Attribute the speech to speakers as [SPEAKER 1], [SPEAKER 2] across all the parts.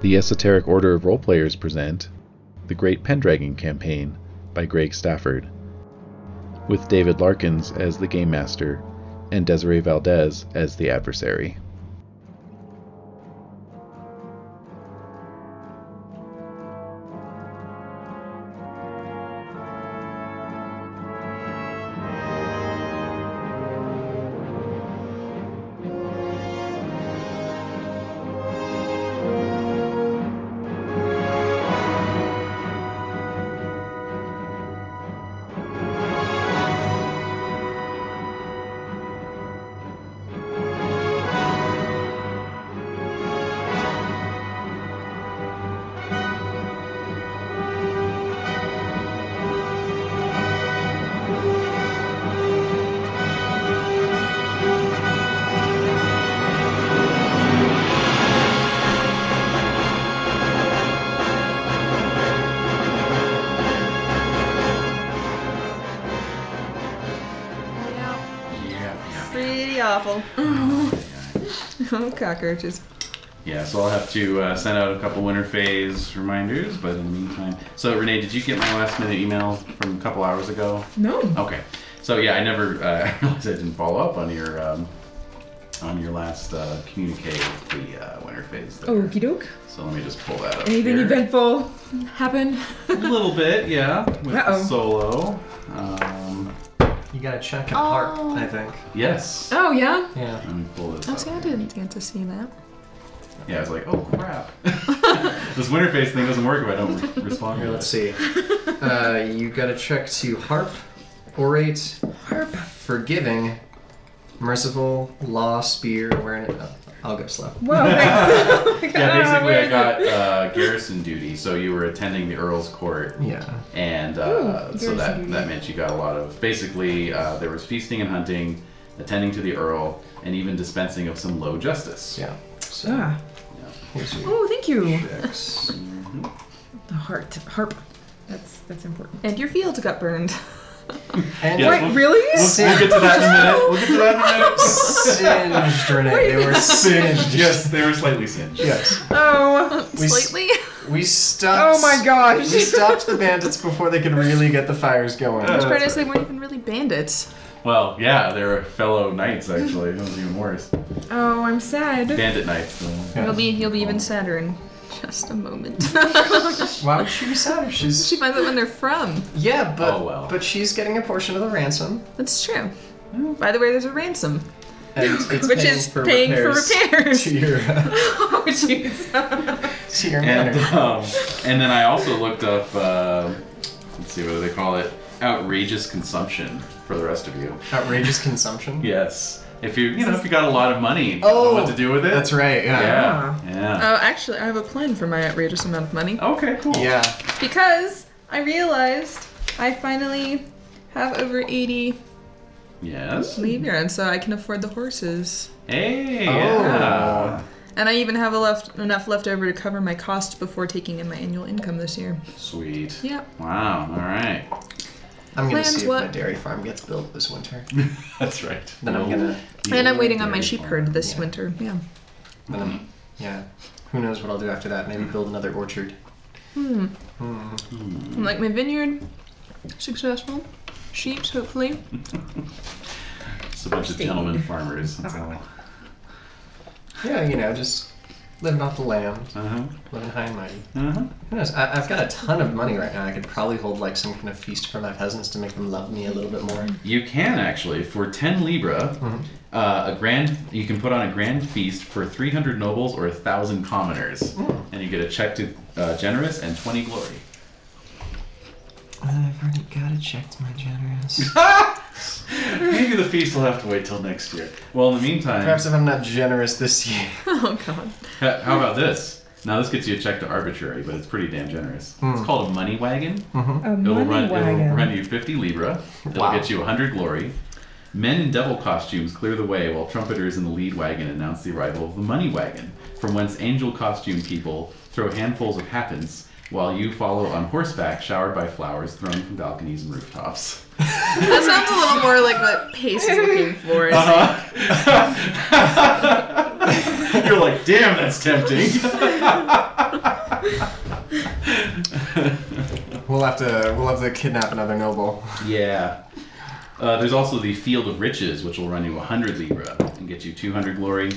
[SPEAKER 1] The Esoteric Order of Roleplayers present The Great Pendragon Campaign by Greg Stafford, with David Larkins as the Game Master and Desiree Valdez as the adversary.
[SPEAKER 2] Yeah,
[SPEAKER 3] Yeah,
[SPEAKER 2] pretty awful. Cockroaches.
[SPEAKER 3] yeah. So I'll have to uh, send out a couple winter phase reminders, but in the meantime, so Renee, did you get my last minute email from a couple hours ago?
[SPEAKER 2] No.
[SPEAKER 3] Okay. So yeah, I never uh, I realized I didn't follow up on your um, on your last uh, communique with the uh, winter phase. There.
[SPEAKER 2] Okie doke.
[SPEAKER 3] So let me just pull that up.
[SPEAKER 2] Anything
[SPEAKER 3] here.
[SPEAKER 2] eventful happened?
[SPEAKER 3] A little bit, yeah. With the
[SPEAKER 2] Uh-oh.
[SPEAKER 3] solo. Um,
[SPEAKER 4] You gotta check and harp,
[SPEAKER 2] Oh.
[SPEAKER 4] I think.
[SPEAKER 3] yes.
[SPEAKER 2] oh yeah.
[SPEAKER 4] Yeah.
[SPEAKER 3] Let me pull this.
[SPEAKER 2] Oh,
[SPEAKER 3] up
[SPEAKER 2] see, I
[SPEAKER 3] here.
[SPEAKER 2] didn't get to see that.
[SPEAKER 3] Yeah, I was like, oh crap. this winter phase thing doesn't work if I don't re- respond.
[SPEAKER 4] Here,
[SPEAKER 3] to
[SPEAKER 4] let's
[SPEAKER 3] it.
[SPEAKER 4] see. Uh, you gotta check to harp, orate,
[SPEAKER 2] Harp.
[SPEAKER 4] forgiving, merciful, law, spear, awareness. Oh, I'll go slow.
[SPEAKER 2] Whoa. thanks.
[SPEAKER 3] Yeah,
[SPEAKER 2] don't know
[SPEAKER 3] basically
[SPEAKER 2] where
[SPEAKER 3] I
[SPEAKER 2] it
[SPEAKER 3] got uh, garrison duty, so you were attending the Earl's Court,
[SPEAKER 4] Yeah.
[SPEAKER 3] and uh,
[SPEAKER 2] Ooh,
[SPEAKER 3] so
[SPEAKER 2] garrison
[SPEAKER 3] that,
[SPEAKER 2] duty.
[SPEAKER 3] that meant you got a lot of. Basically, uh, there was feasting and hunting, attending to the Earl, and even dispensing of some low justice.
[SPEAKER 4] Yeah. So
[SPEAKER 2] Ah.
[SPEAKER 4] here's your
[SPEAKER 2] Oh, thank you.
[SPEAKER 4] checks.
[SPEAKER 2] The heart. Harp. That's that's important. And your fields got burned.
[SPEAKER 4] And
[SPEAKER 3] Yes,
[SPEAKER 2] Wait,
[SPEAKER 3] we'll-
[SPEAKER 2] really?
[SPEAKER 3] We'll, we'll get to that in a minute. We'll get to that in a minute.
[SPEAKER 4] singed, Renee. They were singed.
[SPEAKER 3] yes, they were slightly singed.
[SPEAKER 4] Yes.
[SPEAKER 2] Oh.
[SPEAKER 4] We s-
[SPEAKER 2] Slightly.
[SPEAKER 4] We stopped.
[SPEAKER 2] Oh my gosh.
[SPEAKER 4] We stopped the bandits before they could really get the fires going.
[SPEAKER 3] Uh,
[SPEAKER 2] Trying to say weren't even really bandits.
[SPEAKER 3] Well, yeah, they were fellow knights actually. It was even worse.
[SPEAKER 2] Oh, I'm sad.
[SPEAKER 3] Bandit knights. So.
[SPEAKER 2] You'll be you'll be even sadder in just a moment.
[SPEAKER 4] Why would she be sad if she's?
[SPEAKER 2] she finds out when they're from.
[SPEAKER 4] Yeah, but
[SPEAKER 3] Oh, well.
[SPEAKER 4] but she's getting a portion of the ransom,
[SPEAKER 2] That's true. By the way, there's a ransom,
[SPEAKER 4] and it's
[SPEAKER 2] which
[SPEAKER 4] paying
[SPEAKER 2] is
[SPEAKER 4] for
[SPEAKER 2] paying
[SPEAKER 4] repairs
[SPEAKER 2] for repairs.
[SPEAKER 4] to your uh,
[SPEAKER 2] oh jeez.
[SPEAKER 4] to your
[SPEAKER 3] And,
[SPEAKER 4] manor.
[SPEAKER 3] um, and then I also looked up, uh, let's see, what do they call it? Outrageous consumption for the rest of you.
[SPEAKER 4] Outrageous consumption.
[SPEAKER 3] Yes. If you, you know, if you got a lot of money, you
[SPEAKER 4] Oh,
[SPEAKER 3] know what to do with it?
[SPEAKER 4] That's right. Yeah.
[SPEAKER 3] Yeah. Yeah.
[SPEAKER 2] Oh, actually, I have a plan for my outrageous amount of money
[SPEAKER 3] okay, cool.
[SPEAKER 4] Yeah.
[SPEAKER 2] because I realized I finally have over 80
[SPEAKER 3] Yes.
[SPEAKER 2] leader, and so I can afford the horses.
[SPEAKER 3] Hey.
[SPEAKER 4] Oh.
[SPEAKER 3] Yeah.
[SPEAKER 2] And I even have a left enough left over to cover my cost before taking in my annual income this year.
[SPEAKER 3] Sweet.
[SPEAKER 2] Yep.
[SPEAKER 3] Wow. All right.
[SPEAKER 4] I'm gonna
[SPEAKER 2] Plans
[SPEAKER 4] see if
[SPEAKER 2] what-
[SPEAKER 4] my dairy farm gets built this winter.
[SPEAKER 3] That's right.
[SPEAKER 4] Then I'm gonna.
[SPEAKER 2] And I'm waiting on my sheep herd this
[SPEAKER 4] Yeah.
[SPEAKER 2] winter. Yeah.
[SPEAKER 4] Then I'm, yeah. Who knows what I'll do after that? Maybe build another orchard.
[SPEAKER 2] Hmm.
[SPEAKER 4] Hmm.
[SPEAKER 2] And, like my vineyard, successful. Sheeps, hopefully.
[SPEAKER 3] It's a bunch of gentlemen farmers. That's all.
[SPEAKER 4] Yeah, you know, just living off the land,
[SPEAKER 3] Uh-huh.
[SPEAKER 4] living high and mighty.
[SPEAKER 3] Uh-huh.
[SPEAKER 4] Who knows? I, I've got a ton of money right now. I could probably hold like some kind of feast for my peasants to make them love me a little bit more.
[SPEAKER 3] You can actually for ten libra, uh, a grand. You can put on a grand feast for three hundred nobles or thousand commoners, and you get a check to uh, generous and twenty glory.
[SPEAKER 4] I've already got it checked, my generous.
[SPEAKER 3] Maybe the feast will have to wait till next year. Well, in the meantime,
[SPEAKER 4] Perhaps if I'm not generous this year.
[SPEAKER 2] Oh God.
[SPEAKER 3] ha- how about this? Now this gets you a check to arbitrary, but it's pretty damn generous. It's called a money wagon.
[SPEAKER 5] A
[SPEAKER 3] It'll
[SPEAKER 5] money
[SPEAKER 3] run. It'll
[SPEAKER 5] wagon.
[SPEAKER 3] run you fifty libra. It'll
[SPEAKER 4] Wow.
[SPEAKER 3] get you hundred glory. Men in devil costumes clear the way while trumpeters in the lead wagon announce the arrival of the money wagon, from whence angel costume people throw handfuls of halfpence, while you follow on horseback, showered by flowers thrown from balconies and rooftops.
[SPEAKER 2] That sounds a little more like what Pace is looking for.
[SPEAKER 4] Uh-huh.
[SPEAKER 3] You're like, damn, that's tempting.
[SPEAKER 4] We'll have to we'll have to kidnap another noble.
[SPEAKER 3] yeah. Uh, there's also the Field of Riches, which will run you 100 Libra and get you 200 glory.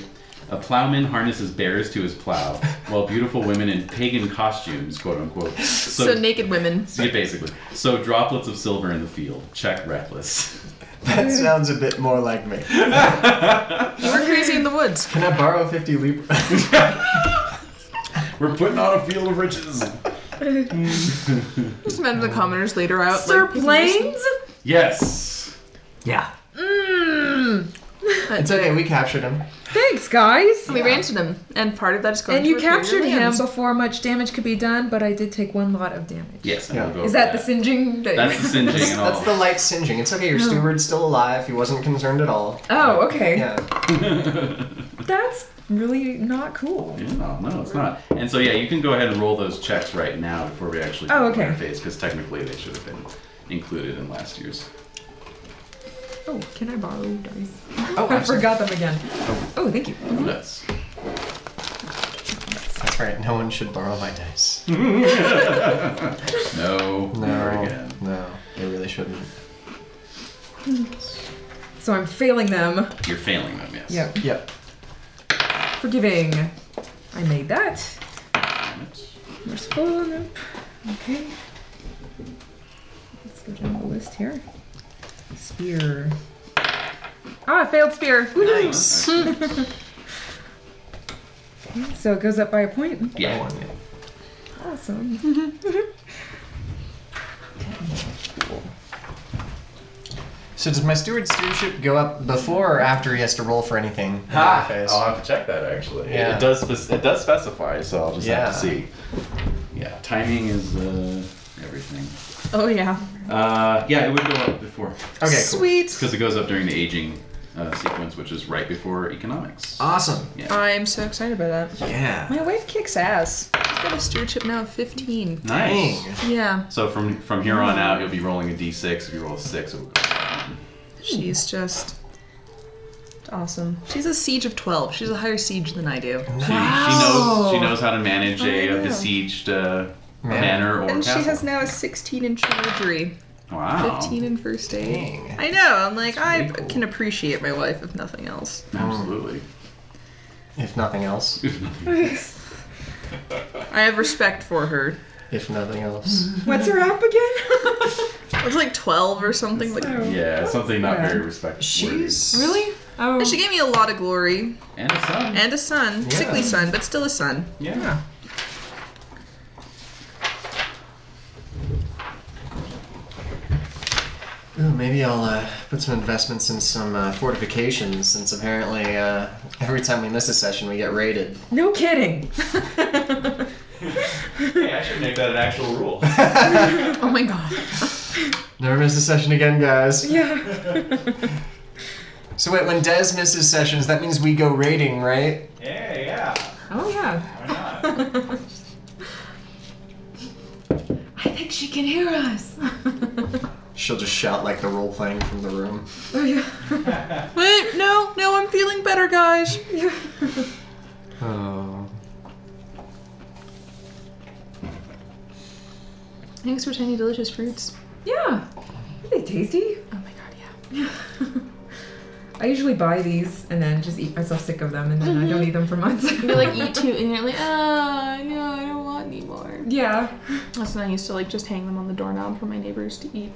[SPEAKER 3] A plowman harnesses bears to his plow, while beautiful women in pagan costumes, quote unquote.
[SPEAKER 2] So, naked women.
[SPEAKER 3] Yeah, basically. So droplets of silver in the field. Check reckless.
[SPEAKER 4] That sounds a bit more like me.
[SPEAKER 2] You were crazy in the woods.
[SPEAKER 4] Can I borrow fifty libra?
[SPEAKER 3] We're putting on a field of riches.
[SPEAKER 2] Just imagine the commoners later out.
[SPEAKER 6] Sir
[SPEAKER 2] like,
[SPEAKER 6] Plains?
[SPEAKER 3] Yes.
[SPEAKER 4] yeah.
[SPEAKER 6] Mmm.
[SPEAKER 4] It's okay. We captured him.
[SPEAKER 6] Thanks, guys.
[SPEAKER 2] We ranted him, and part of that is going
[SPEAKER 6] And
[SPEAKER 2] to
[SPEAKER 6] you
[SPEAKER 2] repair your
[SPEAKER 6] captured him
[SPEAKER 2] lands.
[SPEAKER 6] before much damage could be done, but I did take one lot of damage.
[SPEAKER 3] Yes. and
[SPEAKER 4] Yeah.
[SPEAKER 3] we'll go
[SPEAKER 6] Is
[SPEAKER 3] over
[SPEAKER 6] that the singeing? That
[SPEAKER 3] That's the singeing and
[SPEAKER 4] That's
[SPEAKER 3] all.
[SPEAKER 4] the light singeing. It's okay. Your steward's still alive. He wasn't concerned at all.
[SPEAKER 6] Oh, okay.
[SPEAKER 4] Yeah.
[SPEAKER 6] That's really not cool.
[SPEAKER 3] No, no, it's not. And so yeah, you can go ahead and roll those checks right now before we actually
[SPEAKER 6] Oh,
[SPEAKER 3] do the
[SPEAKER 6] okay.
[SPEAKER 3] interface, because technically they should have been included in last year's.
[SPEAKER 6] Oh, can I borrow dice?
[SPEAKER 4] Oh,
[SPEAKER 6] I
[SPEAKER 4] I'm sorry.
[SPEAKER 6] forgot them again. Oh, thank you.
[SPEAKER 3] Nuts.
[SPEAKER 4] That's right. No one should borrow my dice.
[SPEAKER 3] Hmm. No, never
[SPEAKER 4] No.
[SPEAKER 3] again.
[SPEAKER 4] No. They really shouldn't.
[SPEAKER 6] So I'm failing them.
[SPEAKER 3] You're failing them, yes.
[SPEAKER 6] Yep.
[SPEAKER 4] Yep.
[SPEAKER 6] Forgiving. I made that.
[SPEAKER 3] Nuts.
[SPEAKER 6] Merciful. Nope. Okay. Let's go down the list here. Spear. Ah, failed spear. Woohoo!
[SPEAKER 4] Nice.
[SPEAKER 6] So it goes up by a point.
[SPEAKER 4] I
[SPEAKER 3] Yeah.
[SPEAKER 4] won.
[SPEAKER 6] Awesome.
[SPEAKER 4] So does my steward stewardship go up before or after he has to roll for anything? in the
[SPEAKER 3] Ha!
[SPEAKER 4] phase?
[SPEAKER 3] I'll have to check that actually. It-
[SPEAKER 4] Yeah.
[SPEAKER 3] It does. spec- It does specify, so I'll just have to
[SPEAKER 4] Yeah.
[SPEAKER 3] see. Yeah. Timing is uh, everything.
[SPEAKER 6] Oh yeah.
[SPEAKER 3] Uh, yeah, it would go up before.
[SPEAKER 4] Okay. Cool.
[SPEAKER 2] Sweet.
[SPEAKER 3] Because it goes up during the aging uh, sequence, which is right before economics.
[SPEAKER 4] Awesome.
[SPEAKER 2] I'm so excited by that.
[SPEAKER 4] Yeah.
[SPEAKER 2] My wife kicks ass. She's got a stewardship now of 15.
[SPEAKER 3] nice.
[SPEAKER 4] Dang.
[SPEAKER 2] Yeah,
[SPEAKER 3] So from from here on out, you'll be rolling a d6. If you roll a six, it will go. down.
[SPEAKER 2] she's just awesome. She's a siege of 12. She's a higher siege than I do.
[SPEAKER 3] She, she knows she knows how to manage a,
[SPEAKER 2] I
[SPEAKER 3] uh
[SPEAKER 2] know.
[SPEAKER 3] besieged uh,
[SPEAKER 4] Man.
[SPEAKER 3] manor or
[SPEAKER 2] And she
[SPEAKER 3] castle.
[SPEAKER 2] has now a 16 in chivalry,
[SPEAKER 3] wow.
[SPEAKER 2] 15 in first aid.
[SPEAKER 4] Dang.
[SPEAKER 2] I know, I'm like, I
[SPEAKER 4] really cool.
[SPEAKER 2] can appreciate my wife if nothing else.
[SPEAKER 3] Absolutely.
[SPEAKER 4] If nothing else.
[SPEAKER 2] I have respect for her.
[SPEAKER 4] If nothing else.
[SPEAKER 6] What's her app again?
[SPEAKER 2] I was like 12 or something. Like,
[SPEAKER 3] yeah, something not
[SPEAKER 6] Yeah.
[SPEAKER 3] very respectable.
[SPEAKER 4] She's
[SPEAKER 6] really? Oh.
[SPEAKER 2] and she gave me a lot of glory
[SPEAKER 3] and a son.
[SPEAKER 2] and a son, sickly
[SPEAKER 4] Yeah.
[SPEAKER 2] son, but still a son.
[SPEAKER 3] yeah.
[SPEAKER 4] Ooh, maybe I'll uh, put some investments in some uh, fortifications since apparently uh, every time we miss a session we get raided.
[SPEAKER 6] No kidding.
[SPEAKER 3] Hey, I should make that an actual rule.
[SPEAKER 2] Oh my god.
[SPEAKER 4] Never miss a session again, guys.
[SPEAKER 6] Yeah.
[SPEAKER 4] So wait, when Des misses sessions, that means we go raiding, right?
[SPEAKER 3] yeah, yeah.
[SPEAKER 6] oh yeah.
[SPEAKER 3] Why not?
[SPEAKER 6] I think she can hear us.
[SPEAKER 4] She'll just shout like the role playing from the room.
[SPEAKER 6] oh yeah.
[SPEAKER 2] Wait, no, no, I'm feeling better, guys.
[SPEAKER 6] yeah.
[SPEAKER 4] Oh.
[SPEAKER 2] Thanks for tiny delicious fruits.
[SPEAKER 6] Yeah. Are they tasty?
[SPEAKER 2] Oh my god, yeah.
[SPEAKER 6] Yeah. I usually buy these and then just eat myself sick of them and then I don't eat them for months.
[SPEAKER 2] You like eat two, and you're like, oh no, I don't want anymore.
[SPEAKER 6] Yeah.
[SPEAKER 2] That's when I used to like just hang them on the doorknob for my neighbors to eat.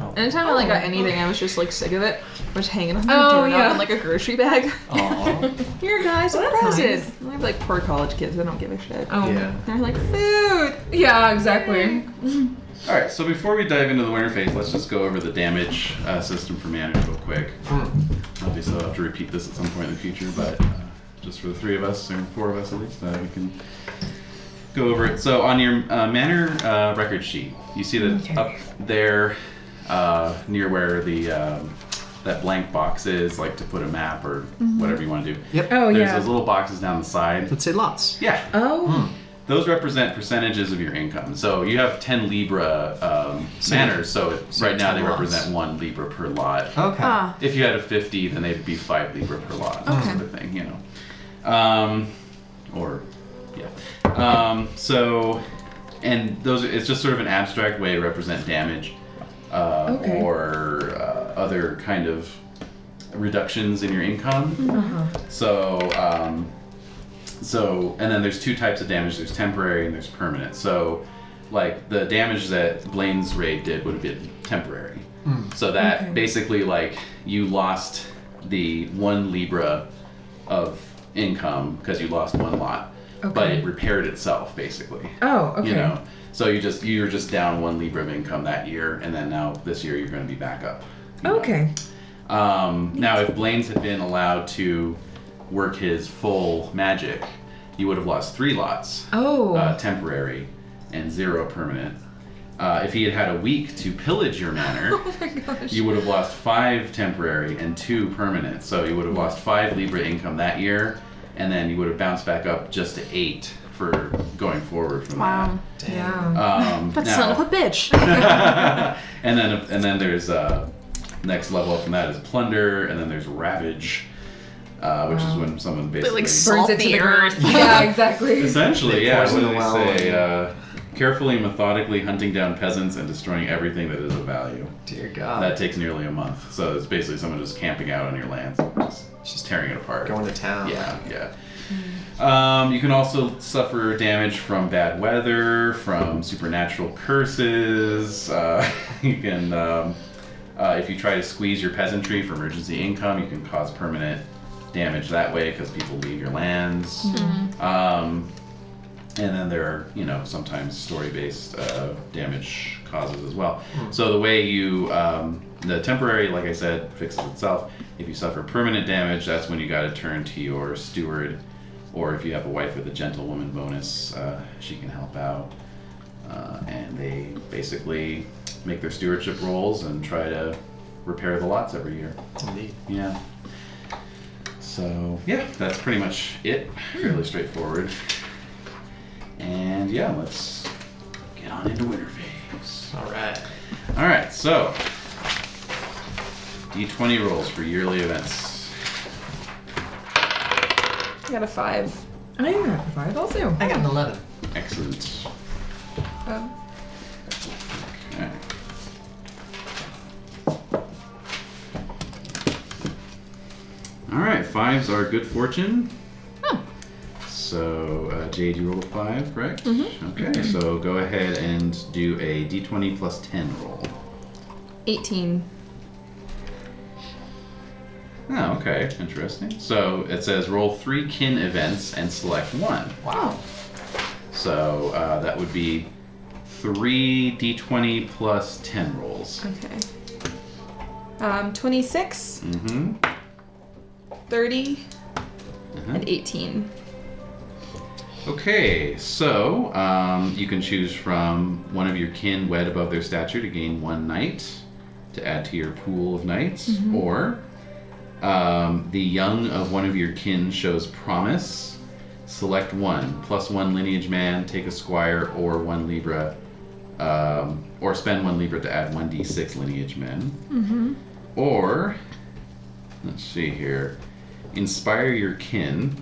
[SPEAKER 4] Oh.
[SPEAKER 2] Anytime I like got anything, I was just like sick of it. I was hanging on the
[SPEAKER 6] Oh,
[SPEAKER 2] doorknob
[SPEAKER 6] yeah.
[SPEAKER 2] in like a grocery bag.
[SPEAKER 4] Aw.
[SPEAKER 2] Here, guys,
[SPEAKER 6] Well,
[SPEAKER 2] a
[SPEAKER 6] that's
[SPEAKER 2] present. And they're like poor college kids. They don't give a shit.
[SPEAKER 6] Oh.
[SPEAKER 4] Yeah.
[SPEAKER 2] They're like food.
[SPEAKER 6] Yeah, exactly.
[SPEAKER 3] All right, so before we dive into the winter phase, let's just go over the damage uh, system for manage real quick. Obviously, I'll have to repeat this at some point in the future, but uh, just for the three of us, or four of us at least, uh, we can go over it. So, on your uh, manor uh, record sheet, you see that up there uh, near where the um, that blank box is, like to put a map or whatever you want to do.
[SPEAKER 4] Yep.
[SPEAKER 6] Oh
[SPEAKER 3] There's
[SPEAKER 6] yeah.
[SPEAKER 3] those little boxes down the side.
[SPEAKER 4] Let's say lots.
[SPEAKER 3] Yeah,
[SPEAKER 6] oh.
[SPEAKER 3] those represent percentages of your income. So you have 10 Libra um,
[SPEAKER 4] So-
[SPEAKER 3] manners, so it-
[SPEAKER 4] so
[SPEAKER 3] right now
[SPEAKER 4] 10
[SPEAKER 3] they
[SPEAKER 4] lots.
[SPEAKER 3] represent 1 Libra per lot.
[SPEAKER 4] Okay.
[SPEAKER 2] Ah.
[SPEAKER 3] If you had a 50, then they'd be 5 Libra per lot, that
[SPEAKER 2] Okay.
[SPEAKER 3] sort of thing, you know. Um, or, yeah. Um, so, and those it's just sort of an abstract way to represent damage uh,
[SPEAKER 6] Okay.
[SPEAKER 3] or uh, other kind of reductions in your income.
[SPEAKER 6] Uh-huh.
[SPEAKER 4] Mm-hmm.
[SPEAKER 3] So, um, so, and then there's two types of damage. There's temporary and there's permanent. So, like the damage that Blaine's raid did would have been temporary. So that
[SPEAKER 6] Okay.
[SPEAKER 3] basically, like, you lost the one libra of income because you lost one lot, but
[SPEAKER 6] Okay.
[SPEAKER 3] it repaired itself basically.
[SPEAKER 6] Oh, okay.
[SPEAKER 3] You know, so you just you were just down one libra of income that year, and then now this year you're going to be back up. you know?
[SPEAKER 6] Okay.
[SPEAKER 3] Um, now, if Blaine's had been allowed to work his full magic, you would have lost three lots,
[SPEAKER 6] Oh.
[SPEAKER 3] uh, temporary, and zero permanent. Uh, if he had had a week to pillage your manor,
[SPEAKER 7] Oh my gosh.
[SPEAKER 3] you would have lost five temporary and two permanent. So you would have lost five Libra income that year, and then you would have bounced back up just to eight for going forward from
[SPEAKER 7] Wow.
[SPEAKER 4] Damn.
[SPEAKER 6] yeah.
[SPEAKER 3] that. Um,
[SPEAKER 7] That
[SPEAKER 3] now-
[SPEAKER 7] son of a bitch.
[SPEAKER 3] and then and then there's uh, next level up from that is plunder, and then there's ravage, uh, which is
[SPEAKER 6] Wow.
[SPEAKER 3] when someone basically
[SPEAKER 7] like, s-
[SPEAKER 6] Burns
[SPEAKER 7] Salt
[SPEAKER 6] it to
[SPEAKER 7] the
[SPEAKER 6] the ground.
[SPEAKER 7] earth.
[SPEAKER 6] yeah, exactly.
[SPEAKER 3] essentially,
[SPEAKER 4] They
[SPEAKER 3] yeah. What
[SPEAKER 4] poison
[SPEAKER 3] do
[SPEAKER 4] the
[SPEAKER 3] they
[SPEAKER 4] well
[SPEAKER 3] say?
[SPEAKER 4] and-
[SPEAKER 3] Uh, carefully and methodically hunting down peasants and destroying everything that is of value.
[SPEAKER 4] Dear God.
[SPEAKER 3] That takes nearly a month. So it's basically someone just camping out on your lands, and just, just tearing it apart.
[SPEAKER 4] Going to town.
[SPEAKER 3] Yeah, yeah. Um, you can also suffer damage from bad weather, from supernatural curses. Uh, you can, um, uh, if you try to squeeze your peasantry for emergency income, you can cause permanent damage that way because people leave your lands.
[SPEAKER 2] Hmm,
[SPEAKER 3] Um, and then there are, you know, sometimes story-based uh, damage causes as well. So the way you, um, the temporary, like I said, fixes itself. If you suffer permanent damage, that's when you got to turn to your steward, or if you have a wife with a gentlewoman bonus, uh, she can help out. Uh, and they basically make their stewardship rolls and try to repair the lots every year.
[SPEAKER 4] Indeed.
[SPEAKER 3] Yeah. So yeah, that's pretty much it. Fairly straightforward. And yeah, let's get on into winter phase.
[SPEAKER 4] All right.
[SPEAKER 3] All right, so D20 rolls for yearly events.
[SPEAKER 7] I got a five.
[SPEAKER 6] I even have Oh, a five also.
[SPEAKER 4] I got an 11.
[SPEAKER 3] Excellent.
[SPEAKER 7] Um,
[SPEAKER 3] All right. All right, fives are good fortune. So, uh, Jade, you rolled a five, correct? Okay, so go ahead and do a d20 plus 10 roll.
[SPEAKER 7] 18.
[SPEAKER 3] Oh, okay, interesting. So it says roll three kin events and select one.
[SPEAKER 4] Wow.
[SPEAKER 3] So uh, that would be three d20 plus 10 rolls.
[SPEAKER 7] Oh, Okay. Um, 26,
[SPEAKER 3] Mm-hmm.
[SPEAKER 7] 30,
[SPEAKER 3] Uh-huh.
[SPEAKER 7] and 18.
[SPEAKER 3] Okay, so um, you can choose from one of your kin wed above their stature to gain one knight to add to your pool of knights, or um, the young of one of your kin shows promise. Select one, plus one lineage man, take a squire or one libra, um, or spend one libra to add one d6 lineage men. Or, let's see here, inspire your kin.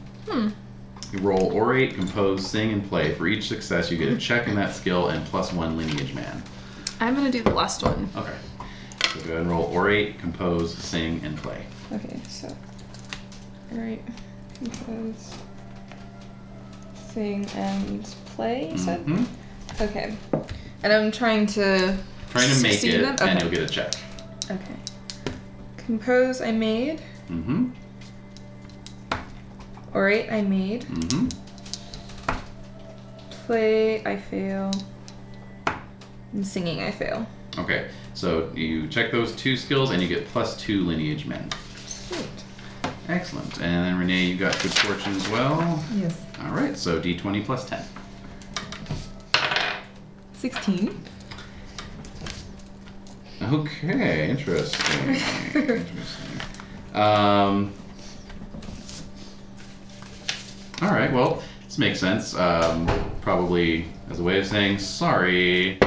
[SPEAKER 3] You roll orate, compose, sing, and play. For each success, you get a check in that skill and plus one lineage man.
[SPEAKER 7] I'm gonna do the last one.
[SPEAKER 3] Okay. So go ahead and roll orate, compose, sing, and play.
[SPEAKER 7] Okay, so. Alright. Compose. Sing and play, you said?
[SPEAKER 3] Mhm.
[SPEAKER 7] Okay. And I'm trying to.
[SPEAKER 3] Trying to make
[SPEAKER 7] Succeed
[SPEAKER 3] it,
[SPEAKER 7] them?
[SPEAKER 3] and
[SPEAKER 7] Okay.
[SPEAKER 3] you'll get a check.
[SPEAKER 7] Okay. Compose, I made.
[SPEAKER 3] Mm-hmm.
[SPEAKER 7] Orate, I made.
[SPEAKER 3] Mm-hmm.
[SPEAKER 7] Play, I fail. And singing, I fail.
[SPEAKER 3] Okay. So you check those two skills, and you get plus two lineage men.
[SPEAKER 7] Sweet.
[SPEAKER 3] Excellent. And then Renee, you got good fortune as well.
[SPEAKER 6] Yes.
[SPEAKER 3] All right. So D20 plus 10.
[SPEAKER 6] 16.
[SPEAKER 3] Okay, interesting. interesting. Um, all right, well, this makes sense. Um, probably as a way of saying sorry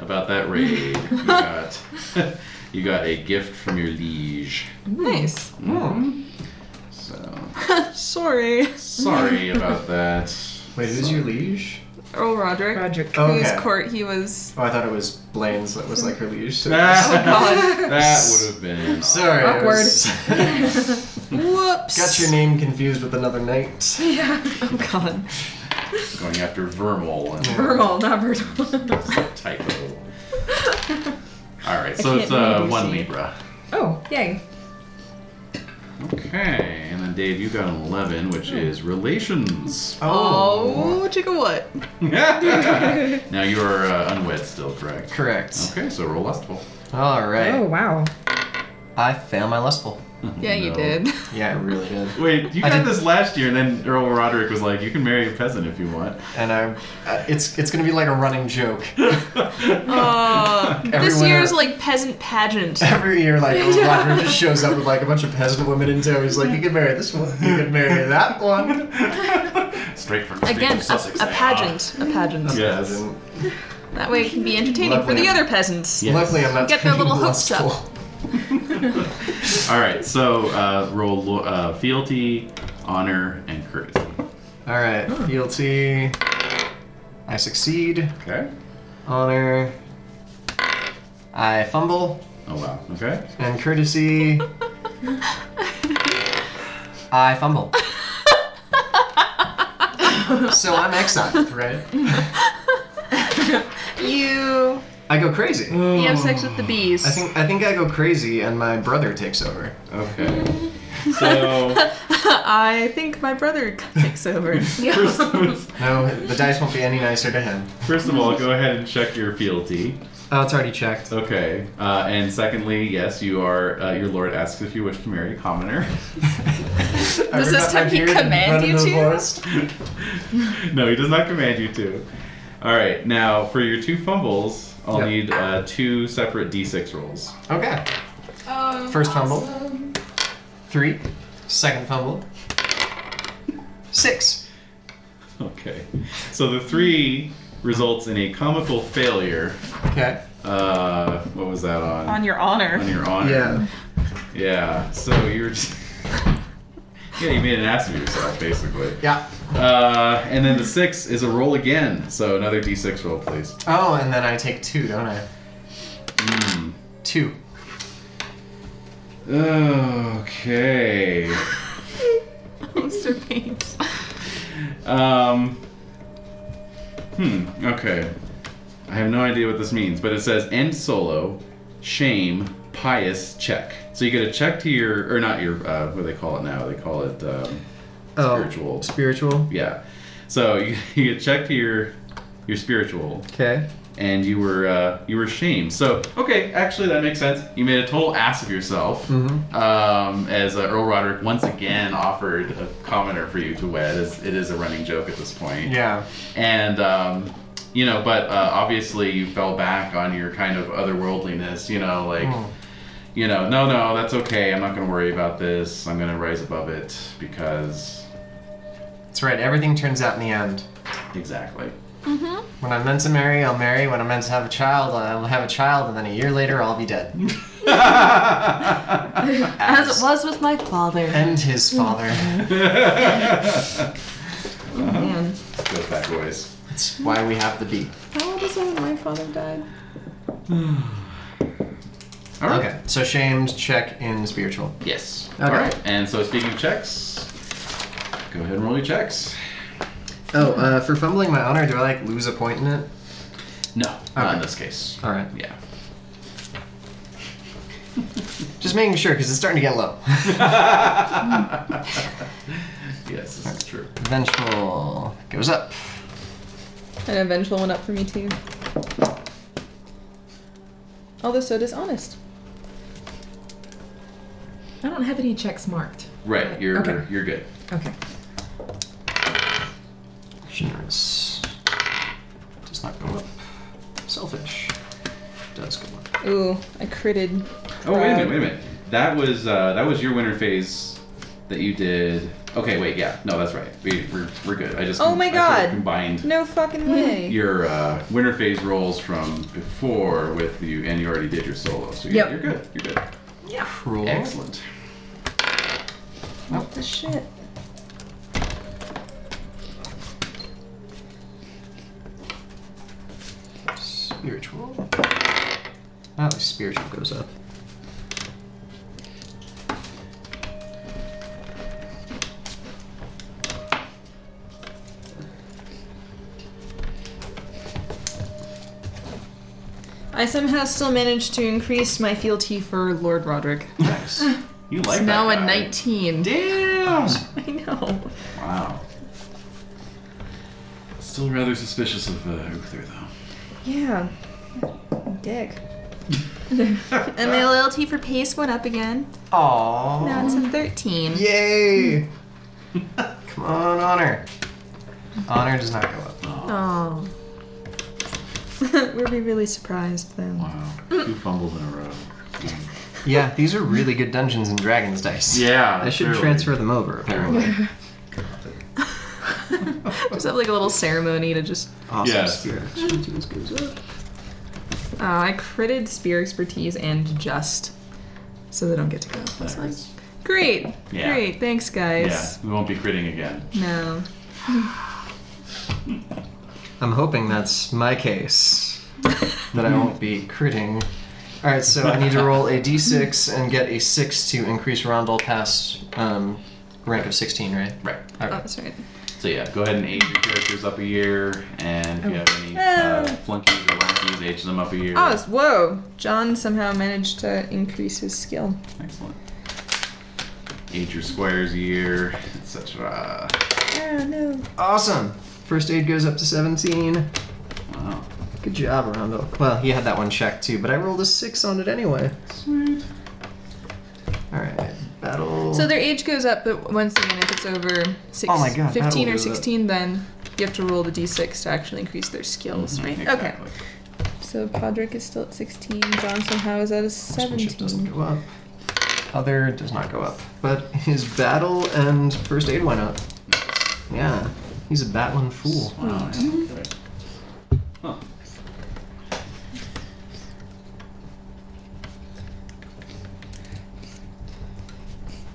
[SPEAKER 3] about that raid. You got, you got a gift from your liege.
[SPEAKER 7] Nice.
[SPEAKER 3] Mhm. So
[SPEAKER 7] Sorry.
[SPEAKER 3] sorry about that.
[SPEAKER 4] Wait, who's your liege?
[SPEAKER 7] Earl Roderick,
[SPEAKER 6] Roderick.
[SPEAKER 4] Oh.
[SPEAKER 7] whose
[SPEAKER 4] Okay.
[SPEAKER 7] court he was.
[SPEAKER 4] Oh, I thought it was Blaine's that was like her liege. So
[SPEAKER 7] God.
[SPEAKER 3] that would have been.
[SPEAKER 4] Sorry. I was-
[SPEAKER 7] Whoops.
[SPEAKER 4] Got your name confused with another knight.
[SPEAKER 6] yeah.
[SPEAKER 7] Oh God.
[SPEAKER 3] going after Vermal and
[SPEAKER 6] Vermal, not Vermal.
[SPEAKER 3] typo. All right, so
[SPEAKER 7] I
[SPEAKER 3] it's
[SPEAKER 7] can't
[SPEAKER 3] uh,
[SPEAKER 7] really
[SPEAKER 3] one
[SPEAKER 7] see.
[SPEAKER 3] Libra.
[SPEAKER 6] oh, yay.
[SPEAKER 3] Okay, and then Dave, you got an eleven, which is relations.
[SPEAKER 7] Oh, chicka what?
[SPEAKER 3] now you are uh, unwed still, correct?
[SPEAKER 4] Correct.
[SPEAKER 3] Okay, so roll lustful.
[SPEAKER 4] All right.
[SPEAKER 6] Oh, wow.
[SPEAKER 4] I fail my lustful.
[SPEAKER 7] Yeah, you
[SPEAKER 3] No.
[SPEAKER 7] did.
[SPEAKER 4] Yeah, I really did.
[SPEAKER 3] Wait, you
[SPEAKER 4] I
[SPEAKER 3] got
[SPEAKER 4] did-
[SPEAKER 3] this last year, and then Earl Roderick was like, "You can marry a peasant if you want."
[SPEAKER 4] And I, uh, it's it's gonna be like a running joke
[SPEAKER 7] Uh, this
[SPEAKER 4] Everyone-
[SPEAKER 7] year's like peasant pageant.
[SPEAKER 4] every year. Like Roger just shows up with like a bunch of peasant women in tow. He's like, you can marry this one, you can marry that one.
[SPEAKER 3] Straight from the state
[SPEAKER 7] Again,
[SPEAKER 3] of
[SPEAKER 7] a,
[SPEAKER 3] Sussex.
[SPEAKER 7] a
[SPEAKER 3] they are.
[SPEAKER 7] pageant.
[SPEAKER 4] Ah.
[SPEAKER 7] A pageant.
[SPEAKER 3] Yeah. Yes.
[SPEAKER 4] Peasant.
[SPEAKER 7] That way it can be entertaining for
[SPEAKER 4] Lovely.
[SPEAKER 7] the other peasants.
[SPEAKER 3] Yes.
[SPEAKER 4] Luckily, I'm not
[SPEAKER 7] Get their
[SPEAKER 4] taking
[SPEAKER 7] little hooks up.
[SPEAKER 4] lustful.
[SPEAKER 3] All right, so uh, roll lo- uh, fealty, honor, and courtesy.
[SPEAKER 4] All right,
[SPEAKER 7] Hmm.
[SPEAKER 4] fealty. I succeed.
[SPEAKER 3] Okay.
[SPEAKER 4] Honor. I fumble.
[SPEAKER 3] Oh wow. Okay.
[SPEAKER 4] And courtesy. I fumble. so I'm exiled, right?
[SPEAKER 7] You,
[SPEAKER 4] I go crazy. I
[SPEAKER 7] you have sex with the bees.
[SPEAKER 4] think I think I go crazy, and my brother takes over.
[SPEAKER 3] Okay. So
[SPEAKER 7] I think my brother takes over.
[SPEAKER 3] first,
[SPEAKER 4] No, the dice won't be any nicer to him.
[SPEAKER 3] first of all, go ahead and check your fealty.
[SPEAKER 4] Oh, it's already checked.
[SPEAKER 3] Okay. Uh, and secondly, yes, you are. Uh, your lord asks if you wish to marry a commoner.
[SPEAKER 4] Does
[SPEAKER 7] this time he command you to?
[SPEAKER 3] no, he does not command you to. All right. Now for your two fumbles, I'll
[SPEAKER 4] Yep.
[SPEAKER 3] need uh, two separate d6 rolls.
[SPEAKER 4] Okay.
[SPEAKER 2] Um,
[SPEAKER 7] Oh,
[SPEAKER 4] First fumble. Three. Second fumble. Six.
[SPEAKER 3] Okay. So the three results in a comical failure.
[SPEAKER 4] Okay.
[SPEAKER 3] Uh, what was that on?
[SPEAKER 7] On your honor.
[SPEAKER 3] on your honor.
[SPEAKER 4] Yeah.
[SPEAKER 3] Yeah. So you're just. yeah, you made an ass of yourself, basically.
[SPEAKER 4] Yeah.
[SPEAKER 3] Uh, and then the six is a roll again. So another d6 roll, please.
[SPEAKER 4] Oh, and then I take two, don't I? Hmm.
[SPEAKER 3] Mm.
[SPEAKER 4] Two.
[SPEAKER 3] Okay.
[SPEAKER 7] Mr. Bates.
[SPEAKER 3] Um. Hmm. Okay. I have no idea what this means, but it says end solo, shame, pious check. So you get a check to your, or not your, uh, what do they call it now? They call it um, spiritual.
[SPEAKER 4] Spiritual.
[SPEAKER 3] Yeah. So you, you get checked to your your spiritual,
[SPEAKER 4] Okay.
[SPEAKER 3] and you were uh, you were shamed. So okay, actually that makes sense. You made a total ass of yourself.
[SPEAKER 4] Mhm.
[SPEAKER 3] Um, as uh, Earl Roderick once again offered a commoner for you to wed, as it is a running joke at this point.
[SPEAKER 4] Yeah.
[SPEAKER 3] And um, you know, but uh, obviously you fell back on your kind of otherworldliness. You know, like.
[SPEAKER 4] Mm.
[SPEAKER 3] You know, no, no, that's okay. I'm not going to worry about this. I'm going to rise above it because.
[SPEAKER 4] That's right. Everything turns out in the end.
[SPEAKER 3] Exactly.
[SPEAKER 2] Mm-hmm.
[SPEAKER 4] When I'm meant to marry, I'll marry. When I'm meant to have a child, I'll have a child, and then a year later, I'll be dead.
[SPEAKER 7] As it was with my father.
[SPEAKER 4] And his father.
[SPEAKER 3] Goes
[SPEAKER 7] Man.
[SPEAKER 3] back a ways.
[SPEAKER 4] That's why we have the beat.
[SPEAKER 7] How old was I when my father died?
[SPEAKER 3] All right.
[SPEAKER 4] Oh, Okay. So shamed, check in spiritual.
[SPEAKER 3] Yes.
[SPEAKER 4] Okay.
[SPEAKER 3] All right. And so speaking of checks, go ahead and roll your checks.
[SPEAKER 4] Oh, uh, for fumbling my honor, do I like lose a point in it?
[SPEAKER 3] No, not in
[SPEAKER 4] Okay.
[SPEAKER 3] this case.
[SPEAKER 4] All right.
[SPEAKER 3] Yeah.
[SPEAKER 4] Just making sure because it's starting to get low.
[SPEAKER 3] Yes, this is true.
[SPEAKER 4] Vengeful goes up.
[SPEAKER 7] And a vengeful one up for me too. Although so does honest.
[SPEAKER 6] I don't have any checks marked.
[SPEAKER 3] Right. You're
[SPEAKER 6] Okay.
[SPEAKER 3] you're good.
[SPEAKER 6] Okay.
[SPEAKER 4] Generous does not go up. Selfish does go up.
[SPEAKER 7] Ooh, I critted.
[SPEAKER 3] Oh wait a
[SPEAKER 7] Right.
[SPEAKER 3] minute, wait a minute. That was uh, that was your winter phase that you did. Okay, wait, yeah, no, that's right. We we're, we're good. I just
[SPEAKER 7] Oh my
[SPEAKER 3] I sort of
[SPEAKER 7] God.
[SPEAKER 3] combined
[SPEAKER 7] No fucking
[SPEAKER 2] Hmm.
[SPEAKER 7] way.
[SPEAKER 3] your uh, winter phase rolls from before with you, and you already did your solo, so yeah,
[SPEAKER 6] Yep.
[SPEAKER 3] you're good. You're good.
[SPEAKER 4] Cruel.
[SPEAKER 3] Excellent.
[SPEAKER 7] What the shit?
[SPEAKER 4] Spiritual. Oh, spiritual goes up.
[SPEAKER 2] I somehow still managed to increase my fealty for Lord Roderick.
[SPEAKER 3] Nice. You like that
[SPEAKER 2] it's now
[SPEAKER 3] guy.
[SPEAKER 2] a 19.
[SPEAKER 3] Damn.
[SPEAKER 2] I know.
[SPEAKER 3] Wow. Still rather suspicious of uh, Uther, though.
[SPEAKER 2] Yeah. Dick. and my loyalty for Pace went up again.
[SPEAKER 4] Aww.
[SPEAKER 2] Now it's a 13.
[SPEAKER 4] Yay! Come on, honor. Honor does not go up.
[SPEAKER 3] Aw,
[SPEAKER 2] Oh. We'll be really surprised then.
[SPEAKER 3] wow. Two fumbles in a row.
[SPEAKER 4] Yeah, these are really good Dungeons and Dragons dice.
[SPEAKER 3] Yeah.
[SPEAKER 4] I should
[SPEAKER 3] clearly.
[SPEAKER 4] transfer them over, apparently.
[SPEAKER 2] just have like a little ceremony to just.
[SPEAKER 4] Awesome
[SPEAKER 3] Yes.
[SPEAKER 4] spirit. This goes up.
[SPEAKER 2] Uh, I critted spear expertise and just, so they don't get to go. That's fine. Great.
[SPEAKER 3] Yeah.
[SPEAKER 2] Great. Thanks,
[SPEAKER 3] Yeah,
[SPEAKER 2] guys.
[SPEAKER 3] we won't be critting again.
[SPEAKER 2] No.
[SPEAKER 4] I'm hoping that's my case. that I won't be critting. Alright, so I need to roll a d6 and get a 6 to increase Rondel past um, rank of 16, right?
[SPEAKER 3] Right.
[SPEAKER 2] Oh, that's right.
[SPEAKER 3] So yeah, go ahead and age your characters up a year, and if you have any uh,
[SPEAKER 2] Oh.
[SPEAKER 3] flunkies or lackeys, age them up a year.
[SPEAKER 2] Oh, it's- whoa! John somehow managed to increase his skill.
[SPEAKER 3] Excellent. Age your squares a year, etc.
[SPEAKER 2] Oh no.
[SPEAKER 4] Awesome! First aid goes up to 17.
[SPEAKER 3] Wow.
[SPEAKER 4] Good job, Rondo. Well, he had that one checked too, but I rolled a 6 on it anyway.
[SPEAKER 3] Sweet.
[SPEAKER 4] Alright, battle.
[SPEAKER 2] So their age goes up, but once again, if it's over six,
[SPEAKER 4] Oh my God, that
[SPEAKER 2] 15
[SPEAKER 4] will
[SPEAKER 2] or
[SPEAKER 4] do that.
[SPEAKER 2] 16, then you have to roll the d6 to actually increase their skills,
[SPEAKER 4] Mm-hmm.
[SPEAKER 2] right? Okay.
[SPEAKER 3] Exactly.
[SPEAKER 2] So Podrick is still at 16. John somehow is at a
[SPEAKER 4] Sportsmanship doesn't
[SPEAKER 2] 17.
[SPEAKER 4] go up. Other does not go up. But his battle and first aid went up. Yeah. He's a battling fool.
[SPEAKER 3] Wow.
[SPEAKER 2] Mm-hmm.
[SPEAKER 3] yeah. Right. Huh.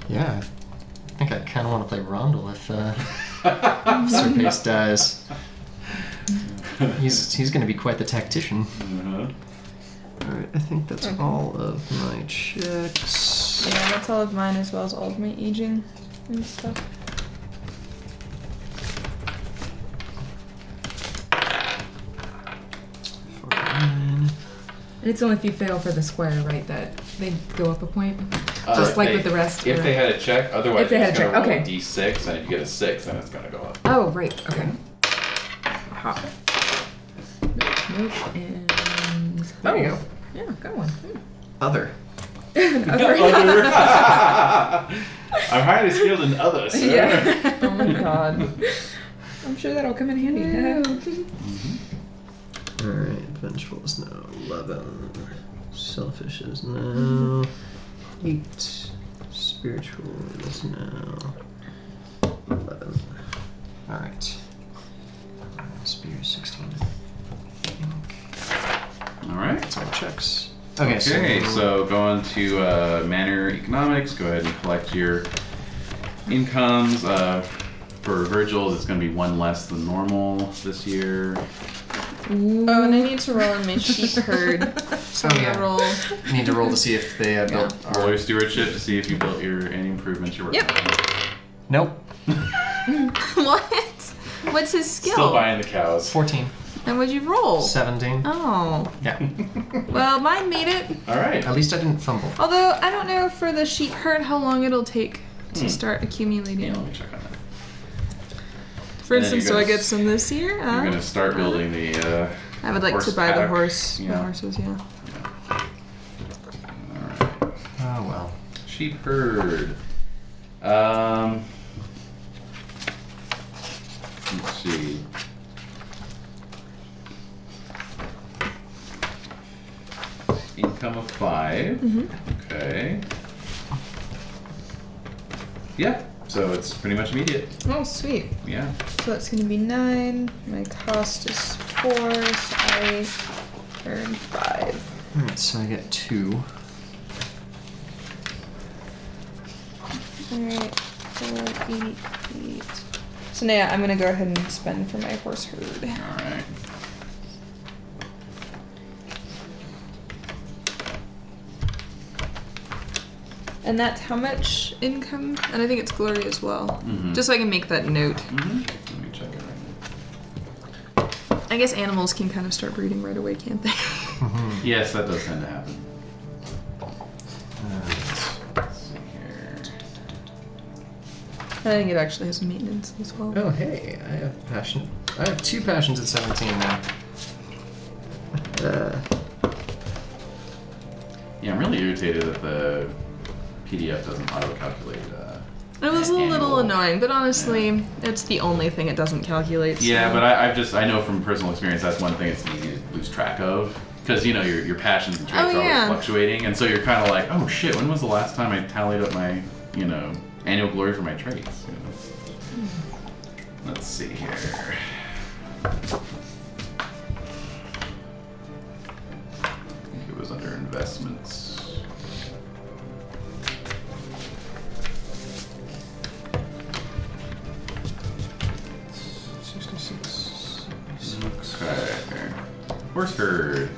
[SPEAKER 4] Yeah. I think I kind of want to play Rondel if uh,
[SPEAKER 3] Mm-hmm.
[SPEAKER 4] Sir Pace dies. He's, he's going to be quite the tactician.
[SPEAKER 3] Uh-huh.
[SPEAKER 4] Alright, I think that's
[SPEAKER 2] Okay.
[SPEAKER 4] all of my checks.
[SPEAKER 2] Yeah, that's all of mine as well as all of my aging and stuff.
[SPEAKER 4] For mine.
[SPEAKER 6] And it's only if you fail for the square, right? That they go up a point.
[SPEAKER 3] Uh,
[SPEAKER 6] Just
[SPEAKER 3] if
[SPEAKER 6] like
[SPEAKER 3] they-
[SPEAKER 6] with the rest,
[SPEAKER 3] If
[SPEAKER 6] right?
[SPEAKER 3] they had a check, otherwise
[SPEAKER 6] If they
[SPEAKER 3] it's
[SPEAKER 6] had a
[SPEAKER 3] gonna
[SPEAKER 6] check,
[SPEAKER 3] roll
[SPEAKER 6] okay.
[SPEAKER 3] d6, and if you get a six, then it's gonna go up.
[SPEAKER 6] Oh, right. Okay. Aha. Nope. And
[SPEAKER 4] There you go.
[SPEAKER 6] yeah, got one.
[SPEAKER 4] Other.
[SPEAKER 6] Oh,
[SPEAKER 3] Other. I'm highly skilled in others. sir.
[SPEAKER 6] Yeah.
[SPEAKER 2] Oh my god.
[SPEAKER 6] I'm sure that'll come in handy.
[SPEAKER 4] Alright, vengeful is now 11. Selfish is now 8. Spiritual is now 11. Alright. Spear is 16. I think
[SPEAKER 3] All right.
[SPEAKER 4] That's all checks. Okay,
[SPEAKER 3] Okay,
[SPEAKER 4] so,
[SPEAKER 3] so go on to uh, Manor Economics. Go ahead and collect your incomes. Uh, for Virgil's, it's going to be one less than normal this year.
[SPEAKER 2] Oh, and I need to roll on my sheep herd. So I'm
[SPEAKER 4] Oh, yeah.
[SPEAKER 2] gonna roll.
[SPEAKER 4] I need to roll to see if they uh, built
[SPEAKER 3] Roll your stewardship to see if you built your any improvements you're working
[SPEAKER 2] Yep.
[SPEAKER 3] on.
[SPEAKER 4] Nope.
[SPEAKER 2] what? What's his skill?
[SPEAKER 3] Still buying the cows.
[SPEAKER 4] 14.
[SPEAKER 2] and what'd you roll?
[SPEAKER 4] 17.
[SPEAKER 2] Oh.
[SPEAKER 4] Yeah.
[SPEAKER 2] Well, mine made it.
[SPEAKER 3] All right.
[SPEAKER 4] At least I didn't fumble.
[SPEAKER 2] Although I don't know for the sheep herd how long it'll take to
[SPEAKER 3] Hmm.
[SPEAKER 2] start accumulating.
[SPEAKER 3] Yeah, let me check on that.
[SPEAKER 2] For
[SPEAKER 3] And then
[SPEAKER 2] instance,
[SPEAKER 3] you're
[SPEAKER 2] do I
[SPEAKER 3] gonna
[SPEAKER 2] get
[SPEAKER 3] s-
[SPEAKER 2] some this year?
[SPEAKER 3] You're
[SPEAKER 2] Huh?
[SPEAKER 3] going to start building the. Uh,
[SPEAKER 2] I would like to
[SPEAKER 3] horse
[SPEAKER 2] buy the
[SPEAKER 3] paddock.
[SPEAKER 2] horse. The
[SPEAKER 3] Yeah.
[SPEAKER 2] horses, yeah.
[SPEAKER 3] uh, all right.
[SPEAKER 4] Oh, well.
[SPEAKER 3] Sheep herd. Um, let's see. Income of 5 Okay. Yeah. So it's pretty much immediate.
[SPEAKER 2] Oh, sweet.
[SPEAKER 3] Yeah.
[SPEAKER 2] So that's going to be nine. My cost is four, so I earn five.
[SPEAKER 4] Alright, so I get 2.
[SPEAKER 2] All right, four, eight, eight. So now yeah, I'm going to go ahead and spend for my horse herd.
[SPEAKER 3] All right.
[SPEAKER 2] And that's how much income? And I think it's glory as well.
[SPEAKER 3] Mhm.
[SPEAKER 2] Just so I can make that note.
[SPEAKER 3] hmm Let me check it right
[SPEAKER 2] I guess animals can kind of start breeding right away, can't they?
[SPEAKER 3] now. Yes, that does tend to happen. Let's see here.
[SPEAKER 2] I think it actually has maintenance as well.
[SPEAKER 4] Oh hey, I have passion. I have two passions at 17 now. Uh,
[SPEAKER 3] Yeah, I'm really irritated that the PDF doesn't auto-calculate. Uh,
[SPEAKER 2] It was a little
[SPEAKER 3] Annual.
[SPEAKER 2] annoying, but honestly, it's the only thing it doesn't calculate. so-
[SPEAKER 3] Yeah, but I, I've just I know from personal experience that's one thing it's easy to lose track of because you know your your passions and traits
[SPEAKER 2] Oh,
[SPEAKER 3] are always
[SPEAKER 2] yeah.
[SPEAKER 3] fluctuating, and so you're kind of like, oh shit, when was the last time I tallied up my you know annual glory for my traits? You know? Let's see here. I think it was under investments. Okay. Horse herd.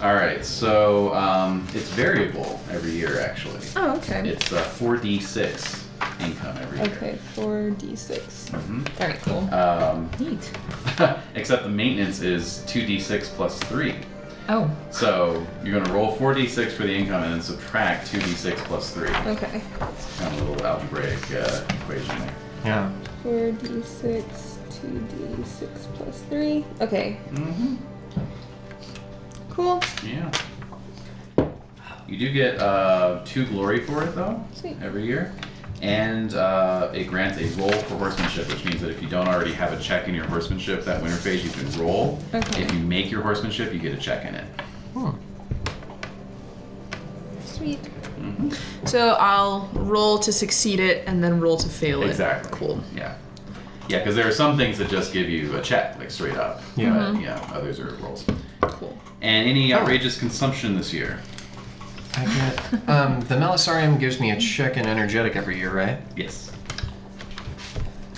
[SPEAKER 3] All right, so um, it's variable every year. Actually,
[SPEAKER 2] Oh, okay.
[SPEAKER 3] it's uh, 4d6 income every year.
[SPEAKER 2] Okay, four d six.
[SPEAKER 3] Mhm.
[SPEAKER 2] Very cool.
[SPEAKER 3] Um,
[SPEAKER 6] Neat.
[SPEAKER 3] except the maintenance is 2d6 plus 3.
[SPEAKER 6] Oh,
[SPEAKER 3] So you're going to roll 4d6 for the income and then subtract 2d6 plus 3.
[SPEAKER 2] Okay,
[SPEAKER 3] It's kind of a little algebraic uh, equation there.
[SPEAKER 4] yeah.
[SPEAKER 2] four d six, two d six plus three. Okay,
[SPEAKER 3] Mm-hmm.
[SPEAKER 2] cool.
[SPEAKER 3] Yeah. You do get uh, two glory for it, though,
[SPEAKER 2] Sweet.
[SPEAKER 3] every year. And uh, it grants a roll for horsemanship, which means that if you don't already have a check in your horsemanship that winter phase, you can roll.
[SPEAKER 2] Okay.
[SPEAKER 3] If you make your horsemanship, you get a check in it.
[SPEAKER 4] Hmm.
[SPEAKER 2] Sweet.
[SPEAKER 3] hmm
[SPEAKER 2] So I'll roll to succeed it, and then roll to fail it.
[SPEAKER 3] Exactly.
[SPEAKER 2] Cool.
[SPEAKER 3] Yeah. Yeah, because there are some things that just give you a check, like straight up.
[SPEAKER 4] Yeah. Oh.
[SPEAKER 3] But, yeah, others are rolls.
[SPEAKER 2] Cool.
[SPEAKER 3] And any outrageous consumption this year?
[SPEAKER 4] I get. Um, the Melisarium gives me a check in energetic every year, right?
[SPEAKER 3] Yes.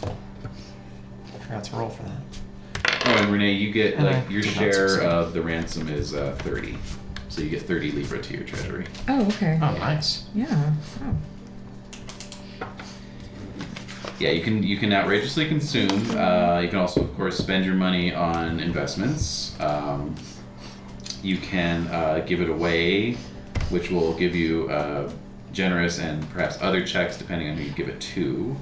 [SPEAKER 4] I forgot to roll for that.
[SPEAKER 3] Oh, and Renee, you get
[SPEAKER 4] And
[SPEAKER 3] like
[SPEAKER 4] I
[SPEAKER 3] your
[SPEAKER 4] did not
[SPEAKER 3] share
[SPEAKER 4] succeed.
[SPEAKER 3] of the ransom is uh, thirty, so you get thirty libra to your treasury.
[SPEAKER 6] oh, okay.
[SPEAKER 4] Oh, nice.
[SPEAKER 6] Yeah. Oh.
[SPEAKER 3] Yeah, you can you can outrageously consume. Uh, you can also, of course, spend your money on investments. Um, you can uh, give it away, which will give you uh, generous and perhaps other checks depending on who you give it to.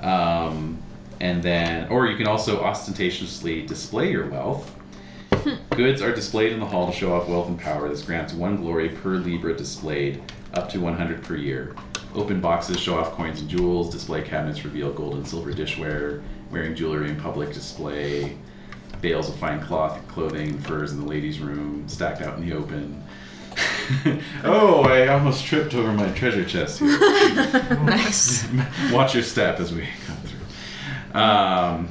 [SPEAKER 3] Um, and then, or you can also ostentatiously display your wealth. Goods are displayed in the hall to show off wealth and power. This grants one glory per libra displayed, up to 100 per year. Open boxes show off coins and jewels. Display cabinets reveal gold and silver dishware. Wearing jewelry in public display. Bales of fine cloth, clothing, furs in the ladies' room, stacked out in the open. oh, I almost tripped over my treasure chest here.
[SPEAKER 2] nice.
[SPEAKER 3] Watch your step as we come through. Um,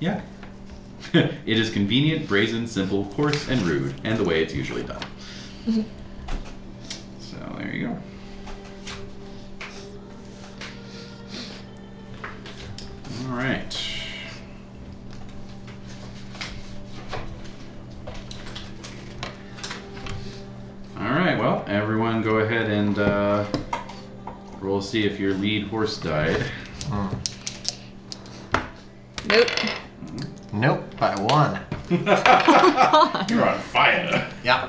[SPEAKER 3] yeah. it is convenient, brazen, simple, coarse, and rude, and the way it's usually done. so there you go. All right. All right. Well, everyone, go ahead and uh, roll. to See if your lead horse died.
[SPEAKER 4] Hmm.
[SPEAKER 2] Nope.
[SPEAKER 4] Nope, by one.
[SPEAKER 3] You're on fire.
[SPEAKER 4] Yeah.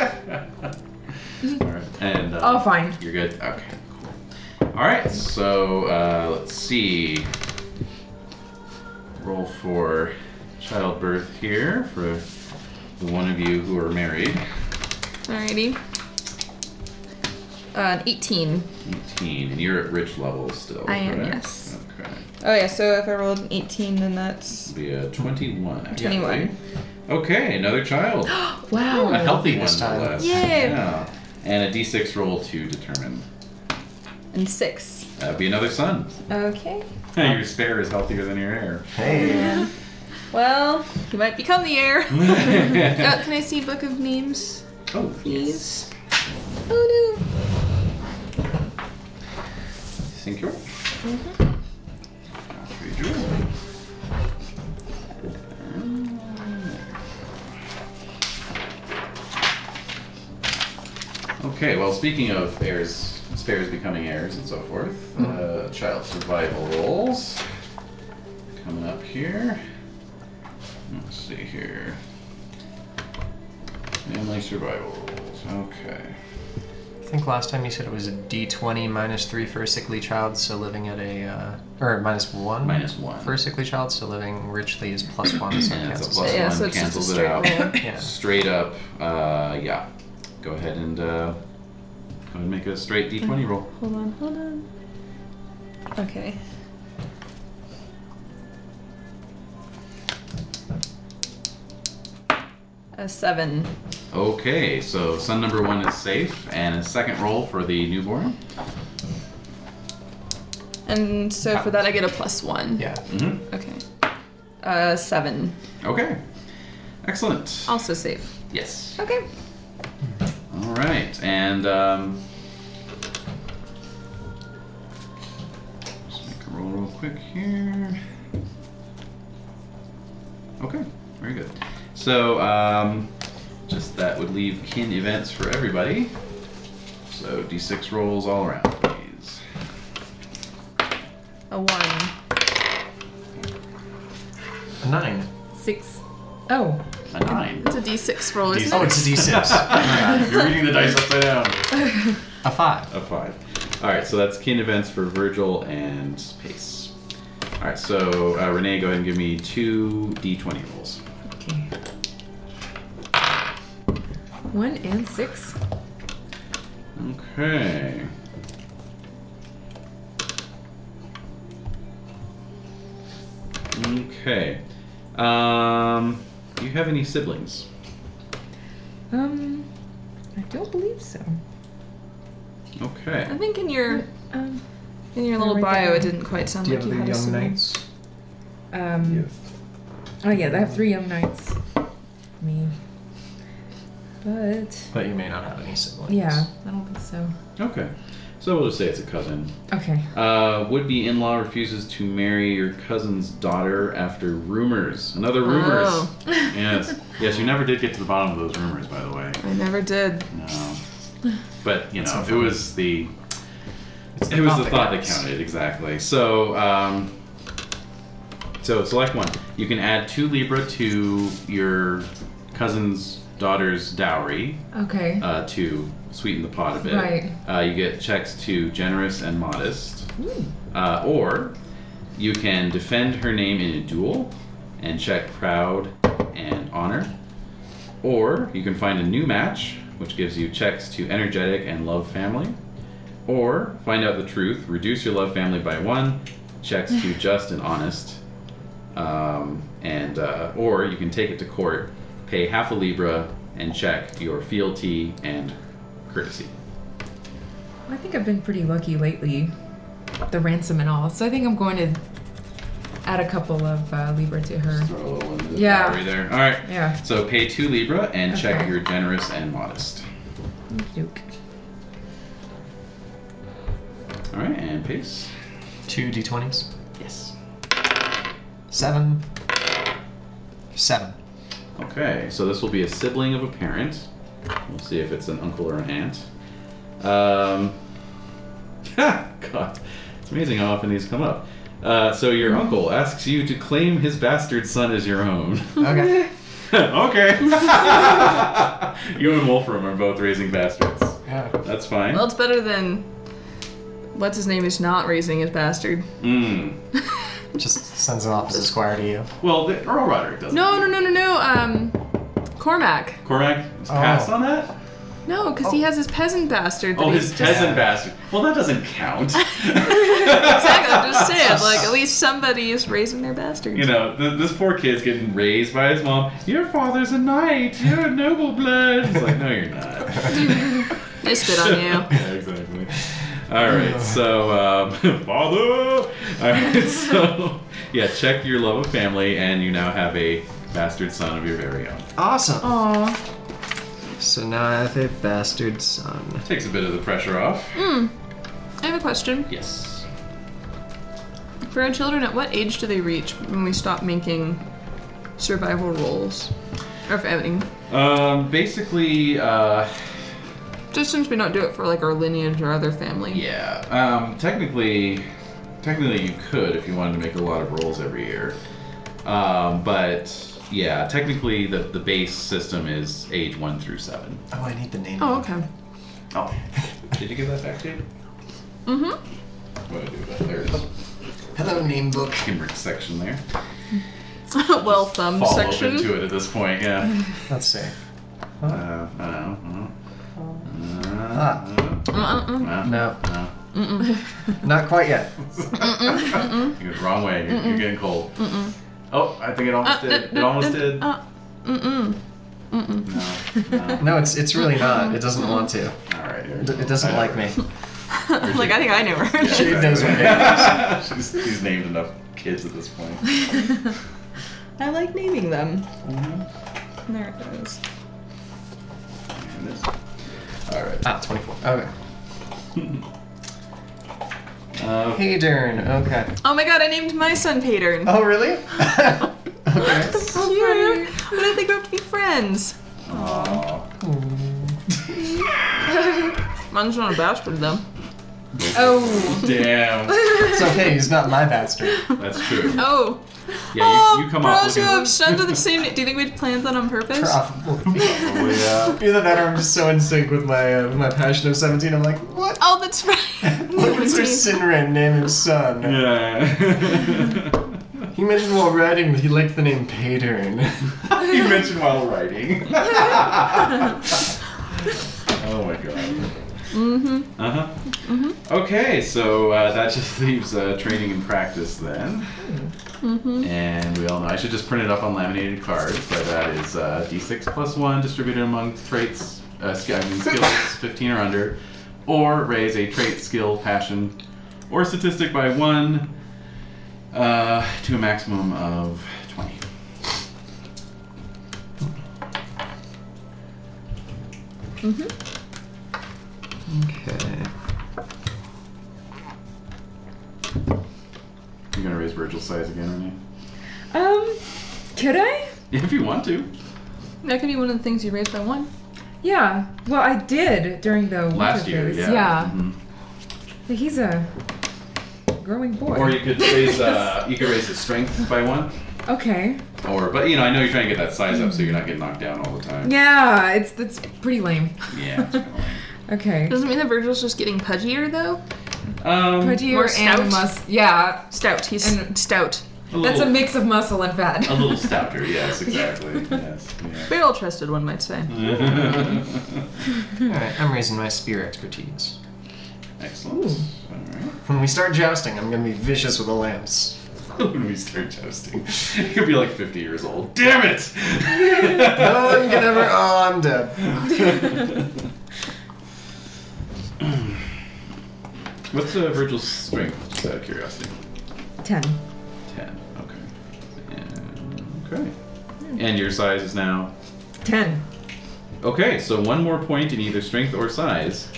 [SPEAKER 3] All right. And uh,
[SPEAKER 6] Oh, fine.
[SPEAKER 3] You're good. Okay. Cool. All right. So uh, let's see. Roll for childbirth here for the one of you who are married.
[SPEAKER 2] Alrighty. Uh, an eighteen.
[SPEAKER 3] 18, and you're at rich level still.
[SPEAKER 2] I am,
[SPEAKER 3] correct?
[SPEAKER 2] yes.
[SPEAKER 3] Okay.
[SPEAKER 2] Oh yeah. So if I rolled an eighteen, then that's
[SPEAKER 3] It'll be a 21. actually.
[SPEAKER 2] 21.
[SPEAKER 3] Okay, another child.
[SPEAKER 6] Oh.
[SPEAKER 3] a
[SPEAKER 2] wow.
[SPEAKER 3] healthy one,
[SPEAKER 4] This
[SPEAKER 3] no
[SPEAKER 4] time.
[SPEAKER 3] less.
[SPEAKER 2] Yay.
[SPEAKER 3] Yeah. And a d6 roll to determine.
[SPEAKER 2] And six.
[SPEAKER 3] That'd be another son.
[SPEAKER 2] Okay.
[SPEAKER 3] your spare is healthier than your heir.
[SPEAKER 4] Hey.
[SPEAKER 2] Well, you might become the heir.
[SPEAKER 3] oh,
[SPEAKER 2] Uh, can I see Book of Names,
[SPEAKER 3] yes.
[SPEAKER 2] please? Oh
[SPEAKER 3] Thank you. Okay, well, speaking of heirs, spares becoming heirs and so forth. Uh, child survival rolls. Coming up here. Let's see here. Family survival rolls. Okay.
[SPEAKER 4] I think last time you said it was a D20 minus three for a sickly child, so living at a uh, or minus one
[SPEAKER 3] Minus one.
[SPEAKER 4] for a sickly child, so living richly is plus one, so it
[SPEAKER 3] Yeah, it's a
[SPEAKER 4] cancels
[SPEAKER 3] plus
[SPEAKER 4] out.
[SPEAKER 7] Yeah,
[SPEAKER 3] one,
[SPEAKER 7] so it's just a
[SPEAKER 3] cancels it
[SPEAKER 7] straight
[SPEAKER 3] out.
[SPEAKER 7] roll.
[SPEAKER 4] Yeah.
[SPEAKER 3] Straight up, uh, yeah. Go ahead and uh, go ahead and make a straight d20 roll.
[SPEAKER 7] Hold on, hold on. Okay. A seven.
[SPEAKER 3] Okay, so son number one is safe, and a second roll for the newborn.
[SPEAKER 7] And so for that, I get a plus one.
[SPEAKER 4] Yeah.
[SPEAKER 3] hmm
[SPEAKER 7] Okay. Uh, seven.
[SPEAKER 3] Okay, excellent.
[SPEAKER 2] Oh.
[SPEAKER 7] Also safe.
[SPEAKER 3] Yes.
[SPEAKER 7] Okay.
[SPEAKER 3] All right, and um, just make a roll real quick here. Okay, very good. So um, just that would leave kin events for everybody. So d6 rolls all around, please.
[SPEAKER 7] A one.
[SPEAKER 4] A nine.
[SPEAKER 6] Six. Oh,
[SPEAKER 3] A nine.
[SPEAKER 7] It's a d6 roll, isn't
[SPEAKER 3] D6.
[SPEAKER 4] Oh,
[SPEAKER 7] it?
[SPEAKER 4] it's a D6.
[SPEAKER 3] You're reading the dice upside down.
[SPEAKER 4] a five.
[SPEAKER 3] A five. All right, so that's kin events for Virgil and Pace. All right, so uh, Renee, go ahead and give me two d20 rolls.
[SPEAKER 6] okay. One and six.
[SPEAKER 3] Okay. Okay. Um, do you have any siblings?
[SPEAKER 6] Um, I don't believe so.
[SPEAKER 3] Okay.
[SPEAKER 7] I think in your
[SPEAKER 6] Um,
[SPEAKER 7] in your little
[SPEAKER 6] Right
[SPEAKER 7] bio,
[SPEAKER 6] there.
[SPEAKER 7] it didn't quite sound
[SPEAKER 4] Do you
[SPEAKER 7] like you
[SPEAKER 4] have the
[SPEAKER 7] had a
[SPEAKER 4] young
[SPEAKER 7] sibling.
[SPEAKER 4] knights?
[SPEAKER 6] um Oh yeah, I have three young knights. Me. But
[SPEAKER 4] But you may not have any siblings.
[SPEAKER 6] yeah, I don't think so.
[SPEAKER 3] Okay. So we'll just say it's a cousin.
[SPEAKER 6] Okay.
[SPEAKER 3] Uh, would-be in-law refuses to marry your cousin's daughter after rumors. Another rumors.
[SPEAKER 7] Oh.
[SPEAKER 3] yes. Yes, you never did get to the bottom of those rumors, by the way.
[SPEAKER 7] I never did.
[SPEAKER 3] No. But you
[SPEAKER 4] That's
[SPEAKER 3] know,
[SPEAKER 4] so
[SPEAKER 3] it
[SPEAKER 4] funny.
[SPEAKER 3] was the
[SPEAKER 4] It's
[SPEAKER 3] it was the thought that
[SPEAKER 4] counts.
[SPEAKER 3] counted exactly. So um, so select one. You can add two libra to your cousin's daughter's dowry
[SPEAKER 6] Okay.
[SPEAKER 3] uh, to sweeten the pot a bit.
[SPEAKER 6] Right.
[SPEAKER 3] Uh, you get checks to generous and modest.
[SPEAKER 6] Ooh.
[SPEAKER 3] Uh, or you can defend her name in a duel and check proud and honor. Or you can find a new match, which gives you checks to energetic and love family. Or find out the truth, reduce your love family by one, checks to just and honest. Um, and uh, or you can take it to court, pay half a libra, and check your fealty and courtesy.
[SPEAKER 6] I think I've been pretty lucky lately. The ransom and all. So I think I'm going to add a couple of uh, Libra to her.
[SPEAKER 3] Throw a little into the
[SPEAKER 6] Yeah.
[SPEAKER 3] dowry there. All right.
[SPEAKER 6] Yeah.
[SPEAKER 3] So pay two libra and check
[SPEAKER 6] Okay.
[SPEAKER 3] you're generous and modest.
[SPEAKER 6] Duke.
[SPEAKER 3] All right, and pace.
[SPEAKER 4] Two D20s.
[SPEAKER 3] Yes.
[SPEAKER 4] Seven. Seven.
[SPEAKER 3] Okay, so this will be a sibling of a parent. We'll see if it's an uncle or an aunt. Um, ha, God, it's amazing how often these come up. Uh, so your
[SPEAKER 7] Hmm.
[SPEAKER 3] uncle asks you to claim his bastard son as your own.
[SPEAKER 4] Okay.
[SPEAKER 3] okay. you and Wolfram are both raising bastards.
[SPEAKER 4] yeah.
[SPEAKER 3] That's fine.
[SPEAKER 7] Well, it's better than what's his name is not raising his bastard.
[SPEAKER 3] Mm.
[SPEAKER 4] Just sends an opposite squire to you.
[SPEAKER 3] Well, the, Earl Roderick doesn't.
[SPEAKER 7] No, no, no, no, no. Um, Cormac.
[SPEAKER 3] Cormac
[SPEAKER 7] Oh.
[SPEAKER 3] passed on that?
[SPEAKER 7] No, because he has his peasant bastard. That
[SPEAKER 3] Oh,
[SPEAKER 7] he's
[SPEAKER 3] his
[SPEAKER 7] just...
[SPEAKER 3] peasant bastard. Well, that doesn't count.
[SPEAKER 7] Exactly. I'm just saying. Like, at least somebody is raising their bastards.
[SPEAKER 3] You know, th- this poor kid's getting raised by his mom. Your father's a knight. You're a noble blood. It's like, no, you're not.
[SPEAKER 7] They spit on you.
[SPEAKER 3] yeah, exactly. All right, so um, father. All right, so yeah, check your love of family, and you now have a bastard son of your very own.
[SPEAKER 4] Awesome.
[SPEAKER 7] Aw.
[SPEAKER 4] So now I have a bastard son.
[SPEAKER 3] Takes a bit of the pressure off.
[SPEAKER 7] Hmm. I have a question.
[SPEAKER 3] Yes.
[SPEAKER 7] For our children, at what age do they reach when we stop making survival rolls? Or if anything.
[SPEAKER 3] Um, basically, uh,
[SPEAKER 2] Just since we don't do it for like our lineage or other family.
[SPEAKER 3] Yeah. Um, technically, technically you could if you wanted to make a lot of rolls every year. Um, but yeah, technically the, the base system is age one through seven.
[SPEAKER 4] Oh, I need the name.
[SPEAKER 2] Oh,
[SPEAKER 4] of it.
[SPEAKER 2] okay.
[SPEAKER 3] Oh, did you give that back to? you?
[SPEAKER 2] Mm-hmm.
[SPEAKER 3] What do I do about there's
[SPEAKER 4] Hello, name book.
[SPEAKER 3] Cambridge section there.
[SPEAKER 2] well thumbed
[SPEAKER 3] Fall
[SPEAKER 2] section.
[SPEAKER 3] open to it at this point. Yeah.
[SPEAKER 4] Let's see.
[SPEAKER 3] uh, I don't know.
[SPEAKER 2] Uh-uh.
[SPEAKER 4] Ah.
[SPEAKER 3] Uh,
[SPEAKER 2] Uh-uh-uh.
[SPEAKER 3] uh,
[SPEAKER 4] No,
[SPEAKER 3] uh,
[SPEAKER 4] not quite yet.
[SPEAKER 3] You're the wrong way. You're, you're getting cold. Oh, I think it
[SPEAKER 2] Uh,
[SPEAKER 3] almost did. It almost did.
[SPEAKER 2] Uh, mm-mm. Mm-mm.
[SPEAKER 3] No. no.
[SPEAKER 4] No, it's it's really not. It doesn't want to.
[SPEAKER 3] All right.
[SPEAKER 4] It, it doesn't like me.
[SPEAKER 2] like I think I knew her.
[SPEAKER 4] She knows her
[SPEAKER 3] her she's, she's named enough kids at this point.
[SPEAKER 2] I like naming them.
[SPEAKER 4] Mm-hmm.
[SPEAKER 2] There it goes.
[SPEAKER 3] And this- All right.
[SPEAKER 4] Ah, 24. Okay.
[SPEAKER 3] Uh,
[SPEAKER 4] Hadern. Okay.
[SPEAKER 2] Oh my god, I named my son Patern.
[SPEAKER 4] Oh, really? okay.
[SPEAKER 2] Cute. But I think we have to be friends.
[SPEAKER 3] aw.
[SPEAKER 2] Mine's not a bastard though.
[SPEAKER 6] Oh.
[SPEAKER 3] Damn.
[SPEAKER 4] It's okay. He's not my bastard.
[SPEAKER 3] That's true.
[SPEAKER 2] Oh.
[SPEAKER 3] Yeah, you, you come
[SPEAKER 2] bros
[SPEAKER 3] off
[SPEAKER 2] who
[SPEAKER 3] looking.
[SPEAKER 2] have Oh, shunned to the same. Do you think we'd planned that on purpose?
[SPEAKER 4] Probably.
[SPEAKER 3] Oh, yeah.
[SPEAKER 4] Either that, or I'm just so in sync with my uh, with my passion of 17. I'm like, what?
[SPEAKER 2] Oh, that's right.
[SPEAKER 4] Look at Sir Sinrin name his
[SPEAKER 3] Oh,
[SPEAKER 4] son.
[SPEAKER 3] Yeah.
[SPEAKER 4] He mentioned while writing that he liked the name Paydern.
[SPEAKER 3] you mentioned while writing. oh my god.
[SPEAKER 2] mm-hmm.
[SPEAKER 3] Uh-huh. Okay, so uh, that just leaves uh, training and practice then. And we all know I should just print it up on laminated cards, but that is uh, d6 plus 1 distributed among traits, uh, sk- I mean, skills 15 or under, or raise a trait, skill, passion, or statistic by 1 uh, to a maximum of 20.
[SPEAKER 4] Okay.
[SPEAKER 3] You're going to raise Virgil's size again, aren't
[SPEAKER 6] Um, could I?
[SPEAKER 3] you? If you want to.
[SPEAKER 2] That could be one of the things you raised by one.
[SPEAKER 6] Yeah. Well, I did during the winter
[SPEAKER 3] Last year,
[SPEAKER 6] phase.
[SPEAKER 3] yeah.
[SPEAKER 6] yeah.
[SPEAKER 3] Mhm.
[SPEAKER 6] But He's a growing boy.
[SPEAKER 3] Or you could raise uh, you could raise his strength by one.
[SPEAKER 6] okay.
[SPEAKER 3] Or but you know, I know you're trying to get that size up so you're not getting knocked down all the time.
[SPEAKER 6] Yeah, it's that's pretty lame.
[SPEAKER 3] Yeah. it's kinda
[SPEAKER 6] Okay.
[SPEAKER 2] Doesn't mean that Virgil's just getting pudgier though.
[SPEAKER 3] lame. Um,
[SPEAKER 6] Prettier
[SPEAKER 2] stout?
[SPEAKER 6] and mus- Yeah,
[SPEAKER 2] Stout. He's
[SPEAKER 6] And-
[SPEAKER 2] stout.
[SPEAKER 3] a little,
[SPEAKER 6] that's a mix of muscle and fat.
[SPEAKER 3] a little stouter. Yes, exactly. yes. Yeah.
[SPEAKER 2] Barrel trusted, one might say.
[SPEAKER 4] Alright, I'm raising my spear expertise.
[SPEAKER 3] Excellent. All right.
[SPEAKER 4] When we start jousting, I'm gonna be vicious with a lance.
[SPEAKER 3] when we start jousting, you'll be like 50 years old. Damn it!
[SPEAKER 4] No one can ever. Oh, I'm dead.
[SPEAKER 3] What's uh, Virgil's strength? Just out of curiosity.
[SPEAKER 6] Ten.
[SPEAKER 3] 10. Okay. And, okay. And your size is now?
[SPEAKER 6] Ten.
[SPEAKER 3] Okay, so one more point in either strength or size,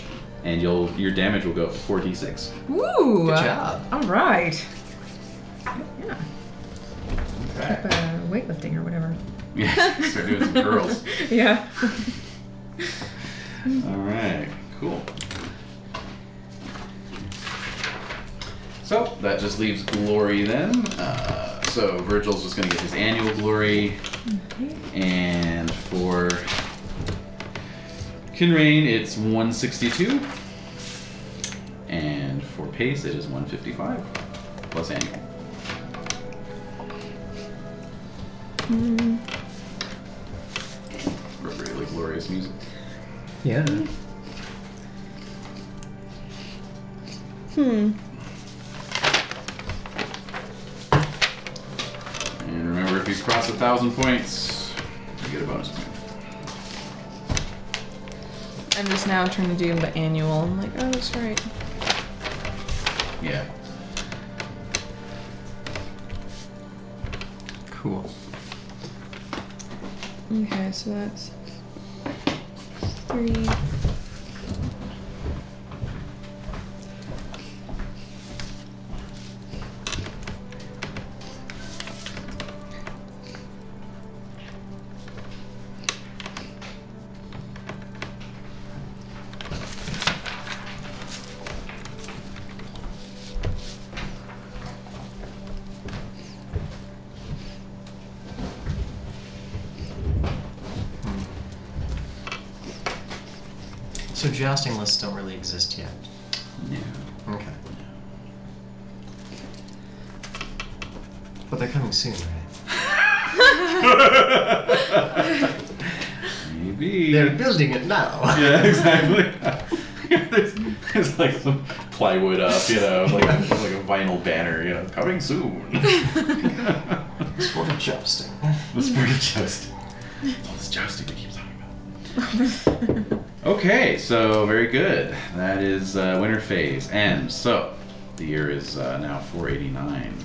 [SPEAKER 3] and you'll your damage will go up to 4d6.
[SPEAKER 6] Woo!
[SPEAKER 4] Good job.
[SPEAKER 6] All right. Yeah.
[SPEAKER 3] Okay.
[SPEAKER 6] Uh, weightlifting or whatever.
[SPEAKER 3] Yeah, start doing some curls.
[SPEAKER 6] Yeah.
[SPEAKER 3] All right, cool. So that just leaves glory then. Uh, so Virgil's just going to get his annual glory, and for Kinrain it's 162, and for Pace it is 155 plus annual. Appropriately glorious music.
[SPEAKER 4] Yeah.
[SPEAKER 2] Hmm.
[SPEAKER 3] And remember, if you cross a thousand points, you get a bonus point.
[SPEAKER 2] I'm just now trying to do the annual. I'm like, oh, that's right.
[SPEAKER 3] Yeah.
[SPEAKER 4] Cool.
[SPEAKER 2] Okay, so that's three.
[SPEAKER 4] So jousting lists don't really exist yet.
[SPEAKER 3] Yeah.
[SPEAKER 4] Okay. But they're coming soon, right?
[SPEAKER 3] Maybe.
[SPEAKER 4] building it now.
[SPEAKER 3] Yeah, exactly. there's, there's like some plywood up, you know, like a, like a vinyl banner, you know, coming soon. the
[SPEAKER 4] Sport of jousting.
[SPEAKER 3] sport of jousting. All this jousting we keep talking about. Okay, so very good. That is uh, winter phase ends. So the year is uh, now 489.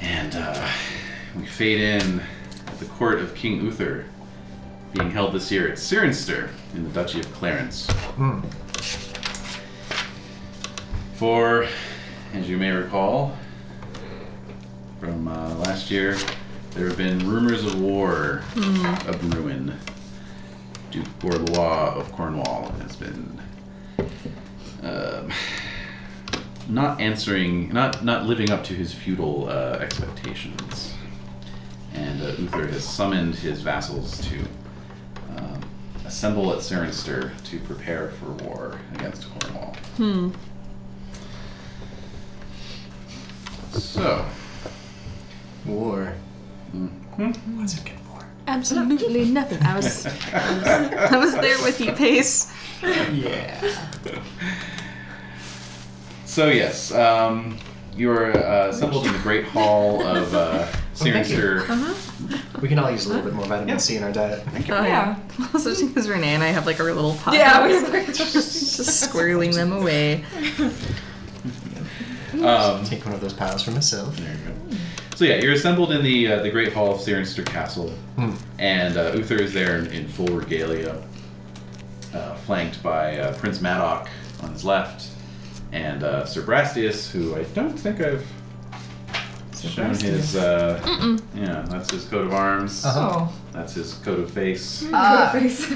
[SPEAKER 3] And uh, we fade in at the court of King Uther, being held this year at Cirenster in the Duchy of Clarence.
[SPEAKER 4] Hmm.
[SPEAKER 3] For, as you may recall, from uh, last year, there have been rumors of war of ruin. Duke Bourlois of Cornwall has been um, not answering, not not living up to his feudal uh, expectations, and uh, Uther has summoned his vassals to um, assemble at Cirenster to prepare for war against Cornwall.
[SPEAKER 7] Hmm.
[SPEAKER 3] So,
[SPEAKER 4] War.
[SPEAKER 3] mhm.
[SPEAKER 4] What's it good for?
[SPEAKER 7] Absolutely nothing. I was, I was there with you, Pace.
[SPEAKER 4] Yeah.
[SPEAKER 3] so yes, um, you are uh, assembled in the great hall of uh, Cirenster.
[SPEAKER 4] We can all use a little bit more vitamin
[SPEAKER 3] Yeah.
[SPEAKER 4] C in our diet.
[SPEAKER 7] Oh
[SPEAKER 6] Yeah.
[SPEAKER 7] Also, because Renee and I have like our little pockets.
[SPEAKER 6] Yeah, we were
[SPEAKER 7] just squirreling them away.
[SPEAKER 3] Um,
[SPEAKER 4] Take one of those piles for myself.
[SPEAKER 3] There you go. So yeah, you're assembled in the uh, the Great Hall of Cirenster Castle,
[SPEAKER 4] Hmm.
[SPEAKER 3] and uh, Uther is there in, in full regalia, uh, flanked by uh, Prince Madoc on his left, and uh, Sir Brastius, who I don't think I've shown his. Uh, yeah, that's his coat of arms.
[SPEAKER 4] Uh-huh.
[SPEAKER 6] Oh.
[SPEAKER 3] That's his coat of face.
[SPEAKER 6] Ah. face.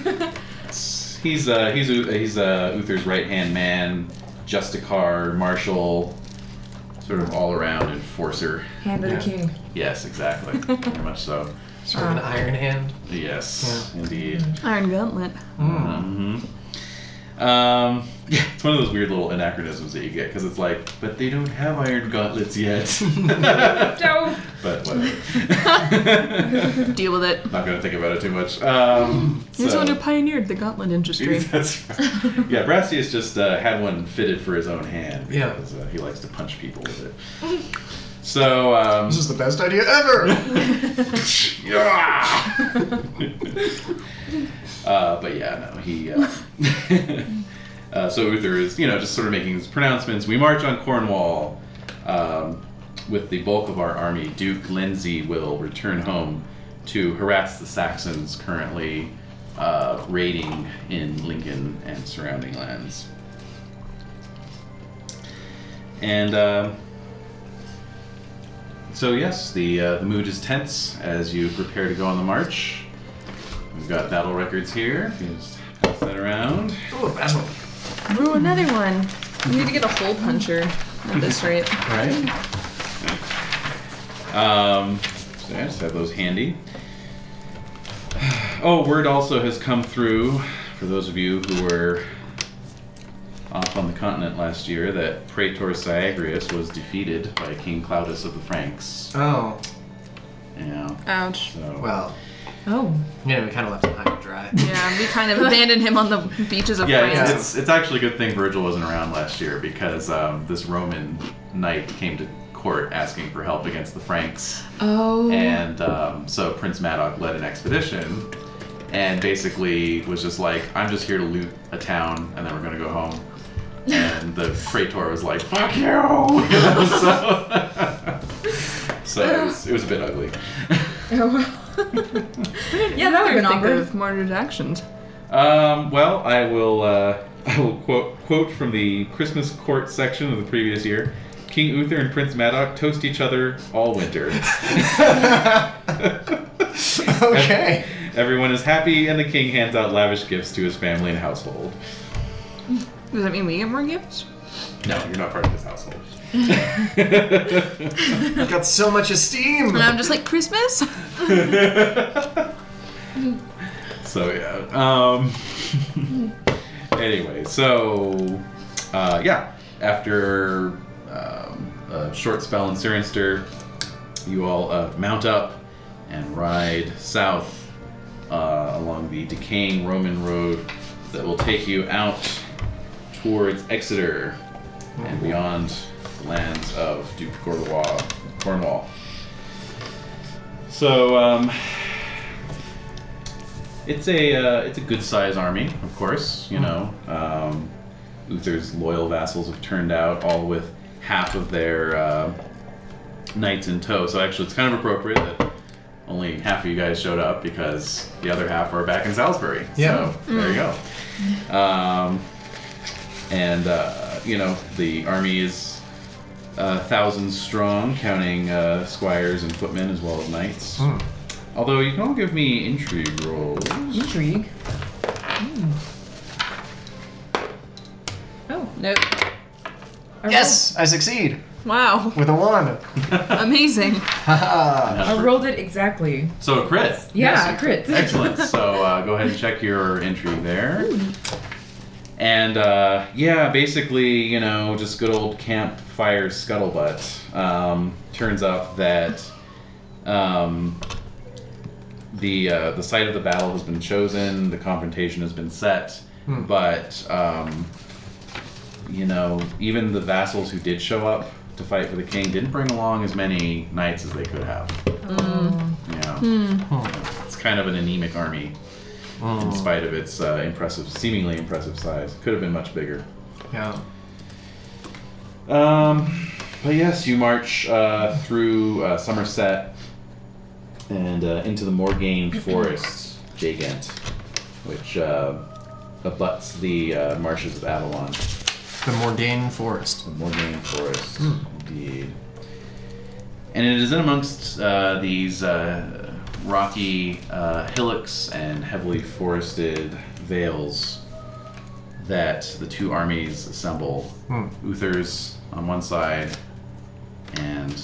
[SPEAKER 3] He's uh, he's U- he's uh, Uther's right hand man, Justicar, marshal, sort of all around enforcer.
[SPEAKER 6] Hand of
[SPEAKER 4] Yeah.
[SPEAKER 6] the king.
[SPEAKER 3] Yes, exactly. Very much so.
[SPEAKER 4] Sort of an iron hand.
[SPEAKER 3] Yes, indeed.
[SPEAKER 7] Iron Gauntlet.
[SPEAKER 3] hmm Um, yeah, it's one of those weird little anachronisms that you get because it's like, but they don't have iron gauntlets yet.
[SPEAKER 6] No.
[SPEAKER 3] but whatever.
[SPEAKER 7] Deal with it.
[SPEAKER 3] Not gonna think about it too much. Um,
[SPEAKER 7] He's the
[SPEAKER 3] so-
[SPEAKER 7] one who pioneered the gauntlet industry.
[SPEAKER 3] That's right. Yeah, Brassius just uh, had one fitted for his own hand.
[SPEAKER 4] Yeah.
[SPEAKER 3] because, uh, he likes to punch people with it. So um,
[SPEAKER 4] This is the best idea ever!
[SPEAKER 3] uh, but yeah, no, he. Uh, uh, so Uther is, you know, just sort of making these pronouncements. We march on Cornwall um, with the bulk of our army. Duke Lindsay will return home to harass the Saxons currently uh, raiding in Lincoln and surrounding lands. And. um so yes, the uh, the mood is tense as you prepare to go on the march. We've got battle records here. If you just pass that around.
[SPEAKER 4] Ooh, battle.
[SPEAKER 7] Ooh, another one. We need to get a hole puncher at this rate.
[SPEAKER 4] Right?
[SPEAKER 3] Um, so I just have those handy. Oh, word also has come through for those of you who were off on the continent last year that Praetor Syagrius was defeated by King Claudius of the Franks.
[SPEAKER 4] Oh,
[SPEAKER 3] Yeah.
[SPEAKER 7] Ouch.
[SPEAKER 3] So
[SPEAKER 4] well.
[SPEAKER 6] Oh.
[SPEAKER 4] Yeah, we kind of left him high and dry.
[SPEAKER 7] Yeah, we kind of abandoned him on the beaches of
[SPEAKER 3] Yeah, it's,
[SPEAKER 7] France.
[SPEAKER 3] it's, it's actually a good thing Virgil wasn't around last year because um, this Roman knight came to court asking for help against the Franks,
[SPEAKER 6] Oh.
[SPEAKER 3] and um, so Prince Madoc led an expedition, and basically was just like, "I'm just here to loot a town, and then we're gonna go home." And the praetor was like, "Fuck you!" you know, so so it, was, it was a bit ugly.
[SPEAKER 6] Oh, yeah, that would have been
[SPEAKER 7] think
[SPEAKER 6] awkward.
[SPEAKER 7] of martyred actions.
[SPEAKER 3] Um, well, I will. Uh, I will quote quote from the Christmas court section of the previous year. King Uther and Prince Madoc toast each other all winter.
[SPEAKER 4] okay.
[SPEAKER 3] Everyone is happy, and the king hands out lavish gifts to his family and household.
[SPEAKER 7] Does that mean we get more gifts?
[SPEAKER 3] No, you're not part of his household.
[SPEAKER 4] I've got so much esteem!
[SPEAKER 7] And I'm just like Christmas.
[SPEAKER 3] So yeah. Um, anyway, so uh, yeah, after um, a short spell in Sirenster, you all uh, mount up and ride south uh, along the decaying Roman road that will take you out towards Exeter and beyond the lands of Duke Cornwall. Cornwall. So um, it's a uh, it's a good sized army, of course. You know, um, Uther's loyal vassals have turned out, all with half of their uh, knights in tow. So actually, it's kind of appropriate that only half of you guys showed up because the other half are back in Salisbury.
[SPEAKER 4] Yeah.
[SPEAKER 3] So there you go. Um, and uh, you know, the army is uh, thousands strong, counting uh, squires and footmen as well as knights.
[SPEAKER 4] Hmm.
[SPEAKER 3] Although you can all give me intrigue rolls.
[SPEAKER 6] Intrigue. Hmm.
[SPEAKER 7] Oh, nope.
[SPEAKER 6] I
[SPEAKER 4] Yes, I succeed
[SPEAKER 7] Wow.
[SPEAKER 4] with a one.
[SPEAKER 7] Amazing.
[SPEAKER 4] Haha.
[SPEAKER 6] rolled- I rolled it exactly.
[SPEAKER 3] So a crit.
[SPEAKER 6] Yeah,
[SPEAKER 4] Yes,
[SPEAKER 6] crit.
[SPEAKER 3] Excellent. So uh, go ahead and check your entry there. And uh, yeah, basically, you know, just good old campfire scuttlebutt. Um, turns out that um, the uh, the site of the battle has been chosen, the confrontation has been set,
[SPEAKER 4] Hmm.
[SPEAKER 3] but um, you know, even the vassals who did show up to fight for the king didn't bring along as many knights as they could have.
[SPEAKER 6] Mm.
[SPEAKER 3] Yeah. It's kind of an anemic army in
[SPEAKER 4] Mm,
[SPEAKER 3] spite of its uh, impressive, seemingly impressive size. Could have been much bigger.
[SPEAKER 4] yeah.
[SPEAKER 3] Um, but yes, you march uh, through uh, Somerset and uh, into the Morgaine Forest, Jagent, which uh, abuts the uh, marshes of Avalon.
[SPEAKER 4] The Morgaine Forest.
[SPEAKER 3] The Morgaine Forest, indeed. And it is in amongst uh, these uh, rocky uh, hillocks and heavily forested vales that the two armies assemble.
[SPEAKER 4] Hmm.
[SPEAKER 3] Uther's on one side and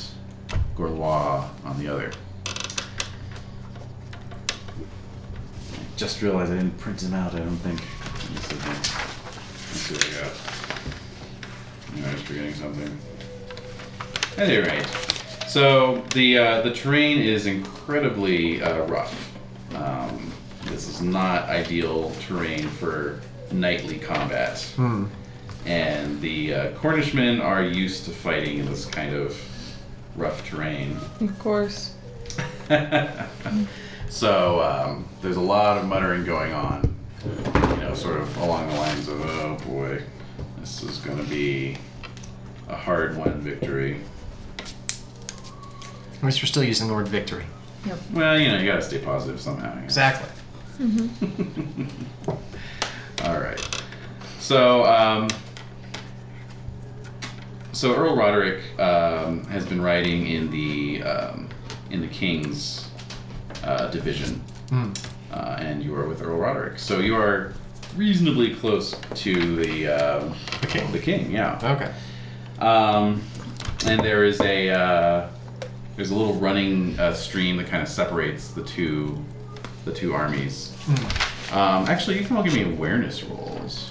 [SPEAKER 3] Gorlois on the other. I just realized I didn't print them out, I don't think. Let me see here. Let's see what I got. I was forgetting something. At any rate, so the uh, the terrain is incredibly uh, rough. Um, this is not ideal terrain for knightly combat,
[SPEAKER 4] Hmm.
[SPEAKER 3] and the uh, Cornishmen are used to fighting in this kind of rough terrain.
[SPEAKER 7] Of course.
[SPEAKER 3] so um, there's a lot of muttering going on, you know, sort of along the lines of, oh boy, this is going to be a hard won victory.
[SPEAKER 4] At least we're still using the word victory.
[SPEAKER 3] Well, you know, you got to stay positive somehow. you know.
[SPEAKER 4] Exactly.
[SPEAKER 3] All right. So, um, so Earl Roderick um, has been riding in the um, in the King's uh, division,
[SPEAKER 4] Hmm.
[SPEAKER 3] uh, and you are with Earl Roderick. So you are reasonably close to the um,
[SPEAKER 4] The king.
[SPEAKER 3] the king. Yeah.
[SPEAKER 4] Okay.
[SPEAKER 3] Um, and there is a uh, there's a little running uh, stream that kind of separates the two the two armies. Um, actually, you can all give me awareness rolls.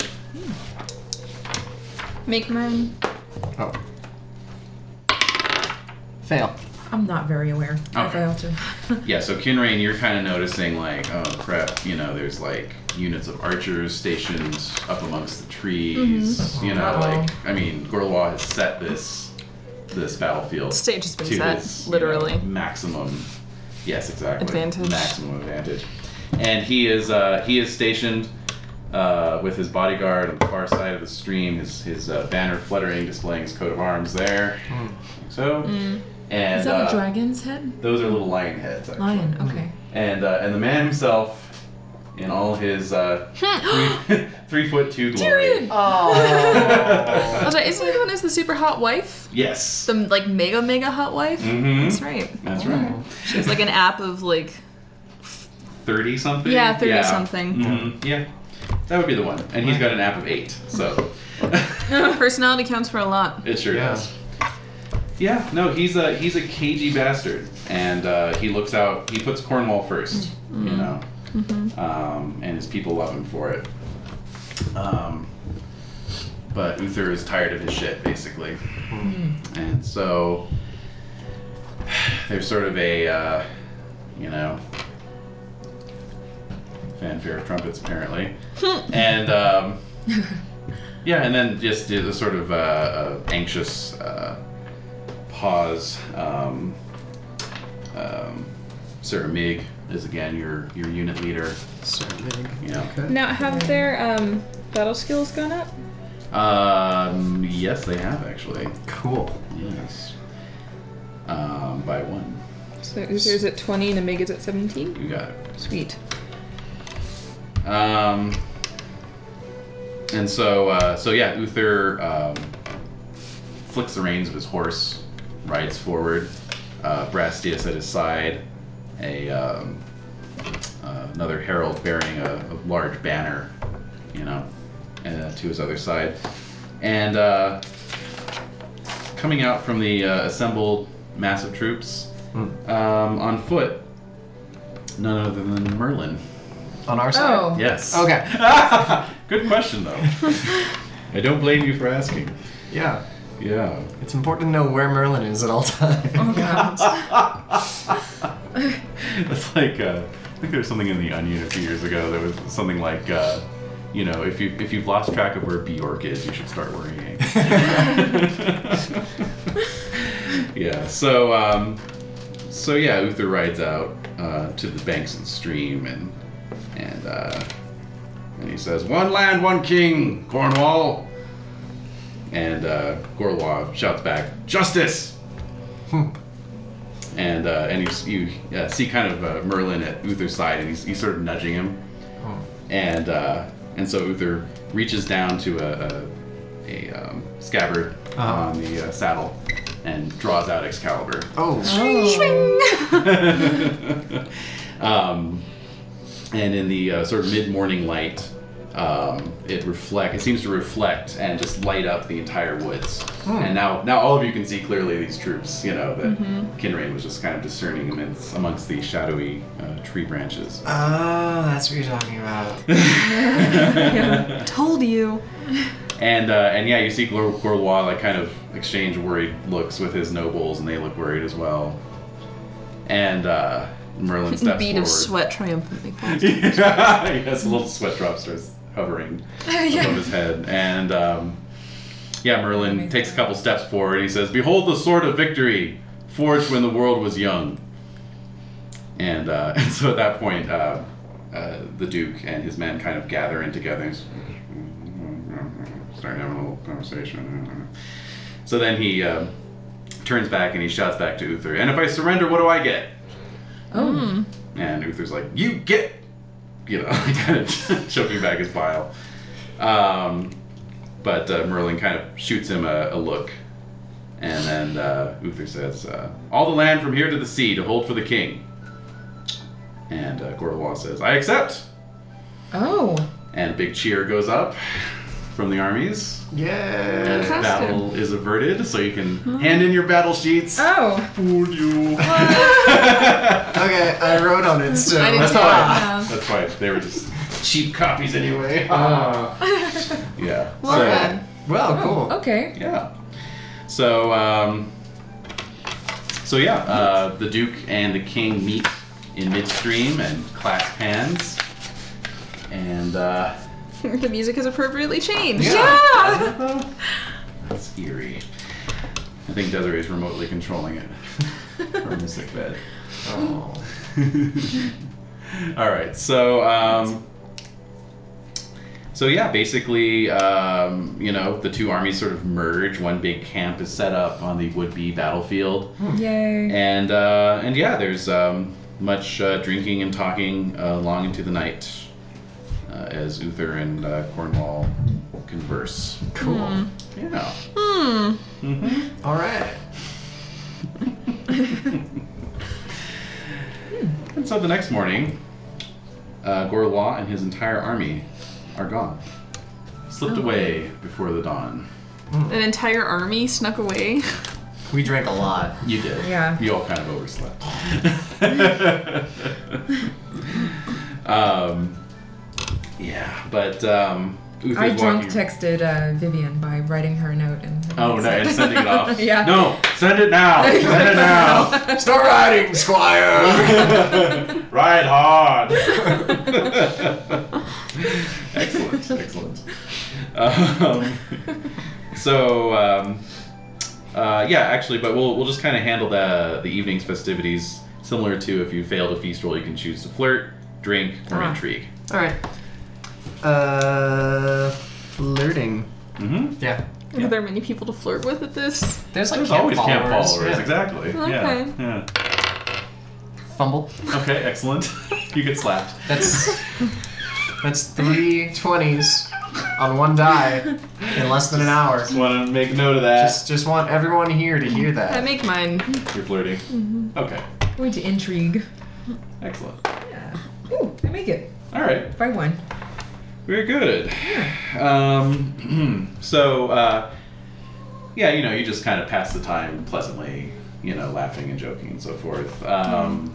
[SPEAKER 7] Make mine.
[SPEAKER 4] Oh. Fail.
[SPEAKER 6] I'm not very aware. I
[SPEAKER 3] Okay.
[SPEAKER 6] failed to.
[SPEAKER 3] Yeah, so Kinrain, you're kind of noticing like, oh crap, you know, there's like units of archers stationed up amongst the trees. You know,
[SPEAKER 6] Uh-oh.
[SPEAKER 3] like I mean, Gorlois has set this this battlefield
[SPEAKER 7] Stage has been
[SPEAKER 3] to
[SPEAKER 7] set,
[SPEAKER 3] his, you know,
[SPEAKER 7] literally.
[SPEAKER 3] maximum. Yes, exactly.
[SPEAKER 7] Advantage.
[SPEAKER 3] Maximum advantage. And he is uh, he is stationed uh, with his bodyguard on the far side of the stream. His his uh, banner fluttering, displaying his coat of arms there.
[SPEAKER 7] Hmm.
[SPEAKER 3] Like So. And
[SPEAKER 6] Is that
[SPEAKER 3] uh,
[SPEAKER 6] a dragon's head?
[SPEAKER 3] those are little lion heads. Actually.
[SPEAKER 6] Lion. Okay.
[SPEAKER 3] And uh, and the man himself, in all his uh, three, three foot two glory.
[SPEAKER 7] Tyrion!
[SPEAKER 4] Oh.
[SPEAKER 7] Oh, that- isn't he the one who's the super hot wife?
[SPEAKER 3] Yes.
[SPEAKER 7] The like mega mega hot wife?
[SPEAKER 3] hmm
[SPEAKER 7] That's right.
[SPEAKER 3] That's
[SPEAKER 4] Oh.
[SPEAKER 3] right.
[SPEAKER 7] She has like an app of like
[SPEAKER 3] Thirty something.
[SPEAKER 7] Yeah, 30 something.
[SPEAKER 3] Mhm, Yeah. That would be the one. And he's got an app of eight, so
[SPEAKER 2] Mm.
[SPEAKER 7] personality counts for a lot.
[SPEAKER 3] it sure
[SPEAKER 4] Yeah.
[SPEAKER 3] does. Yeah, no, he's a he's a cagey bastard, and uh, he looks out. He puts Cornwall first, you know, um, and his people love him for it. Um, but Uther is tired of his shit, basically, and so there's sort of a, uh, you know, fanfare of trumpets, apparently, and um, yeah, and then just the the sort of uh, uh, anxious uh, pause. Um, um, Sarah Mig is again your your unit leader.
[SPEAKER 4] So big.
[SPEAKER 3] You know.
[SPEAKER 2] Now, have their um, battle skills gone up?
[SPEAKER 3] Um, yes, they have actually.
[SPEAKER 4] Cool.
[SPEAKER 3] Yes. Um, by one.
[SPEAKER 2] So Uther's at 20 and Amiga's at 17?
[SPEAKER 3] You got it.
[SPEAKER 2] Sweet.
[SPEAKER 3] Um, and so, uh, so yeah, Uther um, flicks the reins of his horse, rides forward. Uh, Brastius at his side, a um, uh, another herald bearing a, a large banner, you know, uh, to his other side, and uh, coming out from the uh, assembled massive troops
[SPEAKER 4] Mm.
[SPEAKER 3] um, on foot, none other than Merlin.
[SPEAKER 4] On our side.
[SPEAKER 6] Oh.
[SPEAKER 3] Yes.
[SPEAKER 4] Okay.
[SPEAKER 3] Good question, though. I don't blame you for asking.
[SPEAKER 4] Yeah.
[SPEAKER 3] Yeah.
[SPEAKER 4] It's important to know where Merlin is at all times.
[SPEAKER 6] Oh god.
[SPEAKER 3] That's like uh, I think there was something in the Onion a few years ago that was something like, uh, you know, if you if you've lost track of where Bjork is, you should start worrying. yeah. So um, so yeah, Uther rides out uh, to the banks of the stream and and uh, and he says, "One land, one king, Cornwall." And uh, Gorlois shouts back, "Justice!" and uh, and you, you uh, see kind of uh, Merlin at Uther's side, and he's, he's sort of nudging him,
[SPEAKER 4] Oh.
[SPEAKER 3] and uh, and so Uther reaches down to a a, a um, scabbard
[SPEAKER 4] Uh-huh.
[SPEAKER 3] on the uh, saddle and draws out Excalibur.
[SPEAKER 4] oh.
[SPEAKER 3] um, and in the uh, sort of mid-morning light, um, it reflect. It seems to reflect and just light up the entire woods. And now, now all of you can see clearly these troops. You know that Kinrain was just kind of discerning amidst amongst these shadowy uh, tree branches.
[SPEAKER 4] Oh, that's what you're talking about.
[SPEAKER 7] Told you.
[SPEAKER 3] And uh, and yeah, you see Gor- Gorlois like kind of exchange worried looks with his nobles, and they look worried as well. And uh, Merlin steps
[SPEAKER 7] Bead
[SPEAKER 3] forward.
[SPEAKER 7] of sweat triumphantly. falls.
[SPEAKER 3] yeah, he has a little sweat drop starts hovering above his head. And um, yeah, Merlin takes a couple steps forward and he says, Behold the sword of victory, forged when the world was young. And, uh, and so at that point, uh, uh, the Duke and his men kind of gather in together and start having a little conversation. So then he uh, turns back and he shouts back to Uther, And if I surrender, what do I get?
[SPEAKER 6] Oh.
[SPEAKER 3] And Uther's like, "You get," you know, kind of choking back his bile. Um, but uh, Merlin kind of shoots him a, a look, and then uh, Uther says, uh, "All the land from here to the sea to hold for the king." And uh, Gorlois says, "I accept."
[SPEAKER 6] Oh.
[SPEAKER 3] And a big cheer goes up from the armies.
[SPEAKER 4] Yeah.
[SPEAKER 3] And battle is averted, so you can hand in your battle sheets.
[SPEAKER 6] Oh.
[SPEAKER 3] Fooled you.
[SPEAKER 4] Okay, I wrote on it still.
[SPEAKER 6] I
[SPEAKER 3] That's
[SPEAKER 6] didn't see that.
[SPEAKER 3] fine. That's fine. They were just cheap copies anyway.
[SPEAKER 4] Uh,
[SPEAKER 3] Yeah.
[SPEAKER 6] Well
[SPEAKER 3] so,
[SPEAKER 6] done.
[SPEAKER 4] well,
[SPEAKER 6] Oh,
[SPEAKER 4] cool.
[SPEAKER 6] okay.
[SPEAKER 3] Yeah. So, um, so yeah, uh, the Duke and the King meet in midstream and clasp hands. And, uh,
[SPEAKER 7] the music is appropriately changed.
[SPEAKER 3] that's eerie. I think Desiree is remotely controlling it from the sick bed.
[SPEAKER 4] Oh.
[SPEAKER 3] All right, so um, so yeah, basically, um, you know, the two armies sort of merge. One big camp is set up on the would-be battlefield,
[SPEAKER 6] Yay.
[SPEAKER 3] and uh, and yeah, there's um, much uh, drinking and talking uh, long into the night uh, as Uther and uh, Cornwall converse.
[SPEAKER 4] Cool.
[SPEAKER 3] Yeah.
[SPEAKER 7] Hmm.
[SPEAKER 4] All right.
[SPEAKER 3] And so the next morning, uh, Gorlois and his entire army are gone, slipped
[SPEAKER 6] Oh.
[SPEAKER 3] away before the dawn.
[SPEAKER 7] An entire army snuck away.
[SPEAKER 4] We drank a lot.
[SPEAKER 3] You did.
[SPEAKER 6] Yeah.
[SPEAKER 3] You all kind of overslept. Um, yeah, but um, Uther's
[SPEAKER 6] I drunk
[SPEAKER 3] walking-
[SPEAKER 6] texted uh, Vivian by writing her a note and.
[SPEAKER 3] Oh no, and sending it off.
[SPEAKER 6] yeah.
[SPEAKER 3] No, send it now. Send it now.
[SPEAKER 4] Start riding, Squire!
[SPEAKER 3] Ride hard. excellent, excellent. Um, so um, uh, yeah, actually, but we'll we'll just kind of handle the the evening's festivities similar to if you failed a feast roll, you can choose to flirt, drink, or
[SPEAKER 7] Ah.
[SPEAKER 3] intrigue.
[SPEAKER 7] All right.
[SPEAKER 4] uh, flirting.
[SPEAKER 3] Mm-hmm.
[SPEAKER 4] Yeah.
[SPEAKER 3] Yeah.
[SPEAKER 2] Are there many people to flirt with at this?
[SPEAKER 4] There's like
[SPEAKER 3] There's
[SPEAKER 4] camp
[SPEAKER 3] always
[SPEAKER 4] followers.
[SPEAKER 3] camp followers,
[SPEAKER 4] yeah.
[SPEAKER 3] exactly.
[SPEAKER 7] Okay.
[SPEAKER 3] Yeah.
[SPEAKER 4] Fumble.
[SPEAKER 3] yeah. Okay, excellent. you get slapped.
[SPEAKER 4] That's that's three twenties on one die in less than an hour.
[SPEAKER 3] Just want to make note of that.
[SPEAKER 4] Just just want everyone here to hear
[SPEAKER 7] I
[SPEAKER 4] that.
[SPEAKER 7] make mine.
[SPEAKER 3] You're flirting. Okay,
[SPEAKER 6] Going to intrigue.
[SPEAKER 3] excellent.
[SPEAKER 6] Yeah. Ooh, I make it
[SPEAKER 3] All right.
[SPEAKER 6] by one.
[SPEAKER 3] Very good. Um, so, uh, yeah, you know, you just kind of pass the time pleasantly, you know, laughing and joking and so forth. Um,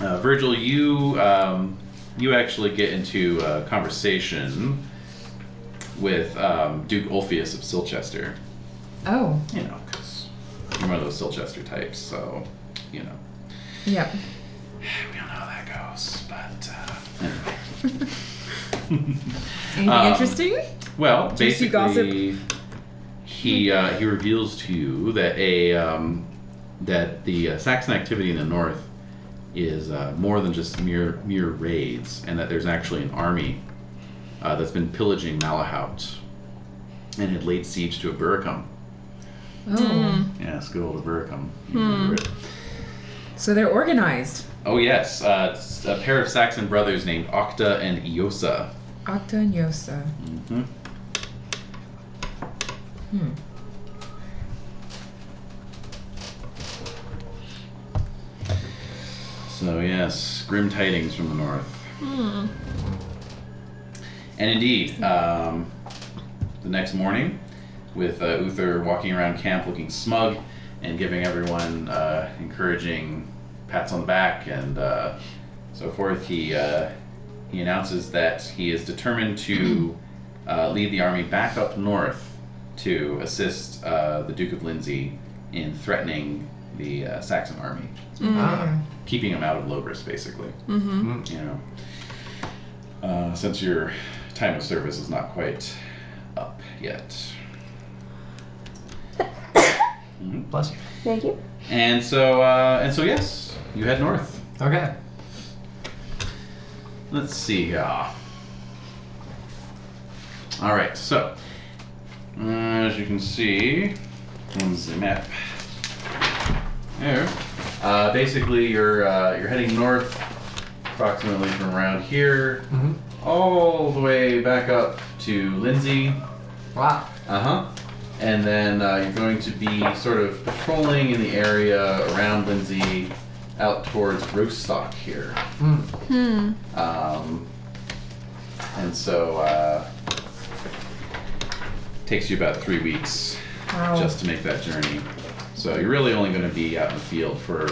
[SPEAKER 3] uh, Virgil, you um, you actually get into a conversation with um, Duke Ulfius of Silchester.
[SPEAKER 6] Oh,
[SPEAKER 3] You know, because you're one of those Silchester types, so you know.
[SPEAKER 6] yeah.
[SPEAKER 3] We don't know how that goes, uh. but uh, anyway.
[SPEAKER 6] Anything
[SPEAKER 3] Um,
[SPEAKER 6] interesting?
[SPEAKER 3] Well,
[SPEAKER 6] Juicy
[SPEAKER 3] basically, he uh, he reveals to you that a um, that the uh, Saxon activity in the north is uh, more than just mere mere raids, and that there's actually an army uh, that's been pillaging Malahout and had laid siege to Aburicum.
[SPEAKER 6] Oh,
[SPEAKER 3] Yeah, it's good old Aburicum. You remember it.
[SPEAKER 6] so they're organized.
[SPEAKER 3] Oh yes, uh, it's a pair of Saxon brothers named Octa and Iosa.
[SPEAKER 6] Octa and Yosa.
[SPEAKER 3] hmm
[SPEAKER 6] Hmm.
[SPEAKER 3] So yes, grim tidings from the north. And indeed, um, the next morning, with uh, Uther walking around camp looking smug and giving everyone uh, encouraging pats on the back and uh, so forth, he uh, he announces that he is determined to uh, lead the army back up north to assist uh, the Duke of Lindsey in threatening the uh, Saxon army,
[SPEAKER 4] Ah.
[SPEAKER 3] keeping him out of Lobris, basically.
[SPEAKER 2] Mm-hmm.
[SPEAKER 3] You know, uh, since your time of service is not quite up yet. Mhm.
[SPEAKER 4] Bless you.
[SPEAKER 2] Thank you.
[SPEAKER 3] And so, uh, and so, yes, you head north.
[SPEAKER 4] Okay.
[SPEAKER 3] Let's see. Uh, all right. So, uh, as you can see, on the map there, uh, basically you're uh, you're heading north, approximately from around here,
[SPEAKER 4] Mhm.
[SPEAKER 3] all the way back up to Lindsay.
[SPEAKER 4] Wow.
[SPEAKER 3] Uh huh. And then uh, you're going to be sort of patrolling in the area around Lindsay, out towards Rostock here.
[SPEAKER 4] Hmm.
[SPEAKER 2] Hmm.
[SPEAKER 3] Um, and so uh, takes you about three weeks
[SPEAKER 6] Wow.
[SPEAKER 3] just to make that journey. So you're really only going to be out in the field for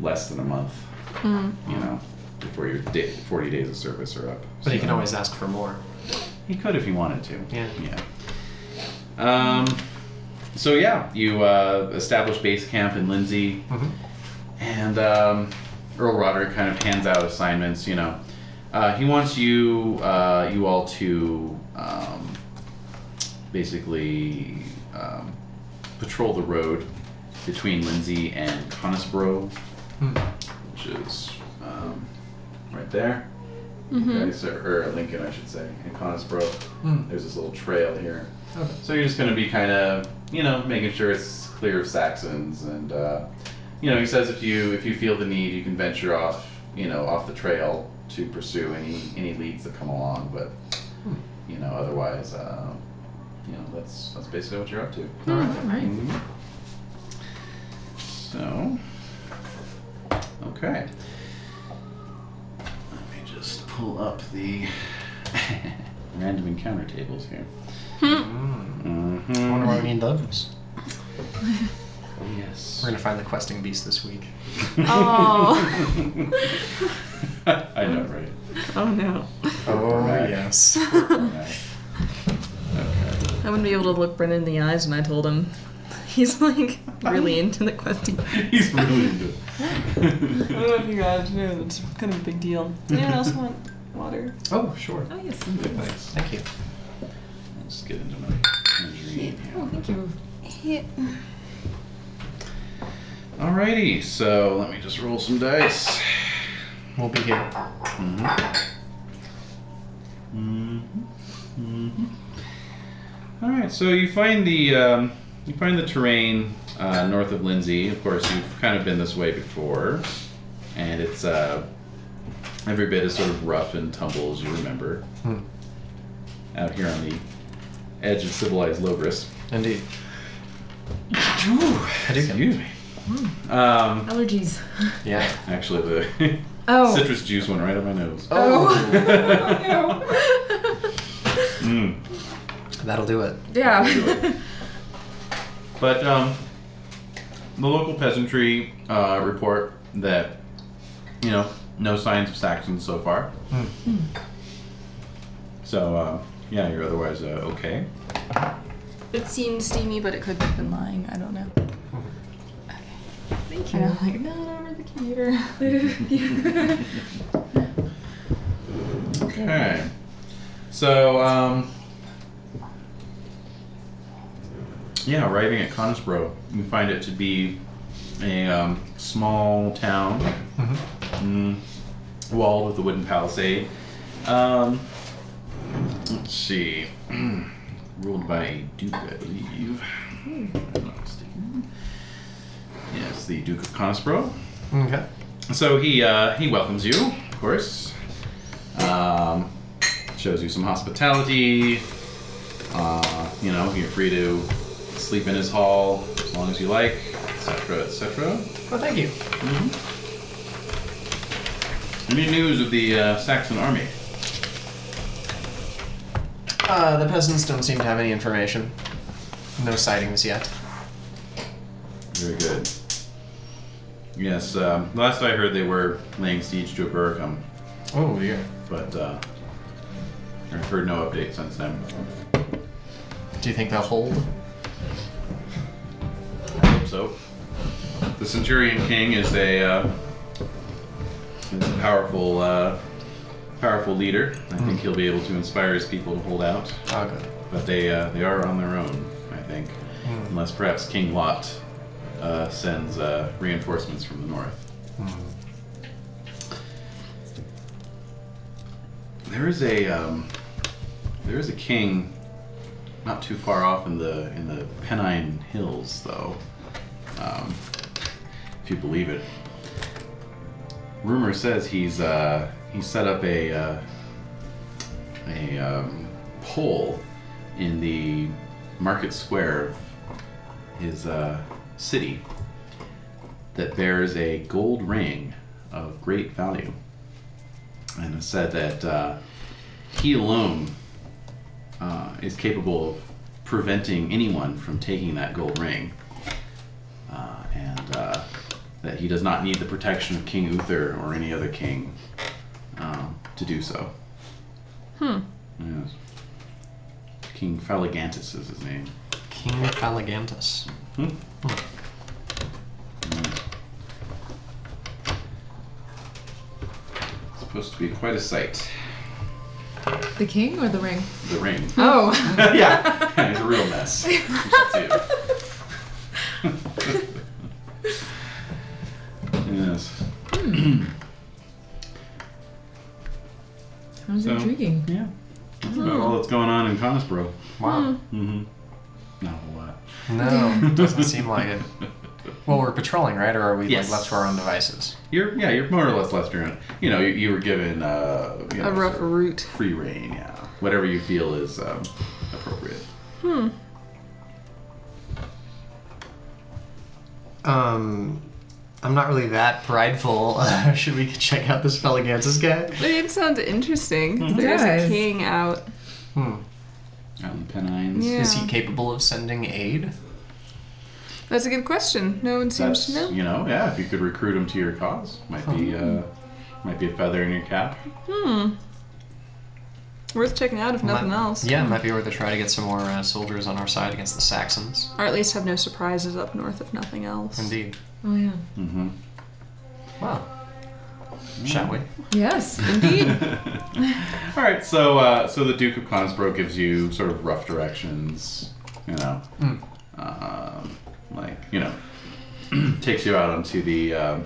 [SPEAKER 3] less than a month,
[SPEAKER 2] Hmm.
[SPEAKER 3] you know, before your da 40 days of service are up.
[SPEAKER 4] But he
[SPEAKER 3] So-
[SPEAKER 4] can always ask for more.
[SPEAKER 3] he could if he wanted to.
[SPEAKER 4] Yeah.
[SPEAKER 3] Yeah. Um. So yeah, you uh, establish base camp in Lindsay,
[SPEAKER 4] Mhm.
[SPEAKER 3] and um, Earl Roderick kind of hands out assignments. You know, uh, he wants you uh, you all to um, basically um, patrol the road between Lindsay and Conisbro,
[SPEAKER 4] Hmm.
[SPEAKER 3] which is um, right there. Okay, so or Lincoln, I should say, in Conisbro
[SPEAKER 4] Hmm.
[SPEAKER 3] there's this little trail here.
[SPEAKER 4] Okay.
[SPEAKER 3] So you're just going to be kind of, you know, making sure it's clear of Saxons, and uh, you know, he says if you if you feel the need, you can venture off, you know, off the trail to pursue any any leads that come along, but
[SPEAKER 4] Hmm.
[SPEAKER 3] you know, otherwise, uh, you know, that's that's basically what you're up to.
[SPEAKER 4] All right.
[SPEAKER 6] Right.
[SPEAKER 3] Mhm. So, okay. Let me just pull up the random encounter tables here.
[SPEAKER 4] Hmm. I wonder
[SPEAKER 3] Mm-hmm.
[SPEAKER 4] why we need those.
[SPEAKER 3] yes.
[SPEAKER 4] We're gonna find the questing beast this week.
[SPEAKER 2] Oh.
[SPEAKER 3] I know, right?
[SPEAKER 2] Oh no.
[SPEAKER 4] Oh
[SPEAKER 3] Right.
[SPEAKER 4] yes.
[SPEAKER 3] Right. Okay.
[SPEAKER 2] I wouldn't be able to look Brennan in the eyes when I told him. He's like really into the question.
[SPEAKER 3] He's really into
[SPEAKER 2] I
[SPEAKER 3] it.
[SPEAKER 2] don't know if you guys knew, it's kind of a big deal. Anyone else want water?
[SPEAKER 4] Oh sure.
[SPEAKER 6] Oh yes.
[SPEAKER 3] Thanks.
[SPEAKER 4] Thank you.
[SPEAKER 3] Let's get into my injury.
[SPEAKER 6] Oh, thank you.
[SPEAKER 3] Alrighty, so let me just roll some dice.
[SPEAKER 4] We'll be here.
[SPEAKER 3] Mm-hmm. hmm hmm All right, so you find the um, you find the terrain uh, north of Lindsay. Of course, you've kind of been this way before, and it's uh, every bit as sort of rough and tumble as you remember.
[SPEAKER 4] Hmm.
[SPEAKER 3] Out here on the edge of civilized Logris.
[SPEAKER 4] Indeed.
[SPEAKER 3] Ooh,
[SPEAKER 4] do.
[SPEAKER 3] excuse me. Um,
[SPEAKER 6] Allergies.
[SPEAKER 4] Yeah.
[SPEAKER 3] actually, the
[SPEAKER 6] Oh.
[SPEAKER 3] citrus juice went right up my nose.
[SPEAKER 6] Oh.
[SPEAKER 3] Mm.
[SPEAKER 4] That'll do it.
[SPEAKER 6] yeah.
[SPEAKER 3] But um, the local peasantry uh, report that you know no signs of Saxons so far. So uh, yeah, you're otherwise uh, okay.
[SPEAKER 2] It seems steamy, but it could have been lying. I don't know.
[SPEAKER 6] Thank
[SPEAKER 2] And I'm like, not over the computer.
[SPEAKER 6] you.
[SPEAKER 3] Okay. So um, yeah, arriving at Conisbro, we find it to be a um, small town, mm, walled with a wooden palisade. Um, let's see. Ruled by a duke, I believe. If I'm not mistaken. Yes, the Duke of Conisbro.
[SPEAKER 4] Okay.
[SPEAKER 3] So he uh, he welcomes you, of course. Um, shows you some hospitality. Uh, you know, you're free to sleep in his hall as long as you like, etc., etc.
[SPEAKER 4] Well, thank you.
[SPEAKER 3] Any news of the uh, Saxon army?
[SPEAKER 4] Uh, the peasants don't seem to have any information. No sightings yet.
[SPEAKER 3] Very good. Yes. Um, last I heard, they were laying siege to Abericum,
[SPEAKER 4] Oh yeah.
[SPEAKER 3] but uh, I've heard no update since then.
[SPEAKER 4] Do you think they'll hold?
[SPEAKER 3] I hope so. The Centurion King is a uh, is a powerful uh, powerful leader. I think he'll be able to inspire his people to hold out,
[SPEAKER 4] Oh good.
[SPEAKER 3] but they uh, they are on their own, I think, unless perhaps King Lot uh, sends uh, reinforcements from the north. There is a um, there is a king not too far off in the in the Pennine Hills, though, um, if you believe it. Rumor says he's uh, he set up a uh, a um, pole in the market square of his uh, city that bears a gold ring of great value, and it said that uh, he alone uh, is capable of preventing anyone from taking that gold ring, uh, and uh, that he does not need the protection of King Uther or any other king um, to do so. Hmm. Yes. King Phalagantus is his name.
[SPEAKER 4] King Allegantus.
[SPEAKER 3] It's supposed to be quite a sight.
[SPEAKER 6] the king or the ring?
[SPEAKER 3] The ring.
[SPEAKER 6] Oh.
[SPEAKER 3] yeah, it's a real mess. You should see it. yes.
[SPEAKER 6] Sounds
[SPEAKER 3] So-
[SPEAKER 6] intriguing.
[SPEAKER 3] Yeah. That's
[SPEAKER 2] Hmm.
[SPEAKER 3] about all that's going on in Conisbro.
[SPEAKER 7] Hmm.
[SPEAKER 4] Wow.
[SPEAKER 3] Mm-hmm. Not a whole lot.
[SPEAKER 4] No, doesn't seem like it. Well, we're patrolling, right? Or are we
[SPEAKER 3] Yes.
[SPEAKER 4] like left to our own devices?
[SPEAKER 3] You're yeah, you're more or less left your own. You know, you, you were given uh, you know,
[SPEAKER 2] A rough route.
[SPEAKER 3] free reign. Yeah, whatever you feel is um, appropriate.
[SPEAKER 4] Um, I'm not really that prideful. Should we check out this Feligansis guy?
[SPEAKER 2] But it sounds interesting.
[SPEAKER 4] Mm-hmm.
[SPEAKER 3] Mhm.
[SPEAKER 2] There's
[SPEAKER 6] Does.
[SPEAKER 2] a king out.
[SPEAKER 4] Hmm.
[SPEAKER 3] Out in the Pennines.
[SPEAKER 2] Yeah.
[SPEAKER 4] Is he capable of sending aid?
[SPEAKER 2] That's a good question. No one
[SPEAKER 3] That's
[SPEAKER 2] seems to know.
[SPEAKER 3] you know yeah. If you could recruit him to your cause, might be uh, might be a feather in your cap.
[SPEAKER 2] Hmm.
[SPEAKER 7] Hmm. Worth checking out if nothing
[SPEAKER 4] Might-
[SPEAKER 7] else.
[SPEAKER 4] Yeah, might be worth a try to get some more uh, soldiers on our side against the Saxons.
[SPEAKER 7] Or at least have no surprises up north if nothing else.
[SPEAKER 4] Indeed.
[SPEAKER 6] Oh yeah.
[SPEAKER 3] Mm-hmm.
[SPEAKER 4] Wow. Shall we?
[SPEAKER 6] Yes, indeed.
[SPEAKER 3] All right, so uh, so the Duke of Konigsbro gives you sort of rough directions, you know,
[SPEAKER 4] Mm.
[SPEAKER 3] um, like you know, takes you out onto the um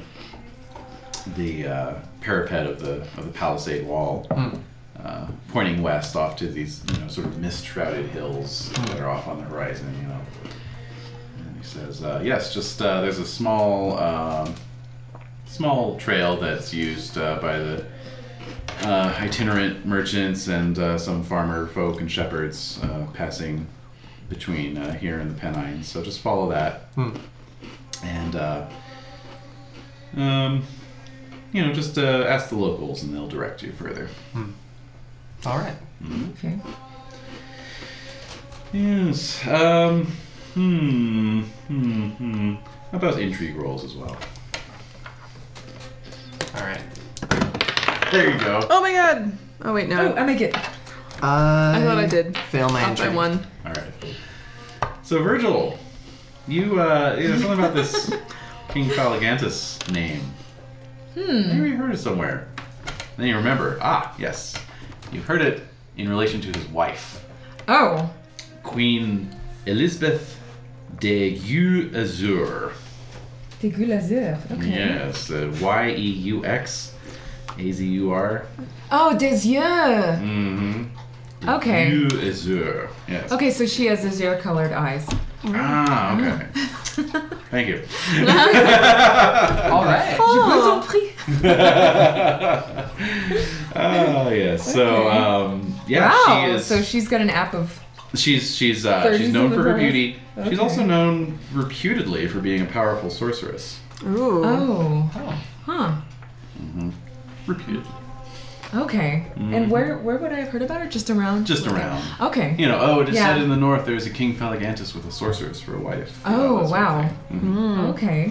[SPEAKER 3] the uh, parapet of the of the palisade wall,
[SPEAKER 4] Mm.
[SPEAKER 3] uh, pointing west off to these you know sort of mist shrouded hills that are off on the horizon, you know. And he says, uh, "Yes, just uh, there's a small." Um, Small trail that's used uh, by the uh, itinerant merchants and uh, some farmer folk and shepherds uh, passing between uh, here and the Pennines. So just follow that,
[SPEAKER 4] Hmm.
[SPEAKER 3] and uh, um, you know, just uh, ask the locals, and they'll direct you further.
[SPEAKER 4] All right.
[SPEAKER 6] okay.
[SPEAKER 3] Yes. Um. Hmm. Hmm. Hmm. How about intrigue rolls as well?
[SPEAKER 4] All right.
[SPEAKER 3] There you go.
[SPEAKER 7] Oh my god! Oh wait,
[SPEAKER 6] Oh,
[SPEAKER 7] no.
[SPEAKER 6] I make it.
[SPEAKER 4] I,
[SPEAKER 7] I thought I did.
[SPEAKER 4] Fail my
[SPEAKER 7] Off by
[SPEAKER 4] intrigue.
[SPEAKER 7] one.
[SPEAKER 3] All right. So Virgil, you uh, you know something about this King Faligantus name. Hmm. Maybe you heard it somewhere. Then you remember. Ah, yes, you've heard it in relation to his wife,
[SPEAKER 6] Oh.
[SPEAKER 3] Queen Elizabeth de Gue Azur.
[SPEAKER 6] The Gulazur. Okay.
[SPEAKER 3] Yes, uh, Y E U X A Z U R.
[SPEAKER 6] Oh, des yeux.
[SPEAKER 3] Mm-hmm.
[SPEAKER 6] Okay.
[SPEAKER 3] Gue Azur. Yes.
[SPEAKER 6] Okay, so she has azure colored eyes.
[SPEAKER 3] Ah, okay. Thank you.
[SPEAKER 4] All right.
[SPEAKER 7] Oh,
[SPEAKER 3] oh yeah. So
[SPEAKER 6] Okay.
[SPEAKER 3] um, yeah,
[SPEAKER 6] wow.
[SPEAKER 3] she is.
[SPEAKER 6] So she's got an app of.
[SPEAKER 3] she's she's uh,
[SPEAKER 6] 30s
[SPEAKER 3] she's known
[SPEAKER 6] in
[SPEAKER 3] for
[SPEAKER 6] the
[SPEAKER 3] her
[SPEAKER 6] past.
[SPEAKER 3] beauty. She's
[SPEAKER 6] Okay.
[SPEAKER 3] also known reputedly for being a powerful sorceress.
[SPEAKER 7] Ooh.
[SPEAKER 6] Oh.
[SPEAKER 4] Oh.
[SPEAKER 6] Huh.
[SPEAKER 3] Reputedly,
[SPEAKER 6] Okay. And where where would I have heard about her? Just
[SPEAKER 3] Mm-hmm.
[SPEAKER 6] around.
[SPEAKER 3] just around.
[SPEAKER 6] Okay.
[SPEAKER 3] You know, oh, it is
[SPEAKER 6] Yeah.
[SPEAKER 3] said in the north there's a king Phalagantus with a sorceress for a wife. you know, that
[SPEAKER 6] Oh,
[SPEAKER 3] sort of
[SPEAKER 6] wow.
[SPEAKER 3] thing. Mhm.
[SPEAKER 6] Okay.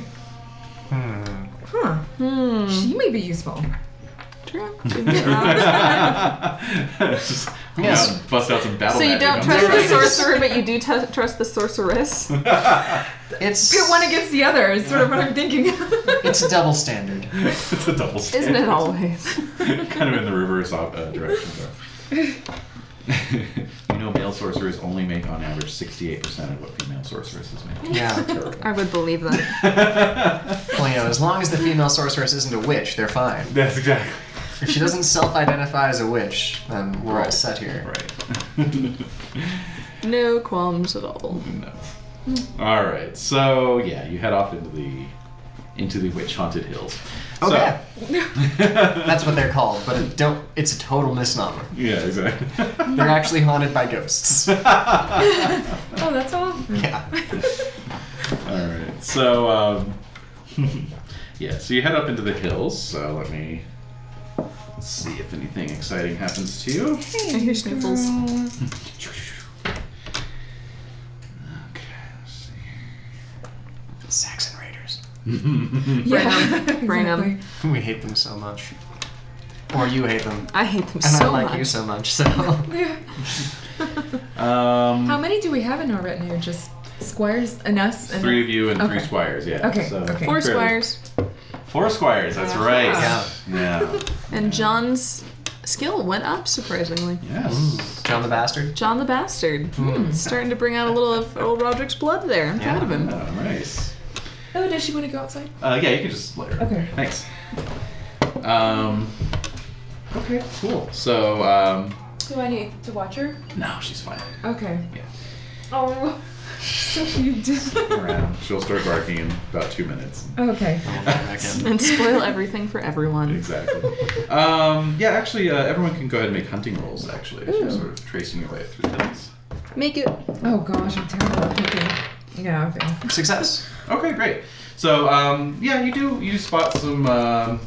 [SPEAKER 4] Hmm.
[SPEAKER 6] Huh.
[SPEAKER 7] hmm.
[SPEAKER 6] She may be useful.
[SPEAKER 7] True. so
[SPEAKER 3] Just, you know, bust out some battle.
[SPEAKER 7] you
[SPEAKER 3] magic
[SPEAKER 7] don't
[SPEAKER 3] on
[SPEAKER 7] trust the
[SPEAKER 3] this guy.
[SPEAKER 7] sorcerer, but you do t- trust the sorceress.
[SPEAKER 4] It's
[SPEAKER 6] Pit one against the other is sort of what I'm thinking.
[SPEAKER 4] it's a double standard.
[SPEAKER 3] it's a double
[SPEAKER 7] Isn't
[SPEAKER 3] standard.
[SPEAKER 7] it always?
[SPEAKER 3] kind of in the reverse op- uh, direction though. you know, male sorcerers only make on average 68% of what female sorceresses make.
[SPEAKER 4] Yeah.
[SPEAKER 3] Terrible.
[SPEAKER 7] I would believe that.
[SPEAKER 4] Well, you know, as long as the female sorceress isn't a witch, they're fine.
[SPEAKER 3] That's exactly
[SPEAKER 4] If she doesn't self-identify as a witch, then we're all set here.
[SPEAKER 3] right.
[SPEAKER 7] No qualms at all.
[SPEAKER 3] No. All right. So yeah, you head off into the into the witch haunted hills.
[SPEAKER 7] Oh,
[SPEAKER 3] So-
[SPEAKER 4] Okay. That's what they're called, but it don't. It's a total misnomer.
[SPEAKER 3] yeah, exactly.
[SPEAKER 4] They're actually haunted by ghosts.
[SPEAKER 6] oh, that's all.
[SPEAKER 4] Yeah.
[SPEAKER 3] All right. So um, yeah, so you head up into the hills. So let me see if anything exciting happens to you.
[SPEAKER 7] I hear sniffles.
[SPEAKER 3] Okay, let's see.
[SPEAKER 4] Saxon raiders.
[SPEAKER 6] Yeah.
[SPEAKER 7] Bring 'em.
[SPEAKER 6] exactly.
[SPEAKER 4] We hate them so much. Or you hate them,
[SPEAKER 7] I hate them
[SPEAKER 4] and
[SPEAKER 7] so
[SPEAKER 4] I like
[SPEAKER 7] much.
[SPEAKER 4] you so much. So
[SPEAKER 3] Um,
[SPEAKER 6] How many do we have in our retinue? Just squires and us and
[SPEAKER 3] three of you and three
[SPEAKER 6] Okay.
[SPEAKER 3] squires. Yeah.
[SPEAKER 6] Okay,
[SPEAKER 3] So
[SPEAKER 6] okay.
[SPEAKER 7] Four
[SPEAKER 3] fairly-
[SPEAKER 7] squires.
[SPEAKER 3] Four squires. That's right.
[SPEAKER 4] Yeah.
[SPEAKER 3] Yeah.
[SPEAKER 7] And John's skill went up surprisingly.
[SPEAKER 3] Yes.
[SPEAKER 4] John the Bastard.
[SPEAKER 7] John the Bastard.
[SPEAKER 4] Hmm.
[SPEAKER 7] Hmm, Starting to bring out a little of old Roderick's blood there. I'm proud of him.
[SPEAKER 3] Oh, nice.
[SPEAKER 6] Oh, does she want to go outside?
[SPEAKER 3] Uh, yeah, you can just layer.
[SPEAKER 6] Okay.
[SPEAKER 3] Thanks. Um. Okay. Cool. So um.
[SPEAKER 6] Do I need to watch her?
[SPEAKER 3] No, she's fine.
[SPEAKER 6] Okay.
[SPEAKER 3] Yeah.
[SPEAKER 6] Oh, so cute.
[SPEAKER 3] Around. She'll start barking in about two minutes.
[SPEAKER 6] okay.
[SPEAKER 7] And spoil everything for everyone.
[SPEAKER 3] Exactly. um, yeah, actually, uh, everyone can go ahead and make hunting rolls, actually, if you're sort of tracing your way through things.
[SPEAKER 7] Make it.
[SPEAKER 6] Oh gosh, I'm terrible at picking. Yeah, I fail.
[SPEAKER 4] Success.
[SPEAKER 3] Okay, great. So, um, yeah, you do you do spot some um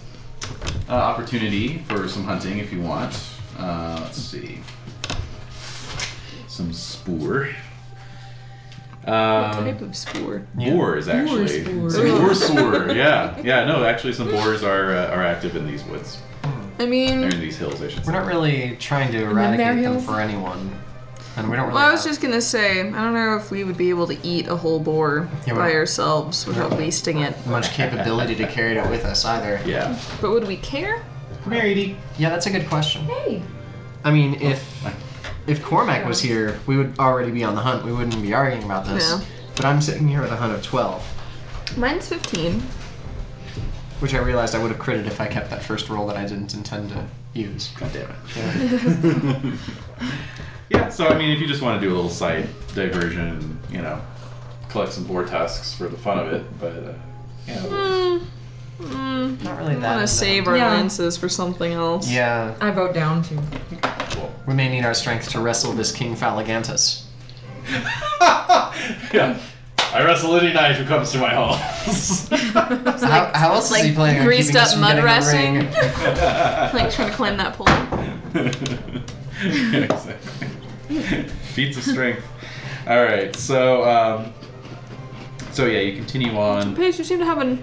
[SPEAKER 3] uh, opportunity for some hunting if you want. Uh, let's see. Some spoor. Um,
[SPEAKER 7] Type of spoor.
[SPEAKER 3] Boars, actually.
[SPEAKER 6] boars.
[SPEAKER 3] Some boar sword, yeah. Yeah, no, actually, some boars are, uh, are active in these woods.
[SPEAKER 7] I
[SPEAKER 3] Or
[SPEAKER 7] mean,
[SPEAKER 3] in these hills, I should
[SPEAKER 4] We're
[SPEAKER 3] say.
[SPEAKER 4] not really trying to
[SPEAKER 6] their
[SPEAKER 4] eradicate them
[SPEAKER 6] hills?
[SPEAKER 4] for anyone, and we don't really.
[SPEAKER 7] well, I was
[SPEAKER 4] have-
[SPEAKER 7] just gonna say, I don't know if we would be able to eat a whole boar
[SPEAKER 4] Yeah,
[SPEAKER 7] by
[SPEAKER 4] well-
[SPEAKER 7] ourselves without wasting it.
[SPEAKER 4] much capability to carry it with us either.
[SPEAKER 3] Yeah.
[SPEAKER 7] But would we care?
[SPEAKER 3] Come here, Edie.
[SPEAKER 4] Yeah, that's a good question.
[SPEAKER 6] Hey,
[SPEAKER 4] I mean, if if Cormac was here, we would already be on the hunt. We wouldn't be arguing about this.
[SPEAKER 7] No.
[SPEAKER 4] But I'm sitting here with a hunt of twelve,
[SPEAKER 7] Mine's 15.
[SPEAKER 4] which I realized I would have critted if I kept that first roll that I didn't intend to use.
[SPEAKER 3] God damn it. yeah, so I mean, if you just want to do a little side diversion, you know, collect some boar tusks for the fun of it, but uh, you
[SPEAKER 7] Mm,
[SPEAKER 3] know,
[SPEAKER 7] mm,
[SPEAKER 4] Not
[SPEAKER 7] I
[SPEAKER 4] really that.
[SPEAKER 7] want to save our
[SPEAKER 6] Yeah.
[SPEAKER 7] lances for something else.
[SPEAKER 4] Yeah,
[SPEAKER 6] I vote down too.
[SPEAKER 4] we may need our strength to wrestle this King Phalagantus.
[SPEAKER 3] yeah. I wrestle any knight who comes to my halls.
[SPEAKER 4] How, how else
[SPEAKER 7] like
[SPEAKER 4] is he planning on
[SPEAKER 7] greased
[SPEAKER 4] keeping us
[SPEAKER 7] up
[SPEAKER 4] from
[SPEAKER 7] mud
[SPEAKER 4] getting the
[SPEAKER 7] wrestling?
[SPEAKER 4] ring?
[SPEAKER 7] Like trying to climb that pole.
[SPEAKER 3] yeah, exactly. Feats of strength. All right, so um, so yeah, you continue on.
[SPEAKER 7] Paige, you seem to have an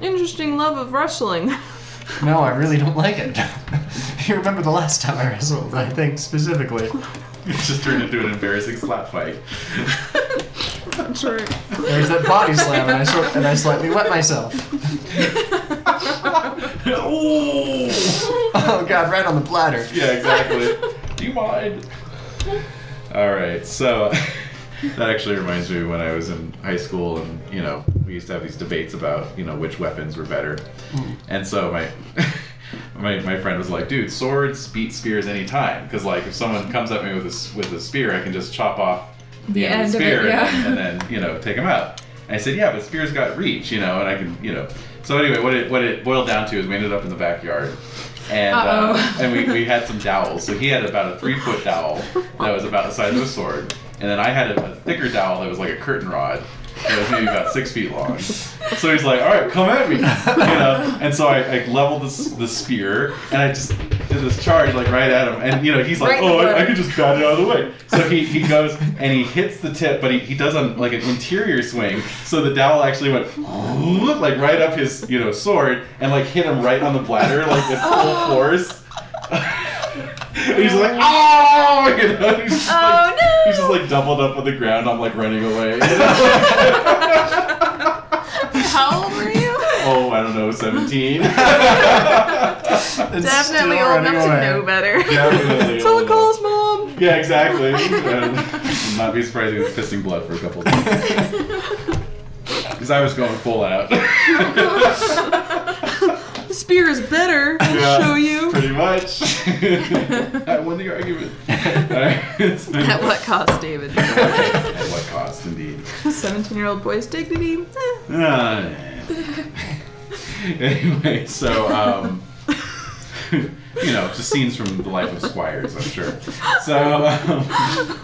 [SPEAKER 7] interesting love of wrestling.
[SPEAKER 4] No, I really don't like it. you remember the last time I wrestled, I think, specifically.
[SPEAKER 3] It's just turned into an embarrassing slap fight.
[SPEAKER 7] I'm sure.
[SPEAKER 4] There was that body slam, and I, sort- and I slightly wet myself.
[SPEAKER 3] oh!
[SPEAKER 4] Oh god, right on the bladder.
[SPEAKER 3] Yeah, exactly. Do you mind? All right, so that actually reminds me when I was in high school, and you know, we used to have these debates about you know which weapons were better, and so my. My, my friend was like, dude, swords beat spears any time. Because, like, if someone comes at me with a, s- with a spear, I can just chop off
[SPEAKER 6] The
[SPEAKER 3] and
[SPEAKER 6] end
[SPEAKER 3] the
[SPEAKER 6] of it,
[SPEAKER 3] spear
[SPEAKER 6] yeah.
[SPEAKER 3] and, then, and then you know take him out. I said, yeah, but spear's got reach, you know, and I can, you know. So anyway, what it what it boiled down to is we ended up in the backyard, and uh,
[SPEAKER 6] Uh-oh.
[SPEAKER 3] and we, we had some dowels. So he had about a three foot dowel that was about the size of a sword, and then I had a, a thicker dowel that was like a curtain rod that was maybe about six feet long. So he's like, all right, come at me, you know. And so I, I leveled this the spear, and I just did this charge like right at him, and you know he's like,
[SPEAKER 7] Right in
[SPEAKER 3] oh,
[SPEAKER 7] the
[SPEAKER 3] I, I
[SPEAKER 7] throat.
[SPEAKER 3] could just bat it out of the way. So he, he goes and he hits the tip, but he, he does on like an interior swing. So the dowel actually went like right up his you know sword and like hit him right on the bladder like with full
[SPEAKER 7] Oh.
[SPEAKER 3] force. And he's like, oh, you know, he's just, like,
[SPEAKER 7] Oh, no!
[SPEAKER 3] he's just like doubled up on the ground. I'm like running away. you know?
[SPEAKER 7] How old were you?
[SPEAKER 3] oh, I don't know, 17.
[SPEAKER 4] It's
[SPEAKER 7] Definitely
[SPEAKER 4] still
[SPEAKER 7] old
[SPEAKER 4] running
[SPEAKER 7] enough to
[SPEAKER 4] away.
[SPEAKER 7] know better.
[SPEAKER 3] Definitely
[SPEAKER 7] It's all
[SPEAKER 3] old
[SPEAKER 7] Nicole's mom.
[SPEAKER 3] yeah, exactly. I'd not be surprised if he was pissing blood for a couple of days. Because I was going full out.
[SPEAKER 7] The spear is better. I'll
[SPEAKER 3] Yeah.
[SPEAKER 7] show you.
[SPEAKER 3] Pretty much. I won the argument. Alright, so-
[SPEAKER 7] At what cost, David?
[SPEAKER 3] At what cost, indeed.
[SPEAKER 7] 17 year old boy's dignity. Eh.
[SPEAKER 3] Uh, anyway, so um, you know, just scenes from the life of squires, I'm sure. So um,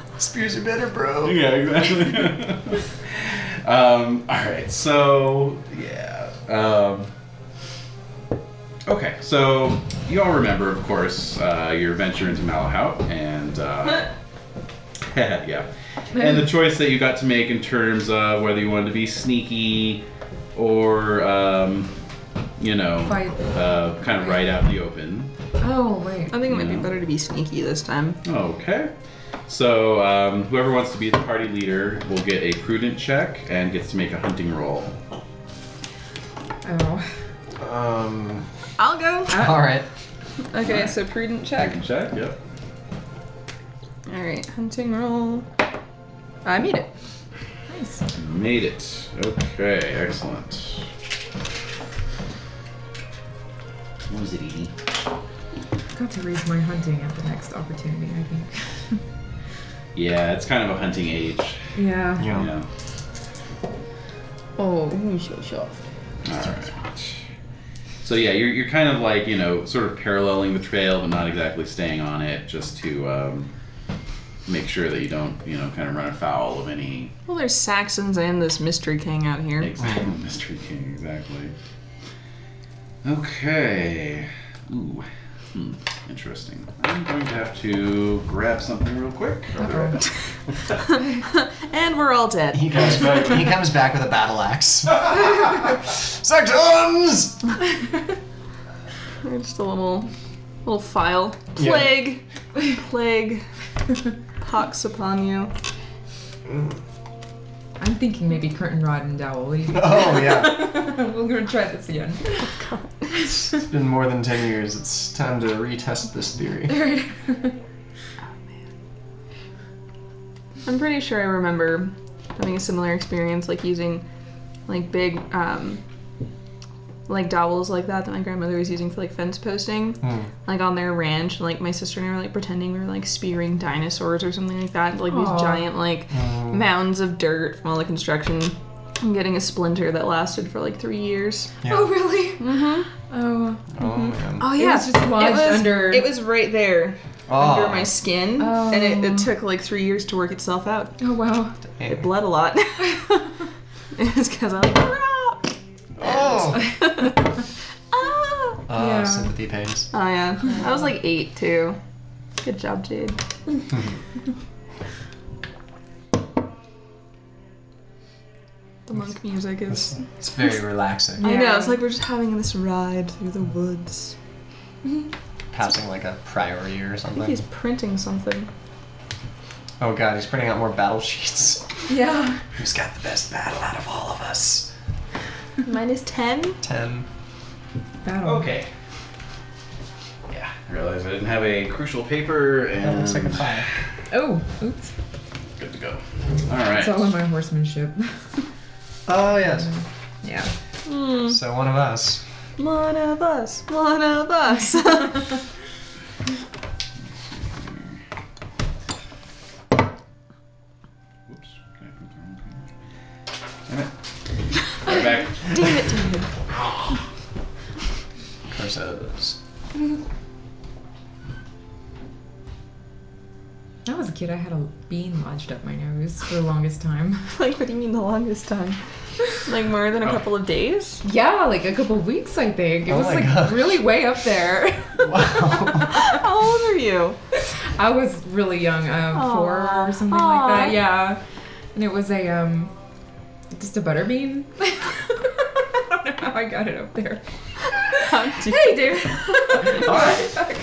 [SPEAKER 4] Spears are better, bro.
[SPEAKER 3] yeah, exactly. um, all right, so yeah. Um, okay, so you all remember, of course, uh, your venture into Malahout and. Uh, yeah. And the choice that you got to make in terms of whether you wanted to be sneaky or, um, you know,
[SPEAKER 6] Fight.
[SPEAKER 3] uh, kind of right out in the open.
[SPEAKER 6] Oh wait.
[SPEAKER 7] I think it might be
[SPEAKER 3] Yeah.
[SPEAKER 7] better to be sneaky this time.
[SPEAKER 3] Okay. So um, whoever wants to be the party leader will get a prudent check and gets to make a hunting roll.
[SPEAKER 6] Oh.
[SPEAKER 4] Um,
[SPEAKER 7] I'll go.
[SPEAKER 4] alright.
[SPEAKER 7] Okay, so prudent check.
[SPEAKER 3] Prudent check. Yep.
[SPEAKER 7] All right, hunting roll. I made it.
[SPEAKER 6] Nice.
[SPEAKER 3] Made it. Okay. Excellent. What was it, Edie?
[SPEAKER 6] Got to raise my hunting at the next opportunity, I think.
[SPEAKER 3] Yeah, it's kind of a hunting age.
[SPEAKER 6] yeah.
[SPEAKER 4] Yeah.
[SPEAKER 3] Yeah.
[SPEAKER 7] Oh, we so soft.
[SPEAKER 3] All right. So yeah, you're, you're kind of like you know sort of paralleling the trail, but not exactly staying on it, just to um, make sure that you don't you know kind of run afoul of any
[SPEAKER 7] Well, there's Saxons and this mystery king out here.
[SPEAKER 3] Exactly. Mystery King, exactly. Okay. Ooh. Hmm. Interesting. I'm going to have to grab something real quick.
[SPEAKER 4] Uh-huh.
[SPEAKER 3] I'll be right back.
[SPEAKER 7] and we're all dead.
[SPEAKER 4] He comes back. he comes back with a battle axe. Sections.
[SPEAKER 2] Or just a little little file. Plague. Plague. Pox upon you.
[SPEAKER 6] I'm thinking maybe curtain rod and dowel. What do you think?
[SPEAKER 4] Oh yeah,
[SPEAKER 6] We're gonna try this again.
[SPEAKER 4] it's been more than ten years. It's time to retest this theory.
[SPEAKER 6] Alright.
[SPEAKER 2] I'm pretty sure I remember having a similar experience, like using like big um like dowels like that that my grandmother was using for like fence posting,
[SPEAKER 4] Hmm.
[SPEAKER 2] like on their ranch. and, Like my sister and I were like pretending we were like spearing dinosaurs or something like that, like
[SPEAKER 6] Aw.
[SPEAKER 2] these giant like
[SPEAKER 4] Mm,
[SPEAKER 2] mounds of dirt from all the construction. And getting a splinter that lasted for like three years.
[SPEAKER 6] Oh really?
[SPEAKER 2] Mm-hmm.
[SPEAKER 6] Oh.
[SPEAKER 4] Oh man.
[SPEAKER 2] Oh
[SPEAKER 6] yeah. was just lodged
[SPEAKER 2] it was,
[SPEAKER 6] under-
[SPEAKER 2] It was right there
[SPEAKER 4] Ah,
[SPEAKER 2] under my skin, and it, it took like three years to work itself out.
[SPEAKER 6] Oh wow.
[SPEAKER 2] It bled a lot. it was because I like rock.
[SPEAKER 4] Oh.
[SPEAKER 2] ah.
[SPEAKER 4] Ah,
[SPEAKER 6] Yeah.
[SPEAKER 4] sympathy pains.
[SPEAKER 2] Oh yeah, I was like eight too. Good job, Jade. the monk music is.
[SPEAKER 4] It's, it's very relaxing.
[SPEAKER 2] I know. It's like we're just having this ride through the woods.
[SPEAKER 4] Passing like a priory or
[SPEAKER 2] I think he's
[SPEAKER 4] something.
[SPEAKER 2] printing something.
[SPEAKER 4] Oh god, he's printing out more battle sheets.
[SPEAKER 6] Yeah.
[SPEAKER 4] Who's got the best battle out of all of us?
[SPEAKER 2] Minus ten.
[SPEAKER 4] Ten.
[SPEAKER 6] Battle.
[SPEAKER 3] Okay. Yeah, I realized I didn't have a crucial paper
[SPEAKER 4] That
[SPEAKER 3] and
[SPEAKER 4] looks like a five.
[SPEAKER 6] Oh, oops.
[SPEAKER 3] good to go. All right.
[SPEAKER 6] It's all in my horsemanship.
[SPEAKER 4] Oh yes.
[SPEAKER 6] yeah.
[SPEAKER 2] Hmm.
[SPEAKER 4] So one of us.
[SPEAKER 2] One of us. One of us.
[SPEAKER 3] Whoops. Did I put the wrong page? Damn it. Right back.
[SPEAKER 2] Damn it, David.
[SPEAKER 4] Curses.
[SPEAKER 6] When I was a kid, I had a bean lodged up my nose for the longest time.
[SPEAKER 2] Like, what do you mean the longest time? Like more
[SPEAKER 3] Oh.
[SPEAKER 2] than a couple of days?
[SPEAKER 6] Yeah, like a couple weeks, I think. It
[SPEAKER 4] Oh
[SPEAKER 6] was
[SPEAKER 4] my
[SPEAKER 6] like
[SPEAKER 4] gosh.
[SPEAKER 6] really way up there.
[SPEAKER 4] Wow.
[SPEAKER 2] How old are you?
[SPEAKER 6] I was really young, um, four
[SPEAKER 2] Aw.
[SPEAKER 6] or something
[SPEAKER 2] Aw.
[SPEAKER 6] like that. Yeah, and it was a um, just a butter bean. I don't know how I got it up there. hey, dude.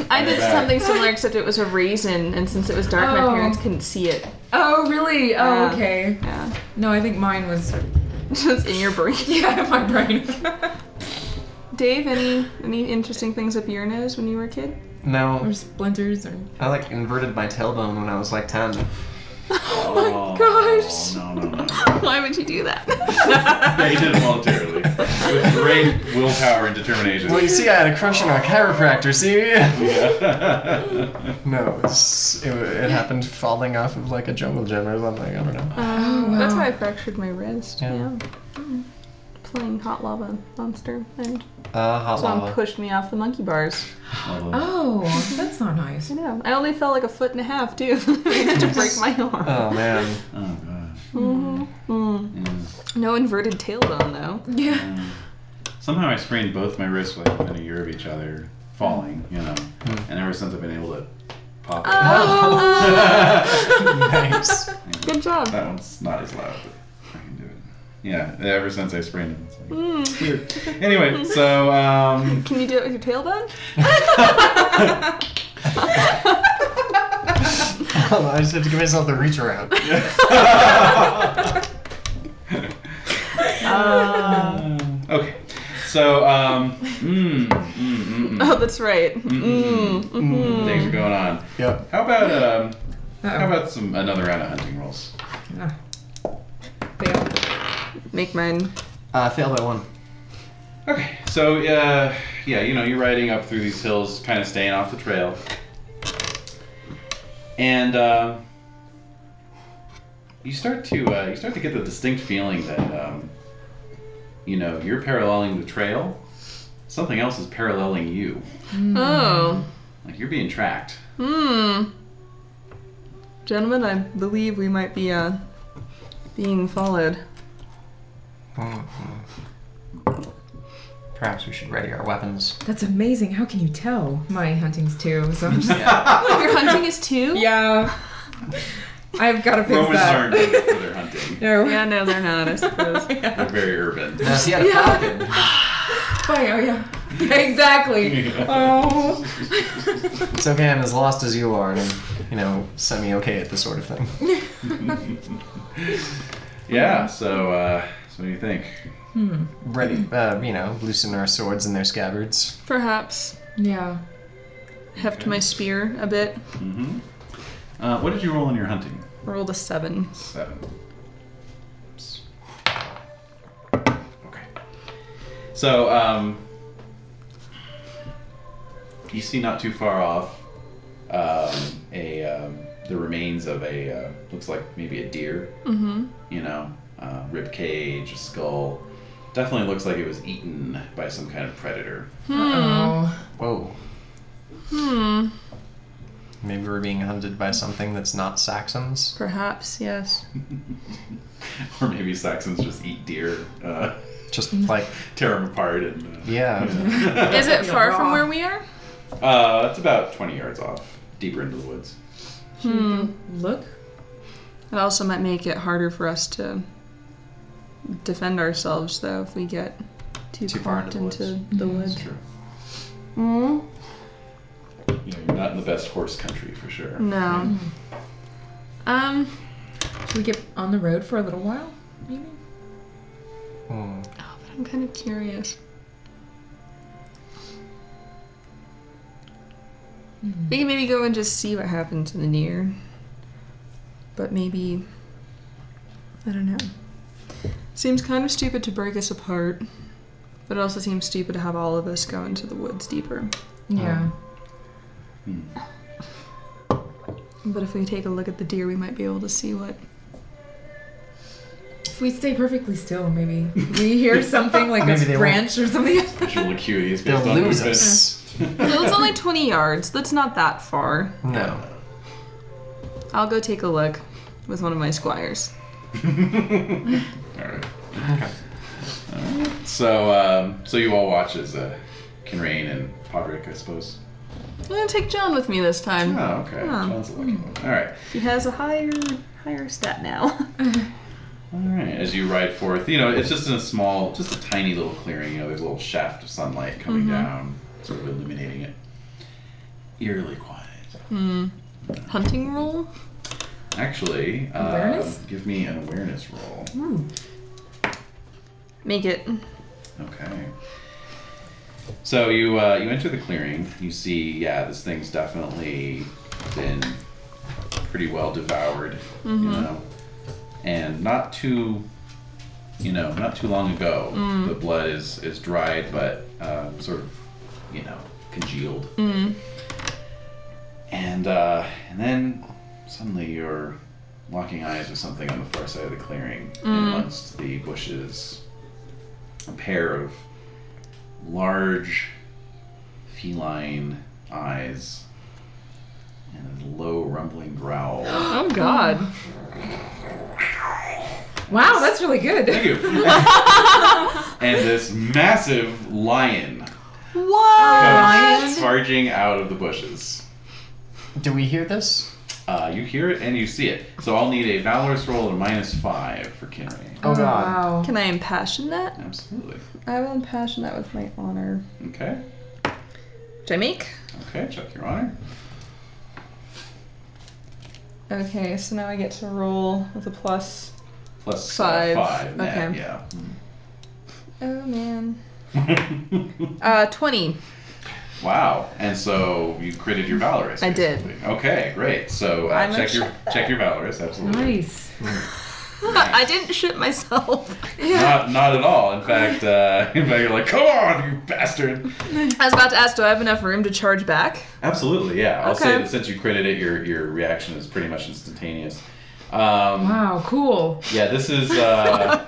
[SPEAKER 2] I did
[SPEAKER 3] back.
[SPEAKER 2] something similar, except it was a raisin, and since it was dark, my
[SPEAKER 6] Oh.
[SPEAKER 2] parents couldn't see it.
[SPEAKER 6] oh, really? Oh,
[SPEAKER 2] Yeah.
[SPEAKER 6] okay.
[SPEAKER 2] Yeah,
[SPEAKER 6] No, I think mine was
[SPEAKER 2] just in your brain.
[SPEAKER 6] yeah, my brain.
[SPEAKER 2] Dave, any any interesting things up your nose when you were a kid?
[SPEAKER 6] or
[SPEAKER 4] No,
[SPEAKER 6] splinters or
[SPEAKER 4] I like inverted my tailbone when I was like ten.
[SPEAKER 3] Oh,
[SPEAKER 2] gosh.
[SPEAKER 3] No, no, no.
[SPEAKER 2] Why would you do that?
[SPEAKER 3] Yeah, you did it voluntarily. With great willpower and determination.
[SPEAKER 4] Well, you see, I had a crush on our chiropractor. See?
[SPEAKER 3] Yeah.
[SPEAKER 4] No, it's, it, it happened falling off of like a jungle gym or something. I don't know.
[SPEAKER 2] Um, That's
[SPEAKER 6] wow.
[SPEAKER 2] how I fractured my wrist.
[SPEAKER 4] Yeah.
[SPEAKER 2] Yeah. Mm. Playing hot lava monster, and
[SPEAKER 4] Uh, hot
[SPEAKER 2] someone
[SPEAKER 4] lava.
[SPEAKER 2] pushed me off the monkey bars.
[SPEAKER 6] oh, that's not nice.
[SPEAKER 2] I know. I only fell like a foot and a half too. I had to break my arm.
[SPEAKER 4] Oh man.
[SPEAKER 3] Oh, God.
[SPEAKER 2] Mm. No inverted tailbone though.
[SPEAKER 6] Yeah.
[SPEAKER 3] Somehow I sprained both my wrists like within a year of each other, falling, you know. And ever since I've been able to pop it.
[SPEAKER 4] Oh. nice.
[SPEAKER 2] Good job.
[SPEAKER 3] That one's not as loud, but I can do it. Yeah, ever since I sprained it. It's like, weird. Anyway, so um,
[SPEAKER 2] Mm. Can you do it with your tailbone?
[SPEAKER 4] I just have to give myself the reach around.
[SPEAKER 2] Uh,
[SPEAKER 3] okay, so um, mm, mm, mm, mm,
[SPEAKER 2] Oh, that's right. Mm.
[SPEAKER 3] things are going on.
[SPEAKER 4] Yep.
[SPEAKER 3] How about um,
[SPEAKER 6] Uh-oh.
[SPEAKER 3] how about some another round of hunting rolls?
[SPEAKER 6] Ah. Fail.
[SPEAKER 2] Make mine.
[SPEAKER 4] Uh, failed by one.
[SPEAKER 3] Okay, so uh, yeah, you know, you're riding up through these hills, kind of staying off the trail, and uh, you start to uh, you start to get the distinct feeling that um, you know you're paralleling the trail. Something else is paralleling you.
[SPEAKER 2] Oh.
[SPEAKER 3] Like you're being tracked.
[SPEAKER 2] Hmm. Gentlemen, I believe we might be uh being followed.
[SPEAKER 4] Mm-hmm. Perhaps we should ready our weapons.
[SPEAKER 6] That's amazing. How can you tell? My hunting's two, so I'm just
[SPEAKER 2] Your Oh, hunting is two?
[SPEAKER 6] yeah. I've got to fix
[SPEAKER 3] Romans
[SPEAKER 6] that.
[SPEAKER 3] aren't good for their hunting.
[SPEAKER 6] No.
[SPEAKER 2] Yeah, no, they're not, I suppose.
[SPEAKER 3] They're very urban.
[SPEAKER 4] Now, if he had a falcon,
[SPEAKER 6] Why, oh yeah. exactly. Oh.
[SPEAKER 4] It's okay. I'm as lost as you are, and I'm, you know, semi-okay at this sort of thing.
[SPEAKER 3] yeah. So, uh, so what do you think?
[SPEAKER 4] Ready, uh, you know, loosen our swords in their scabbards.
[SPEAKER 2] Perhaps
[SPEAKER 6] yeah.
[SPEAKER 2] heft my spear a bit.
[SPEAKER 3] hmm Uh, what did you roll in your hunting?
[SPEAKER 2] Rolled a seven.
[SPEAKER 3] Seven. Okay. So, um, you see not too far off um, a um, the remains of a uh, looks like maybe a deer.
[SPEAKER 2] Mm-hmm.
[SPEAKER 3] You know, uh, rib cage, a skull. Definitely looks like it was eaten by some kind of predator.
[SPEAKER 4] Hmm.
[SPEAKER 6] Oh.
[SPEAKER 4] Whoa.
[SPEAKER 2] Hmm.
[SPEAKER 4] Maybe we're being hunted by something that's not Saxons.
[SPEAKER 2] Perhaps yes.
[SPEAKER 3] or maybe Saxons just eat deer, uh,
[SPEAKER 4] Just like
[SPEAKER 3] tear them apart, and uh,
[SPEAKER 4] Yeah.
[SPEAKER 2] Is it
[SPEAKER 6] Yeah,
[SPEAKER 2] far
[SPEAKER 6] raw.
[SPEAKER 2] from where we are?
[SPEAKER 3] Uh, it's about 20 yards off, deeper into the woods.
[SPEAKER 6] Should we go Look.
[SPEAKER 2] It also might make it harder for us to defend ourselves, though, if we get too,
[SPEAKER 4] Too far
[SPEAKER 2] caught
[SPEAKER 4] into the
[SPEAKER 2] into the woods.
[SPEAKER 3] true.
[SPEAKER 2] Mm-hmm.
[SPEAKER 3] You know, you're not in the best horse country for sure.
[SPEAKER 2] No. Mm-hmm. Um.
[SPEAKER 6] Should we get on the road for a little while? Maybe.
[SPEAKER 4] Hmm.
[SPEAKER 2] Oh, but I'm kind of curious. We can maybe go and just see what happened to the deer. But maybe. I don't know. Seems kind of stupid to break us apart, but it also seems stupid to have all of us go into the woods deeper.
[SPEAKER 6] Yeah.
[SPEAKER 2] But if we take a look at the deer, we might be able to see what.
[SPEAKER 6] If we stay perfectly still, maybe we hear something like
[SPEAKER 4] Maybe
[SPEAKER 6] a
[SPEAKER 4] they won't.
[SPEAKER 6] branch or something.
[SPEAKER 3] Visual acuity is based
[SPEAKER 4] They'll
[SPEAKER 3] on
[SPEAKER 4] lose
[SPEAKER 3] movement.
[SPEAKER 4] us.
[SPEAKER 2] Well, it's only 20 yards. That's not that far.
[SPEAKER 4] No.
[SPEAKER 2] I'll go take a look with one of my squires.
[SPEAKER 3] all right.
[SPEAKER 4] Okay.
[SPEAKER 3] So, um, so you all watch as uh, Kinrain and Podrick, I suppose.
[SPEAKER 2] I'm gonna take John with me this time.
[SPEAKER 3] Oh, okay.
[SPEAKER 2] Yeah.
[SPEAKER 3] John's a lucky one. All right.
[SPEAKER 2] He has a higher higher stat now.
[SPEAKER 3] All right. As you ride forth, you know, it's just in a small, just a tiny little clearing. You know, there's a little shaft of sunlight coming down, sort of illuminating it. Eerily quiet.
[SPEAKER 2] Hunting roll?
[SPEAKER 3] Actually, uh,
[SPEAKER 6] Awareness?
[SPEAKER 3] give me an awareness roll.
[SPEAKER 6] Hmm.
[SPEAKER 2] Make it.
[SPEAKER 3] Okay. So you uh, you enter the clearing. You see, yeah, this thing's definitely been pretty well devoured, you know, and not too, you know, not too long ago, the blood is is dried but uh, sort of, you know, congealed. And uh, and then suddenly you're locking eyes with something on the far side of the clearing, and amongst the bushes a pair of large feline eyes and a low rumbling growl.
[SPEAKER 2] Oh god.
[SPEAKER 6] Wow, that's really good.
[SPEAKER 3] Thank you. and this massive lion
[SPEAKER 2] What?
[SPEAKER 3] comes charging out of the bushes.
[SPEAKER 4] Do we hear this?
[SPEAKER 3] Uh, you hear it and you see it. So I'll need a valorous roll at a minus five for Kinray.
[SPEAKER 4] Oh god.
[SPEAKER 6] Wow.
[SPEAKER 2] Can I impassion that?
[SPEAKER 3] Absolutely.
[SPEAKER 2] I will impassion that with my honor.
[SPEAKER 3] Okay.
[SPEAKER 2] Which I make?
[SPEAKER 3] Okay. Check your honor.
[SPEAKER 2] Okay, so now I get to roll with a plus.
[SPEAKER 3] Plus
[SPEAKER 2] Five.
[SPEAKER 3] Uh, five. Nat,
[SPEAKER 2] Okay.
[SPEAKER 3] Yeah.
[SPEAKER 2] Oh man. Uh, 20.
[SPEAKER 3] Wow. And so you critted your valorous.
[SPEAKER 2] I did.
[SPEAKER 3] basically. Okay, great. So uh,
[SPEAKER 2] I'm
[SPEAKER 3] check
[SPEAKER 2] gonna
[SPEAKER 3] your
[SPEAKER 2] check that.
[SPEAKER 3] check your valorous. Absolutely.
[SPEAKER 6] Nice.
[SPEAKER 2] I didn't shit myself.
[SPEAKER 3] Not not at all. In fact, uh, in fact, you're like, come on, you bastard.
[SPEAKER 2] I was about to ask, do I have enough room to charge back?
[SPEAKER 3] Absolutely. Yeah. I'll say
[SPEAKER 2] Okay.
[SPEAKER 3] that since you critted it, your your reaction is pretty much instantaneous. Um,
[SPEAKER 6] Wow, cool.
[SPEAKER 3] Yeah. This is. Uh,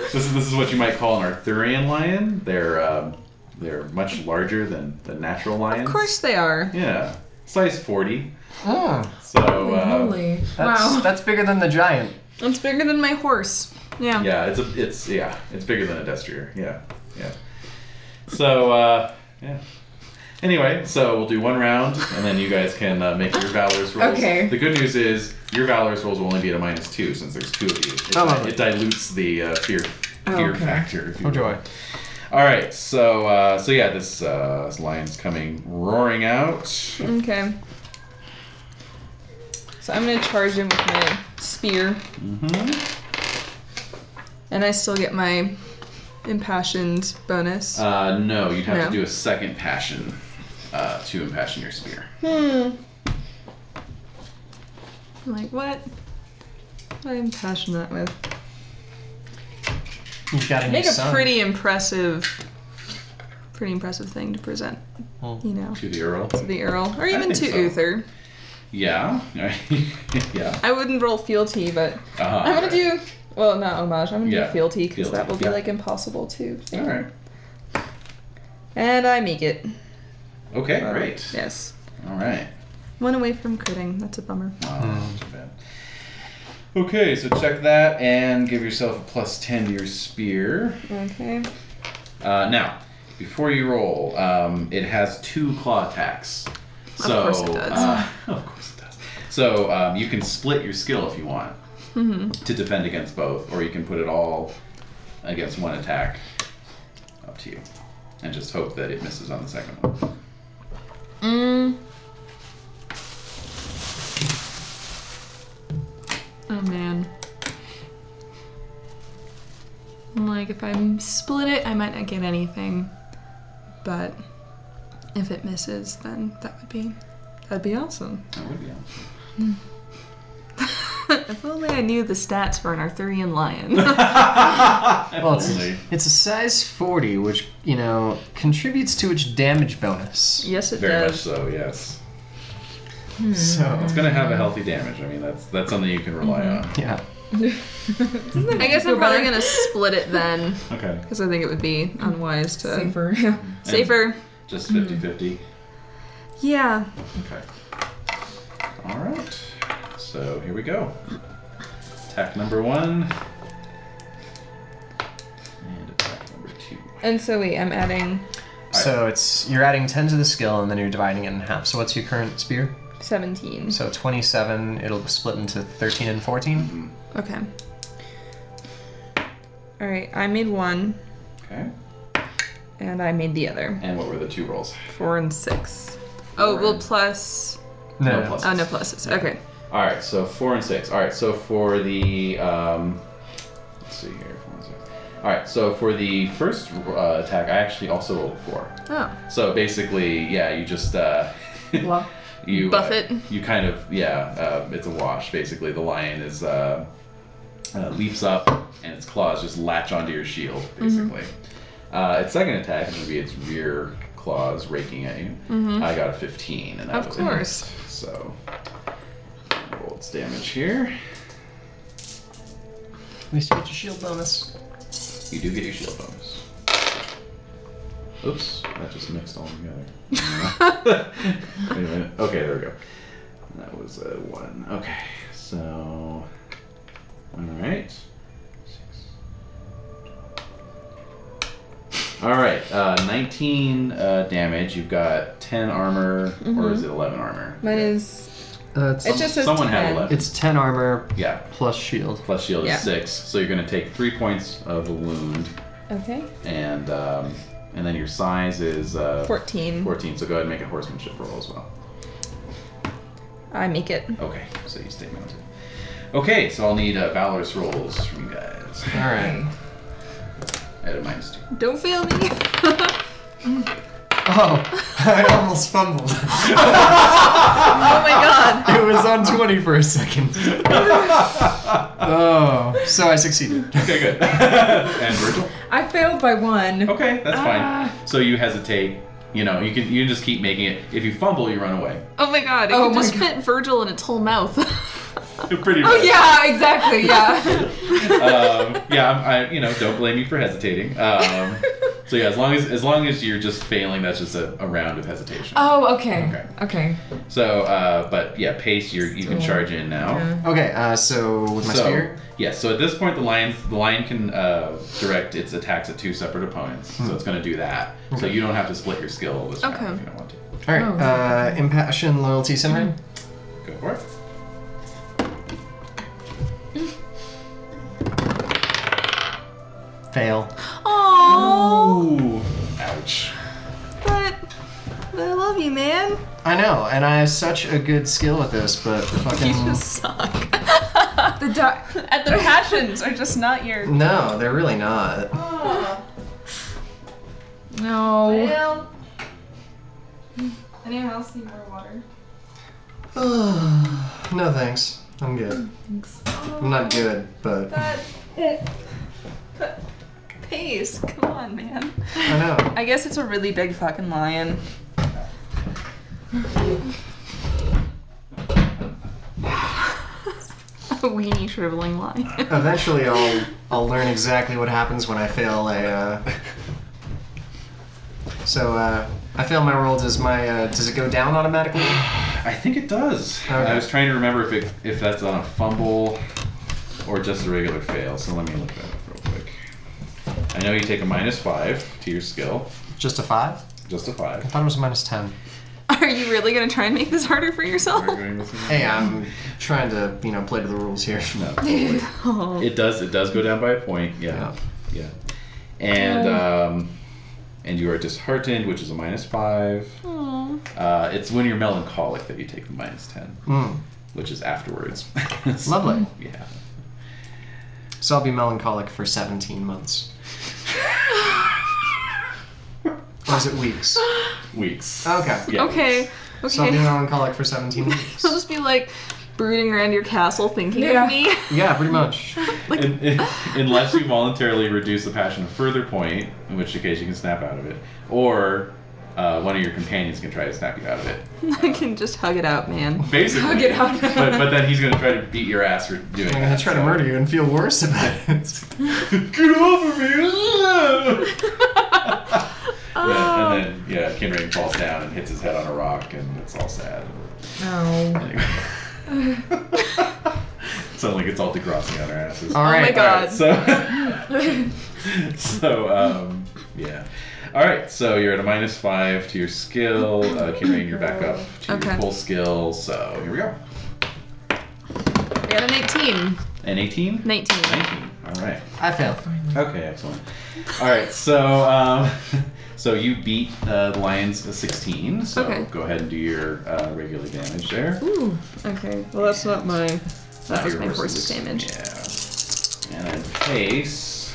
[SPEAKER 3] This is, this is what you might call an Arthurian lion. They're um, they're much larger than the natural lions.
[SPEAKER 2] Of course they are.
[SPEAKER 3] Yeah, size forty.
[SPEAKER 4] Oh,
[SPEAKER 3] So
[SPEAKER 6] Holy
[SPEAKER 3] uh,
[SPEAKER 6] moly.
[SPEAKER 4] that's
[SPEAKER 6] Wow.
[SPEAKER 4] that's bigger than the giant.
[SPEAKER 2] It's bigger than my horse. Yeah.
[SPEAKER 3] Yeah, it's a, it's yeah, it's bigger than a destrier. Yeah, yeah. So uh, yeah. Anyway, so we'll do one round, and then you guys can uh, make your valorous rolls.
[SPEAKER 6] Okay.
[SPEAKER 3] The good news is your valorous rolls will only be at a minus two since there's two of you. It,
[SPEAKER 4] Oh, lovely.
[SPEAKER 3] it dilutes the uh, fear fear
[SPEAKER 6] okay.
[SPEAKER 3] factor. If you
[SPEAKER 4] Oh
[SPEAKER 3] will.
[SPEAKER 4] joy.
[SPEAKER 3] All right, so uh, so yeah, this, uh, this lion's coming roaring out.
[SPEAKER 2] Okay. So I'm gonna charge him with my spear,
[SPEAKER 3] hmm
[SPEAKER 2] and I still get my impassioned bonus.
[SPEAKER 3] Uh, no, you'd have
[SPEAKER 2] No.
[SPEAKER 3] to do a second passion uh, to impassion your spear.
[SPEAKER 2] hmm. I'm like, what? What I'm passionate with.
[SPEAKER 4] You've got a new
[SPEAKER 2] Make a
[SPEAKER 4] son.
[SPEAKER 2] pretty impressive, pretty impressive thing to present.
[SPEAKER 4] Hmm.
[SPEAKER 2] You know,
[SPEAKER 3] To the Earl.
[SPEAKER 2] to the Earl, or even
[SPEAKER 3] Oh. think
[SPEAKER 2] to
[SPEAKER 3] so.
[SPEAKER 2] Uther.
[SPEAKER 3] Yeah. yeah.
[SPEAKER 2] I wouldn't roll fealty, but
[SPEAKER 3] Uh-huh,
[SPEAKER 2] I'm gonna
[SPEAKER 3] right.
[SPEAKER 2] do well, not homage. I'm gonna
[SPEAKER 3] Yeah,
[SPEAKER 2] do fealty because
[SPEAKER 3] fealty,
[SPEAKER 2] that will be
[SPEAKER 3] yeah.
[SPEAKER 2] like impossible to.
[SPEAKER 3] All right.
[SPEAKER 2] And I make it.
[SPEAKER 3] Okay.
[SPEAKER 4] Uh,
[SPEAKER 3] Great.
[SPEAKER 2] Yes,
[SPEAKER 3] All right.
[SPEAKER 2] one away from critting. That's a bummer.
[SPEAKER 3] Wow, that's too bad. Okay, so check that and give yourself a plus ten to your spear.
[SPEAKER 2] Okay.
[SPEAKER 3] Uh, now, before you roll, um, it has two claw attacks. So,
[SPEAKER 2] course it does.
[SPEAKER 3] uh, of course it does. So um, you can split your skill if you want
[SPEAKER 2] hmm
[SPEAKER 3] to defend against both, or you can put it all against one attack. Up to you, and just hope that it misses on the second one.
[SPEAKER 2] Mm.
[SPEAKER 7] Oh man. I'm like, if I split it, I might not get anything. But if it misses, then that would be that'd be awesome.
[SPEAKER 3] That would be awesome.
[SPEAKER 7] if only I knew the stats for an Arthurian lion.
[SPEAKER 4] Well, it's, it's a size 40, which, you know, contributes to its damage bonus.
[SPEAKER 2] Yes, it
[SPEAKER 3] Very much
[SPEAKER 2] does.
[SPEAKER 3] so. Yes,
[SPEAKER 2] Hmm.
[SPEAKER 4] So,
[SPEAKER 3] it's gonna have a healthy damage. I mean, that's that's something you can rely
[SPEAKER 4] yeah.
[SPEAKER 2] I guess I'm probably gonna split it then,
[SPEAKER 3] on. Okay.
[SPEAKER 2] because I think it would be unwise to
[SPEAKER 6] Safer. Yeah.
[SPEAKER 2] safer.
[SPEAKER 3] Just 50-50.
[SPEAKER 2] Yeah.
[SPEAKER 3] Okay. All right. So here we go. Attack number one. And attack number two.
[SPEAKER 2] And so wait, I'm adding
[SPEAKER 4] So it's you're adding 10 to the skill and then you're dividing it in half. So what's your current spear?
[SPEAKER 2] 17.
[SPEAKER 4] So 27, it'll split into 13 and 14.
[SPEAKER 2] Okay. All right, I made one,
[SPEAKER 3] Okay.
[SPEAKER 2] and I made the other.
[SPEAKER 3] And what were the two rolls?
[SPEAKER 2] Four and six. Oh,
[SPEAKER 3] Four
[SPEAKER 2] well,
[SPEAKER 3] and-
[SPEAKER 2] plus.
[SPEAKER 3] No
[SPEAKER 4] No.
[SPEAKER 3] plus.
[SPEAKER 2] Oh, no, pluses. Okay.
[SPEAKER 3] All right. So four and six. All right. So for the um, let's see here. Four and six. All right. So for the first uh, attack, I actually also rolled a four.
[SPEAKER 2] Oh.
[SPEAKER 3] So basically, yeah, you just uh,
[SPEAKER 6] Well,
[SPEAKER 3] you
[SPEAKER 2] Buff
[SPEAKER 3] uh,
[SPEAKER 2] it.
[SPEAKER 3] you kind of yeah, uh, it's a wash basically. The lion is uh, uh, leaps up and its claws just latch onto your shield
[SPEAKER 2] Mm-hmm.
[SPEAKER 3] basically. Uh, its second attack is going to be its rear claws raking at you. I got a 15, and that
[SPEAKER 2] Mm-hmm. Of
[SPEAKER 3] was
[SPEAKER 2] course.
[SPEAKER 3] a miss. So roll its damage here.
[SPEAKER 4] At least you get your shield bonus.
[SPEAKER 3] You do get your shield bonus. Oops, that just mixed all together. Wait a minute. Okay, there we go. That was a one. Okay, so. Alright. Alright, uh, 19 uh, damage. You've got 10 armor, or is it 11 armor?
[SPEAKER 2] Mm-hmm. Mine
[SPEAKER 3] Yeah.
[SPEAKER 2] is.
[SPEAKER 4] Uh, it's,
[SPEAKER 2] It just says
[SPEAKER 3] Someone had
[SPEAKER 2] 10.
[SPEAKER 3] 11.
[SPEAKER 4] it's 10 armor
[SPEAKER 3] Yeah,
[SPEAKER 4] plus shield.
[SPEAKER 3] plus shield
[SPEAKER 2] Yeah.
[SPEAKER 3] is 6. So you're going to take 3 points of the wound.
[SPEAKER 2] Okay.
[SPEAKER 3] and um, and then your size is uh,
[SPEAKER 2] 14.
[SPEAKER 3] 14, So go ahead and make a horsemanship roll as well.
[SPEAKER 2] I make it.
[SPEAKER 3] Okay, so you stay mounted. Okay, so I'll need uh, valorous rolls from you guys
[SPEAKER 4] All right.
[SPEAKER 3] at a minus two.
[SPEAKER 2] Don't fail me. Hmm.
[SPEAKER 4] Oh, I almost fumbled.
[SPEAKER 2] oh my god.
[SPEAKER 4] it was on 20 for a second. oh, so I succeeded.
[SPEAKER 3] Okay, good. and Virgil.
[SPEAKER 6] I failed by one.
[SPEAKER 3] Okay, that's
[SPEAKER 6] Uh.
[SPEAKER 3] fine. So you hesitate. You know, you can you can just keep making it. If you fumble, you run away.
[SPEAKER 2] Oh my god. It
[SPEAKER 6] Oh
[SPEAKER 2] could
[SPEAKER 6] my
[SPEAKER 2] just
[SPEAKER 6] God.
[SPEAKER 2] fit Virgil in its whole mouth.
[SPEAKER 3] Pretty.
[SPEAKER 6] Oh
[SPEAKER 3] much.
[SPEAKER 6] yeah, exactly. Yeah.
[SPEAKER 3] um, yeah, I'm, I, you know, don't blame you for hesitating. Um, so yeah, as long as as long as you're just failing, that's just a, a round of hesitation.
[SPEAKER 6] oh, okay.
[SPEAKER 3] Okay.
[SPEAKER 6] Okay.
[SPEAKER 3] So, uh, but yeah, pace. You're, you can charge in now.
[SPEAKER 6] Yeah.
[SPEAKER 4] Okay, uh, so with my
[SPEAKER 3] so,
[SPEAKER 4] spear?
[SPEAKER 3] Yeah, so at this point, the lion the lion can uh, direct its attacks at two separate opponents,
[SPEAKER 4] Hmm.
[SPEAKER 3] so it's going to do that. So you don't have to split your skill this round
[SPEAKER 2] Okay.
[SPEAKER 3] if you don't want to.
[SPEAKER 4] All right.
[SPEAKER 6] Oh,
[SPEAKER 4] uh, impassion, loyalty, simmering.
[SPEAKER 3] Go for it.
[SPEAKER 4] Fail.
[SPEAKER 2] Aww.
[SPEAKER 3] Ooh,
[SPEAKER 2] I love you, man.
[SPEAKER 4] I know, and I have such a good skill at this, but the fucking
[SPEAKER 2] suck.
[SPEAKER 6] The dark.
[SPEAKER 7] And their passions are just not your.
[SPEAKER 4] no, they're really not.
[SPEAKER 6] No.
[SPEAKER 7] Well. Anyone else need more water?
[SPEAKER 4] no thanks, I'm good. I'm not good, but
[SPEAKER 7] That. Pace, come on, man.
[SPEAKER 4] I know.
[SPEAKER 7] I guess it's a really big fucking lion.
[SPEAKER 2] A weenie shriveling line.
[SPEAKER 4] Eventually, I'll I'll learn exactly what happens when I fail a. Uh... So uh, I fail my roll. Does my uh, does it go down automatically?
[SPEAKER 3] I think it does.
[SPEAKER 4] Okay.
[SPEAKER 3] I was trying to remember if it, if that's on a fumble or just a regular fail. So let me look that up real quick. I know you take a minus five to your skill,
[SPEAKER 4] Just a five?
[SPEAKER 3] just a
[SPEAKER 4] I
[SPEAKER 3] five.
[SPEAKER 4] thought it was a minus ten.
[SPEAKER 2] Are you really gonna try and make this harder for yourself?
[SPEAKER 3] Are you doing this again?
[SPEAKER 4] Hey, I'm trying to you know play to the rules here.
[SPEAKER 3] No, totally. it does. It does go down by a point. Yeah, yeah. And
[SPEAKER 2] Oh.
[SPEAKER 3] um, and you are disheartened, which is a minus five. Uh, it's when you're melancholic that you take the minus ten,
[SPEAKER 4] Mm,
[SPEAKER 3] which is afterwards. So,
[SPEAKER 4] lovely.
[SPEAKER 3] Yeah.
[SPEAKER 4] So I'll be melancholic for 17 months. or is it weeks?
[SPEAKER 3] Weeks.
[SPEAKER 4] Okay.
[SPEAKER 3] Yeah.
[SPEAKER 2] Okay.
[SPEAKER 4] So I'll be
[SPEAKER 2] Okay.
[SPEAKER 4] melancholic for 17 weeks.
[SPEAKER 2] I'll just be like brooding around your castle thinking
[SPEAKER 6] Yeah.
[SPEAKER 2] of me.
[SPEAKER 4] Yeah, pretty much.
[SPEAKER 3] Un- unless you voluntarily reduce the passion a further point, in which case you can snap out of it, or uh, one of your companions can try to snap you out of it.
[SPEAKER 2] I can just hug it out, man. Oh
[SPEAKER 3] Basically.
[SPEAKER 2] Hug it out.
[SPEAKER 3] but, but then he's going to try to beat your ass for doing that.
[SPEAKER 4] I'm gonna try to
[SPEAKER 3] so-
[SPEAKER 4] murder you and feel worse about it.
[SPEAKER 3] Get off of me! yeah, and then yeah, Kinrain falls down and hits his head on a rock, and it's all sad.
[SPEAKER 6] No.
[SPEAKER 3] Anyway. Suddenly gets all Degrassi on our asses.
[SPEAKER 4] All
[SPEAKER 2] Oh
[SPEAKER 4] right.
[SPEAKER 2] my god.
[SPEAKER 3] So, so um, yeah. All right. So you're at a minus five to your skill. Uh, Kinrain, you're back up to
[SPEAKER 2] Okay.
[SPEAKER 3] your full skill. So here we go.
[SPEAKER 2] I got an 18.
[SPEAKER 3] And 18.
[SPEAKER 2] 19.
[SPEAKER 3] 19. All right.
[SPEAKER 4] I fail.
[SPEAKER 3] Okay, excellent. All right, so um, so you beat uh, the Lions a 16. So
[SPEAKER 2] Okay.
[SPEAKER 3] go ahead and do your uh, regular damage there.
[SPEAKER 2] Ooh. Okay. Well, that's not my. That
[SPEAKER 3] Not
[SPEAKER 2] was
[SPEAKER 3] your
[SPEAKER 2] my
[SPEAKER 3] horses.
[SPEAKER 2] horse's damage.
[SPEAKER 3] Yeah. And then face.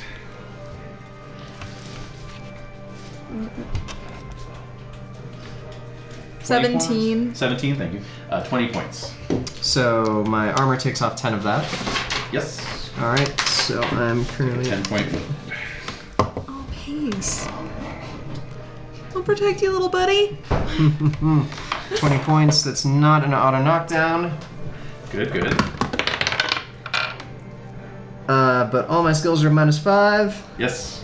[SPEAKER 2] Seventeen.
[SPEAKER 3] 17, thank you. Uh, 20 points.
[SPEAKER 4] So my armor takes off 10 of that.
[SPEAKER 3] Yes.
[SPEAKER 4] All right. So I'm currently at
[SPEAKER 3] 10 point.
[SPEAKER 2] Oh, Pace. I'll protect you, little buddy.
[SPEAKER 4] 20 points. That's not an auto knockdown.
[SPEAKER 3] Good, good.
[SPEAKER 4] Uh, but all my skills are minus five.
[SPEAKER 3] Yes.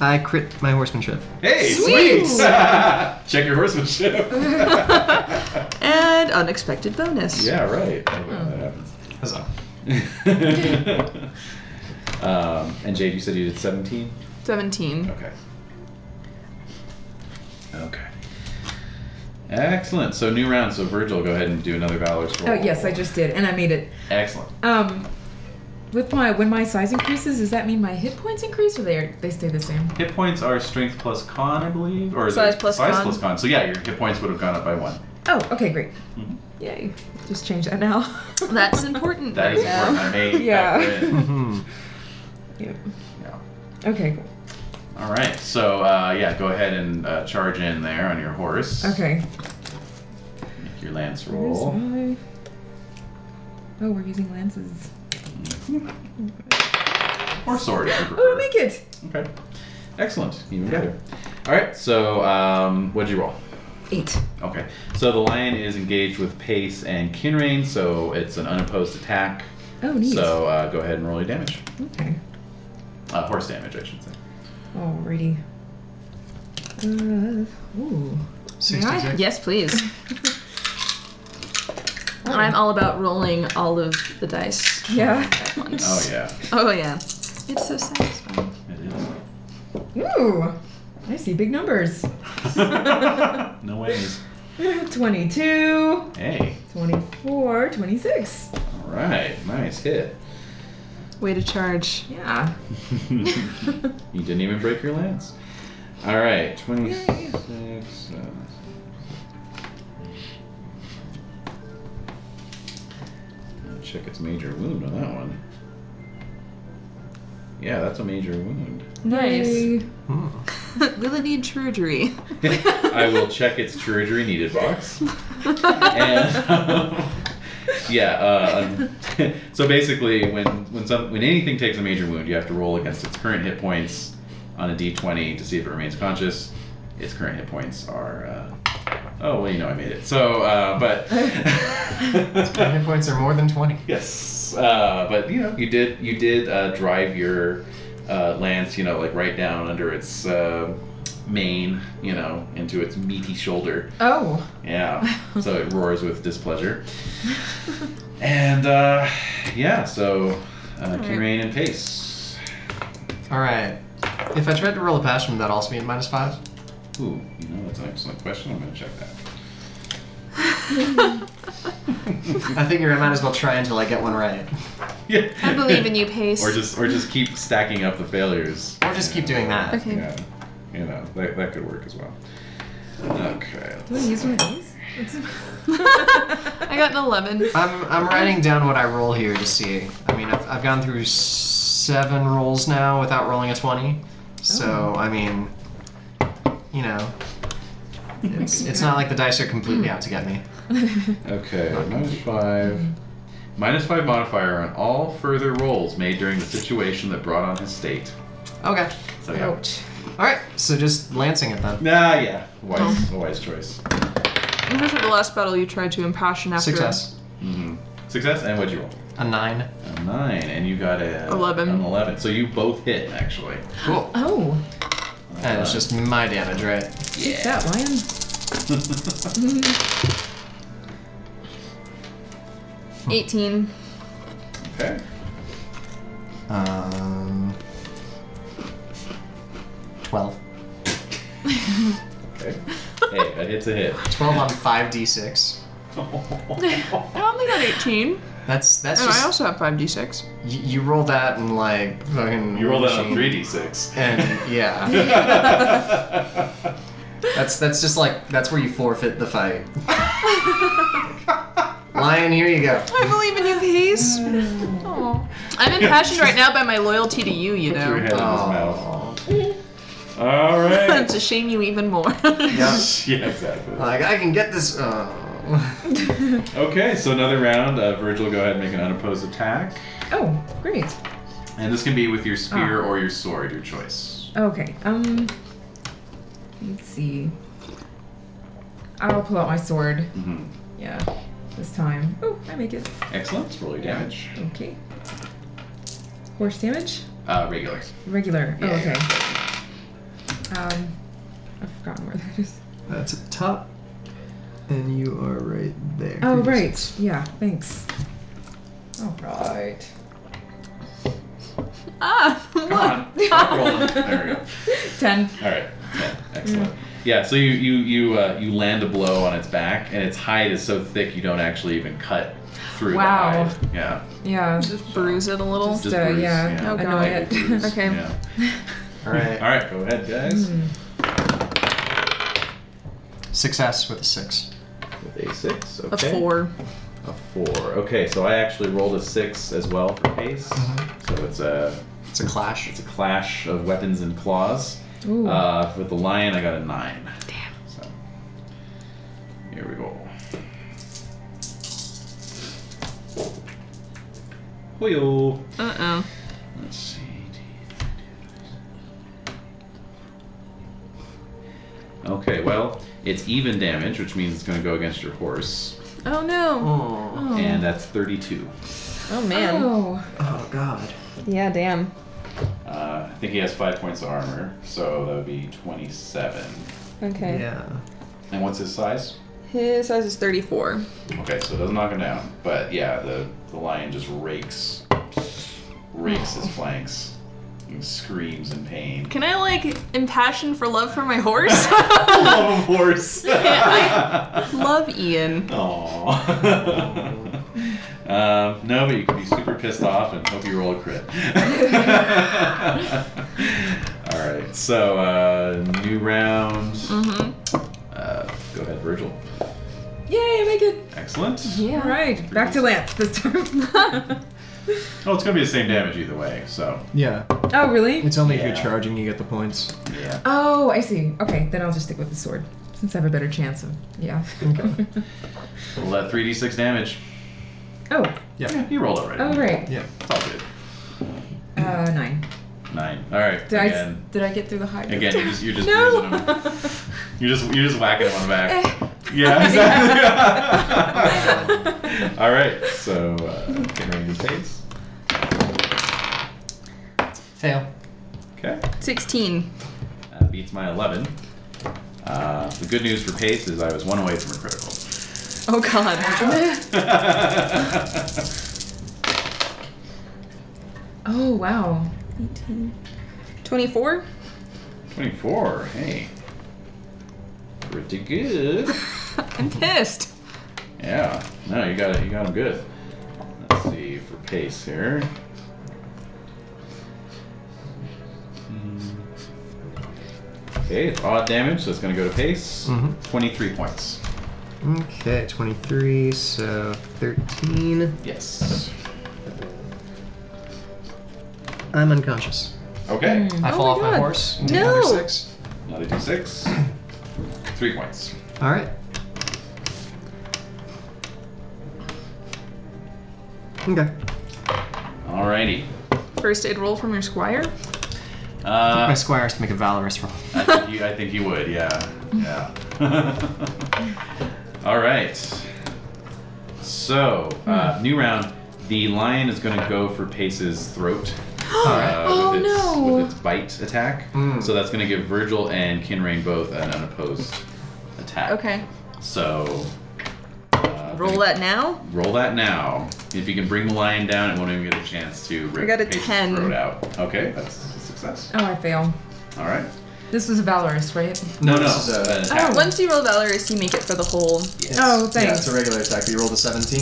[SPEAKER 4] I crit my horsemanship.
[SPEAKER 3] Hey, sweet! Check your horsemanship.
[SPEAKER 2] And unexpected bonus.
[SPEAKER 3] yeah, right. Love when That happens.
[SPEAKER 4] Huzzah.
[SPEAKER 3] um, and Jade, you said you did 17?
[SPEAKER 2] Seventeen.
[SPEAKER 3] Okay. Okay. Excellent. So new round. So Virgil, go ahead and do another Valor's roll.
[SPEAKER 6] Oh yes, I just did, and I made it.
[SPEAKER 3] Excellent.
[SPEAKER 6] Um, with my when my size increases, does that mean my hit points increase, or they are, they stay the same?
[SPEAKER 3] Hit points are strength plus con, I believe, or is
[SPEAKER 2] Size
[SPEAKER 3] it
[SPEAKER 2] plus
[SPEAKER 3] size
[SPEAKER 2] con.
[SPEAKER 3] plus con. So yeah, your hit points would have gone up by one.
[SPEAKER 6] Oh, okay, great.
[SPEAKER 3] Mm-hmm.
[SPEAKER 2] Yay.
[SPEAKER 6] Just change that now.
[SPEAKER 2] That's important.
[SPEAKER 3] That is
[SPEAKER 2] right now.
[SPEAKER 3] important. I made
[SPEAKER 6] Yeah.
[SPEAKER 3] that win.
[SPEAKER 6] Yep.
[SPEAKER 3] Yeah.
[SPEAKER 6] Okay. Cool.
[SPEAKER 3] All right. So uh, yeah, go ahead and uh, charge in there on your horse.
[SPEAKER 6] Okay.
[SPEAKER 3] Make your lance
[SPEAKER 6] Where's
[SPEAKER 3] roll.
[SPEAKER 6] my- Oh, we're using lances.
[SPEAKER 3] Or sword. If you
[SPEAKER 6] Oh,
[SPEAKER 3] prefer.
[SPEAKER 6] I make it.
[SPEAKER 3] Okay. Excellent. Even better. All right. So um, what'd you roll?
[SPEAKER 6] Eight.
[SPEAKER 3] Okay, so the lion is engaged with Pace and Kinrain, so it's an unopposed attack.
[SPEAKER 6] Oh, neat.
[SPEAKER 3] So uh, go ahead and roll your damage.
[SPEAKER 6] Okay.
[SPEAKER 3] Uh, horse damage, I should say.
[SPEAKER 6] Alrighty. Uh, ooh.
[SPEAKER 4] 66.
[SPEAKER 2] Yes, please.
[SPEAKER 3] Oh.
[SPEAKER 2] I'm all about rolling all of the dice
[SPEAKER 6] Yeah.
[SPEAKER 2] at once.
[SPEAKER 3] Oh, yeah.
[SPEAKER 2] Oh yeah. It's so satisfying.
[SPEAKER 3] It is.
[SPEAKER 6] Ooh. I see big numbers.
[SPEAKER 3] no ways.
[SPEAKER 6] 22,
[SPEAKER 3] Hey,
[SPEAKER 6] 24, 26.
[SPEAKER 3] all right. Nice hit.
[SPEAKER 2] Way to charge.
[SPEAKER 6] Yeah.
[SPEAKER 3] you didn't even break your lance. All right, 26. check its major wound on that one. Yeah, that's a major wound.
[SPEAKER 6] Nice.
[SPEAKER 4] Hmm.
[SPEAKER 2] Will it need surgery?
[SPEAKER 3] I will check its surgery needed box. and um, yeah, uh, um, so basically, when when some when anything takes a major wound, you have to roll against its current hit points on a d20 to see if it remains conscious. Its current hit points are. Uh, oh well, you know I made it. So, uh, but
[SPEAKER 4] My hit points are more than 20.
[SPEAKER 3] Yes, uh, but you know, you did you did uh, drive your uh, lance, you know, like right down under its uh, mane, you know, into its meaty shoulder.
[SPEAKER 6] Oh.
[SPEAKER 3] Yeah, so it roars with displeasure. And uh, yeah, so uh, Kinrain and Pace.
[SPEAKER 4] Alright. If I tried to roll a passion, would that also be at minus 5?
[SPEAKER 3] Ooh, you know that's an excellent question. I'm gonna check that.
[SPEAKER 4] I figure I might as well try until I get one right.
[SPEAKER 3] Yeah.
[SPEAKER 2] I believe in you, Pace.
[SPEAKER 3] Or just or just keep stacking up the failures.
[SPEAKER 4] Or just keep
[SPEAKER 3] Yeah.
[SPEAKER 4] doing that.
[SPEAKER 2] Okay.
[SPEAKER 3] Yeah, you know that, that could work as well. Okay.
[SPEAKER 6] Do we use one of these?
[SPEAKER 2] I got an 11.
[SPEAKER 4] I'm, I'm writing down what I roll here to see. I mean, I've, I've gone through seven rolls now without rolling a
[SPEAKER 2] Oh.
[SPEAKER 4] 20. So, I mean, you know, it's, it's not like the dice are completely out to get me.
[SPEAKER 3] Okay, minus five. Minus five modifier on all further rolls made during the situation that brought on his state.
[SPEAKER 4] Okay.
[SPEAKER 3] So yeah.
[SPEAKER 4] Alright, so just lancing it then.
[SPEAKER 3] Nah, yeah. Wise, a wise choice.
[SPEAKER 2] I'm pretty sure the last battle you tried to impassion after.
[SPEAKER 4] Success.
[SPEAKER 3] hmm Success, and what'd you roll?
[SPEAKER 4] A 9.
[SPEAKER 3] A nine, and you got a
[SPEAKER 2] Eleven.
[SPEAKER 3] An eleven. So you both hit actually.
[SPEAKER 4] Cool.
[SPEAKER 6] Oh.
[SPEAKER 4] And it's just my damage, right?
[SPEAKER 6] Take that, lion.
[SPEAKER 3] just.
[SPEAKER 2] 18.
[SPEAKER 3] okay.
[SPEAKER 4] Um, 12.
[SPEAKER 3] Okay. Hey, a hit's a hit.
[SPEAKER 4] 12 on 5d6.
[SPEAKER 2] I only got 18.
[SPEAKER 4] That's that's
[SPEAKER 2] And Oh, I
[SPEAKER 4] just
[SPEAKER 2] also have 5d6.
[SPEAKER 4] y- you roll that and like fucking
[SPEAKER 3] you rolled
[SPEAKER 4] that
[SPEAKER 3] out on three d six.
[SPEAKER 4] and yeah
[SPEAKER 3] okay.
[SPEAKER 4] that's that's just like that's where you forfeit the fight lion here you go
[SPEAKER 2] I believe in you, Pace. Aw. I'm impassioned right now by my loyalty to you, you
[SPEAKER 3] Threw your
[SPEAKER 2] know.
[SPEAKER 3] head in his mouth.
[SPEAKER 4] Aw.
[SPEAKER 3] All right.
[SPEAKER 2] to shame you even more.
[SPEAKER 4] Yeah.
[SPEAKER 3] yeah, exactly.
[SPEAKER 4] like i can get this oh.
[SPEAKER 3] Okay, so another round. Uh, Virgil, go ahead and make an unopposed attack.
[SPEAKER 6] Oh, great.
[SPEAKER 3] And this can be with your spear or your sword, your choice.
[SPEAKER 6] Okay. Um. Let's see. I will pull out my sword.
[SPEAKER 3] hmm
[SPEAKER 6] Yeah. This time. Oh, I make it.
[SPEAKER 3] Excellent. Roll your damage.
[SPEAKER 6] Okay. Horse damage.
[SPEAKER 3] Uh, regular.
[SPEAKER 6] Regular.
[SPEAKER 3] Yeah,
[SPEAKER 6] oh, okay. Um, I've forgotten where that is.
[SPEAKER 4] that's at the top and you are right there
[SPEAKER 6] Oh, right. Yeah. Thanks. All right.
[SPEAKER 2] ah,
[SPEAKER 3] Come on. Stop rolling. There we go.
[SPEAKER 6] Ten.
[SPEAKER 3] All right. Yeah,
[SPEAKER 2] Hmm.
[SPEAKER 3] excellent. Yeah. So you you you uh, you land a blow on its back, and its hide is so thick you don't actually even cut through
[SPEAKER 6] Wow.
[SPEAKER 3] the hide. Yeah.
[SPEAKER 6] Yeah.
[SPEAKER 2] Just bruise it a little.
[SPEAKER 6] Just, uh, yeah,
[SPEAKER 2] Oh,
[SPEAKER 6] annoy
[SPEAKER 2] God.
[SPEAKER 6] it.
[SPEAKER 3] bruise,
[SPEAKER 2] Okay. Hmm.
[SPEAKER 3] yeah.
[SPEAKER 4] all right
[SPEAKER 3] All right. Go ahead, guys.
[SPEAKER 6] Hmm.
[SPEAKER 4] success with a six
[SPEAKER 3] With a six.
[SPEAKER 2] A
[SPEAKER 3] Okay.
[SPEAKER 2] four.
[SPEAKER 3] A four. Okay. So I actually rolled a six as well for pace.
[SPEAKER 2] Uh-huh.
[SPEAKER 3] So it's a
[SPEAKER 4] it's a clash
[SPEAKER 3] It's a clash of weapons and claws.
[SPEAKER 6] Ooh.
[SPEAKER 3] Uh, with the lion, I got a nine.
[SPEAKER 2] Damn.
[SPEAKER 3] So here we go. Hoyo.
[SPEAKER 2] Uh oh.
[SPEAKER 3] Let's see. Okay, well, it's even damage, which means it's going to go against your horse,
[SPEAKER 2] Oh no.
[SPEAKER 4] oh,
[SPEAKER 3] and that's 32.
[SPEAKER 6] Oh man. Oh.
[SPEAKER 4] oh god
[SPEAKER 6] Yeah. Damn.
[SPEAKER 3] Uh, I think he has five points of armor, so that would be 27.
[SPEAKER 2] Okay.
[SPEAKER 4] yeah
[SPEAKER 3] And what's his size?
[SPEAKER 2] His size is 34.
[SPEAKER 3] Okay, so it doesn't knock him down, but yeah, the, the lion just rakes, rakes his flanks, and screams in pain.
[SPEAKER 2] Can I like impassion for love for my horse?
[SPEAKER 3] Love of horse.
[SPEAKER 2] love Ian.
[SPEAKER 3] Aww. um, no, but you can be super pissed off and hope you roll a crit. All right, so uh, new round.
[SPEAKER 2] Mm-hmm.
[SPEAKER 3] Uh, go ahead, Virgil.
[SPEAKER 6] Yay, make it.
[SPEAKER 3] Excellent.
[SPEAKER 6] Yeah.
[SPEAKER 2] All right, back to Lance this time.
[SPEAKER 3] Well, Oh, it's going to be the same damage either way, so.
[SPEAKER 4] Yeah.
[SPEAKER 2] oh, really?
[SPEAKER 4] It's only if
[SPEAKER 3] Yeah.
[SPEAKER 4] you're charging you get the points.
[SPEAKER 3] Yeah.
[SPEAKER 6] Oh, I see. Okay, then I'll just stick with the sword since I have a better chance of. Yeah.
[SPEAKER 4] Okay.
[SPEAKER 3] Well, uh, 3d6 damage.
[SPEAKER 6] oh,
[SPEAKER 3] Yeah, you rolled already.
[SPEAKER 6] oh, right.
[SPEAKER 4] Yeah.
[SPEAKER 3] It's all good.
[SPEAKER 6] Uh, nine.
[SPEAKER 3] Nine. All right.
[SPEAKER 2] Did I,
[SPEAKER 3] again,
[SPEAKER 2] did I get through the high?
[SPEAKER 3] again, you're just you're just bruising him.
[SPEAKER 2] no.
[SPEAKER 3] You're just you're just whacking him on the
[SPEAKER 6] Eh.
[SPEAKER 3] back. yeah, exactly. all right. So, uh, getting ready to pace.
[SPEAKER 4] Fail.
[SPEAKER 3] Okay.
[SPEAKER 2] Sixteen.
[SPEAKER 3] Uh, beats my 11. Uh, the good news for pace is I was one away from a critical.
[SPEAKER 2] Oh God.
[SPEAKER 6] Oh, wow.
[SPEAKER 2] 18. 24?
[SPEAKER 3] 24. Hey. Pretty good.
[SPEAKER 2] I'm pissed.
[SPEAKER 3] Yeah. No, you got it. You got him good. Let's see for pace here. Hmm. Okay, it's odd damage, so it's gonna go to pace.
[SPEAKER 4] Mhm.
[SPEAKER 3] Twenty-three points.
[SPEAKER 4] Okay, 23, so 13.
[SPEAKER 3] Yes.
[SPEAKER 4] I'm unconscious.
[SPEAKER 3] Okay.
[SPEAKER 4] I
[SPEAKER 2] Oh
[SPEAKER 4] fall
[SPEAKER 2] my
[SPEAKER 4] off my
[SPEAKER 2] God.
[SPEAKER 4] horse and take another
[SPEAKER 2] No.
[SPEAKER 4] six.
[SPEAKER 3] Another d6. Three points.
[SPEAKER 4] All right. Okay.
[SPEAKER 3] Alrighty.
[SPEAKER 2] First aid roll from your squire?
[SPEAKER 3] Uh,
[SPEAKER 4] my squire has to make a valorous roll.
[SPEAKER 3] I think you, I think you would, yeah. Yeah. All right. So, uh,
[SPEAKER 2] Hmm.
[SPEAKER 3] new round. The lion is going to go for Pace's throat
[SPEAKER 4] All right.
[SPEAKER 3] uh,
[SPEAKER 2] Oh,
[SPEAKER 3] with, its,
[SPEAKER 2] no.
[SPEAKER 3] with its bite attack.
[SPEAKER 4] Mm.
[SPEAKER 3] So, that's going to give Virgil and Kinrain both an unopposed attack.
[SPEAKER 2] Okay.
[SPEAKER 3] So, uh,
[SPEAKER 2] Roll that now?
[SPEAKER 3] Roll that now. If you can bring the lion down, it won't even get a chance to rip
[SPEAKER 2] got a
[SPEAKER 3] Pace's
[SPEAKER 2] 10.
[SPEAKER 3] throat out. Okay, that's a success.
[SPEAKER 6] Oh, I fail.
[SPEAKER 3] All right.
[SPEAKER 6] This was valorous, right?
[SPEAKER 3] No, no.
[SPEAKER 4] this is a-
[SPEAKER 2] Oh,
[SPEAKER 3] an attack.
[SPEAKER 2] Once you roll Valorous, you make it for the whole.
[SPEAKER 3] Yes.
[SPEAKER 6] Oh,
[SPEAKER 4] Yeah,
[SPEAKER 6] thanks.
[SPEAKER 4] it's a regular attack, but you rolled a 17.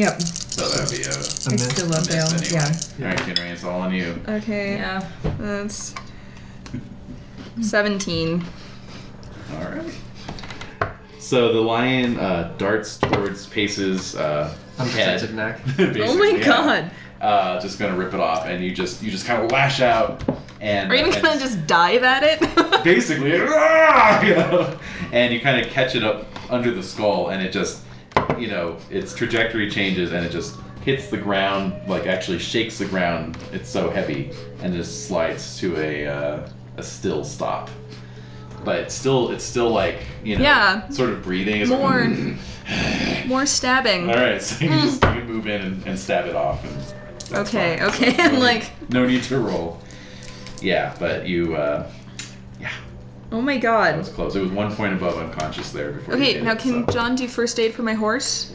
[SPEAKER 6] Yep.
[SPEAKER 3] So that would be uh, a
[SPEAKER 4] A
[SPEAKER 6] It's
[SPEAKER 4] miss.
[SPEAKER 6] still a
[SPEAKER 3] miss
[SPEAKER 6] fail.
[SPEAKER 3] anyway.
[SPEAKER 6] Yeah.
[SPEAKER 3] All right, Kinrain, it's all on you.
[SPEAKER 2] Okay.
[SPEAKER 6] Yeah.
[SPEAKER 2] That's 17.
[SPEAKER 3] All right. So the lion uh, darts towards Pace's uh, head.
[SPEAKER 4] Unprotected neck.
[SPEAKER 3] basically,
[SPEAKER 2] Oh my
[SPEAKER 3] yeah.
[SPEAKER 2] god.
[SPEAKER 3] Uh, just gonna rip it off, and you just you just kind of lash out, and
[SPEAKER 2] Are you even
[SPEAKER 3] and
[SPEAKER 2] gonna just dive at it?
[SPEAKER 3] basically, "Ah!" you know, and you kind of catch it up under the skull, and it just you know its trajectory changes, and it just hits the ground, like actually shakes the ground. It's so heavy, and just slides to a uh, a still stop. But it's still it's still like you know
[SPEAKER 2] Yeah.
[SPEAKER 3] sort of breathing. It's
[SPEAKER 2] More.
[SPEAKER 3] Like,
[SPEAKER 2] More stabbing.
[SPEAKER 3] all right, so you just you can move in and, and stab it off. And that's
[SPEAKER 2] okay,
[SPEAKER 3] fine.
[SPEAKER 2] okay.
[SPEAKER 3] No
[SPEAKER 2] I'm
[SPEAKER 3] need-
[SPEAKER 2] like,
[SPEAKER 3] no need to roll. Yeah, but you. Uh,
[SPEAKER 2] oh my
[SPEAKER 3] That
[SPEAKER 2] god.
[SPEAKER 3] was close. It was one point above unconscious there before. you
[SPEAKER 2] Okay,
[SPEAKER 3] did
[SPEAKER 2] now
[SPEAKER 3] it,
[SPEAKER 2] can
[SPEAKER 3] so.
[SPEAKER 2] John do first aid for my horse?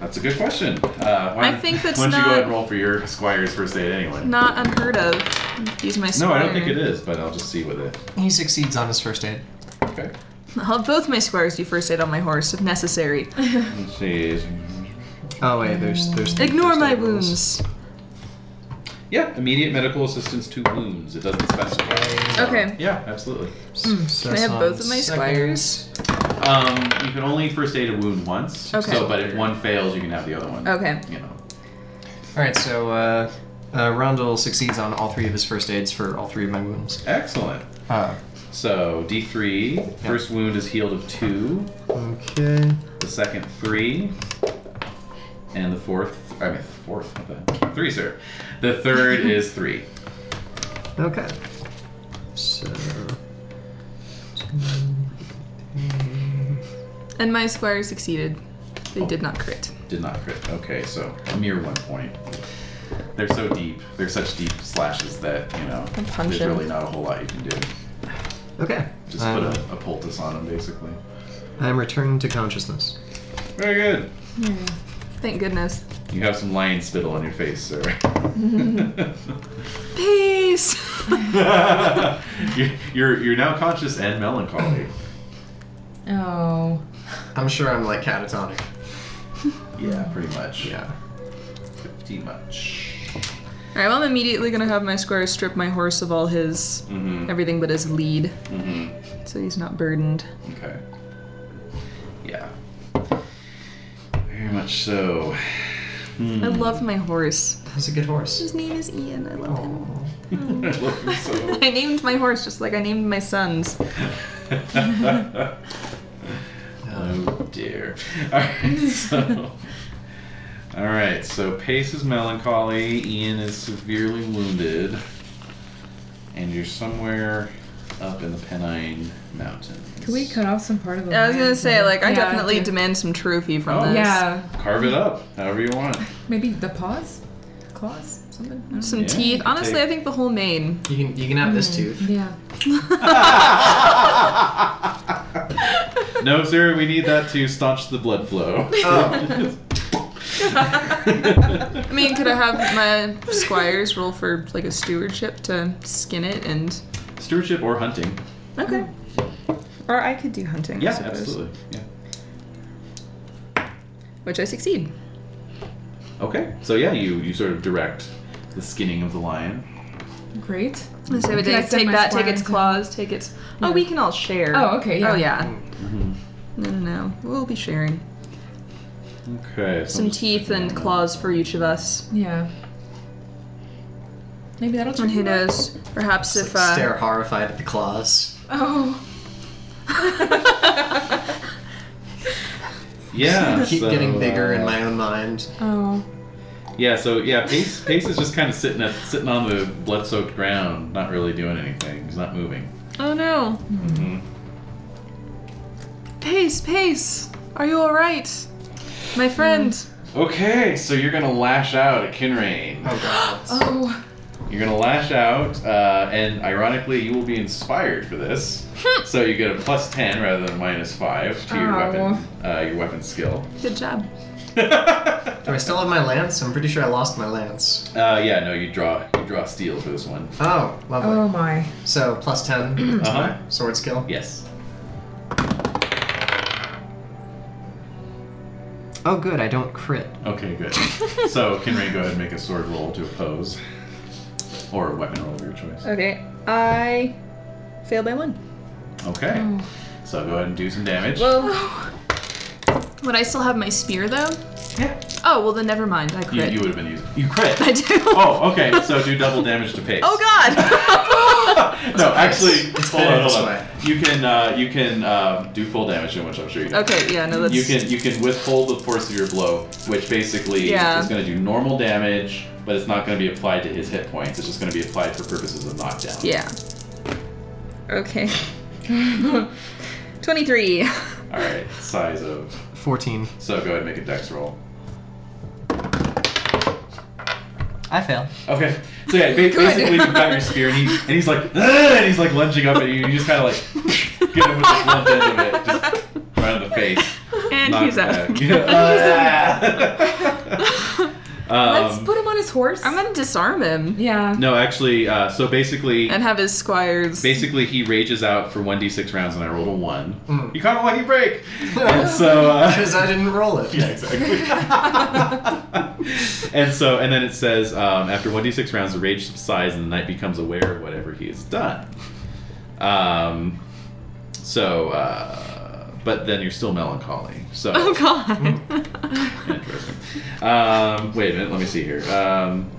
[SPEAKER 3] That's a good question. Uh, why
[SPEAKER 2] I
[SPEAKER 3] don't-
[SPEAKER 2] think that's
[SPEAKER 3] Why don't you go ahead
[SPEAKER 2] not-
[SPEAKER 3] and roll for your squire's first aid anyway?
[SPEAKER 2] Not unheard of. Use my
[SPEAKER 3] No,
[SPEAKER 2] squire.
[SPEAKER 3] I don't think it is, but I'll just see with it.
[SPEAKER 4] He succeeds on his first aid.
[SPEAKER 3] Okay.
[SPEAKER 2] I'll have both my squires do first aid on my horse if necessary.
[SPEAKER 3] Let's see.
[SPEAKER 4] Oh wait, there's there's. three
[SPEAKER 2] Ignore
[SPEAKER 4] first
[SPEAKER 2] my
[SPEAKER 4] aid rolls.
[SPEAKER 2] wounds.
[SPEAKER 3] Yeah, immediate medical assistance to wounds. It doesn't specify. so-
[SPEAKER 2] Okay.
[SPEAKER 3] Yeah, absolutely.
[SPEAKER 2] Mm, Can I
[SPEAKER 4] Success
[SPEAKER 2] have
[SPEAKER 4] on
[SPEAKER 2] both of my
[SPEAKER 4] second.
[SPEAKER 2] squires?
[SPEAKER 3] Um, you can only first aid a wound once.
[SPEAKER 2] Okay.
[SPEAKER 3] So, but if one fails, you can have the other one.
[SPEAKER 2] Okay.
[SPEAKER 3] You know.
[SPEAKER 4] All right, so uh, uh, Rondel succeeds on all three of his first aids for all three of my wounds.
[SPEAKER 3] Excellent.
[SPEAKER 4] Uh,
[SPEAKER 3] So D3. First wound is healed of two.
[SPEAKER 4] okay.
[SPEAKER 3] The second three, and the fourth. I mean, fourth. What the heck? Three, sir. The third is three.
[SPEAKER 4] Okay. So.
[SPEAKER 2] And my squire succeeded. They did not crit.
[SPEAKER 3] Did not crit. Okay, so a mere one point. They're so deep. They're such deep slashes that you know
[SPEAKER 2] And punch
[SPEAKER 3] there's
[SPEAKER 2] him.
[SPEAKER 3] really not a whole lot you can do.
[SPEAKER 4] Okay.
[SPEAKER 3] Just put
[SPEAKER 4] I'm,
[SPEAKER 3] a, a poultice on them, basically.
[SPEAKER 4] I'm returning to consciousness.
[SPEAKER 3] Very good.
[SPEAKER 2] Thank goodness.
[SPEAKER 3] You have some lion spittle on your face, sir.
[SPEAKER 2] Peace!
[SPEAKER 3] you're, you're you're now conscious and melancholy.
[SPEAKER 6] Oh.
[SPEAKER 4] I'm sure I'm like catatonic.
[SPEAKER 3] Yeah, pretty much.
[SPEAKER 4] Yeah.
[SPEAKER 3] pretty much.
[SPEAKER 2] Alright, well, I'm immediately gonna have my squire strip my horse of all his
[SPEAKER 3] Mm-hmm.
[SPEAKER 2] everything but his lead,
[SPEAKER 3] Mm-hmm.
[SPEAKER 2] so he's not burdened.
[SPEAKER 3] Okay. Yeah. Very much so. Hmm.
[SPEAKER 2] I
[SPEAKER 6] Oh.
[SPEAKER 2] love my horse.
[SPEAKER 4] That's a good horse.
[SPEAKER 2] His name is Ian. I love him.
[SPEAKER 4] Oh.
[SPEAKER 3] I love him Oh, so.
[SPEAKER 2] I named my horse just like I named my sons.
[SPEAKER 3] oh dear. All right, so, all right. So Pace is melancholy. Ian is severely wounded, and you're somewhere up in the Pennine Mountains.
[SPEAKER 6] Can we cut off some part of the?
[SPEAKER 2] I was
[SPEAKER 6] line
[SPEAKER 2] gonna say,
[SPEAKER 6] so-
[SPEAKER 2] like, I
[SPEAKER 6] Yeah,
[SPEAKER 2] definitely
[SPEAKER 6] do.
[SPEAKER 2] demand some trophy from
[SPEAKER 3] Oh.
[SPEAKER 2] this.
[SPEAKER 6] Yeah,
[SPEAKER 3] Carve it up however you want.
[SPEAKER 6] maybe the paws, claws, something. I don't
[SPEAKER 2] Some
[SPEAKER 3] Yeah, you
[SPEAKER 2] teeth.
[SPEAKER 3] could
[SPEAKER 2] Honestly,
[SPEAKER 3] take-
[SPEAKER 2] I think the whole mane.
[SPEAKER 4] You can you can have this tooth.
[SPEAKER 6] know. Yeah.
[SPEAKER 3] No, sir, we need that to staunch the blood flow.
[SPEAKER 2] Oh. I mean, could I have my squires roll for like a stewardship to skin it and? Hmm.
[SPEAKER 3] Stewardship or hunting.
[SPEAKER 2] Okay. Or I could do hunting. I
[SPEAKER 3] Yeah,
[SPEAKER 2] suppose,
[SPEAKER 3] absolutely. Yeah.
[SPEAKER 2] Which I succeed.
[SPEAKER 3] Okay. So yeah, you you sort of direct the skinning of the lion.
[SPEAKER 6] Great.
[SPEAKER 2] So I would
[SPEAKER 6] Can I
[SPEAKER 2] take,
[SPEAKER 6] send
[SPEAKER 2] take
[SPEAKER 6] my
[SPEAKER 2] that, take
[SPEAKER 6] squires
[SPEAKER 2] its
[SPEAKER 6] in?
[SPEAKER 2] claws, take its. Oh,
[SPEAKER 6] Yeah.
[SPEAKER 2] we can all share.
[SPEAKER 6] Oh, okay. Yeah.
[SPEAKER 2] Oh yeah.
[SPEAKER 3] Mm-hmm.
[SPEAKER 2] No, no, no. We'll be sharing
[SPEAKER 3] Okay. so
[SPEAKER 2] some
[SPEAKER 3] just-
[SPEAKER 2] teeth and claws for each of us.
[SPEAKER 6] Yeah. Maybe that'll turn
[SPEAKER 2] And who
[SPEAKER 6] you out.
[SPEAKER 2] knows? Perhaps
[SPEAKER 4] Just,
[SPEAKER 2] if
[SPEAKER 4] like,
[SPEAKER 2] uh,
[SPEAKER 4] stare horrified at the claws.
[SPEAKER 6] Oh.
[SPEAKER 3] Yeah.
[SPEAKER 4] Keep
[SPEAKER 3] so,
[SPEAKER 4] getting bigger
[SPEAKER 3] uh,
[SPEAKER 4] in my own mind.
[SPEAKER 6] Oh.
[SPEAKER 3] Yeah. So yeah, Pace Pace is just kind of sitting at sitting on the blood soaked ground, not really doing anything. He's not moving.
[SPEAKER 2] Oh no.
[SPEAKER 3] Mhm.
[SPEAKER 2] Pace, Pace, are you all right? My friend.
[SPEAKER 3] Mm-hmm. Okay. So you're gonna lash out at Kinrain.
[SPEAKER 4] Oh god.
[SPEAKER 6] Oh.
[SPEAKER 3] You're gonna lash out, uh, and ironically, you will be inspired for this.
[SPEAKER 2] Hmm.
[SPEAKER 3] so you get a plus ten rather than a minus five to your
[SPEAKER 6] Aw.
[SPEAKER 2] Oh.
[SPEAKER 3] weapon, uh, your weapon skill.
[SPEAKER 2] Good job.
[SPEAKER 4] Do I still have my lance? I'm pretty sure I lost my lance.
[SPEAKER 3] Uh, yeah, no, you draw you draw steel for this one.
[SPEAKER 4] Oh, lovely.
[SPEAKER 6] Oh my.
[SPEAKER 4] So plus ten to
[SPEAKER 3] Uh-huh.
[SPEAKER 4] my sword skill.
[SPEAKER 3] Yes.
[SPEAKER 4] Oh good, I don't crit.
[SPEAKER 3] Okay, good. so Kinray, go ahead and make a sword roll to oppose, or a weapon roll of your choice.
[SPEAKER 2] Okay, I failed by one.
[SPEAKER 3] Okay. So go ahead and do some damage.
[SPEAKER 2] Hmm. Well, would I still have my spear though?
[SPEAKER 3] yeah.
[SPEAKER 2] Oh well, then never mind. I
[SPEAKER 3] You,
[SPEAKER 2] crit.
[SPEAKER 3] you would have been using. You crit.
[SPEAKER 2] I do.
[SPEAKER 3] Oh, okay. So do double damage to pace.
[SPEAKER 2] Oh God.
[SPEAKER 3] no, actually,
[SPEAKER 4] It's
[SPEAKER 3] hold
[SPEAKER 4] better
[SPEAKER 3] on, hold
[SPEAKER 4] this
[SPEAKER 3] on.
[SPEAKER 4] way.
[SPEAKER 3] You can uh, you can uh, do full damage, to him, which I'm sure you can.
[SPEAKER 2] okay. Yeah. No. That's.
[SPEAKER 3] You can you can withhold the force of your blow, which basically
[SPEAKER 2] Yeah.
[SPEAKER 3] is going to do normal damage, but it's not going to be applied to his hit points. It's just going to be applied for purposes of knockdown.
[SPEAKER 2] Yeah. Okay. Twenty-three.
[SPEAKER 3] All right. Size of.
[SPEAKER 4] Fourteen.
[SPEAKER 3] So go ahead and make a dex roll.
[SPEAKER 4] I fail.
[SPEAKER 3] Okay. So yeah, ba- basically you've got your spear, and, he, and he's like, "Ugh," and he's like lunging up at you. You just kind of like get him with the blunt end of it, just right in the face.
[SPEAKER 2] And
[SPEAKER 3] knock
[SPEAKER 2] he's
[SPEAKER 3] him
[SPEAKER 2] out.
[SPEAKER 3] back. Yeah.
[SPEAKER 6] Let's
[SPEAKER 3] um,
[SPEAKER 6] put him on his horse.
[SPEAKER 2] I'm gonna disarm him
[SPEAKER 6] Yeah.
[SPEAKER 3] no, actually, uh, so basically,
[SPEAKER 2] and have his squires.
[SPEAKER 3] basically he rages out for 1d6 rounds, and I rolled a one.
[SPEAKER 4] Mm.
[SPEAKER 3] You caught a lucky break. and so. Uh,
[SPEAKER 4] Because I didn't roll it.
[SPEAKER 3] Yeah, exactly. and so, and then it says um, after 1d6 rounds, the rage subsides and the knight becomes aware of whatever he has done. Um, so, uh, but then you're still melancholy. So,
[SPEAKER 2] Oh God.
[SPEAKER 3] interesting. Um, wait a minute, let me see here. Um,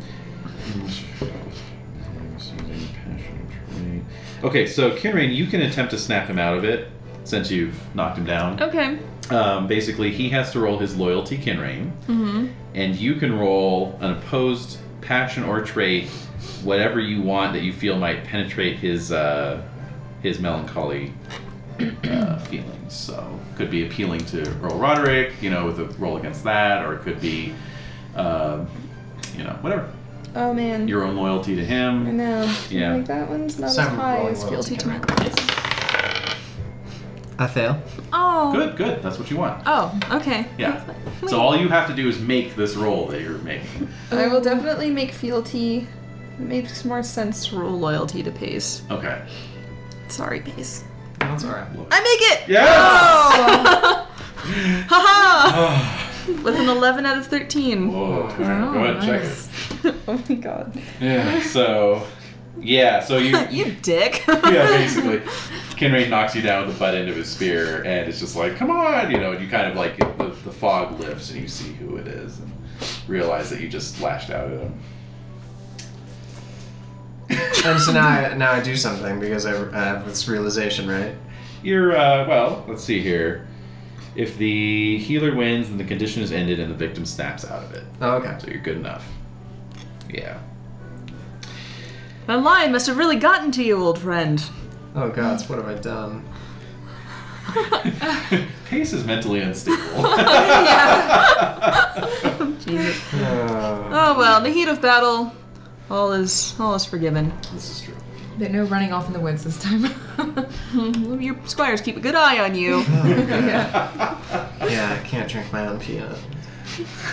[SPEAKER 3] okay, so Kinrain, you can attempt to snap him out of it since you've knocked him down.
[SPEAKER 2] okay.
[SPEAKER 3] Um, basically, he has to roll his loyalty kinrain,
[SPEAKER 2] Mm-hmm.
[SPEAKER 3] and you can roll an opposed passion or trait, whatever you want that you feel might penetrate his uh, his melancholy uh, feelings. So, could be appealing to Earl Roderick, you know, with a roll against that, or it could be, um you know, whatever
[SPEAKER 2] Oh man.
[SPEAKER 3] your own loyalty to him.
[SPEAKER 2] no.
[SPEAKER 3] Yeah. like,
[SPEAKER 2] that one's not
[SPEAKER 4] So as I'm high rolling as well guilty
[SPEAKER 2] guilty
[SPEAKER 4] to
[SPEAKER 2] to
[SPEAKER 4] together. I fail.
[SPEAKER 2] Oh.
[SPEAKER 3] Good, good. That's what you want.
[SPEAKER 2] Oh. Okay.
[SPEAKER 3] Yeah. So all you have to do is make this roll that you're making.
[SPEAKER 2] I will definitely make fealty. It makes more sense to roll loyalty to Pace.
[SPEAKER 3] Okay.
[SPEAKER 2] Sorry, Pace.
[SPEAKER 4] That's alright.
[SPEAKER 2] I make it!
[SPEAKER 3] Yeah.
[SPEAKER 2] Oh! Haha! With an 11 out of 13.
[SPEAKER 3] Whoa. All right, go ahead and check it.
[SPEAKER 2] oh my god.
[SPEAKER 3] Yeah. So, yeah. So you.
[SPEAKER 2] you dick.
[SPEAKER 3] yeah, basically. Kinraid knocks you down with the butt end of his spear, and it's just like, come on, you know. And you kind of like the, the fog lifts, and you see who it is, and realize that you just lashed out at him.
[SPEAKER 4] And so now I, now I do something because I, I have this realization, right?
[SPEAKER 3] You're uh, well. Let's see here. If the healer wins, then the condition is ended, and the victim snaps out of it.
[SPEAKER 4] Oh, okay.
[SPEAKER 3] So you're good enough. Yeah.
[SPEAKER 2] That lion must have really gotten to you, old friend.
[SPEAKER 4] Oh, gods, what have I done?
[SPEAKER 3] Pace is mentally unstable.
[SPEAKER 2] Jesus.
[SPEAKER 4] Uh,
[SPEAKER 2] Oh well, in the heat of battle, all is all is forgiven.
[SPEAKER 3] this is true.
[SPEAKER 6] But no running off in the woods this time.
[SPEAKER 2] Your squires keep a good eye on you.
[SPEAKER 6] yeah.
[SPEAKER 4] yeah, I can't drink my own pee.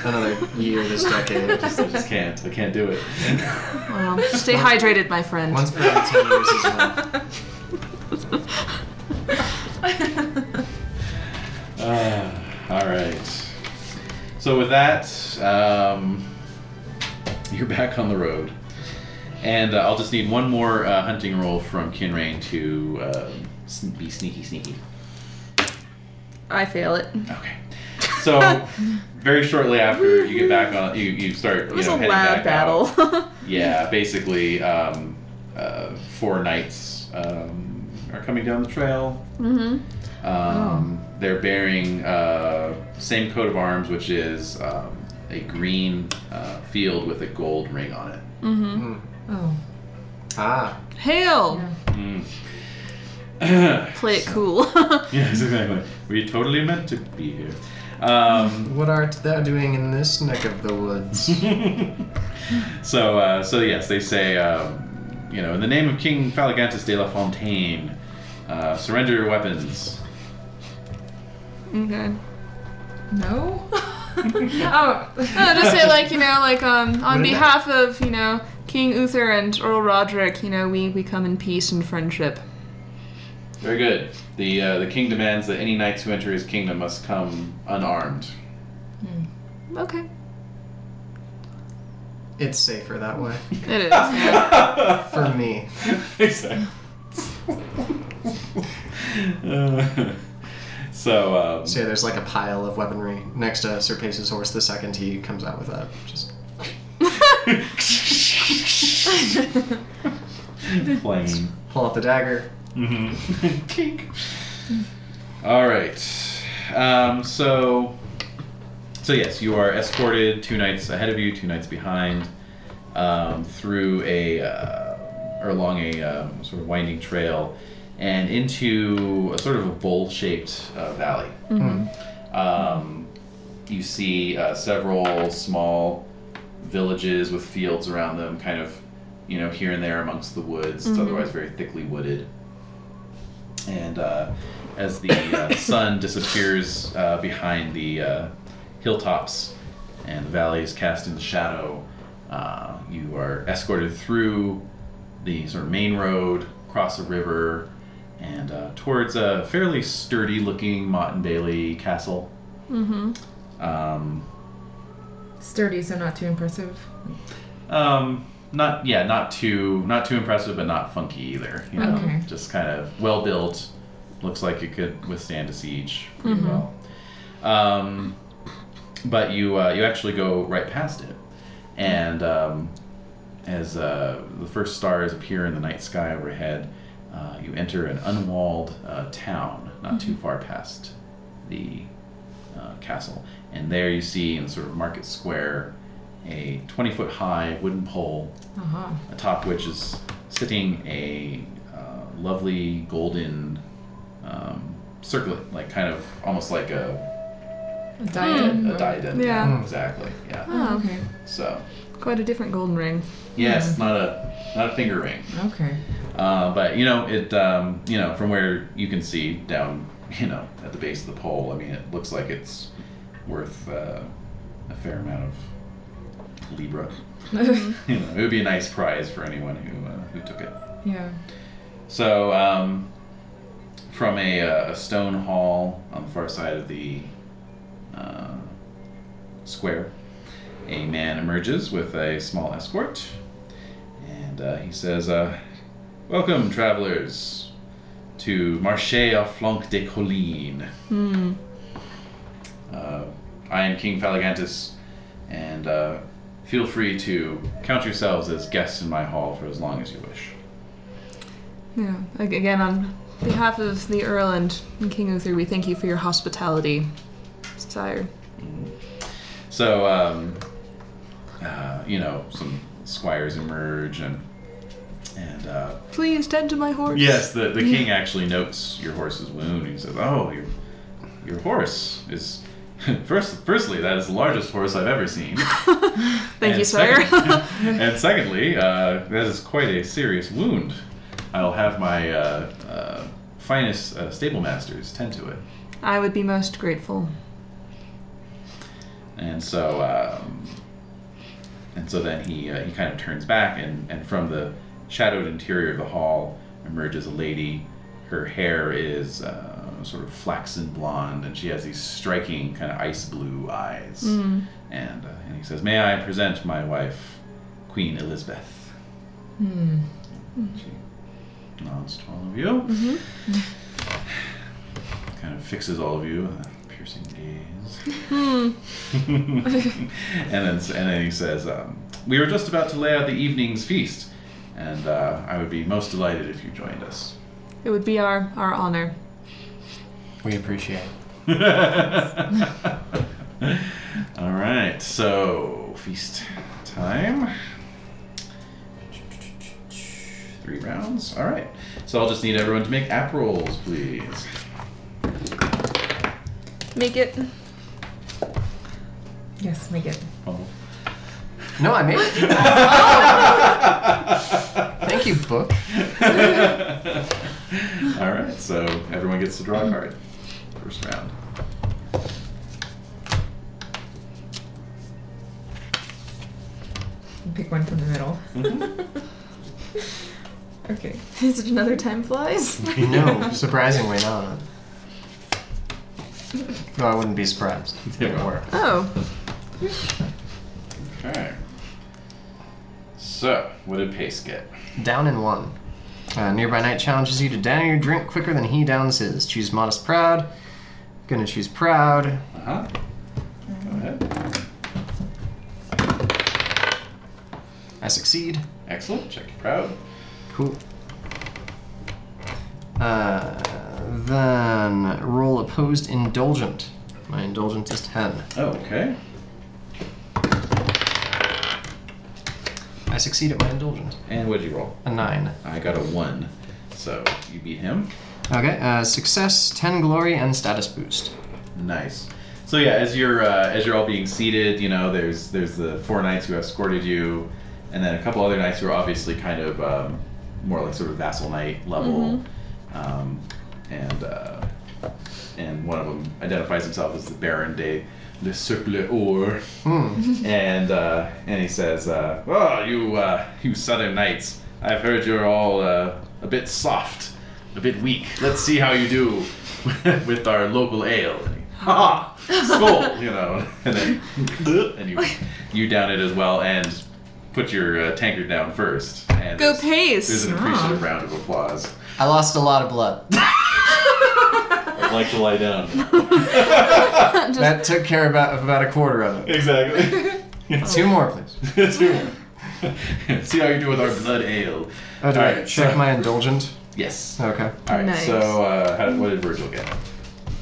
[SPEAKER 4] Another year this decade.
[SPEAKER 3] Just, I just can't. I can't do it.
[SPEAKER 2] Well, stay hydrated, my friend.
[SPEAKER 4] Once per every 10 years is enough.
[SPEAKER 3] Uh, all right. So with that, um, you're back on the road, and uh, I'll just need one more uh, hunting roll from Kinrain to uh, sn- be sneaky, sneaky.
[SPEAKER 2] I fail it.
[SPEAKER 3] Okay. So very shortly after you get back on, you, you start
[SPEAKER 2] It
[SPEAKER 3] you
[SPEAKER 2] was
[SPEAKER 3] know
[SPEAKER 2] a
[SPEAKER 3] heading
[SPEAKER 2] loud
[SPEAKER 3] back
[SPEAKER 2] battle.
[SPEAKER 3] out. Yeah, basically, um, uh, four knights um, are coming down the trail.
[SPEAKER 2] mm-hmm.
[SPEAKER 3] Um, They're bearing uh, same coat of arms, which is um, a green uh, field with a gold ring on it.
[SPEAKER 2] Mm-hmm.
[SPEAKER 6] Oh.
[SPEAKER 4] Ah,
[SPEAKER 2] Hail!
[SPEAKER 6] Yeah.
[SPEAKER 3] Mm.
[SPEAKER 2] Play it cool.
[SPEAKER 3] yes, exactly. We totally meant to be here. Um,
[SPEAKER 4] what art thou doing in this neck of the woods?
[SPEAKER 3] so, uh, so yes, they say, um, you know, in the name of King Faligantus de la Fontaine, uh, surrender your weapons.
[SPEAKER 2] okay.
[SPEAKER 6] No? oh.
[SPEAKER 2] No, just say like you know, like um, on
[SPEAKER 4] What is
[SPEAKER 2] behalf of you know King Uther and Earl Roderick, you know, we we come in peace and friendship.
[SPEAKER 3] Very good. The uh, the king demands that any knights who enter his kingdom must come unarmed.
[SPEAKER 2] Okay,
[SPEAKER 4] It's safer that way.
[SPEAKER 2] it is. Yeah.
[SPEAKER 4] For me.
[SPEAKER 3] exactly. Uh, so, um,
[SPEAKER 4] So yeah, there's like a pile of weaponry next to Sir Pace's horse the second he comes out with that. Just
[SPEAKER 3] plain.
[SPEAKER 4] pull out the dagger.
[SPEAKER 3] Mm-hmm. All right. Um, so, so yes, you are escorted two knights ahead of you, two knights behind, um, through a uh, or along a um, sort of winding trail, and into a sort of a bowl-shaped uh, valley. Um, you see uh, several small villages with fields around them, kind of, you know, here and there amongst the woods. It's otherwise very thickly wooded. And uh, as the uh, sun disappears uh, behind the uh, hilltops and the valley is cast into shadow, uh, you are escorted through the sort of main road, across a river, and uh, towards a fairly sturdy-looking Mott and Bailey castle.
[SPEAKER 2] Mm-hmm.
[SPEAKER 3] Um,
[SPEAKER 6] Sturdy, so not too impressive.
[SPEAKER 3] Um, not yeah, not too not too impressive, but not funky either. You know,
[SPEAKER 6] Okay.
[SPEAKER 3] just kind of well built. Looks like it could withstand a siege pretty well. Um, but you uh, you actually go right past it, and um, as uh, the first stars appear in the night sky overhead, uh, you enter an unwalled uh, town not too far past the uh, castle, and there you see in sort of market square a 20 foot high wooden pole
[SPEAKER 6] Uh-huh.
[SPEAKER 3] atop which is sitting a uh, lovely golden um, circlet, like kind of almost like a,
[SPEAKER 6] A diadem.
[SPEAKER 3] a diadem.
[SPEAKER 2] Yeah.
[SPEAKER 4] Mm.
[SPEAKER 3] exactly. Yeah.
[SPEAKER 6] Oh, okay.
[SPEAKER 3] So
[SPEAKER 2] Quite a different golden ring.
[SPEAKER 3] yes, not a not a finger ring,
[SPEAKER 6] Okay.
[SPEAKER 3] uh, but you know it. Um, you know from where you can see down, you know at the base of the pole. I mean, it looks like it's worth uh, a fair amount of libra. You know, it would be a nice prize for anyone who uh, who took it.
[SPEAKER 6] yeah.
[SPEAKER 3] So, um, from a, uh, a stone hall on the far side of the uh, square, a man emerges with a small escort, and uh, he says, uh, "Welcome, travelers, to Marché au Flanc des Collines. Uh, I am King Phalagantus, and uh, feel free to count yourselves as guests in my hall for as long as you wish.
[SPEAKER 7] Yeah. ag- Again, on behalf of the Earl and King Uther, we thank you for your hospitality, sire.
[SPEAKER 3] So, um, uh, you know, some squires emerge and. And uh,
[SPEAKER 7] Please tend to my horse.
[SPEAKER 3] yes, the, the king actually notes your horse's wound. and He says, "Oh, your your horse is first. Firstly, that is the largest horse I've ever seen.
[SPEAKER 7] Thank
[SPEAKER 3] And
[SPEAKER 7] you, sire.
[SPEAKER 3] second- and secondly, uh, that is quite a serious wound. I'll have my uh, uh, finest uh, stable masters tend to it.
[SPEAKER 7] I would be most grateful.
[SPEAKER 3] And so, um, and so then he uh, he kind of turns back, and, and from the shadowed interior of the hall emerges a lady. Her hair is uh, sort of flaxen blonde, and she has these striking kind of ice blue eyes. And uh, and he says, "May I present my wife, Queen Elizabeth?"
[SPEAKER 6] Hmm.
[SPEAKER 3] She nods to all of you. Kind of fixes all of you with a piercing gaze. and then and then he says, um, "We were just about to lay out the evening's feast, and uh, I would be most delighted if you joined us."
[SPEAKER 7] It would be our, our honor.
[SPEAKER 4] We appreciate it.
[SPEAKER 3] all right, so feast time. Three rounds. All right. So I'll just need everyone to make app rolls, please.
[SPEAKER 7] Make it.
[SPEAKER 6] Yes, make it.
[SPEAKER 3] Oh.
[SPEAKER 4] No, I made it. Thank you, book.
[SPEAKER 3] All right, so everyone gets to draw a card. First round.
[SPEAKER 6] Pick one from the middle.
[SPEAKER 3] Mm-hmm.
[SPEAKER 6] okay.
[SPEAKER 7] Is it another time flies?
[SPEAKER 4] No, surprisingly not. No, I wouldn't be surprised if it were.
[SPEAKER 7] Oh.
[SPEAKER 3] Okay. So, what did Pace get?
[SPEAKER 4] Down in one. Uh, nearby knight challenges you to down your drink quicker than he downs his. Choose modest proud. Gonna choose proud.
[SPEAKER 3] Uh huh. Go ahead.
[SPEAKER 4] I succeed.
[SPEAKER 3] Excellent. Check your proud.
[SPEAKER 4] Cool. Uh, then roll opposed indulgent. My indulgent is 10.
[SPEAKER 3] Oh, okay.
[SPEAKER 4] I succeed at my indulgent.
[SPEAKER 3] And what did you roll?
[SPEAKER 4] A 9.
[SPEAKER 3] I got a one. So you beat him.
[SPEAKER 4] Okay, uh, success, 10 glory, and status boost.
[SPEAKER 3] Nice. So yeah, as you're uh, as you're all being seated, you know, there's there's the four knights who escorted you, and then a couple other knights who are obviously kind of um, more like sort of vassal knight level, um, and uh, and one of them identifies himself as the Baron de Le Cercle Or,
[SPEAKER 4] Hmm.
[SPEAKER 3] and uh, and he says, uh, "Oh, you uh, you Southern knights, I've heard you're all uh, a bit soft, a bit weak. Let's see how you do with our local ale." And he, Ha ha! Skull, you know, and then and you you down it as well, and put your uh, tankard down first. And
[SPEAKER 7] Go
[SPEAKER 3] there's- There's
[SPEAKER 7] pace!
[SPEAKER 3] an appreciative round of applause.
[SPEAKER 4] I lost a lot of blood.
[SPEAKER 3] I'd like to lie down.
[SPEAKER 4] that took care of about, of about a quarter of it.
[SPEAKER 3] exactly.
[SPEAKER 4] Two more, please.
[SPEAKER 3] Two more. See how you do with our blood ale.
[SPEAKER 4] Oh, do
[SPEAKER 3] All
[SPEAKER 4] I
[SPEAKER 3] right,
[SPEAKER 4] check
[SPEAKER 3] so-
[SPEAKER 4] my indulgent?
[SPEAKER 3] Yes.
[SPEAKER 4] Okay.
[SPEAKER 3] All right.
[SPEAKER 7] Nice.
[SPEAKER 3] So, uh, how, what did Virgil get?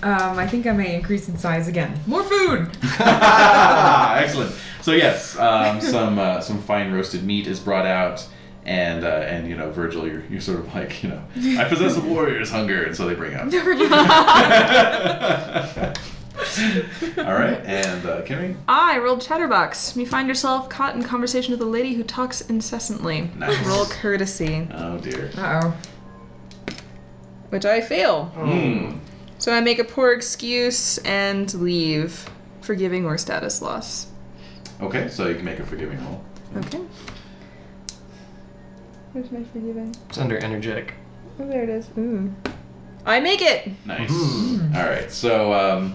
[SPEAKER 6] Um, I think I may increase in size again. More food.
[SPEAKER 3] Ah, Excellent. So yes, um, some uh, some fine roasted meat is brought out, and uh, and you know Virgil, you're, you're sort of like you know I possess a warrior's hunger, and so they bring out. All right, and uh, Kimmy,
[SPEAKER 7] I rolled chatterbox. You find yourself caught in conversation with a lady who talks incessantly.
[SPEAKER 3] nice.
[SPEAKER 7] Roll courtesy,
[SPEAKER 3] Oh dear.
[SPEAKER 6] Uh oh.
[SPEAKER 7] which I fail.
[SPEAKER 3] Mm.
[SPEAKER 7] So I make a poor excuse and leave, forgiving or status loss.
[SPEAKER 3] Okay, so you can make a forgiving roll.
[SPEAKER 7] Okay. Where's my forgiving?
[SPEAKER 4] It's under energetic.
[SPEAKER 7] Oh, there it is.
[SPEAKER 2] Mm.
[SPEAKER 7] Ooh. I make it!
[SPEAKER 3] Nice. All right. So, um,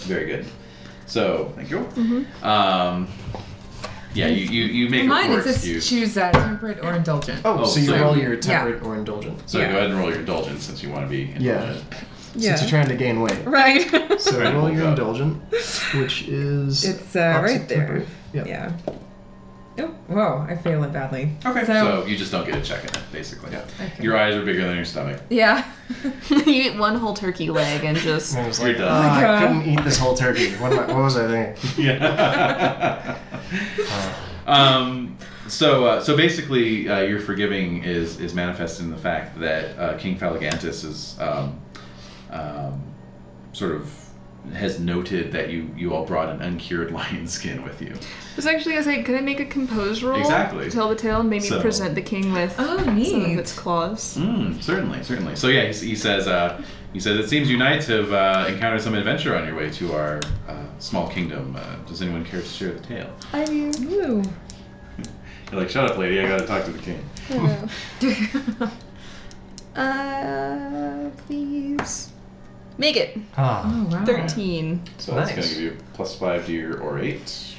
[SPEAKER 3] very good. So, thank you. Um, Yeah, you, you, you make
[SPEAKER 6] Mine
[SPEAKER 3] a
[SPEAKER 6] it
[SPEAKER 3] force.
[SPEAKER 6] says
[SPEAKER 3] You,
[SPEAKER 6] choose uh, temperate or indulgent.
[SPEAKER 4] Oh,
[SPEAKER 3] Oh,
[SPEAKER 4] so you
[SPEAKER 3] so-
[SPEAKER 4] roll your
[SPEAKER 6] Yeah.
[SPEAKER 4] temperate or indulgent.
[SPEAKER 3] so go ahead and roll your indulgence since you want to be
[SPEAKER 4] Yeah.
[SPEAKER 3] indulgent.
[SPEAKER 4] Since you're trying to gain weight.
[SPEAKER 6] Right.
[SPEAKER 4] So
[SPEAKER 3] Right,
[SPEAKER 4] roll
[SPEAKER 3] we'll
[SPEAKER 4] your
[SPEAKER 3] go.
[SPEAKER 4] indulgent, which is.
[SPEAKER 6] it's
[SPEAKER 4] up
[SPEAKER 6] uh,
[SPEAKER 4] to
[SPEAKER 6] right there.
[SPEAKER 4] temperate. Yeah.
[SPEAKER 6] Yeah. Oh, whoa, I fail it badly.
[SPEAKER 3] Okay. So,
[SPEAKER 6] So-
[SPEAKER 3] you just don't get a check in it, basically.
[SPEAKER 4] Yeah.
[SPEAKER 6] Okay.
[SPEAKER 3] Your eyes are bigger than your stomach.
[SPEAKER 6] Yeah.
[SPEAKER 2] you eat one whole turkey leg and just.
[SPEAKER 4] And I was
[SPEAKER 3] You're
[SPEAKER 4] like,
[SPEAKER 3] done.
[SPEAKER 4] "Ah,
[SPEAKER 6] Oh my
[SPEAKER 4] I
[SPEAKER 6] God.
[SPEAKER 4] couldn't eat this whole turkey. What, am I, what was I thinking?
[SPEAKER 3] Yeah. um, so, uh, so basically, uh, your forgiving is is manifest in the fact that uh, King Phalagantus is um, um, sort of has noted that you you all brought an uncured lion skin with you.
[SPEAKER 2] I was actually gonna say, could I make a compose roll?
[SPEAKER 3] Exactly.
[SPEAKER 2] To tell the tale and maybe
[SPEAKER 3] So-
[SPEAKER 2] present the king with
[SPEAKER 6] Oh,
[SPEAKER 2] some of
[SPEAKER 6] neat.
[SPEAKER 2] its claws.
[SPEAKER 3] Mm, certainly, certainly. So yeah, he, s- he says uh, he says it seems you knights have uh, encountered some adventure on your way to our uh, small kingdom. Uh, does anyone care to share the tale?
[SPEAKER 2] I do.
[SPEAKER 6] Ooh.
[SPEAKER 3] You're like, shut up, lady. I gotta talk to the king.
[SPEAKER 2] uh, please. Make it.
[SPEAKER 4] Ah,
[SPEAKER 6] Oh wow.
[SPEAKER 2] 13.
[SPEAKER 3] So that's
[SPEAKER 4] Nice.
[SPEAKER 3] going to give you plus five to your or eight.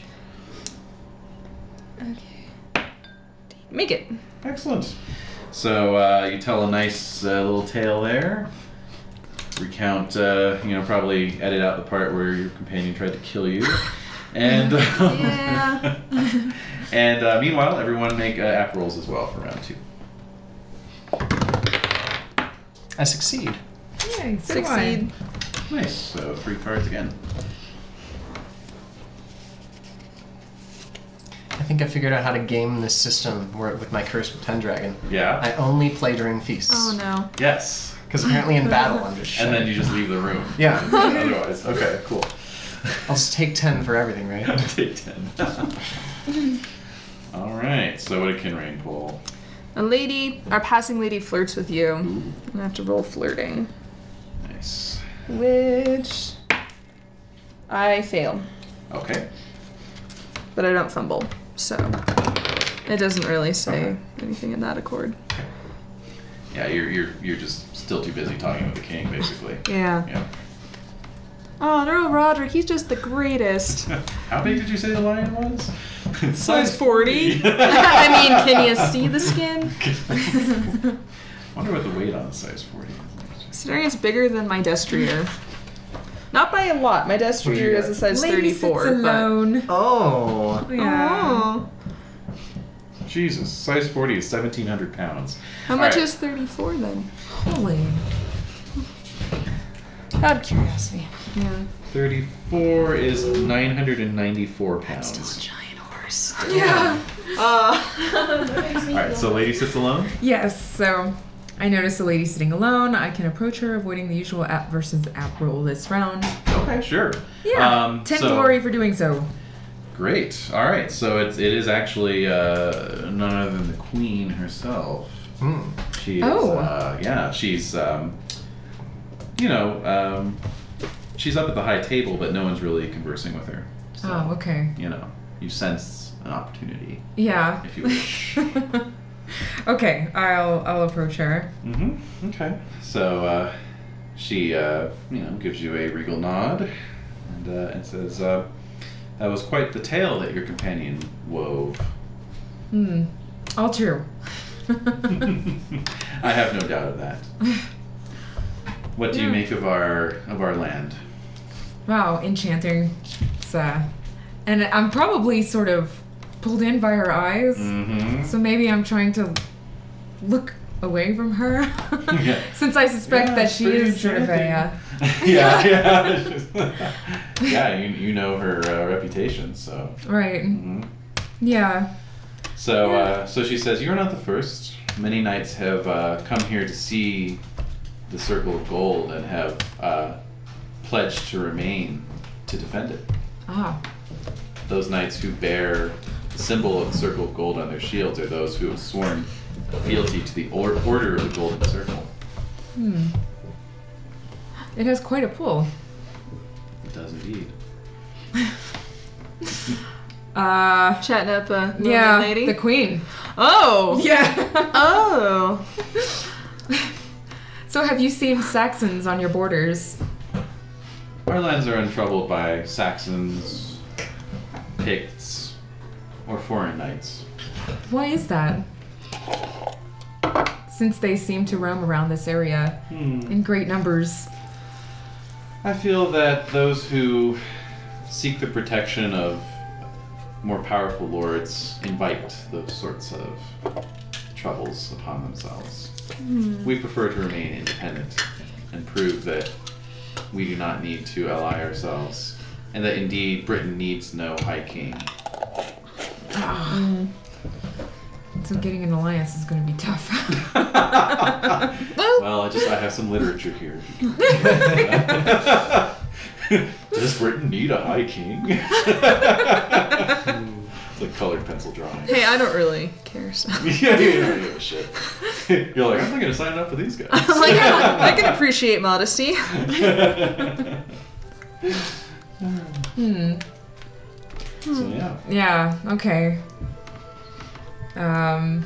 [SPEAKER 2] Okay. Make it.
[SPEAKER 3] Excellent. So uh, you tell a nice uh, little tale there. Recount, uh, you know, probably edit out the part where your companion tried to kill you. And
[SPEAKER 2] Yeah.
[SPEAKER 3] and uh, meanwhile, everyone make uh, app rolls as well for round two.
[SPEAKER 4] I succeed.
[SPEAKER 6] Yay, so do I.
[SPEAKER 2] Succeed.
[SPEAKER 3] Nice. So three cards again.
[SPEAKER 4] I think I figured out how to game this system where, with my curse with Pendragon.
[SPEAKER 3] Yeah.
[SPEAKER 4] I only play during feasts.
[SPEAKER 2] Oh no.
[SPEAKER 3] Yes.
[SPEAKER 4] Because apparently in battle I'm just.
[SPEAKER 3] And
[SPEAKER 4] shit.
[SPEAKER 3] then you just leave the room.
[SPEAKER 4] Yeah.
[SPEAKER 3] Otherwise, okay, cool.
[SPEAKER 4] I'll just take ten for everything, right?
[SPEAKER 3] Take ten. All right. So what did Kinrain pull?
[SPEAKER 2] A lady, our passing lady flirts with you.
[SPEAKER 3] Ooh.
[SPEAKER 2] And I have to roll flirting.
[SPEAKER 3] Nice.
[SPEAKER 2] Which. I fail,
[SPEAKER 3] Okay.
[SPEAKER 2] but I don't fumble. So. It doesn't really say anything in that accord.
[SPEAKER 3] Yeah, you're you're you're just still too busy talking with the king, basically.
[SPEAKER 2] Yeah.
[SPEAKER 3] Yeah.
[SPEAKER 2] Oh, Earl Roderick, he's just the greatest.
[SPEAKER 3] How big did you say the lion was?
[SPEAKER 2] Size 40. I
[SPEAKER 3] I
[SPEAKER 2] mean, can you see the skin?
[SPEAKER 3] Wonder what the weight on size forty is.
[SPEAKER 2] Considering it's bigger than my destrier. Not by a lot. My destrier is a size
[SPEAKER 6] Lady sits
[SPEAKER 2] 34.
[SPEAKER 6] alone.
[SPEAKER 4] oh.
[SPEAKER 2] But...
[SPEAKER 6] Yeah.
[SPEAKER 2] Oh.
[SPEAKER 3] Jesus, size forty is seventeen hundred pounds.
[SPEAKER 2] How much is 34 then?
[SPEAKER 6] Holy.
[SPEAKER 2] Out of curiosity.
[SPEAKER 6] Yeah.
[SPEAKER 3] thirty-four is nine hundred and ninety-four pounds.
[SPEAKER 2] Giant horse.
[SPEAKER 6] Yeah.
[SPEAKER 3] All right, so lady sits alone.
[SPEAKER 6] Yes. So, I notice the lady sitting alone. I can approach her, avoiding the usual app versus app roll this round.
[SPEAKER 3] Okay, sure.
[SPEAKER 6] Yeah.
[SPEAKER 3] Um,
[SPEAKER 6] Ten
[SPEAKER 3] so-
[SPEAKER 6] glory for doing so.
[SPEAKER 3] Great. All right, so it's it is actually uh, none other than the queen herself.
[SPEAKER 4] Hmm.
[SPEAKER 3] She is,
[SPEAKER 6] Oh.
[SPEAKER 3] uh, yeah, she's, um, you know, um, she's up at the high table, but no one's really conversing with her. So,
[SPEAKER 6] Oh, okay.
[SPEAKER 3] you know, you sense an opportunity.
[SPEAKER 6] Yeah.
[SPEAKER 3] If you wish.
[SPEAKER 6] okay, I'll I'll approach her.
[SPEAKER 3] Mm-hmm. Okay. So, uh, she, uh, you know, gives you a regal nod and, uh, and says, uh, that was quite the tale that your companion wove.
[SPEAKER 6] Hmm. All true.
[SPEAKER 3] I have no doubt of that. What do you
[SPEAKER 6] Yeah.
[SPEAKER 3] make of our of our land?
[SPEAKER 6] wow, enchanting. It's, uh, and I'm probably sort of pulled in by her eyes,
[SPEAKER 3] Mm-hmm.
[SPEAKER 6] so maybe I'm trying to look away from her,
[SPEAKER 3] Yeah.
[SPEAKER 6] since I suspect
[SPEAKER 3] Yeah,
[SPEAKER 6] that
[SPEAKER 3] it's
[SPEAKER 6] she
[SPEAKER 3] pretty
[SPEAKER 6] is sort of a. Uh,
[SPEAKER 3] enchanting. yeah, yeah. yeah, you, you know her uh, reputation, so.
[SPEAKER 6] uh, right.
[SPEAKER 3] mhm.
[SPEAKER 6] Yeah.
[SPEAKER 3] So uh, so she says, You're not the first. Many knights have uh, come here to see the Circle of Gold and have uh, pledged to remain to defend it.
[SPEAKER 6] Ah.
[SPEAKER 3] Those knights who bear the symbol of the Circle of Gold on their shields are those who have sworn fealty to the or- Order of the Golden Circle.
[SPEAKER 6] Hmm. It has quite a pull.
[SPEAKER 3] It does indeed.
[SPEAKER 6] Uh.
[SPEAKER 2] Chatting up a little
[SPEAKER 6] Yeah.
[SPEAKER 2] lady.
[SPEAKER 6] The queen.
[SPEAKER 2] Oh.
[SPEAKER 6] Yeah.
[SPEAKER 2] Oh.
[SPEAKER 6] So have you seen Saxons on your borders?
[SPEAKER 3] Our lands are untroubled by Saxons, Picts, or foreign knights.
[SPEAKER 6] Why is that? Since they seem to roam around this area in great numbers.
[SPEAKER 3] I feel that those who seek the protection of more powerful lords invite those sorts of troubles upon themselves. We prefer to remain independent and prove that we do not need to ally ourselves, and that indeed Britain needs no high king.
[SPEAKER 6] So getting an alliance is going to be tough.
[SPEAKER 3] well, I just I have some literature here. Does Britain need a high king? it's like colored pencil drawing.
[SPEAKER 2] Hey, I don't really care. So.
[SPEAKER 3] yeah, yeah, yeah, yeah, shit. You're like, I'm not gonna sign up for these guys.
[SPEAKER 2] I'm like, yeah, I can appreciate modesty.
[SPEAKER 6] hmm.
[SPEAKER 3] so yeah,
[SPEAKER 6] Yeah. Okay. Um.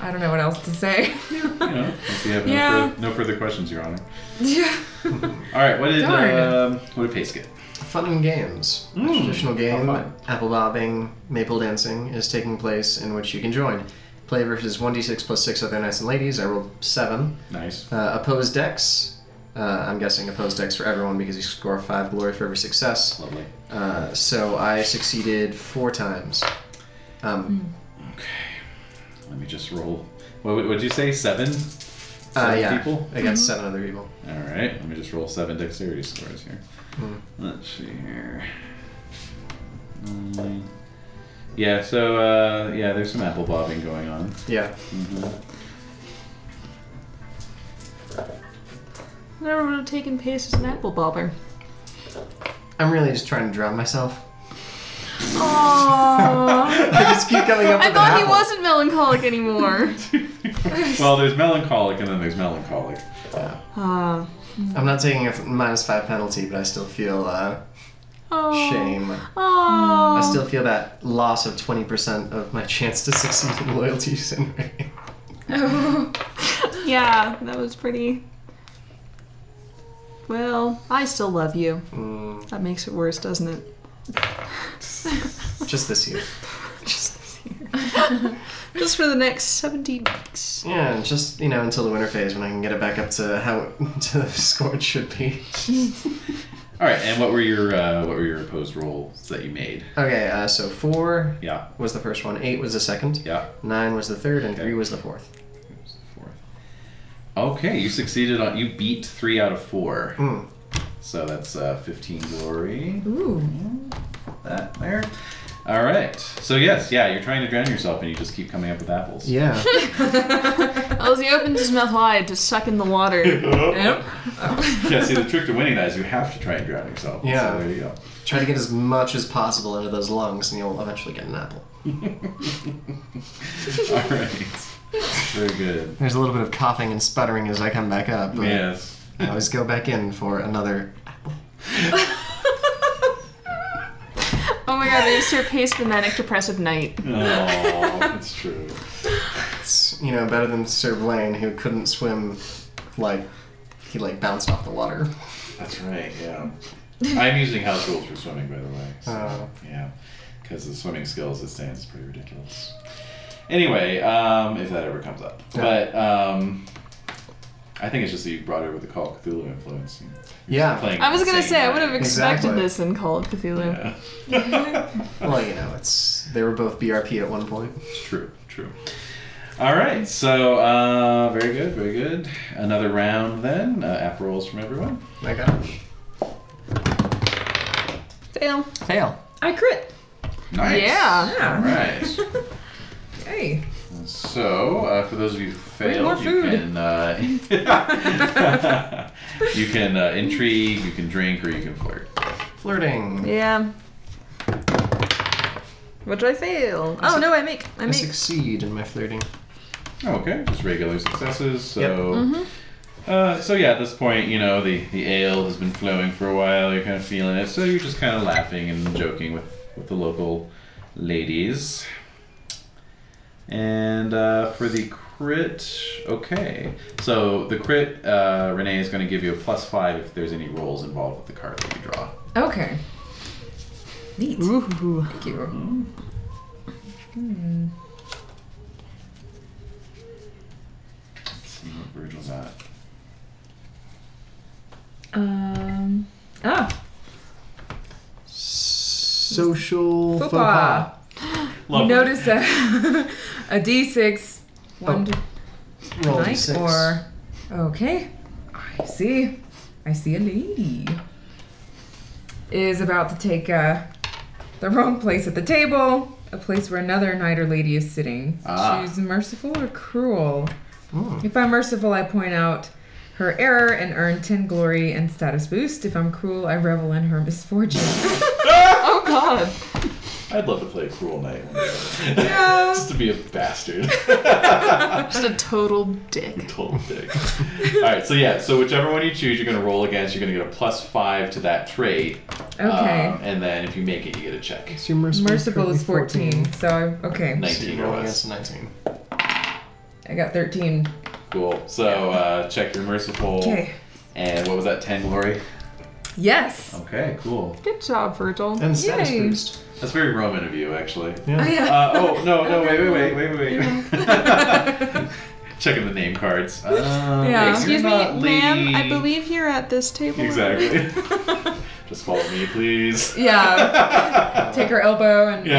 [SPEAKER 6] I don't know what else to say.
[SPEAKER 3] you know, if you have no,
[SPEAKER 6] Yeah.
[SPEAKER 3] further, no further questions, Your Honor.
[SPEAKER 6] yeah.
[SPEAKER 3] All right, what did
[SPEAKER 6] Darn.
[SPEAKER 3] um, what did Pace get?
[SPEAKER 4] Fun and games.
[SPEAKER 3] Mm.
[SPEAKER 4] A traditional game,
[SPEAKER 3] How fun.
[SPEAKER 4] apple bobbing, maple dancing, is taking place in which you can join. Play versus 1d6 plus 6 other knights and ladies. I rolled 7.
[SPEAKER 3] Nice.
[SPEAKER 4] Uh, opposed decks. Uh, I'm guessing opposed decks for everyone because you score 5 glory for every success.
[SPEAKER 3] Lovely.
[SPEAKER 4] Uh, so I succeeded 4 times.
[SPEAKER 2] Hmm.
[SPEAKER 4] Um,
[SPEAKER 3] Let me just roll. What would you say? Seven.
[SPEAKER 4] uh,
[SPEAKER 3] Seven
[SPEAKER 4] yeah,
[SPEAKER 3] people.
[SPEAKER 4] I got
[SPEAKER 2] Mm-hmm.
[SPEAKER 4] 7 other people.
[SPEAKER 3] All right. Let me just roll seven dexterity scores here.
[SPEAKER 4] Mm.
[SPEAKER 3] Let's see here. Mm. Yeah. So uh, yeah, there's some apple bobbing going on.
[SPEAKER 4] Yeah.
[SPEAKER 2] Never would have taken pace as an apple bobber.
[SPEAKER 4] I'm really just trying to drown myself.
[SPEAKER 2] Aww.
[SPEAKER 4] I just keep coming up with
[SPEAKER 2] I
[SPEAKER 4] an
[SPEAKER 2] thought he
[SPEAKER 4] apple.
[SPEAKER 2] wasn't melancholic anymore.
[SPEAKER 3] well, there's melancholic and then there's melancholic.
[SPEAKER 2] Ah.
[SPEAKER 4] I'm not taking a minus 5 penalty, but I still feel uh,
[SPEAKER 2] oh.
[SPEAKER 4] shame.
[SPEAKER 2] Oh.
[SPEAKER 4] I still feel that loss of 20% of my chance to succeed in loyalty syndrome.
[SPEAKER 2] Yeah, that was pretty. Well, I still love you.
[SPEAKER 4] Mm,
[SPEAKER 2] That makes it worse, doesn't it?
[SPEAKER 4] just this year.
[SPEAKER 2] Just this year. Just for the next 17 weeks.
[SPEAKER 4] Yeah, and just, you know, until the winter phase when I can get it back up to how to the score it should be.
[SPEAKER 3] All right. And what were your uh, what were your opposed rolls that you made?
[SPEAKER 4] Okay, uh, so 4
[SPEAKER 3] Yeah.
[SPEAKER 4] was the first one, 8 was the second,
[SPEAKER 3] Yeah.
[SPEAKER 4] 9 was the third, and
[SPEAKER 3] Okay.
[SPEAKER 4] 3 was the fourth.
[SPEAKER 3] Here's the fourth. Okay, you succeeded on. You beat three out of four.
[SPEAKER 4] Mm.
[SPEAKER 3] So that's uh, 15 glory.
[SPEAKER 6] Ooh.
[SPEAKER 3] That there. All right. So yes, yeah, you're trying to drown yourself, and you just keep coming up with apples.
[SPEAKER 4] Yeah.
[SPEAKER 2] Oh, he opens his mouth wide to suck in the water.
[SPEAKER 6] Yep.
[SPEAKER 3] yeah. See, the trick to winning that is you have to try and drown yourself.
[SPEAKER 4] Yeah.
[SPEAKER 3] So there you go.
[SPEAKER 4] Try to get as much as possible into those lungs, and you'll eventually get an apple.
[SPEAKER 3] All right. Very good.
[SPEAKER 4] There's a little bit of coughing and sputtering as I come back up. but
[SPEAKER 3] Yes.
[SPEAKER 4] I always go back in for another apple.
[SPEAKER 2] Oh my god, they Sir Pace the Manic Depressive Knight.
[SPEAKER 3] Oh, that's true.
[SPEAKER 4] It's, you know, better than Sir Blaine, who couldn't swim, like, he, like, bounced off the water.
[SPEAKER 3] That's right. Yeah. I'm using house rules for swimming, by the way. So,
[SPEAKER 4] Oh.
[SPEAKER 3] yeah, because the swimming skills it stands is pretty ridiculous. Anyway, um, if that ever comes up, but um, I think it's just that you brought over the Call of Cthulhu influence. You're
[SPEAKER 4] Yeah.
[SPEAKER 3] playing
[SPEAKER 2] I was
[SPEAKER 3] the
[SPEAKER 2] gonna
[SPEAKER 3] same
[SPEAKER 2] say, I
[SPEAKER 3] way.
[SPEAKER 2] would have expected
[SPEAKER 4] Exactly.
[SPEAKER 2] this in Call of Cthulhu.
[SPEAKER 3] Yeah.
[SPEAKER 4] Well, you know, it's, they were both BRP at one point.
[SPEAKER 3] True, true. All right, so uh, very good, very good. Another round then. Uh, app rolls from everyone.
[SPEAKER 4] My gosh.
[SPEAKER 2] Fail.
[SPEAKER 4] Fail.
[SPEAKER 6] I crit.
[SPEAKER 3] Nice.
[SPEAKER 2] Yeah.
[SPEAKER 3] All
[SPEAKER 6] Yeah.
[SPEAKER 3] right.
[SPEAKER 6] Ah. Hey.
[SPEAKER 3] So, uh, for those of you who failed,
[SPEAKER 6] more
[SPEAKER 3] you
[SPEAKER 6] food.
[SPEAKER 3] can uh, you can uh, intrigue, you can drink, or you can flirt.
[SPEAKER 4] Flirting.
[SPEAKER 2] Yeah. What did I fail? Oh no, I make. I
[SPEAKER 4] I
[SPEAKER 2] make.
[SPEAKER 4] succeed in my flirting.
[SPEAKER 3] Oh, Okay, just regular successes. So, uh, so yeah, at this point, you know the the ale has been flowing for a while. You're kind of feeling it, so you're just kind of laughing and joking with with the local ladies. And uh, for the crit, okay. So the crit, uh, Renee is going to give you a plus five if there's any rolls involved with the card that you draw.
[SPEAKER 6] Okay. Neat.
[SPEAKER 7] Ooh.
[SPEAKER 6] Thank you.
[SPEAKER 3] Hmm.
[SPEAKER 6] Hmm.
[SPEAKER 3] Let's see what Virgil's at.
[SPEAKER 6] Um. Ah,
[SPEAKER 4] Social
[SPEAKER 6] faux
[SPEAKER 4] faux
[SPEAKER 6] pas.
[SPEAKER 4] pas.
[SPEAKER 6] you
[SPEAKER 3] Lovely.
[SPEAKER 6] notice a, a d6.
[SPEAKER 2] Oh.
[SPEAKER 6] One to
[SPEAKER 4] Roll
[SPEAKER 6] Mike
[SPEAKER 4] d6.
[SPEAKER 6] or okay i see i see a lady is about to take uh, the wrong place at the table a place where another knight or lady is sitting
[SPEAKER 3] Ah.
[SPEAKER 6] she's merciful or cruel
[SPEAKER 4] Hmm.
[SPEAKER 6] if i'm merciful i point out her error and earn 10 glory and status boost if i'm cruel i revel in her misfortune
[SPEAKER 7] Oh god.
[SPEAKER 3] I'd love to play a cruel knight one day.
[SPEAKER 6] Yeah.
[SPEAKER 3] Just to be a bastard.
[SPEAKER 7] Just a total dick.
[SPEAKER 3] Total dick. Alright, so yeah, so whichever one you choose, you're going to roll against. You're going to get a plus five to that trait.
[SPEAKER 6] okay
[SPEAKER 3] Um, and then if you make it, you get a check.
[SPEAKER 4] It's your merciful,
[SPEAKER 6] merciful
[SPEAKER 4] currently
[SPEAKER 6] is 14, so I'm, okay
[SPEAKER 3] Nice.
[SPEAKER 4] So
[SPEAKER 3] 19
[SPEAKER 4] you're
[SPEAKER 3] or
[SPEAKER 4] rolling
[SPEAKER 3] less.
[SPEAKER 4] against 19.
[SPEAKER 6] i got 13
[SPEAKER 3] Cool. So uh, check your merciful.
[SPEAKER 6] okay
[SPEAKER 3] And what was that, 10 glory?
[SPEAKER 6] yes
[SPEAKER 3] Okay, cool.
[SPEAKER 7] Good job, Virgil.
[SPEAKER 4] And status
[SPEAKER 6] Yay.
[SPEAKER 4] boost.
[SPEAKER 3] That's very Roman of you, actually.
[SPEAKER 4] Yeah.
[SPEAKER 6] oh yeah
[SPEAKER 3] Uh, oh, no, no, wait, wait, wait, wait, wait, wait. Checking the name cards. Um,
[SPEAKER 7] Yeah.
[SPEAKER 3] you're
[SPEAKER 7] Excuse
[SPEAKER 2] me,
[SPEAKER 3] not
[SPEAKER 2] ma'am, I
[SPEAKER 3] Lee-
[SPEAKER 2] believe you're at this table.
[SPEAKER 3] Exactly. Just follow me, please.
[SPEAKER 6] yeah take her elbow and uh,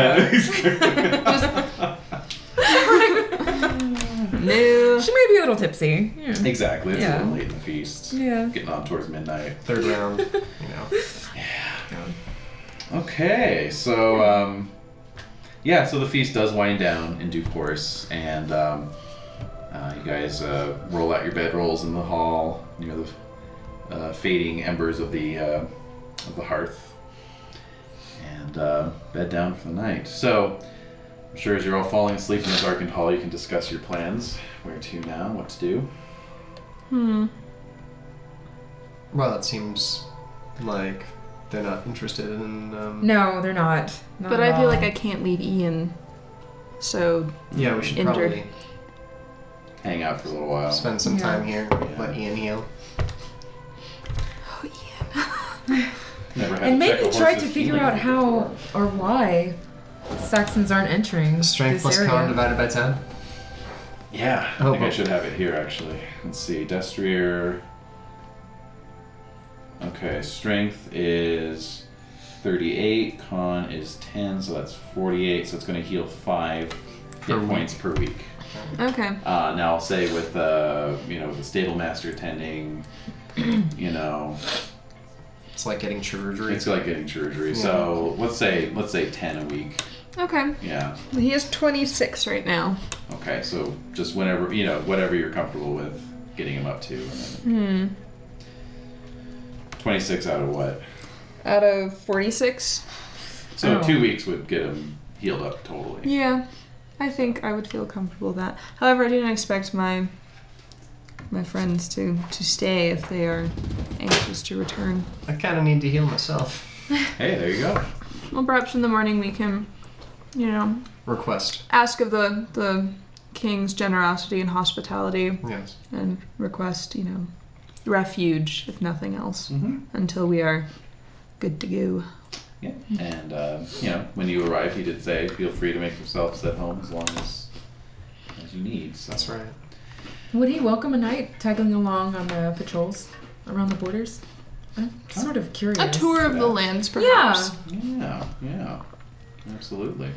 [SPEAKER 3] Yeah.
[SPEAKER 7] No.
[SPEAKER 6] She may be a little tipsy. Yeah.
[SPEAKER 3] exactly. It's a little
[SPEAKER 6] Yeah.
[SPEAKER 3] late in the feast.
[SPEAKER 6] Yeah.
[SPEAKER 3] Getting on towards midnight.
[SPEAKER 4] Third round, you know.
[SPEAKER 3] Okay, so um, yeah, so the feast does wind down in due course, and um, uh, you guys uh, roll out your bedrolls in the hall near the uh, fading embers of the uh, of the hearth, and uh, bed down for the night. So I'm sure as you're all falling asleep in the darkened hall, you can discuss your plans, where to now, what to do.
[SPEAKER 7] Hmm.
[SPEAKER 4] Well, that seems like they're not interested in. Um,
[SPEAKER 6] No, they're not. Not
[SPEAKER 7] But
[SPEAKER 6] at
[SPEAKER 7] I feel
[SPEAKER 6] all.
[SPEAKER 7] like I can't leave Ian. So
[SPEAKER 4] Yeah, we should
[SPEAKER 7] Enter.
[SPEAKER 4] probably
[SPEAKER 3] Hang out for a little while.
[SPEAKER 4] spend some
[SPEAKER 6] Yeah.
[SPEAKER 4] time here. Let Ian heal.
[SPEAKER 3] Never had
[SPEAKER 6] And
[SPEAKER 3] to check
[SPEAKER 6] maybe
[SPEAKER 3] a
[SPEAKER 6] try to
[SPEAKER 3] horse's
[SPEAKER 6] figure
[SPEAKER 3] feelings
[SPEAKER 6] out how
[SPEAKER 3] before.
[SPEAKER 6] or why Saxons aren't entering
[SPEAKER 4] Strength
[SPEAKER 6] this
[SPEAKER 4] plus
[SPEAKER 6] area.
[SPEAKER 4] con divided by 10.
[SPEAKER 3] Yeah, I
[SPEAKER 4] Oh,
[SPEAKER 3] think I
[SPEAKER 4] well.
[SPEAKER 3] should have it here actually. Let's see, Destrier. Okay, strength is 38, con is 10, so that's 48, so it's going to heal 5 hit
[SPEAKER 4] week.
[SPEAKER 3] points per week.
[SPEAKER 7] okay.
[SPEAKER 3] Uh, now, I'll say with, uh, you know, the stable master tending, you know,
[SPEAKER 4] It's like getting surgery.
[SPEAKER 3] it's like getting surgery. So let's say, let's say 10 a week.
[SPEAKER 7] Okay.
[SPEAKER 3] Yeah.
[SPEAKER 7] He is 26 right now.
[SPEAKER 3] Okay, so just whenever, you know, whatever you're comfortable with getting him up to. And then
[SPEAKER 7] Hmm.
[SPEAKER 3] 26 out of what?
[SPEAKER 7] Out of 46.
[SPEAKER 3] So
[SPEAKER 6] Oh.
[SPEAKER 3] two weeks would get him healed up totally.
[SPEAKER 7] Yeah. I think I would feel comfortable with that. However, I didn't expect my my friends to to stay if they are anxious to return.
[SPEAKER 4] I kind of need to heal myself.
[SPEAKER 3] Hey, there you go.
[SPEAKER 7] Well, perhaps in the morning we can, you know,
[SPEAKER 4] Request.
[SPEAKER 7] ask of the the king's generosity and hospitality
[SPEAKER 4] Yes.
[SPEAKER 7] and request, you know, refuge if nothing else
[SPEAKER 3] Mm-hmm.
[SPEAKER 7] until we are good to go.
[SPEAKER 3] Yeah. And uh, you know, when you arrive, he did say, "Feel free to make yourselves at home as long as as you need." So
[SPEAKER 4] That's right.
[SPEAKER 6] Would he welcome a knight tagging along on the patrols around the borders? I'm sort of curious.
[SPEAKER 7] A tour of
[SPEAKER 3] Yeah.
[SPEAKER 7] the lands,
[SPEAKER 6] Yeah.
[SPEAKER 7] perhaps.
[SPEAKER 3] yeah, yeah, absolutely.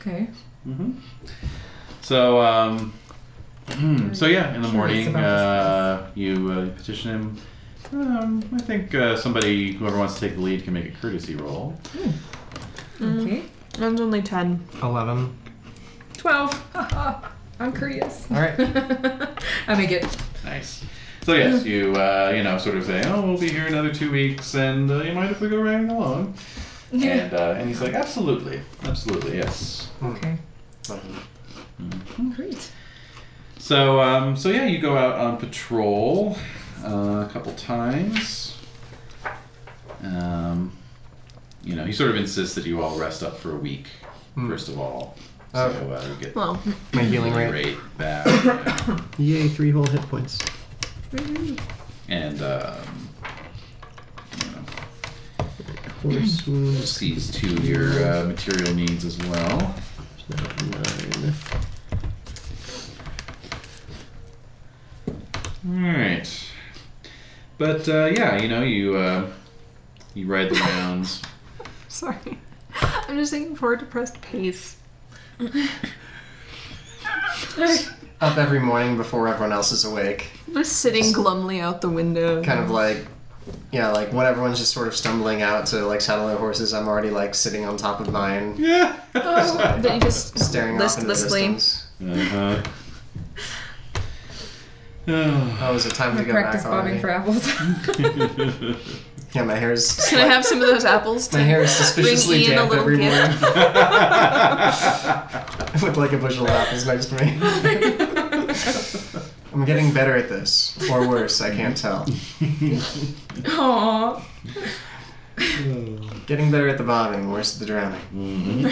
[SPEAKER 6] Okay.
[SPEAKER 3] Mm-hmm. So um, hmm, so yeah, in the
[SPEAKER 6] Curious
[SPEAKER 3] morning,
[SPEAKER 6] about
[SPEAKER 3] uh,
[SPEAKER 6] this
[SPEAKER 3] you uh, petition him. Um, I think uh, somebody, whoever wants to take the lead, can make a courtesy roll.
[SPEAKER 7] Mm.
[SPEAKER 6] Okay.
[SPEAKER 7] Mine's only 10.
[SPEAKER 4] 11.
[SPEAKER 6] 12. I'm curious.
[SPEAKER 4] All right.
[SPEAKER 6] I make it.
[SPEAKER 3] Nice. So yes, you uh, you know sort of say, oh, we'll be here another two weeks, and uh, you mind if we go riding along? And uh, and he's like, absolutely, absolutely, yes.
[SPEAKER 6] Okay.
[SPEAKER 4] Hmm. Eleven.
[SPEAKER 6] Great.
[SPEAKER 3] So um, so yeah, you go out on patrol uh, a couple times. Um, you know, he sort of insists that you all rest up for a week
[SPEAKER 4] Mm.
[SPEAKER 3] first of all, so
[SPEAKER 4] Okay.
[SPEAKER 3] uh, you get the
[SPEAKER 7] Well,
[SPEAKER 4] My healing rate.
[SPEAKER 3] rate back. yeah.
[SPEAKER 4] Yay, three whole hit points.
[SPEAKER 3] and um, you know,
[SPEAKER 4] four swoons.
[SPEAKER 3] Sees two of your uh, material needs as well.
[SPEAKER 4] Nine.
[SPEAKER 3] All right. But uh, yeah, you know, you uh, you ride the rounds.
[SPEAKER 2] Sorry. I'm just thinking forward depressed pace.
[SPEAKER 4] Up every morning before everyone else is awake.
[SPEAKER 2] Just sitting glumly out the window.
[SPEAKER 4] Kind of like, yeah, like when everyone's just sort of stumbling out to like saddle their horses, I'm already like sitting on top of mine,
[SPEAKER 3] yeah.
[SPEAKER 7] Oh.
[SPEAKER 4] uh,
[SPEAKER 2] That you just
[SPEAKER 4] staring off into the
[SPEAKER 2] Listlessly.
[SPEAKER 4] distance.
[SPEAKER 3] Uh-huh. Oh.
[SPEAKER 4] Oh, is it time to
[SPEAKER 6] I'm
[SPEAKER 4] go
[SPEAKER 6] gonna practice
[SPEAKER 4] back
[SPEAKER 6] bobbing
[SPEAKER 4] already?
[SPEAKER 6] for apples.
[SPEAKER 4] yeah, my hair's
[SPEAKER 2] Can I have some of those apples?
[SPEAKER 4] my hair is
[SPEAKER 2] Bring
[SPEAKER 4] suspiciously
[SPEAKER 2] Ian a
[SPEAKER 4] damp
[SPEAKER 2] little
[SPEAKER 4] every
[SPEAKER 2] gift.
[SPEAKER 4] morning. with like a bushel of apples next to me. I'm getting better at this, or worse, I can't tell.
[SPEAKER 6] Aww.
[SPEAKER 4] Getting better at the bobbing, worse at the drowning.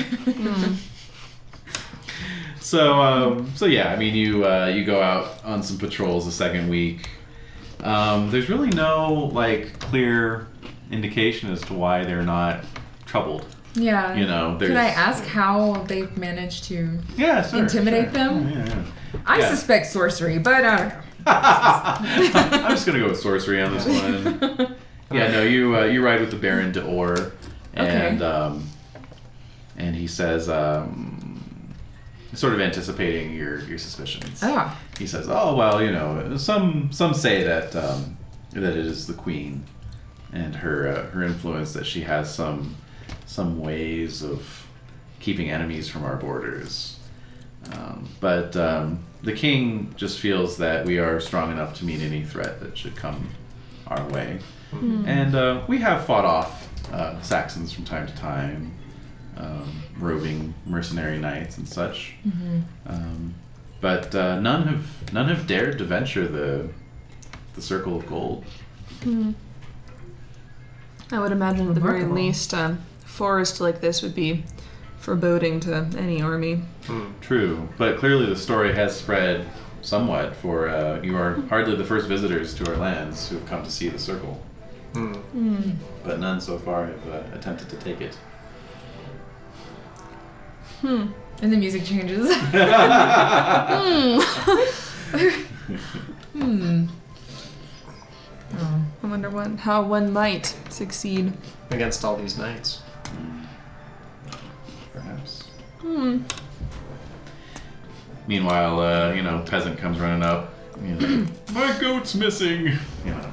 [SPEAKER 3] so um, so yeah, I mean, you uh, you go out on some patrols the second week. Um, there's really no like clear indication as to why they're not troubled.
[SPEAKER 6] Yeah.
[SPEAKER 3] You know, there's
[SPEAKER 6] Could I ask how they've managed to?
[SPEAKER 3] yeah, sure,
[SPEAKER 6] intimidate
[SPEAKER 3] sure.
[SPEAKER 6] them?
[SPEAKER 3] Yeah, yeah.
[SPEAKER 6] I
[SPEAKER 3] Yeah.
[SPEAKER 6] suspect sorcery, but uh, I don't know.
[SPEAKER 3] I'm just gonna go with sorcery on this one. Yeah, no, you uh, you ride with the Baron de Orr, and
[SPEAKER 6] Okay.
[SPEAKER 3] um, and he says, um, sort of anticipating your your suspicions.
[SPEAKER 6] Ah,
[SPEAKER 3] He says, "Oh well, you know, some some say that um, that it is the queen and her uh, her influence that she has some some ways of keeping enemies from our borders. Um, but um, the king just feels that we are strong enough to meet any threat that should come our way, and uh, we have fought off uh, Saxons from time to time." Um, roving mercenary knights and such, um, but uh, none have none have dared to venture the the circle of gold.
[SPEAKER 2] I would imagine at the very
[SPEAKER 6] Remarkable.
[SPEAKER 2] least, um, a forest like this would be foreboding to any army.
[SPEAKER 3] True, but clearly the story has spread somewhat. For uh, you are hardly the first visitors to our lands who have come to see the circle,
[SPEAKER 4] Hmm.
[SPEAKER 3] but none so far have uh, attempted to take it.
[SPEAKER 6] and the music changes. hmm. Oh.
[SPEAKER 2] I wonder what, how one might succeed.
[SPEAKER 4] Against all these knights.
[SPEAKER 3] Perhaps.
[SPEAKER 2] Hmm.
[SPEAKER 3] Meanwhile, uh, you know, peasant comes running up. You know, My goat's missing. You know,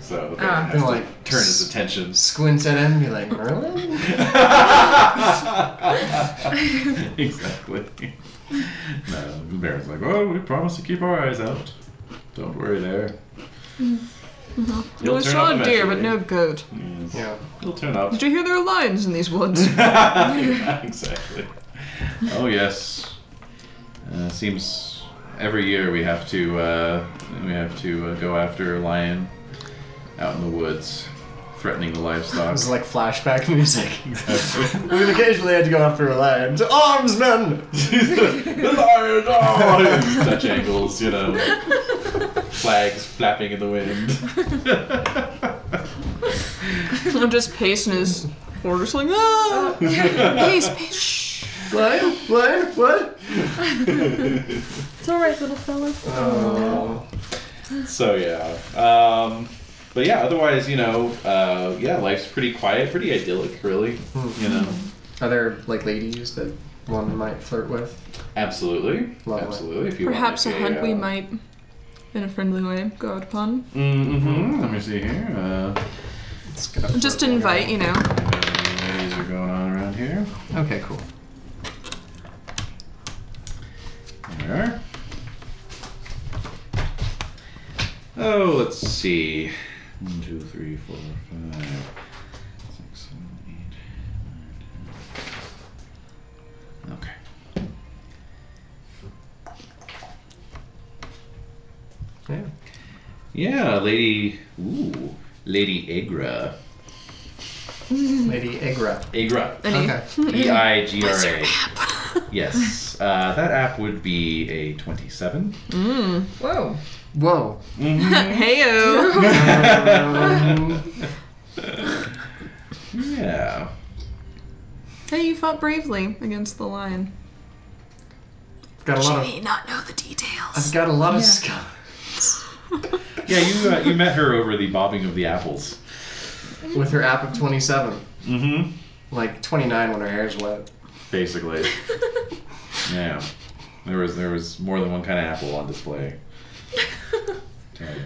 [SPEAKER 3] so the peasant
[SPEAKER 6] Ah.
[SPEAKER 3] has to
[SPEAKER 4] Like-
[SPEAKER 3] turn his attention.
[SPEAKER 4] Squint at him, be like, really?
[SPEAKER 3] exactly. No, the Baron's like, oh, we promise to keep our eyes out. Don't worry there.
[SPEAKER 2] Well, I
[SPEAKER 3] turn
[SPEAKER 2] saw
[SPEAKER 3] up
[SPEAKER 2] a deer, but
[SPEAKER 3] eventually."
[SPEAKER 2] no goat.
[SPEAKER 3] Yes.
[SPEAKER 4] yeah.
[SPEAKER 3] He'll turn up.
[SPEAKER 2] Did you hear there are lions in these woods?
[SPEAKER 3] exactly. Oh yes. Uh, seems every year we have to uh, we have to uh, go after a lion out in the woods, threatening the
[SPEAKER 4] It
[SPEAKER 3] livestock.
[SPEAKER 4] was like flashback music. we occasionally had to go after a lion. To arms, men!
[SPEAKER 3] the lion! Oh! Dutch angles, you know. Flags flapping in the wind.
[SPEAKER 2] I'm just pacing his horse like, ah! Pace, pace, shh.
[SPEAKER 4] Lion? Lion? What?
[SPEAKER 2] It's alright, little fella.
[SPEAKER 4] Oh.
[SPEAKER 3] so yeah, um, but yeah. Otherwise, you know, uh, yeah, life's pretty quiet, pretty idyllic, really. You know,
[SPEAKER 4] Are there, Uh, like, ladies that one might flirt with?
[SPEAKER 3] absolutely,
[SPEAKER 4] Lovely.
[SPEAKER 3] absolutely. If you
[SPEAKER 2] Perhaps a
[SPEAKER 3] want
[SPEAKER 2] hunt we might, in a friendly way, go out upon.
[SPEAKER 3] Mm-hmm. Let me see here. Uh,
[SPEAKER 4] Let's go
[SPEAKER 2] Just
[SPEAKER 4] flirt with
[SPEAKER 2] invite, you know.
[SPEAKER 3] what ladies are going on around here?
[SPEAKER 4] her. Okay, cool.
[SPEAKER 3] There. Oh, let's see. One, two, three, four, five, six, seven, eight, nine, ten. Okay.
[SPEAKER 4] Yeah.
[SPEAKER 3] Yeah, Lady. Ooh, Lady Igra.
[SPEAKER 4] Lady Igra.
[SPEAKER 3] Igra.
[SPEAKER 2] Mm. Any
[SPEAKER 4] Okay.
[SPEAKER 3] E I G R
[SPEAKER 2] What's your
[SPEAKER 3] A. Yes. Uh, that app would be a 27.
[SPEAKER 6] Whoa.
[SPEAKER 4] Whoa.
[SPEAKER 2] Heyo!
[SPEAKER 4] Um,
[SPEAKER 2] Hey, you fought bravely against the lion.
[SPEAKER 4] Got a lot
[SPEAKER 2] She
[SPEAKER 4] of.
[SPEAKER 2] may not know the details.
[SPEAKER 4] I've got a lot of
[SPEAKER 6] Yeah.
[SPEAKER 4] scars.
[SPEAKER 3] Yeah, you uh, you met her over the bobbing of the apples.
[SPEAKER 4] with her app of 27,
[SPEAKER 3] Mm-hmm.
[SPEAKER 4] like 29 when her hair's wet.
[SPEAKER 3] Basically. yeah. There was there was more than one kind of apple on display. Tell you.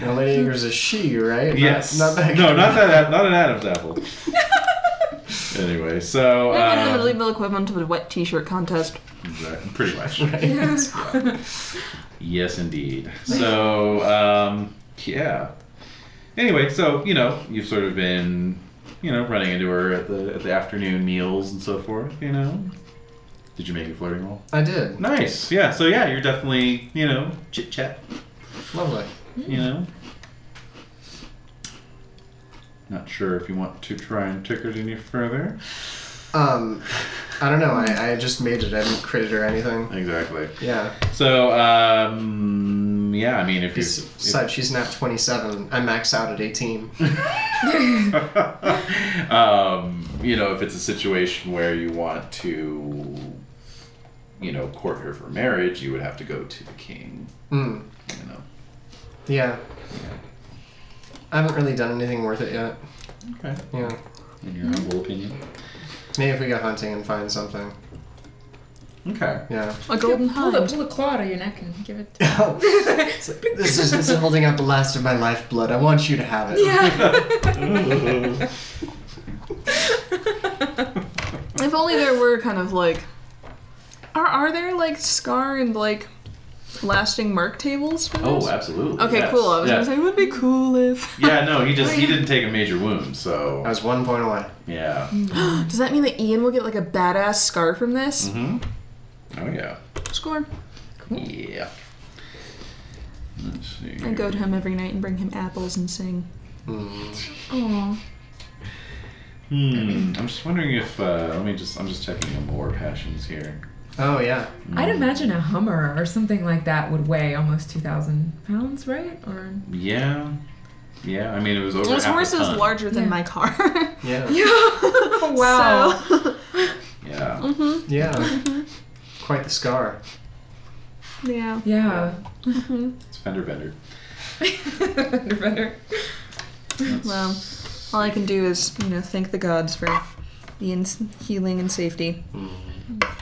[SPEAKER 4] Now, Lady Inger's a she, right? Not-
[SPEAKER 3] yes.
[SPEAKER 4] Not, that
[SPEAKER 3] no, not that. Not an Adam's apple. anyway, so um,
[SPEAKER 2] That is literally the equivalent of a wet t-shirt contest.
[SPEAKER 3] exact- pretty much.
[SPEAKER 6] Yeah.
[SPEAKER 3] Yes, indeed. So, um, yeah. Anyway, so you know, you've sort of been, you know, running into her at the at the afternoon meals and so forth. You know. Did you make a flirting roll?
[SPEAKER 4] I did.
[SPEAKER 3] Nice. Yeah. So yeah, you're definitely, you know, chit chat.
[SPEAKER 4] Lovely.
[SPEAKER 3] You know. Not sure if you want to try and trick her any further.
[SPEAKER 4] Um, I don't know. I, I just made it. I haven't created or anything.
[SPEAKER 3] Exactly.
[SPEAKER 4] Yeah.
[SPEAKER 3] So, um, yeah, I mean, if you.
[SPEAKER 4] Besides, she's nap 27. I max out at 18.
[SPEAKER 3] um, you know, if it's a situation where you want to, you know, court her for marriage, you would have to go to the king.
[SPEAKER 4] Hmm.
[SPEAKER 3] You know.
[SPEAKER 4] Yeah. I haven't really done anything worth it yet.
[SPEAKER 3] Okay.
[SPEAKER 4] Yeah.
[SPEAKER 3] In your humble opinion.
[SPEAKER 4] Maybe if we go hunting and find something.
[SPEAKER 3] Okay.
[SPEAKER 4] Yeah.
[SPEAKER 2] A golden
[SPEAKER 6] pull, the,
[SPEAKER 2] hind.
[SPEAKER 6] pull the claw out of your neck and give it.
[SPEAKER 4] It's like, this is this is holding out the last of my lifeblood. I want you to have it.
[SPEAKER 2] If only there were kind of like, are are there like scar and like lasting mark tables for this?
[SPEAKER 3] Oh, absolutely.
[SPEAKER 2] Okay,
[SPEAKER 3] yes.
[SPEAKER 2] cool. I was
[SPEAKER 3] yeah.
[SPEAKER 2] gonna say, would be cool if.
[SPEAKER 3] Yeah, no, he just he didn't take a major wound,
[SPEAKER 4] I
[SPEAKER 3] so
[SPEAKER 4] was one point away.
[SPEAKER 3] yeah.
[SPEAKER 2] Does that mean that Ian will get like a badass scar from this?
[SPEAKER 3] hmm Oh yeah.
[SPEAKER 2] Score.
[SPEAKER 3] Yeah. Let's see.
[SPEAKER 2] I go to him every night and bring him apples and sing.
[SPEAKER 6] Aw.
[SPEAKER 3] Hmm. I'm just wondering if uh, let me just I'm just checking on more passions here.
[SPEAKER 4] Oh yeah.
[SPEAKER 6] I'd
[SPEAKER 3] Mm.
[SPEAKER 6] imagine a Hummer or something like that would weigh almost 2,000 pounds, right? Or
[SPEAKER 3] Yeah. Yeah, I mean it was over.
[SPEAKER 2] His
[SPEAKER 3] half
[SPEAKER 2] horse
[SPEAKER 3] a
[SPEAKER 2] is
[SPEAKER 3] ton.
[SPEAKER 2] larger than
[SPEAKER 6] Yeah.
[SPEAKER 2] my car.
[SPEAKER 4] Yeah.
[SPEAKER 6] Wow.
[SPEAKER 2] So,
[SPEAKER 3] Yeah.
[SPEAKER 4] Yeah. Quite the scar.
[SPEAKER 2] yeah. Mm-hmm.
[SPEAKER 6] yeah,
[SPEAKER 3] It's fender bender.
[SPEAKER 6] Fender bender.
[SPEAKER 2] Well, all I can do is you know thank the gods for Ian's healing and safety. Mm.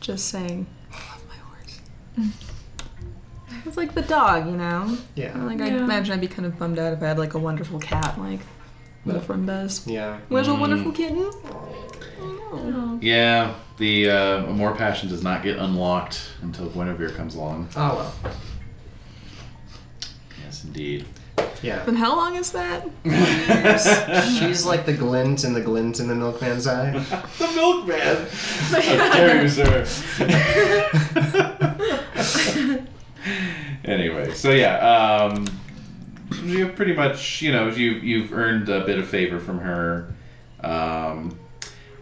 [SPEAKER 2] Just saying. I love my horse. It's like the dog, you know.
[SPEAKER 4] Yeah.
[SPEAKER 2] Like I
[SPEAKER 6] Yeah.
[SPEAKER 2] imagine I'd be kind of bummed out if I had like a wonderful cat, like little Frimbez.
[SPEAKER 4] Yeah. Ah,
[SPEAKER 2] Where's a
[SPEAKER 3] Mm.
[SPEAKER 2] wonderful kitten?
[SPEAKER 6] Mm.
[SPEAKER 3] Yeah, the uh, more passion does not get unlocked until Guinevere comes along.
[SPEAKER 4] Oh well.
[SPEAKER 3] Yes, indeed.
[SPEAKER 4] Yeah.
[SPEAKER 2] But how long is that?
[SPEAKER 4] She's like the glint and the glint in the milkman's eye.
[SPEAKER 3] The milkman. How dare you, sir? anyway, so yeah, um, you pretty much, you know, you you've earned a bit of favor from her. Um,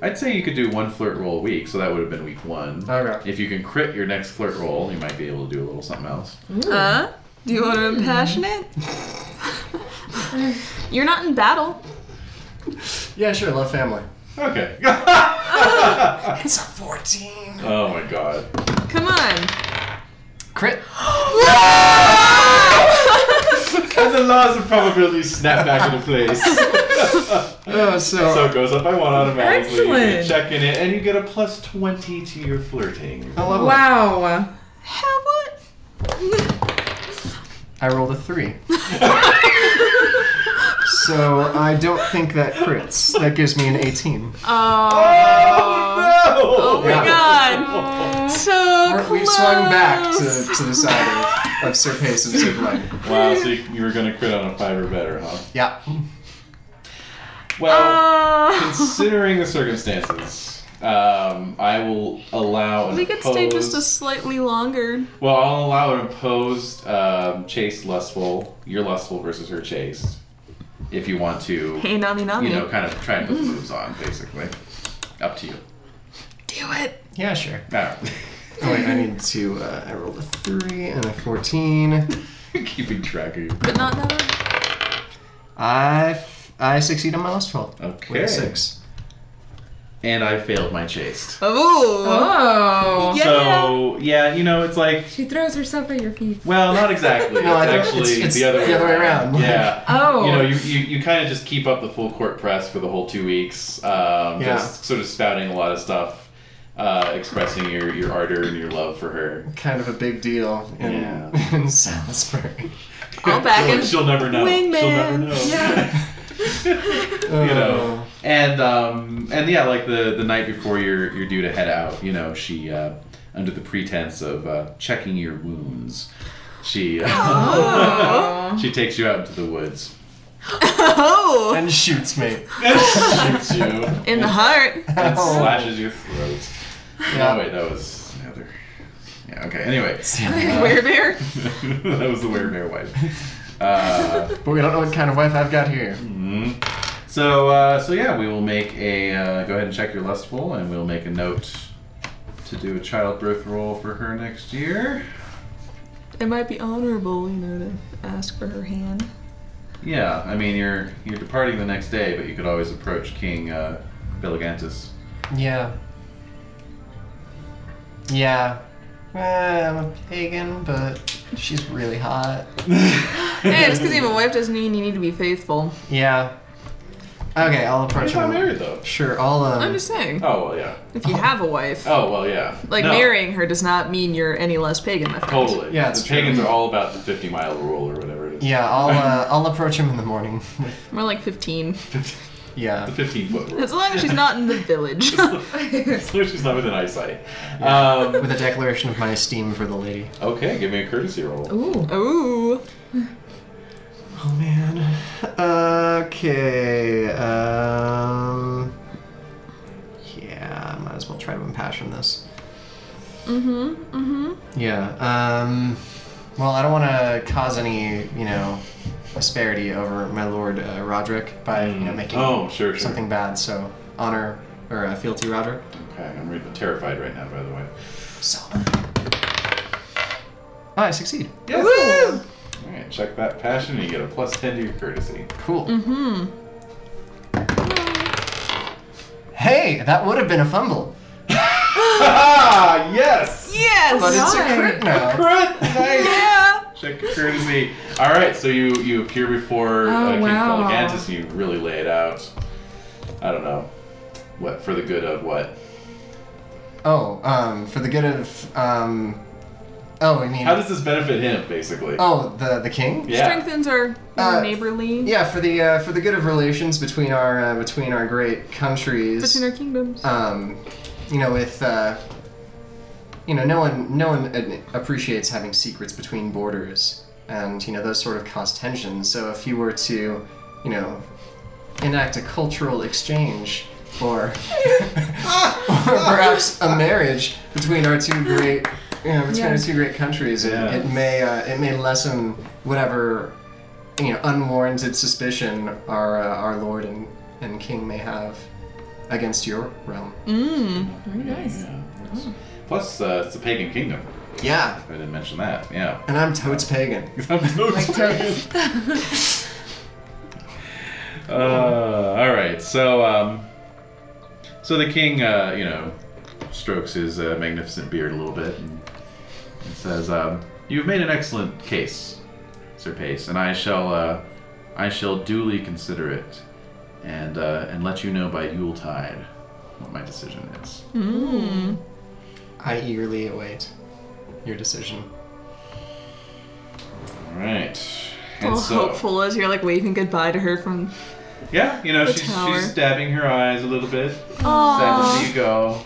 [SPEAKER 3] I'd say you could do one flirt roll a week, so that would have been week one.
[SPEAKER 4] Okay.
[SPEAKER 3] If you can crit your next flirt roll, you might be able to do a little something else.
[SPEAKER 2] Huh? Uh, Do you want to impassion it? You're not in battle.
[SPEAKER 4] Yeah, sure. Love family.
[SPEAKER 3] Okay.
[SPEAKER 4] It's a 14.
[SPEAKER 3] oh my god.
[SPEAKER 2] Come on.
[SPEAKER 4] Crit.
[SPEAKER 3] And the laws of probability snap back into place.
[SPEAKER 4] Oh, so,
[SPEAKER 3] So it goes up by one automatically. You can
[SPEAKER 6] Excellent.
[SPEAKER 3] check in it, and you get a plus 20 to your flirting. Oh,
[SPEAKER 4] I love it.
[SPEAKER 6] Wow.
[SPEAKER 2] Have what?
[SPEAKER 4] I rolled a three. so I don't think that crits. That gives me an 18.
[SPEAKER 2] Oh.
[SPEAKER 3] Oh,
[SPEAKER 2] my God. So
[SPEAKER 4] We're-
[SPEAKER 2] close.
[SPEAKER 4] We've swung back to, to the side of, of Sir Pace and Sir Blaine.
[SPEAKER 3] Wow, so you, you were going to crit on a five or better, huh?
[SPEAKER 4] Yeah.
[SPEAKER 3] Well,
[SPEAKER 2] Oh.
[SPEAKER 3] considering the circumstances, um, I will allow an
[SPEAKER 2] We could stay just a
[SPEAKER 3] opposed-
[SPEAKER 2] slightly longer.
[SPEAKER 3] Well, I'll allow an opposed um, chase lustful, your lustful versus her chase, if you want to,
[SPEAKER 2] Hey, Nami Nami.
[SPEAKER 3] you know, kind of try and put the moves on, basically. Up to you.
[SPEAKER 2] Do it.
[SPEAKER 4] Yeah, sure.
[SPEAKER 3] I
[SPEAKER 4] Oh, wait, I need to. Uh, I rolled a three and a 14.
[SPEAKER 3] don't know. Keeping track of you.
[SPEAKER 2] But not Nami.
[SPEAKER 4] I f- I succeed on my last roll. With
[SPEAKER 3] Okay.
[SPEAKER 4] a six.
[SPEAKER 3] And I failed my chaste.
[SPEAKER 2] Oh.
[SPEAKER 6] Oh.
[SPEAKER 2] Yeah.
[SPEAKER 3] So yeah, you know, it's like
[SPEAKER 6] She throws herself at your feet.
[SPEAKER 3] well, not exactly.
[SPEAKER 4] No, I
[SPEAKER 3] it's
[SPEAKER 4] don't-
[SPEAKER 3] actually
[SPEAKER 4] it's- it's
[SPEAKER 3] the other way
[SPEAKER 4] the other way around.
[SPEAKER 3] Yeah.
[SPEAKER 6] Oh.
[SPEAKER 3] You know, you, you, you kind of just keep up the full court press for the whole two weeks, um,
[SPEAKER 4] Yeah.
[SPEAKER 3] just sort of spouting a lot of stuff, uh, expressing your, your ardor and your love for her.
[SPEAKER 4] Kind of a big deal in,
[SPEAKER 3] Yeah.
[SPEAKER 4] in Salisbury.
[SPEAKER 2] I'll back
[SPEAKER 3] she'll,
[SPEAKER 2] him.
[SPEAKER 3] she'll never know. She'll never
[SPEAKER 2] Wingman.
[SPEAKER 3] know.
[SPEAKER 6] Yeah.
[SPEAKER 3] you know, and um, and yeah, like the the night before you're you're due to head out, you know, she uh, under the pretense of uh, checking your wounds, she uh,
[SPEAKER 6] Oh.
[SPEAKER 3] she takes you out into the woods
[SPEAKER 2] Oh.
[SPEAKER 4] And shoots me.
[SPEAKER 3] and shoots you
[SPEAKER 2] In the heart.
[SPEAKER 3] and
[SPEAKER 4] Ow.
[SPEAKER 3] slashes your throat.
[SPEAKER 4] Yeah.
[SPEAKER 3] Oh wait, that was the other. Yeah. Okay. Anyway,
[SPEAKER 2] Werebear.
[SPEAKER 3] that was the werebear wife. Uh,
[SPEAKER 4] But we don't know what kind of wife I've got here.
[SPEAKER 3] mhm. So uh, so yeah, we will make a uh, go ahead and check your lustful, and we'll make a note to do a childbirth roll for her next year.
[SPEAKER 2] It might be honorable, you know, to ask for her hand.
[SPEAKER 3] Yeah, I mean you're you're departing the next day, but you could always approach King uh, Beligantus.
[SPEAKER 4] Yeah. Yeah. Eh, I'm a pagan, but she's really hot.
[SPEAKER 2] Hey, just because you have a wife doesn't mean you need to be faithful.
[SPEAKER 4] Yeah. Okay, I'll approach
[SPEAKER 3] He's not
[SPEAKER 4] her.
[SPEAKER 3] married though.
[SPEAKER 4] Sure, I'll um,
[SPEAKER 2] I'm just saying,
[SPEAKER 3] Oh well, yeah.
[SPEAKER 2] if you have a wife,
[SPEAKER 3] Oh well, yeah.
[SPEAKER 2] like
[SPEAKER 3] No,
[SPEAKER 2] marrying her does not mean you're any less pagan, my friend.
[SPEAKER 3] Totally.
[SPEAKER 4] Yeah,
[SPEAKER 3] the
[SPEAKER 4] it's true.
[SPEAKER 3] pagans are all about the 50 mile rule or whatever it is.
[SPEAKER 4] Yeah, I'll uh, I'll approach him in the morning.
[SPEAKER 2] More like 15.
[SPEAKER 3] the
[SPEAKER 4] yeah.
[SPEAKER 3] 15 foot rule.
[SPEAKER 2] As long as she's not in the village.
[SPEAKER 3] As long as she's not within eyesight. Um,
[SPEAKER 4] With a declaration of my esteem for the lady.
[SPEAKER 3] okay, give me a courtesy roll.
[SPEAKER 6] Ooh.
[SPEAKER 2] Ooh.
[SPEAKER 4] Oh man. Okay. Um. Yeah, might as well try to impassion this.
[SPEAKER 2] Mm hmm. Mm hmm.
[SPEAKER 4] Yeah. Um. Well, I don't want to cause any, you know, asperity over my lord uh, Roderick by you know making
[SPEAKER 3] oh, sure, sure.
[SPEAKER 4] something bad. So honor or uh, fealty Roderick.
[SPEAKER 3] Okay, I'm re- terrified right now, by the way.
[SPEAKER 4] So. Ah, I succeed.
[SPEAKER 2] Woo!
[SPEAKER 3] All right, check that passion, and you get a plus 10 to your courtesy.
[SPEAKER 4] Cool.
[SPEAKER 2] Hmm.
[SPEAKER 4] Hey, that would have been a fumble.
[SPEAKER 3] ah, yes!
[SPEAKER 2] Yes!
[SPEAKER 4] But it's a
[SPEAKER 6] Nice.
[SPEAKER 4] crit now.
[SPEAKER 3] Crit! Nice!
[SPEAKER 2] Yeah!
[SPEAKER 3] Check your courtesy. All right, so you you appear before
[SPEAKER 6] Oh,
[SPEAKER 3] uh, King
[SPEAKER 6] wow.
[SPEAKER 3] Pelicantus and you really lay it out. I don't know what for the good of what.
[SPEAKER 4] Oh, um, for the good of, um, oh, I mean,
[SPEAKER 3] How does this benefit him, basically?
[SPEAKER 4] oh, the the king.
[SPEAKER 3] yeah.
[SPEAKER 2] Strengthens our
[SPEAKER 4] Uh,
[SPEAKER 2] neighborly
[SPEAKER 4] Yeah, for the uh, for the good of relations between our uh, between our great countries.
[SPEAKER 2] between our kingdoms.
[SPEAKER 4] um, you know, with uh, you know, no one no one ad- appreciates having secrets between borders, and you know those sort of cause tensions. So if you were to, you know, enact a cultural exchange. Or, or perhaps a marriage between our two great, you know, between
[SPEAKER 6] Yeah.
[SPEAKER 4] our two great countries. It,
[SPEAKER 3] Yeah.
[SPEAKER 4] it may uh, it may lessen whatever you know unwarranted suspicion our uh, our lord and, and king may have against your realm.
[SPEAKER 2] Mmm.
[SPEAKER 6] Very nice. Oh.
[SPEAKER 3] Yeah, nice. Plus, uh, it's a pagan kingdom.
[SPEAKER 4] Yeah,
[SPEAKER 3] I didn't mention that. Yeah.
[SPEAKER 4] and I'm totes pagan.
[SPEAKER 6] Like totes.
[SPEAKER 3] uh, all right. So, um, so the king, uh, you know, strokes his uh, magnificent beard a little bit and, and says, um, "You've made an excellent case, Sir Pace, and I shall, uh, I shall duly consider it, and uh, and let you know by Yule tide what my decision is."
[SPEAKER 2] Mmm.
[SPEAKER 4] I eagerly await your decision.
[SPEAKER 3] All right. And
[SPEAKER 2] All
[SPEAKER 3] so-
[SPEAKER 2] hopeful as you're like waving goodbye to her from.
[SPEAKER 3] Yeah, you know,
[SPEAKER 2] The
[SPEAKER 3] she's,
[SPEAKER 2] tower.
[SPEAKER 3] she's dabbing her eyes a little bit. Sad to
[SPEAKER 2] Aww.
[SPEAKER 3] see you go.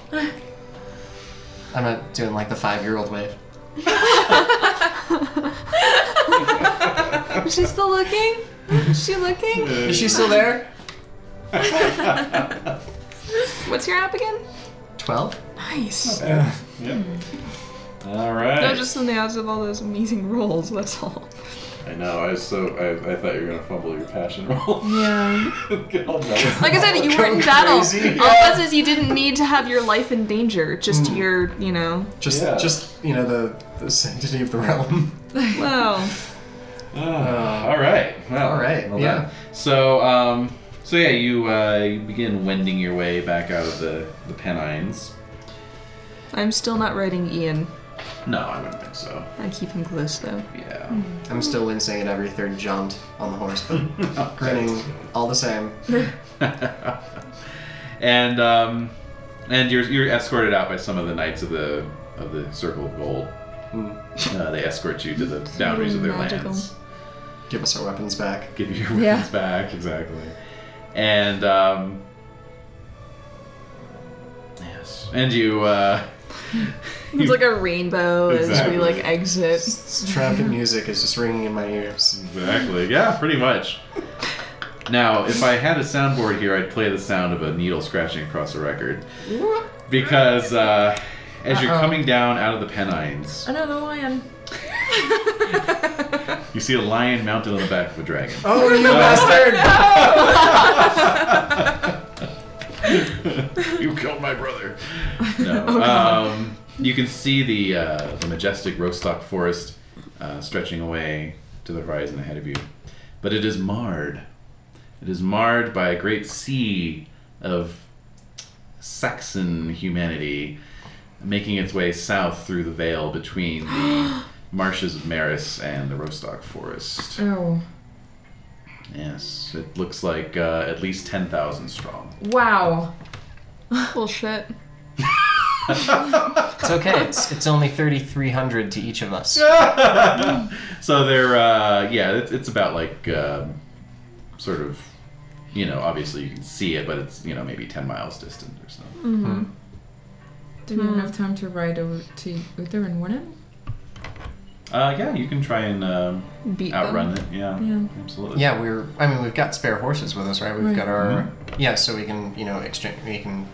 [SPEAKER 4] I'm not doing like the five year old wave.
[SPEAKER 2] Is she still looking? Is she looking?
[SPEAKER 4] Is she still there?
[SPEAKER 3] Not
[SPEAKER 2] What's your app again?
[SPEAKER 4] Twelve.
[SPEAKER 2] Nice.
[SPEAKER 3] bad. Yep. All right.
[SPEAKER 2] No, just on the odds of all those amazing rolls, that's all.
[SPEAKER 3] I know. I was so. I, I thought you were gonna fumble your passion roll.
[SPEAKER 2] Yeah.
[SPEAKER 3] Get all jealous.
[SPEAKER 2] Like I said, you weren't in
[SPEAKER 4] Going
[SPEAKER 2] battle.
[SPEAKER 4] crazy.
[SPEAKER 2] All it was is you didn't need to have your life in danger, just
[SPEAKER 3] Mm.
[SPEAKER 2] your, you know.
[SPEAKER 4] Just
[SPEAKER 3] Yeah.
[SPEAKER 4] just you know the, the sanctity of the realm.
[SPEAKER 2] Well,
[SPEAKER 3] Ah, all right. Well,
[SPEAKER 4] All right,
[SPEAKER 3] Well
[SPEAKER 4] yeah.
[SPEAKER 3] done. So, um, so yeah, you uh, you begin wending your way back out of the the Pennines.
[SPEAKER 2] I'm still not writing Ian.
[SPEAKER 3] No, I wouldn't think so.
[SPEAKER 2] I keep him close though.
[SPEAKER 3] Yeah.
[SPEAKER 4] I'm still wincing at every third jaunt on the horse, but grinning all the same.
[SPEAKER 3] and um, and you're you're escorted out by some of the knights of the of the Circle of Gold.
[SPEAKER 6] Hmm.
[SPEAKER 4] Mm.
[SPEAKER 3] Uh, they escort you to the boundaries of their
[SPEAKER 2] Magical.
[SPEAKER 3] lands.
[SPEAKER 4] Give us our weapons back.
[SPEAKER 3] Give you your weapons
[SPEAKER 6] Yeah.
[SPEAKER 3] back, exactly. And um, yes, and you. Uh,
[SPEAKER 2] It's like a rainbow
[SPEAKER 3] Exactly.
[SPEAKER 2] as we like exit.
[SPEAKER 4] This Traffic music is just ringing in my ears.
[SPEAKER 3] Exactly. Yeah, pretty much. Now, if I had a soundboard here, I'd play the sound of a needle scratching across a record. Because uh, as you're
[SPEAKER 6] Uh-oh.
[SPEAKER 3] coming down out of the Pennines,
[SPEAKER 6] Another lion.
[SPEAKER 3] you see a lion mounted on the back of a dragon.
[SPEAKER 4] Oh, you bastard!
[SPEAKER 3] you killed my brother. No. um, you can see the uh, the majestic rosestock forest uh, stretching away to the horizon ahead of you, but it is marred. It is marred by a great sea of Saxon humanity making its way south through the vale between the marshes of Maris and the rosestock forest.
[SPEAKER 6] Oh.
[SPEAKER 3] Yes, it looks like uh, at least ten thousand strong.
[SPEAKER 6] Wow.
[SPEAKER 2] Bullshit.
[SPEAKER 4] It's okay. It's, it's only 3,300 to each of us.
[SPEAKER 3] so they're uh, yeah, it's, it's about like um sort of you know obviously you can see it, but it's you know maybe ten miles distant or something.
[SPEAKER 6] Do we have enough time to ride over to Uther and warn him?
[SPEAKER 3] Uh, yeah, you can try and um,
[SPEAKER 2] Beat
[SPEAKER 3] outrun it. Yeah,
[SPEAKER 6] Yeah.
[SPEAKER 3] absolutely.
[SPEAKER 4] Yeah, we're. I mean, we've got spare horses with us, right? We've
[SPEAKER 6] Right.
[SPEAKER 4] got our. Yeah, so we can, you know, exchange. We can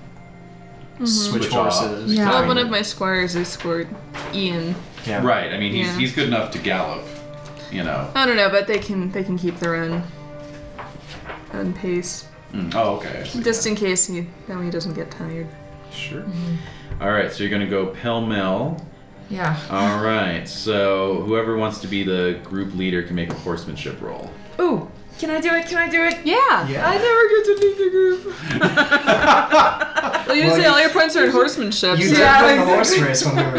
[SPEAKER 4] switch,
[SPEAKER 3] Switch off.
[SPEAKER 4] horses.
[SPEAKER 6] Yeah.
[SPEAKER 2] Mm-hmm. Well,
[SPEAKER 4] climb.
[SPEAKER 2] one of my squires escort Ian.
[SPEAKER 4] Yeah.
[SPEAKER 3] Right. I mean, he's
[SPEAKER 2] Yeah.
[SPEAKER 3] he's good enough to gallop. You know.
[SPEAKER 2] I don't know, but they can they can keep their own own pace
[SPEAKER 3] Mm. Oh, okay. I see.
[SPEAKER 2] just in case he now he doesn't get tired.
[SPEAKER 3] Sure. All right, so you're gonna go pell mell.
[SPEAKER 6] Yeah.
[SPEAKER 3] All right, so whoever wants to be the group leader can make a horsemanship roll.
[SPEAKER 6] Ooh. Can I do it? Can I do it?
[SPEAKER 2] Yeah.
[SPEAKER 4] Yeah.
[SPEAKER 6] never get to leave the group.
[SPEAKER 2] Well, you
[SPEAKER 4] Well,
[SPEAKER 2] say
[SPEAKER 4] you-
[SPEAKER 2] all your points are in horsemanship.
[SPEAKER 4] You
[SPEAKER 2] so-
[SPEAKER 4] did
[SPEAKER 6] Yeah,
[SPEAKER 4] win the horse
[SPEAKER 6] exactly.
[SPEAKER 4] race when we were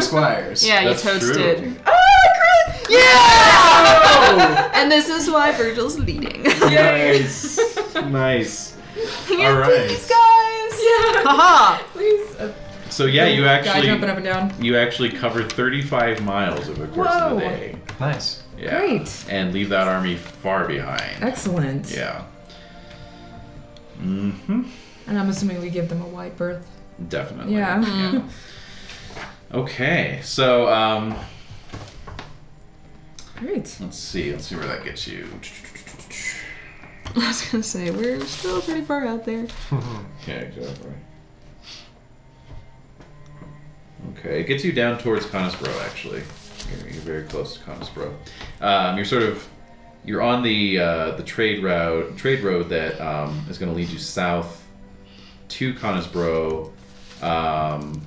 [SPEAKER 4] squires.
[SPEAKER 2] yeah, you
[SPEAKER 3] That's true.
[SPEAKER 2] toasted.
[SPEAKER 6] Ah,
[SPEAKER 2] And this is why Virgil's leading.
[SPEAKER 3] Nice. nice. All
[SPEAKER 6] Please,
[SPEAKER 3] right.
[SPEAKER 6] guys. Yeah.
[SPEAKER 2] Haha.
[SPEAKER 6] Please. Uh,
[SPEAKER 3] So yeah, you
[SPEAKER 6] Guy jumping
[SPEAKER 3] actually
[SPEAKER 6] up and down.
[SPEAKER 3] you actually cover 35 miles over the course of the
[SPEAKER 6] Whoa.
[SPEAKER 3] day.
[SPEAKER 4] Nice.
[SPEAKER 3] Yeah.
[SPEAKER 6] Great.
[SPEAKER 3] And leave that army far behind.
[SPEAKER 6] Excellent.
[SPEAKER 3] Yeah. Mhm.
[SPEAKER 6] And I'm assuming we give them a wide berth.
[SPEAKER 3] Definitely.
[SPEAKER 6] Yeah. Mm-hmm.
[SPEAKER 3] Yeah. Okay. So um,
[SPEAKER 6] Great.
[SPEAKER 3] let's see. Let's see where that gets you.
[SPEAKER 2] I was gonna say we're still pretty far out there.
[SPEAKER 3] Yeah, exactly. Okay, it gets you down towards Conisbro, actually. You're, you're very close to Conisbro. Um, you're sort of you're on the uh, the trade route trade road that um, is going to lead you south to Conisbro. Um,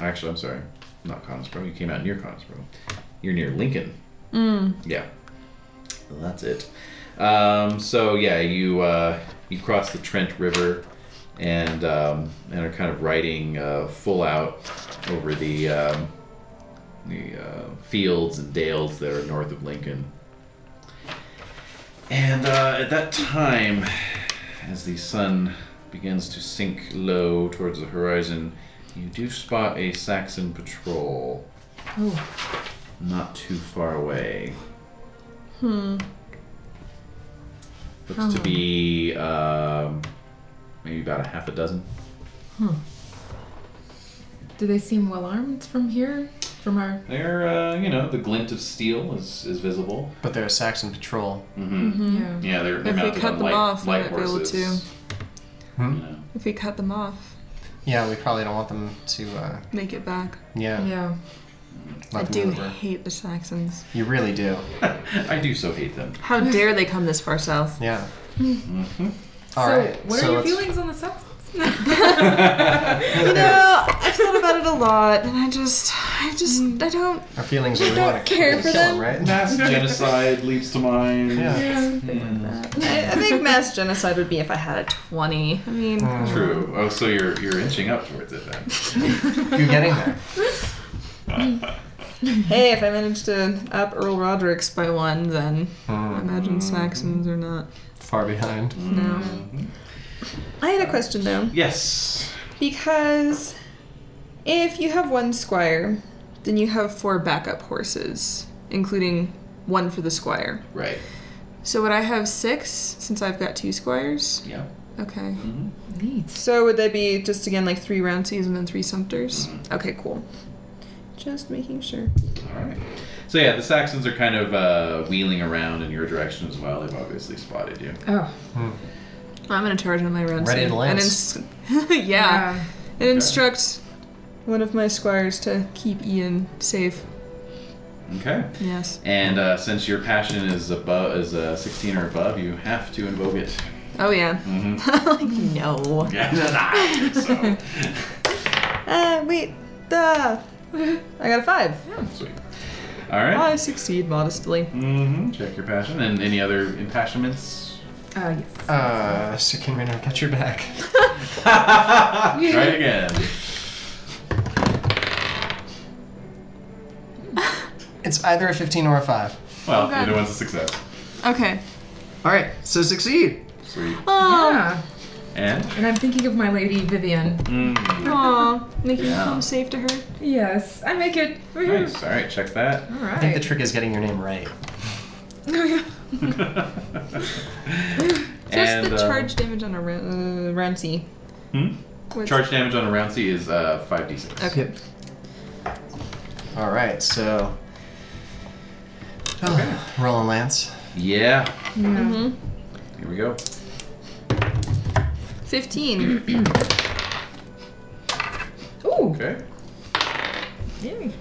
[SPEAKER 3] actually, I'm sorry, not Conisbro. You came out near Conisbro. You're near Lincoln. Yeah, Well, that's it. Um, so yeah, you uh, you cross the Trent River, and um, and are kind of riding uh, full out over the um, the uh, fields and dales that are north of Lincoln. And uh, at that time, as the sun begins to sink low towards the horizon, you do spot a Saxon patrol
[SPEAKER 6] Oh.
[SPEAKER 3] not too far away.
[SPEAKER 2] Hmm. Uh-huh.
[SPEAKER 3] Looks to be um, maybe about a half a dozen.
[SPEAKER 6] Do they seem well armed from here? From our.
[SPEAKER 3] There, uh, you know, the glint of steel is, is visible.
[SPEAKER 4] But they're a Saxon patrol.
[SPEAKER 3] Mm-hmm.
[SPEAKER 6] Yeah.
[SPEAKER 3] Yeah, they're, they're
[SPEAKER 2] Hmm. If we
[SPEAKER 3] mounted
[SPEAKER 2] cut
[SPEAKER 3] on
[SPEAKER 2] them
[SPEAKER 3] light,
[SPEAKER 2] off, we
[SPEAKER 3] light
[SPEAKER 2] might be able
[SPEAKER 3] horses.
[SPEAKER 4] Hmm?
[SPEAKER 3] You know.
[SPEAKER 2] If we cut them off,
[SPEAKER 4] Yeah, we probably don't want them to. Uh,
[SPEAKER 2] make it back.
[SPEAKER 4] yeah.
[SPEAKER 6] Yeah.
[SPEAKER 2] I
[SPEAKER 4] Let
[SPEAKER 2] do
[SPEAKER 4] them over.
[SPEAKER 2] hate the Saxons.
[SPEAKER 4] You really do.
[SPEAKER 3] I do so hate them.
[SPEAKER 2] How dare they come this far south?
[SPEAKER 4] Yeah.
[SPEAKER 3] Mm-hmm.
[SPEAKER 4] All
[SPEAKER 6] so,
[SPEAKER 4] right.
[SPEAKER 6] what
[SPEAKER 4] so
[SPEAKER 6] are your
[SPEAKER 4] let's-
[SPEAKER 6] feelings on the Saxons?
[SPEAKER 2] You know, I've thought about it a lot, and I just, I just, I don't.
[SPEAKER 4] Our feelings are we
[SPEAKER 2] don't
[SPEAKER 4] want to
[SPEAKER 2] care
[SPEAKER 4] kill,
[SPEAKER 2] for
[SPEAKER 4] him,
[SPEAKER 2] them.
[SPEAKER 4] right?
[SPEAKER 3] Mass genocide leaps to mind.
[SPEAKER 4] Yeah.
[SPEAKER 3] Hmm.
[SPEAKER 2] I, I think mass genocide would be if I had a twenty. I mean,
[SPEAKER 3] True. Oh, so you're you're inching up towards it then.
[SPEAKER 4] You're getting there.
[SPEAKER 2] hey, if I managed to up Earl Roderick's by one, then
[SPEAKER 4] Hmm.
[SPEAKER 2] I imagine Saxons are not.
[SPEAKER 4] Far behind.
[SPEAKER 2] No. I had a question though.
[SPEAKER 3] Yes.
[SPEAKER 2] Because if you have one squire, then you have four backup horses, including one for the squire.
[SPEAKER 3] Right.
[SPEAKER 2] So would I have six since I've got two squires?
[SPEAKER 3] Yeah.
[SPEAKER 2] Okay.
[SPEAKER 6] Neat.
[SPEAKER 2] So would that be just again like three Roundseys and then three Sumters? Okay, cool. Just making sure.
[SPEAKER 3] All right. So yeah, the Saxons are kind of uh, wheeling around in your direction as well. They've obviously spotted you.
[SPEAKER 6] Oh,
[SPEAKER 2] I'm gonna charge on my Rounsey
[SPEAKER 4] Ready to
[SPEAKER 2] and
[SPEAKER 4] lance.
[SPEAKER 2] ins- yeah,
[SPEAKER 6] yeah.
[SPEAKER 2] and instruct one of my squires to keep Ian safe.
[SPEAKER 3] Okay.
[SPEAKER 2] Yes.
[SPEAKER 3] And uh, since your passion is above is uh, 16 or above, you have to invoke it.
[SPEAKER 2] Oh yeah.
[SPEAKER 3] Mm-hmm.
[SPEAKER 2] like no.
[SPEAKER 3] Yeah. so
[SPEAKER 2] Uh, wait, duh. I got a five.
[SPEAKER 3] sweet. All right.
[SPEAKER 2] I succeed modestly.
[SPEAKER 3] Mm-hmm. Check your passion and any other impassionments.
[SPEAKER 6] Uh, yes.
[SPEAKER 4] Uh, so can we not get your back?
[SPEAKER 3] Try it again.
[SPEAKER 4] It's either a 15 or a 5.
[SPEAKER 3] Well,
[SPEAKER 2] Okay.
[SPEAKER 3] either one's a success.
[SPEAKER 2] Okay.
[SPEAKER 4] All right, so succeed.
[SPEAKER 3] Sweet.
[SPEAKER 2] Oh,
[SPEAKER 6] Yeah.
[SPEAKER 3] And
[SPEAKER 6] And I'm thinking of my lady Vivian.
[SPEAKER 3] mm,
[SPEAKER 2] aw, making
[SPEAKER 3] Yeah.
[SPEAKER 2] it home safe to her.
[SPEAKER 6] Yes, I make it. Woohoo.
[SPEAKER 3] nice. All right. Check that.
[SPEAKER 6] All
[SPEAKER 4] I think the
[SPEAKER 6] right.
[SPEAKER 4] trick is getting your name right.
[SPEAKER 2] Just
[SPEAKER 3] and,
[SPEAKER 2] the
[SPEAKER 3] uh,
[SPEAKER 2] charge damage on a ra- uh, Ramsey.
[SPEAKER 3] Hmm?
[SPEAKER 2] What's-
[SPEAKER 3] Charge damage on a round C is uh, 5d6.
[SPEAKER 2] Okay.
[SPEAKER 4] All right, so. Rolling Lance.
[SPEAKER 3] Yeah.
[SPEAKER 6] Yeah.
[SPEAKER 4] Mm-hmm.
[SPEAKER 2] hmm
[SPEAKER 3] Here we go.
[SPEAKER 2] Fifteen.
[SPEAKER 6] Ooh.
[SPEAKER 3] Okay.
[SPEAKER 6] Yay.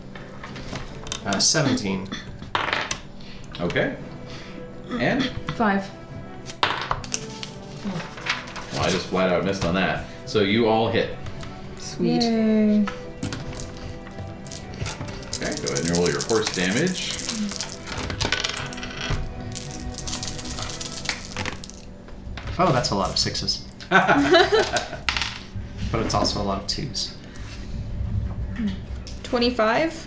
[SPEAKER 4] Uh, 17.
[SPEAKER 3] Okay. And
[SPEAKER 6] Five.
[SPEAKER 3] well, I just flat out missed on that. So you all hit.
[SPEAKER 2] Sweet.
[SPEAKER 6] Yay.
[SPEAKER 3] Okay. Go ahead and roll your horse damage.
[SPEAKER 4] Oh, that's a lot of sixes. But it's also a lot of twos.
[SPEAKER 2] Twenty-five.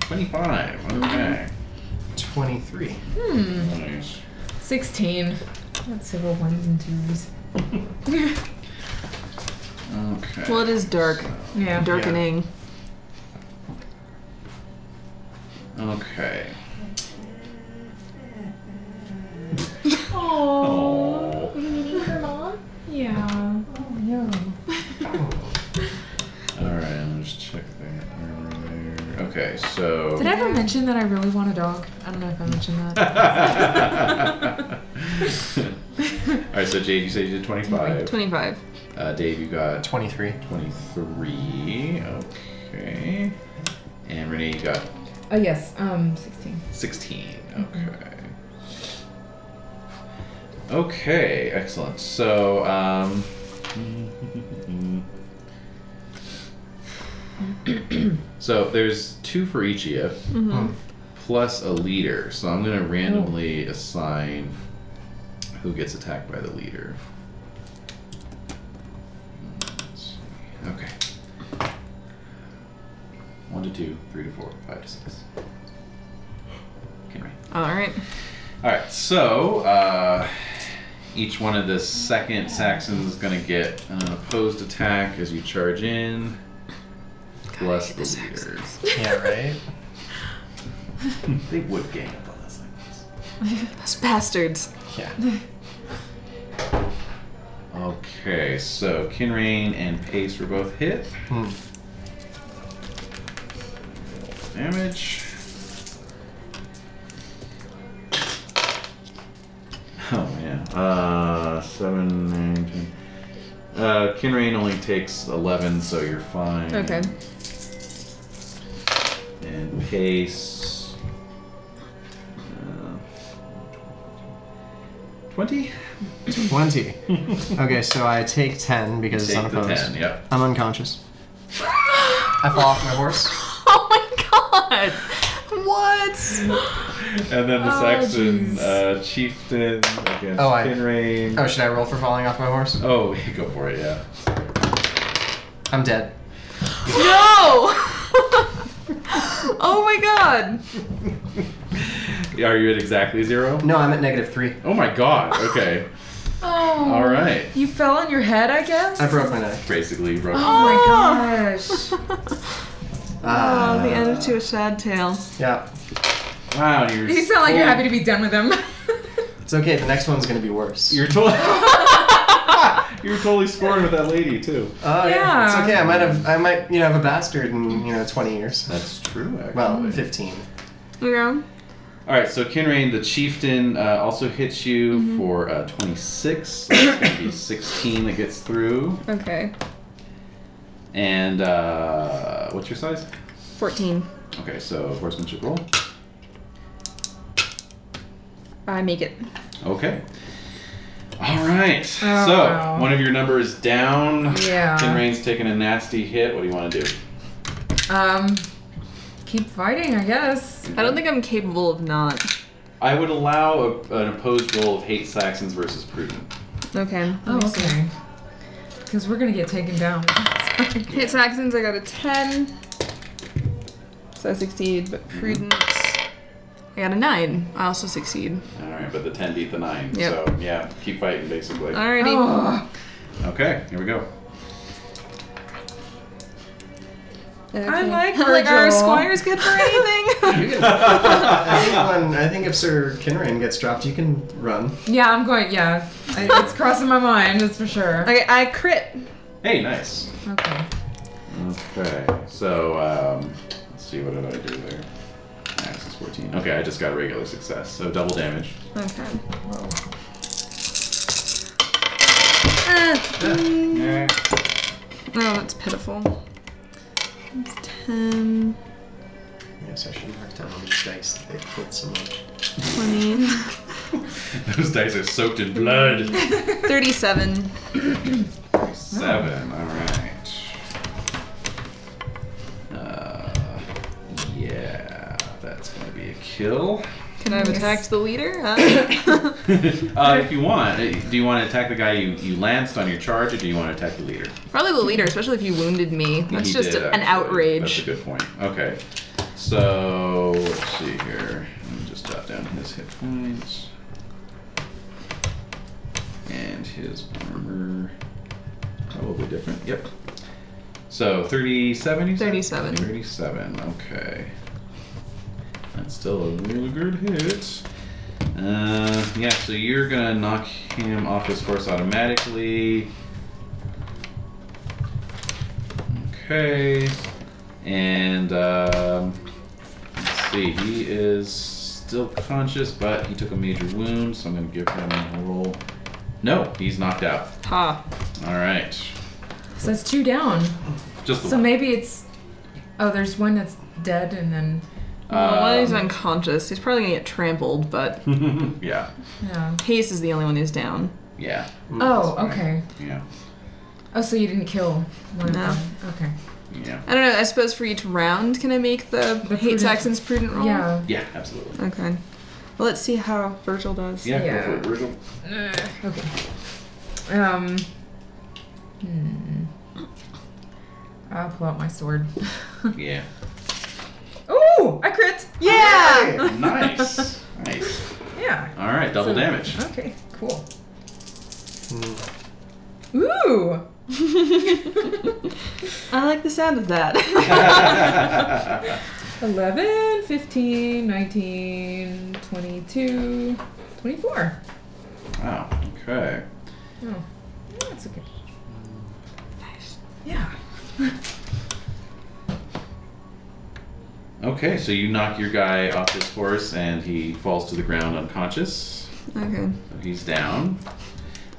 [SPEAKER 3] 25. Okay.
[SPEAKER 4] 23.
[SPEAKER 3] Nice.
[SPEAKER 6] Hmm. Sixteen. That's several ones and twos.
[SPEAKER 3] Okay.
[SPEAKER 2] Well, it is dark,
[SPEAKER 6] Yeah.
[SPEAKER 2] darkening.
[SPEAKER 3] Okay. Oh.
[SPEAKER 6] Yeah. Oh no.
[SPEAKER 3] All right. Let me just check that. Okay. So.
[SPEAKER 6] Did I ever mention that I really want a dog? I don't know if I mentioned that.
[SPEAKER 3] All right, so Jade, you said you did 25.
[SPEAKER 2] Twenty-five.
[SPEAKER 3] Uh, Dave, you got
[SPEAKER 4] 23.
[SPEAKER 3] 23. Okay. And Renee, you got
[SPEAKER 6] Oh yes. Um, sixteen.
[SPEAKER 3] 16. Okay. Okay, excellent. So, um. so there's two for each E of you,
[SPEAKER 2] Mm-hmm.
[SPEAKER 3] Hmm. plus a leader. So I'm going to randomly assign who gets attacked by the leader. Let's see. Okay. One to two, three to four, five to six. Henry.
[SPEAKER 2] All right.
[SPEAKER 3] All right, so uh, each one of the second Saxons is going to get an opposed attack as you charge in. Bless the leaders.
[SPEAKER 4] Yeah, right?
[SPEAKER 3] They would gang up on us like this.
[SPEAKER 2] Those bastards.
[SPEAKER 4] Yeah.
[SPEAKER 3] Okay, so Kinrain and Pace were both hit.
[SPEAKER 4] Hmm.
[SPEAKER 3] Damage. Oh man. Uh, seven, nine, ten. Uh, Kinrain only takes eleven, so you're fine.
[SPEAKER 2] Okay.
[SPEAKER 3] and pace. Uh, Twenty.
[SPEAKER 4] 20. Okay, so I take 10 because
[SPEAKER 3] Take
[SPEAKER 4] it's
[SPEAKER 3] the
[SPEAKER 4] unopposed.
[SPEAKER 3] ten. Yep.
[SPEAKER 4] I'm unconscious. I fall off my horse.
[SPEAKER 2] Oh my god! What?
[SPEAKER 3] And then
[SPEAKER 6] Oh,
[SPEAKER 3] the Saxon uh, chieftain against
[SPEAKER 4] Oh, I-
[SPEAKER 3] Kinrain.
[SPEAKER 4] Oh, should I roll for falling off my horse?
[SPEAKER 3] Oh, go for it. Yeah.
[SPEAKER 4] I'm dead.
[SPEAKER 2] No! oh my god!
[SPEAKER 3] Are you at exactly zero?
[SPEAKER 4] No, I'm at negative 3.
[SPEAKER 3] Oh my god. Okay.
[SPEAKER 6] Oh.
[SPEAKER 3] All right.
[SPEAKER 6] You fell on your head, I guess?
[SPEAKER 4] I broke my neck.
[SPEAKER 3] Basically, roll.
[SPEAKER 6] Oh my gosh.
[SPEAKER 2] Oh,
[SPEAKER 4] Ah.
[SPEAKER 2] Ah. the end to a sad tale.
[SPEAKER 4] Yeah.
[SPEAKER 3] Wow. You're.
[SPEAKER 6] You sound like you're
[SPEAKER 3] told-
[SPEAKER 6] happy to be done with them.
[SPEAKER 4] It's okay, the next one's gonna be worse.
[SPEAKER 3] You're totally. you're totally scoring with that lady too.
[SPEAKER 4] Oh
[SPEAKER 6] Yeah.
[SPEAKER 4] It's okay, I might have I might you know have a bastard in, you know, twenty years.
[SPEAKER 3] That's true. Actually.
[SPEAKER 4] Well, fifteen.
[SPEAKER 2] Yeah.
[SPEAKER 3] All right, so Kinrain, the chieftain, uh, also hits you
[SPEAKER 6] Mm-hmm.
[SPEAKER 3] for uh, 26. That's going to be 16 that gets through.
[SPEAKER 2] Okay.
[SPEAKER 3] And uh, what's your size?
[SPEAKER 2] 14.
[SPEAKER 3] Okay, so horsemanship roll.
[SPEAKER 2] I make it.
[SPEAKER 3] Okay. All right.
[SPEAKER 6] Oh,
[SPEAKER 3] so
[SPEAKER 6] wow.
[SPEAKER 3] one of your numbers down.
[SPEAKER 6] Yeah.
[SPEAKER 3] Kinrain's taking a nasty hit. What do you want to do?
[SPEAKER 6] um, keep fighting, I guess.
[SPEAKER 2] I don't think I'm capable of not.
[SPEAKER 3] I would allow a, an opposed roll of hate Saxons versus prudent.
[SPEAKER 2] Okay.
[SPEAKER 6] Oh, okay. Because we're gonna get taken down.
[SPEAKER 2] Hit Saxons, I got a 10. So I succeed, but Prudence. Mm-hmm. I got a 9. I also succeed.
[SPEAKER 3] All right, but the 10 beat the 9.
[SPEAKER 2] Yep.
[SPEAKER 3] So yeah, keep fighting basically.
[SPEAKER 2] Alrighty.
[SPEAKER 6] Oh,
[SPEAKER 3] Okay, here we go.
[SPEAKER 2] Okay.
[SPEAKER 6] I like
[SPEAKER 2] Like, are our
[SPEAKER 6] Virgil.
[SPEAKER 2] squires good for anything?
[SPEAKER 4] You can, I think when I think if Sir Kinrain gets dropped, you can run.
[SPEAKER 6] yeah, I'm going. Yeah, I, it's crossing my mind. That's for sure.
[SPEAKER 2] okay, I crit.
[SPEAKER 3] Hey, nice.
[SPEAKER 6] Okay.
[SPEAKER 3] Okay, so um, let's see, what did I do there? Max is 14. Okay, I just got a regular success, so double damage.
[SPEAKER 2] Okay.
[SPEAKER 4] Well,
[SPEAKER 2] Uh, mm,
[SPEAKER 3] Yeah.
[SPEAKER 2] oh, that's pitiful. It's 10,
[SPEAKER 4] yes, I should mark down these dice that they've killed so much.
[SPEAKER 2] 20,
[SPEAKER 3] Those dice are soaked in blood.
[SPEAKER 2] 37.
[SPEAKER 3] Seven, alright. Uh, yeah, that's gonna be a kill.
[SPEAKER 2] Can I have attacked the leader? Huh?
[SPEAKER 3] uh, if you want, eh, do you want to attack the guy you, you lanced on your charge, or do you want to attack the leader?
[SPEAKER 2] Probably the leader, especially if you wounded me. That's
[SPEAKER 3] He
[SPEAKER 2] just
[SPEAKER 3] did,
[SPEAKER 2] an
[SPEAKER 3] actually. That's a
[SPEAKER 2] outrage.
[SPEAKER 3] good point. Okay. So, let's see here. Let me just jot down his hit points. And his armor. Probably different. Yep. So, 37, you said?
[SPEAKER 2] 37.
[SPEAKER 3] 37, okay. That's still a really good hit. Uh, yeah, so you're gonna knock him off his horse automatically. Okay. And um, let's see, he is still conscious, but he took a major wound, so I'm gonna give him a roll. No, he's knocked out.
[SPEAKER 2] Ha.
[SPEAKER 3] All right,
[SPEAKER 6] So it's two down.
[SPEAKER 3] just the
[SPEAKER 6] So
[SPEAKER 3] one.
[SPEAKER 6] maybe it's. Oh, there's one that's dead, and then
[SPEAKER 2] Well, one is
[SPEAKER 3] Um,
[SPEAKER 2] unconscious. He's probably gonna get trampled, but
[SPEAKER 3] yeah,
[SPEAKER 6] yeah.
[SPEAKER 2] Pace is the only one who's down.
[SPEAKER 3] yeah,
[SPEAKER 6] Oh,
[SPEAKER 3] fine.
[SPEAKER 6] okay.
[SPEAKER 3] yeah,
[SPEAKER 6] Oh, so you didn't kill one
[SPEAKER 2] No.
[SPEAKER 6] of them. Okay.
[SPEAKER 3] yeah,
[SPEAKER 2] I don't know. I suppose for each round, can I make the,
[SPEAKER 6] The
[SPEAKER 2] hate
[SPEAKER 6] prudent-
[SPEAKER 2] Saxon's prudent roll?
[SPEAKER 6] Yeah.
[SPEAKER 3] yeah, absolutely.
[SPEAKER 2] Okay. Well, let's see how Virgil does.
[SPEAKER 3] Yeah,
[SPEAKER 6] Yeah.
[SPEAKER 3] go for it, Virgil.
[SPEAKER 6] Okay. Um. Hmm. I'll pull out my sword.
[SPEAKER 3] Yeah.
[SPEAKER 6] Ooh, I crit.
[SPEAKER 2] Yeah!
[SPEAKER 3] nice. Nice.
[SPEAKER 6] Yeah.
[SPEAKER 3] All right, double
[SPEAKER 6] So-
[SPEAKER 3] damage.
[SPEAKER 6] Okay. Cool. Hmm.
[SPEAKER 4] Mm.
[SPEAKER 6] Ooh.
[SPEAKER 2] I like the sound of that.
[SPEAKER 6] 11, 15, 19, 22, 24.
[SPEAKER 3] wow. Okay.
[SPEAKER 6] Oh, that's okay. Yeah.
[SPEAKER 3] Okay, so you knock your guy off his horse and he falls to the ground unconscious.
[SPEAKER 2] okay.
[SPEAKER 3] So he's down.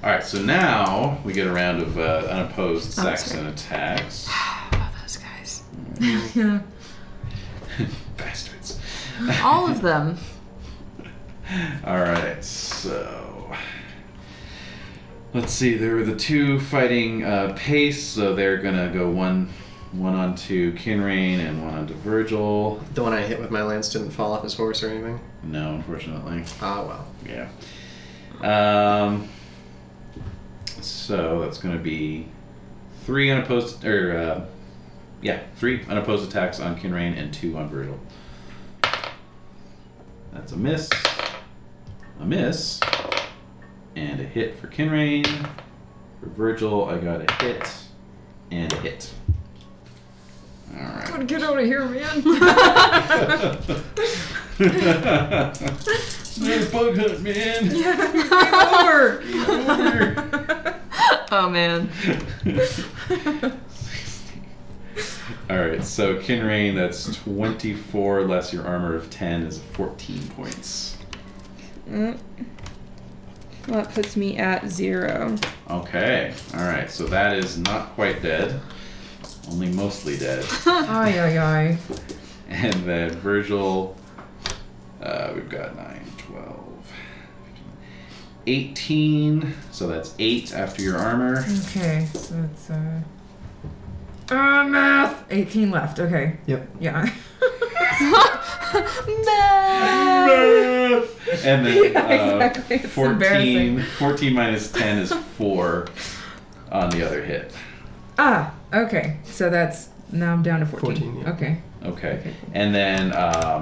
[SPEAKER 3] All right, so now we get a round of uh, unopposed
[SPEAKER 2] Oh, that's
[SPEAKER 3] Saxon attacks.
[SPEAKER 2] Oh, those guys.
[SPEAKER 6] Yeah.
[SPEAKER 3] Bastards.
[SPEAKER 2] All of them.
[SPEAKER 3] All right, so Let's see. There were the two fighting uh, pace, so they're gonna go one, one onto Kinrain and one onto Virgil.
[SPEAKER 4] The one I hit with my lance didn't fall off his horse or anything.
[SPEAKER 3] No, unfortunately.
[SPEAKER 4] Ah, well.
[SPEAKER 3] Yeah. Um, so that's going to be three unopposed, or uh, yeah, three unopposed attacks on Kinrain and two on Virgil. That's a miss, a miss, and a hit for Kinrain. For Virgil, I got a hit and a hit. All right.
[SPEAKER 6] God, get out of here, man.
[SPEAKER 3] Snake bug hunt, man.
[SPEAKER 6] Over.
[SPEAKER 2] Oh man.
[SPEAKER 3] All right, so Kinrain, that's 24 less your armor of 10 is 14 points.
[SPEAKER 2] Mm. Well, that puts me at zero.
[SPEAKER 3] Okay, all right, so that is not quite dead, only mostly dead.
[SPEAKER 6] Ay, ay, ay.
[SPEAKER 3] And then Virgil, uh, we've got 9, 12, 18, so that's 8 after your armor.
[SPEAKER 6] Okay, so it's uh. Uh, math. 18 left. Okay.
[SPEAKER 4] Yep.
[SPEAKER 6] Yeah.
[SPEAKER 3] and then
[SPEAKER 6] Yeah,
[SPEAKER 3] uh,
[SPEAKER 6] exactly. It's
[SPEAKER 3] 14,
[SPEAKER 6] embarrassing.
[SPEAKER 3] 14 minus 10 is 4 on the other hit.
[SPEAKER 6] ah. Okay. So that's now I'm down to 14.
[SPEAKER 4] 14, yeah.
[SPEAKER 6] Okay.
[SPEAKER 3] Okay. And then um,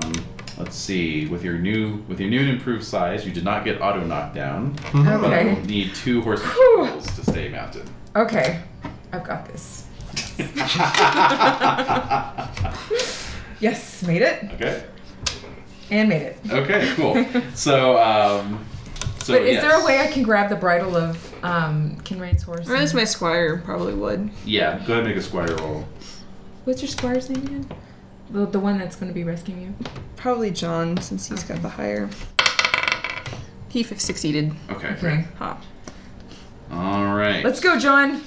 [SPEAKER 3] let's see. With your new with your new and improved size, you did not get auto knockdown. But I
[SPEAKER 6] Okay.
[SPEAKER 3] will need two horsemanship
[SPEAKER 6] Whew.
[SPEAKER 3] rolls to stay mounted.
[SPEAKER 6] Okay. I've got this. Yes, made it
[SPEAKER 3] okay.
[SPEAKER 6] and made it.
[SPEAKER 3] Okay. Cool. So. Um, so
[SPEAKER 6] But is
[SPEAKER 3] yes.
[SPEAKER 6] there a way I can grab the bridle of um, Kinraid's horse?
[SPEAKER 2] Or at least my squire probably would.
[SPEAKER 3] Yeah. Go ahead and make a squire roll.
[SPEAKER 2] What's your squire's name again?
[SPEAKER 6] the, the one that's going to be rescuing you?
[SPEAKER 2] Probably John, since he's got the higher. He f- succeeded.
[SPEAKER 3] Okay.
[SPEAKER 6] Okay.
[SPEAKER 2] Ha.
[SPEAKER 3] All right.
[SPEAKER 6] Let's go, John.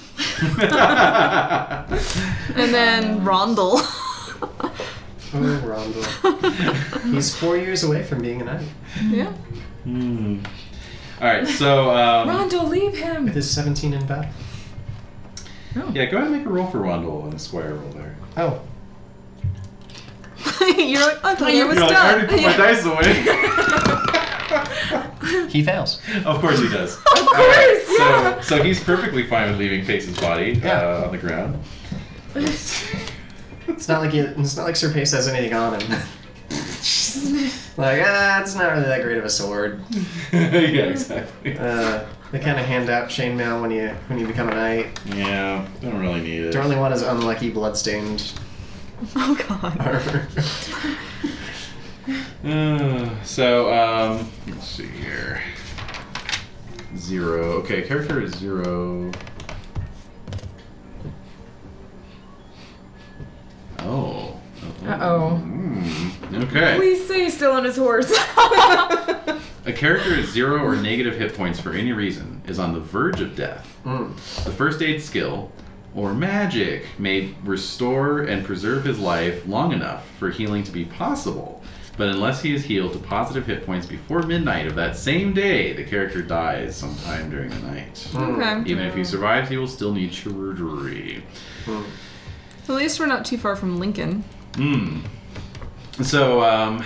[SPEAKER 2] And then Rondel.
[SPEAKER 4] Oh, Rondo. He's four years away from being a knight.
[SPEAKER 2] yeah.
[SPEAKER 3] Hmm. All right. So. Um,
[SPEAKER 6] Rondo, leave him.
[SPEAKER 4] With his 17 in battle.
[SPEAKER 3] Yeah. Go ahead and make a roll for Rondell and a squire roll there.
[SPEAKER 4] Oh,
[SPEAKER 2] You're like, I thought I was
[SPEAKER 3] You're like, I already
[SPEAKER 2] done.
[SPEAKER 3] put my dice away.
[SPEAKER 4] he fails.
[SPEAKER 3] Of course he does.
[SPEAKER 6] Of course.
[SPEAKER 3] So, so he's perfectly fine with leaving Face's body
[SPEAKER 4] Yeah.
[SPEAKER 3] uh, on the ground.
[SPEAKER 4] It's not like he, it's not like Sir Pace has anything on him. like ah, it's not really that great of a sword.
[SPEAKER 3] yeah, exactly.
[SPEAKER 4] Uh, they kind of hand out chainmail when you when you become a knight.
[SPEAKER 3] Yeah, don't really need it.
[SPEAKER 4] Don't really want his unlucky bloodstained Mm.
[SPEAKER 2] Oh god.
[SPEAKER 4] armor.
[SPEAKER 3] Uh, so, um, let's see here. Zero. Okay, character is zero. Oh.
[SPEAKER 6] Uh-oh.
[SPEAKER 3] Mm, okay.
[SPEAKER 6] Please say he's still on his horse.
[SPEAKER 3] A character at zero or negative hit points for any reason is on the verge of death.
[SPEAKER 4] Mm.
[SPEAKER 3] The first aid skill or magic may restore and preserve his life long enough for healing to be possible, but unless he is healed to positive hit points before midnight of that same day, the character dies sometime during the night.
[SPEAKER 2] Okay.
[SPEAKER 3] Even if he survives, he will still need surgery.
[SPEAKER 2] So at least we're not too far from Lincoln.
[SPEAKER 3] Hmm. So, um,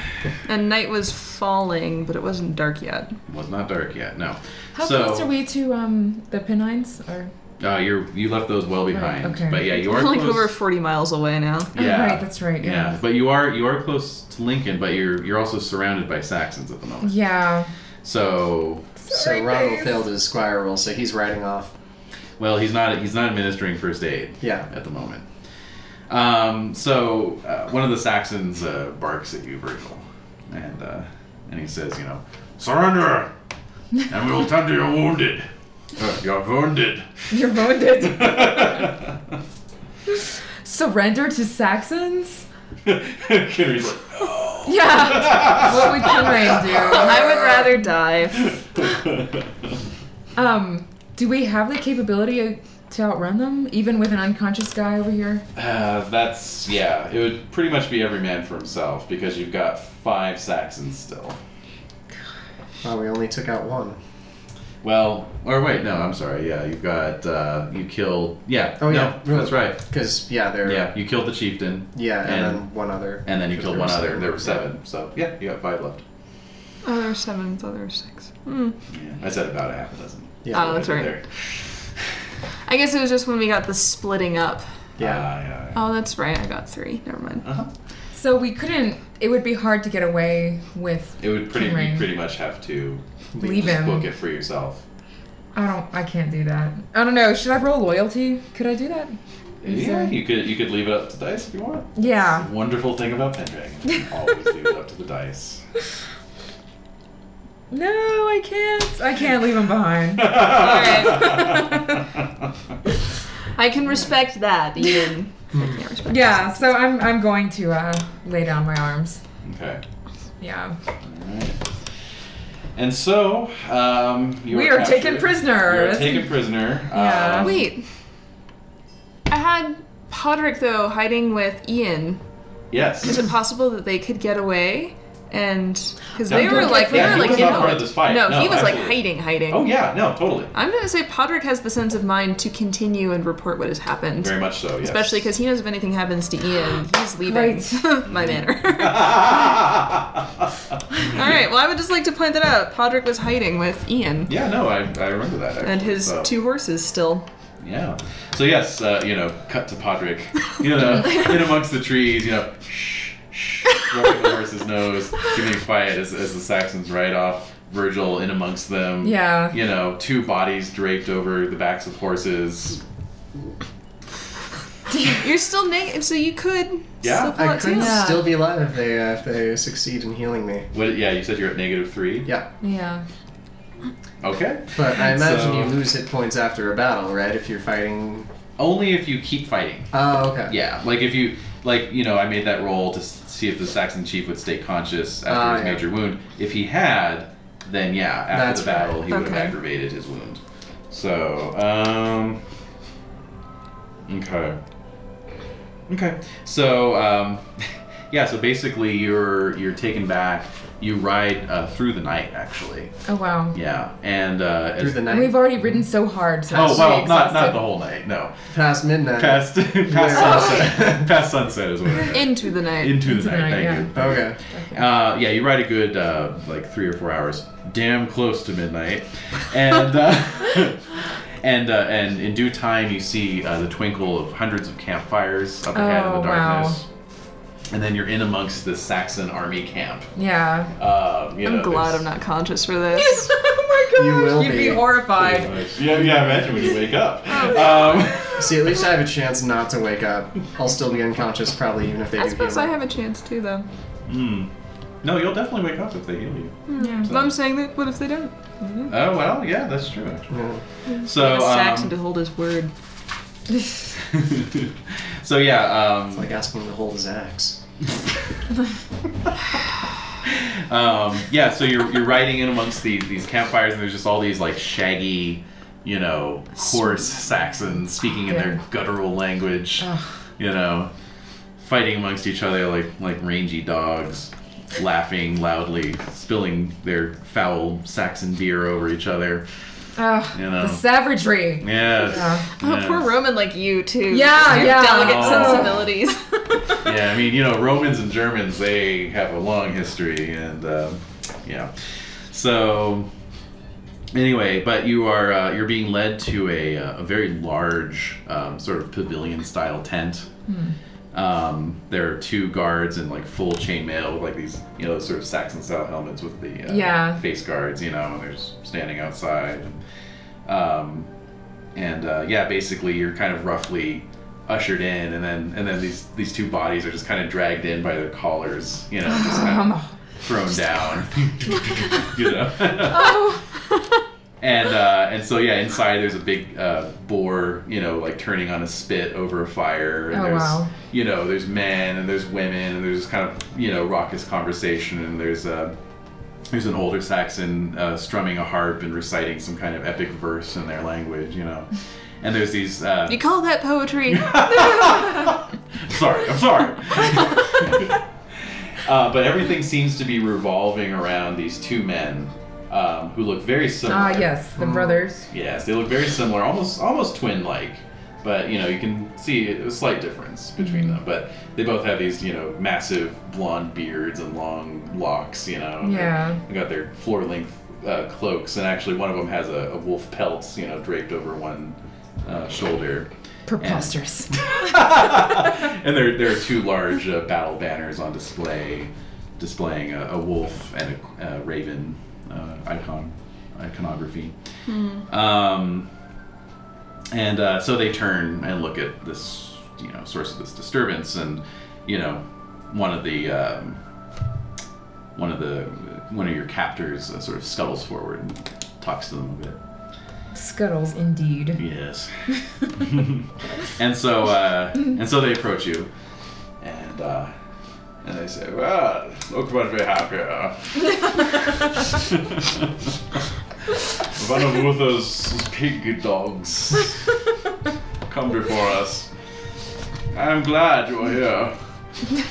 [SPEAKER 2] And night was falling, but it wasn't dark yet.
[SPEAKER 3] was not dark yet. No.
[SPEAKER 6] How
[SPEAKER 3] so,
[SPEAKER 6] close are we to um, the Pennines? Or
[SPEAKER 3] Uh, you're you left those well behind.
[SPEAKER 6] okay.
[SPEAKER 3] But yeah, you are
[SPEAKER 2] We're like
[SPEAKER 3] close.
[SPEAKER 2] over 40 miles away now.
[SPEAKER 6] oh,
[SPEAKER 3] yeah.
[SPEAKER 6] right, that's right.
[SPEAKER 3] Yeah,
[SPEAKER 6] Yeah.
[SPEAKER 3] but you are you are close to Lincoln, but you're you're also surrounded by Saxons at the moment.
[SPEAKER 6] Yeah.
[SPEAKER 3] So,
[SPEAKER 4] So Ronald failed his squire roll, so he's riding off.
[SPEAKER 3] well, he's not he's not administering first aid
[SPEAKER 4] Yeah.
[SPEAKER 3] at the moment. Um, so uh, one of the Saxons uh, barks at you, Virgil, and uh, and he says, you know, surrender, and we will tend to your wounded. Uh, You're wounded.
[SPEAKER 6] You're wounded. Surrender to Saxons?
[SPEAKER 3] Kennedy's like, no.
[SPEAKER 6] Yeah. what would Kinraid do?
[SPEAKER 2] I would rather die.
[SPEAKER 6] Um, do we have the capability to outrun them, even with an unconscious guy over here?
[SPEAKER 3] Uh, that's yeah. It would pretty much be every man for himself because you've got five Saxons still.
[SPEAKER 4] Well, we only took out one.
[SPEAKER 3] Well, or wait, no, I'm sorry. Yeah, you've got uh, you killed. Yeah.
[SPEAKER 4] Oh,
[SPEAKER 3] no,
[SPEAKER 4] yeah.
[SPEAKER 3] that's right.
[SPEAKER 4] Because yeah, they're yeah,
[SPEAKER 3] Yeah, you killed the chieftain,
[SPEAKER 4] and,
[SPEAKER 3] And-
[SPEAKER 4] then one other,
[SPEAKER 3] and then you
[SPEAKER 4] 'cause
[SPEAKER 3] killed
[SPEAKER 4] there
[SPEAKER 3] one
[SPEAKER 4] were
[SPEAKER 3] other.
[SPEAKER 4] seven.
[SPEAKER 3] There were seven. So yeah, you got five left.
[SPEAKER 2] Oh, there were seven. I thought there were six. Hmm.
[SPEAKER 3] Yeah. I said about a half a dozen.
[SPEAKER 4] Yeah.
[SPEAKER 2] Oh, that's right.
[SPEAKER 3] There.
[SPEAKER 2] I guess it was just when we got the splitting up.
[SPEAKER 4] Yeah.
[SPEAKER 3] Ah, yeah, yeah.
[SPEAKER 2] Oh, that's right. I got three. Never mind.
[SPEAKER 3] Uh-huh.
[SPEAKER 6] So we couldn't. It would be hard to get away with.
[SPEAKER 3] It would pretty
[SPEAKER 6] Ring.
[SPEAKER 3] you pretty much have to
[SPEAKER 6] Leave
[SPEAKER 3] just
[SPEAKER 6] him.
[SPEAKER 3] book it for yourself.
[SPEAKER 6] I don't. I can't do that. I don't know. Should I roll loyalty? Could I do that?
[SPEAKER 3] Yeah, you could you could leave it up to dice if you want.
[SPEAKER 6] Yeah.
[SPEAKER 3] Wonderful thing about Pendragon, you can always leave it up to the dice.
[SPEAKER 6] No, I can't. I can't leave him behind.
[SPEAKER 2] I can respect that, even. I can't respect
[SPEAKER 6] Yeah. So I'm. I'm going to uh, lay down my arms.
[SPEAKER 3] okay.
[SPEAKER 6] Yeah.
[SPEAKER 3] Alright. And so, um, you
[SPEAKER 6] We
[SPEAKER 3] are
[SPEAKER 6] are taken
[SPEAKER 3] captured. You are
[SPEAKER 6] prisoners.
[SPEAKER 3] taken prisoner.
[SPEAKER 6] Yeah.
[SPEAKER 3] Um,
[SPEAKER 2] Wait. I had Podrick, though, hiding with Ian.
[SPEAKER 3] Yes.
[SPEAKER 2] Is it possible that they could get away? And because
[SPEAKER 3] No,
[SPEAKER 2] they
[SPEAKER 3] don't
[SPEAKER 2] were
[SPEAKER 3] get
[SPEAKER 2] like they
[SPEAKER 3] that.
[SPEAKER 2] were
[SPEAKER 3] He
[SPEAKER 2] like
[SPEAKER 3] was
[SPEAKER 2] in
[SPEAKER 3] not part
[SPEAKER 2] on
[SPEAKER 3] of
[SPEAKER 2] it.
[SPEAKER 3] this fight.
[SPEAKER 2] No,
[SPEAKER 3] No,
[SPEAKER 2] he was like
[SPEAKER 3] absolutely.
[SPEAKER 2] hiding, hiding.
[SPEAKER 3] Oh yeah. No, totally.
[SPEAKER 2] I'm gonna say Podrick has the sense of mind to continue and report what has happened,
[SPEAKER 3] Very much so. Yes.
[SPEAKER 2] especially because he knows if anything happens to Ian, he's leaving my manor. All right. Well, I would just like to point that out. Podrick was hiding with Ian
[SPEAKER 3] yeah. No, I, I remember that. Actually.
[SPEAKER 2] and his
[SPEAKER 3] so,
[SPEAKER 2] two horses still.
[SPEAKER 3] Yeah. So yes, uh, you know, cut to Podrick. You know, in amongst the trees. You know, shh, shh, rubbing the horse's nose, keeping quiet as, as the Saxons ride off. Virgil in amongst them.
[SPEAKER 6] Yeah.
[SPEAKER 3] You know, two bodies draped over the backs of horses.
[SPEAKER 2] You're still naked, so you could
[SPEAKER 3] Yeah,
[SPEAKER 2] still pull
[SPEAKER 4] I
[SPEAKER 2] out
[SPEAKER 4] could
[SPEAKER 2] too.
[SPEAKER 6] Yeah.
[SPEAKER 4] still be alive if they uh, if they succeed in healing me.
[SPEAKER 3] What? Yeah, you said you're at negative three.
[SPEAKER 4] Yeah,
[SPEAKER 6] Yeah.
[SPEAKER 3] Okay.
[SPEAKER 4] but I imagine
[SPEAKER 3] So-
[SPEAKER 4] you lose hit points after a battle, right? If you're fighting.
[SPEAKER 3] Only if you keep fighting.
[SPEAKER 4] Oh, okay.
[SPEAKER 3] Yeah, like if you, like you know, I made that roll to s- see if the Saxon chief would stay conscious after
[SPEAKER 4] Ah,
[SPEAKER 3] his
[SPEAKER 4] yeah.
[SPEAKER 3] major wound. If he had, then yeah, after
[SPEAKER 4] That's
[SPEAKER 3] the battle he would have
[SPEAKER 2] Okay.
[SPEAKER 3] aggravated his wound. So, um, okay, okay. So, um, yeah. So basically, you're you're taken back. You ride uh, through the night, actually.
[SPEAKER 6] Oh wow.
[SPEAKER 3] Yeah, and uh,
[SPEAKER 4] Through
[SPEAKER 3] as-
[SPEAKER 4] the
[SPEAKER 6] And
[SPEAKER 4] night,
[SPEAKER 6] we've already ridden so hard. So
[SPEAKER 3] oh
[SPEAKER 6] I'm
[SPEAKER 3] well,
[SPEAKER 6] pretty
[SPEAKER 3] not not
[SPEAKER 6] exhausted.
[SPEAKER 3] the whole night. No,
[SPEAKER 4] past midnight.
[SPEAKER 3] past past sunset. past sunset is what. I meant.
[SPEAKER 2] into the night.
[SPEAKER 3] Into the
[SPEAKER 6] Into the
[SPEAKER 3] night,
[SPEAKER 6] night,
[SPEAKER 3] thank you.
[SPEAKER 4] Okay.
[SPEAKER 3] Uh, yeah, you ride a good uh, like three or four hours, damn close to midnight, and uh, and uh, and in due time you see uh, the twinkle of hundreds of campfires up ahead in
[SPEAKER 6] Oh,
[SPEAKER 3] the
[SPEAKER 6] wow.
[SPEAKER 3] darkness, and then you're in amongst this Saxon army camp.
[SPEAKER 6] Yeah.
[SPEAKER 3] Um, you
[SPEAKER 2] I'm
[SPEAKER 3] know,
[SPEAKER 2] glad
[SPEAKER 3] there's-
[SPEAKER 2] I'm not conscious for this.
[SPEAKER 6] oh my gosh.
[SPEAKER 4] You will
[SPEAKER 6] You'd be
[SPEAKER 4] be.
[SPEAKER 6] horrified.
[SPEAKER 3] Yeah, yeah, imagine when you wake up.
[SPEAKER 2] Oh,
[SPEAKER 3] Um,
[SPEAKER 4] See, at least I have a chance not to wake up. I'll still be unconscious, probably, even if they
[SPEAKER 2] I
[SPEAKER 4] do
[SPEAKER 2] suppose
[SPEAKER 4] heal
[SPEAKER 2] I
[SPEAKER 4] me.
[SPEAKER 2] have a chance too, though.
[SPEAKER 3] hmm. No, you'll definitely wake up if they heal you.
[SPEAKER 6] Yeah.
[SPEAKER 2] But I'm saying that. What if they don't?
[SPEAKER 3] Oh well, yeah, that's true. actually.
[SPEAKER 4] Yeah.
[SPEAKER 3] So
[SPEAKER 2] Ask Saxon
[SPEAKER 3] um,
[SPEAKER 2] to hold his word.
[SPEAKER 3] so yeah, um,
[SPEAKER 4] Like asking him to hold his axe.
[SPEAKER 3] um, yeah, so you're you're riding in amongst these these campfires, and there's just all these like shaggy, you know, coarse Saxons speaking in their
[SPEAKER 6] Yeah.
[SPEAKER 3] guttural language,
[SPEAKER 6] Ugh.
[SPEAKER 3] you know, fighting amongst each other like like rangy dogs, laughing loudly, spilling their foul Saxon beer over each other.
[SPEAKER 6] Ugh,
[SPEAKER 3] You know.
[SPEAKER 6] The savagery.
[SPEAKER 3] Yes.
[SPEAKER 6] Yeah.
[SPEAKER 2] Oh,
[SPEAKER 3] yes.
[SPEAKER 2] poor Roman, like you too.
[SPEAKER 6] Yeah,
[SPEAKER 2] Your
[SPEAKER 6] yeah.
[SPEAKER 2] Delicate
[SPEAKER 3] Oh.
[SPEAKER 2] sensibilities.
[SPEAKER 3] yeah, I mean, you know, Romans and Germans, they have a long history, and um yeah. So, anyway, but you are uh, you're being led to a, uh, a very large um, sort of pavilion-style tent.
[SPEAKER 6] Hmm.
[SPEAKER 3] Um, there are two guards in like full chainmail with like these, you know, sort of Saxon-style helmets with the uh,
[SPEAKER 6] Yeah.
[SPEAKER 3] face guards, you know, and they're s- standing outside. um, and uh, yeah, basically you're kind of roughly ushered in, and then and then these these two bodies are just kind of dragged in by their collars, you know, just kind of
[SPEAKER 6] Um,
[SPEAKER 3] thrown down, you know.
[SPEAKER 6] oh.
[SPEAKER 3] and uh, and so yeah, inside there's a big uh, boar, you know, like turning on a spit over a fire. And
[SPEAKER 6] Oh,
[SPEAKER 3] there's,
[SPEAKER 6] wow.
[SPEAKER 3] You know, there's men and there's women and there's kind of you know raucous conversation and there's uh, there's an older Saxon uh, strumming a harp and reciting some kind of epic verse in their language, you know. And there's these. Uh,
[SPEAKER 2] you call that poetry?
[SPEAKER 3] sorry, I'm sorry. uh, but everything seems to be revolving around these two men um, who look very similar.
[SPEAKER 6] Ah, yes,
[SPEAKER 3] Mm.
[SPEAKER 6] the brothers.
[SPEAKER 3] Yes, they look very similar, almost almost twin-like, but you know you can see a slight difference between
[SPEAKER 6] Mm-hmm.
[SPEAKER 3] them. But they both have these you know massive blonde beards and long locks. You know, and they're-
[SPEAKER 6] Yeah.
[SPEAKER 3] they got their floor-length uh, cloaks, and actually one of them has a, a wolf pelt you know draped over one uh, shoulder.
[SPEAKER 6] Preposterous.
[SPEAKER 3] and there, there are two large uh, battle banners on display, displaying a, a wolf and a, a raven uh, icon iconography. Um, and uh, so they turn and look at this, you know, source of this disturbance, and you know, one of the um, one of the one of your captors uh, sort of scuttles forward and talks to them a bit.
[SPEAKER 6] Scuttles, indeed.
[SPEAKER 3] Yes. and so uh, and so they approach you, and uh, and they say, "Well, look what we have here." One of Uther's pig dogs come before us. I'm glad you are here.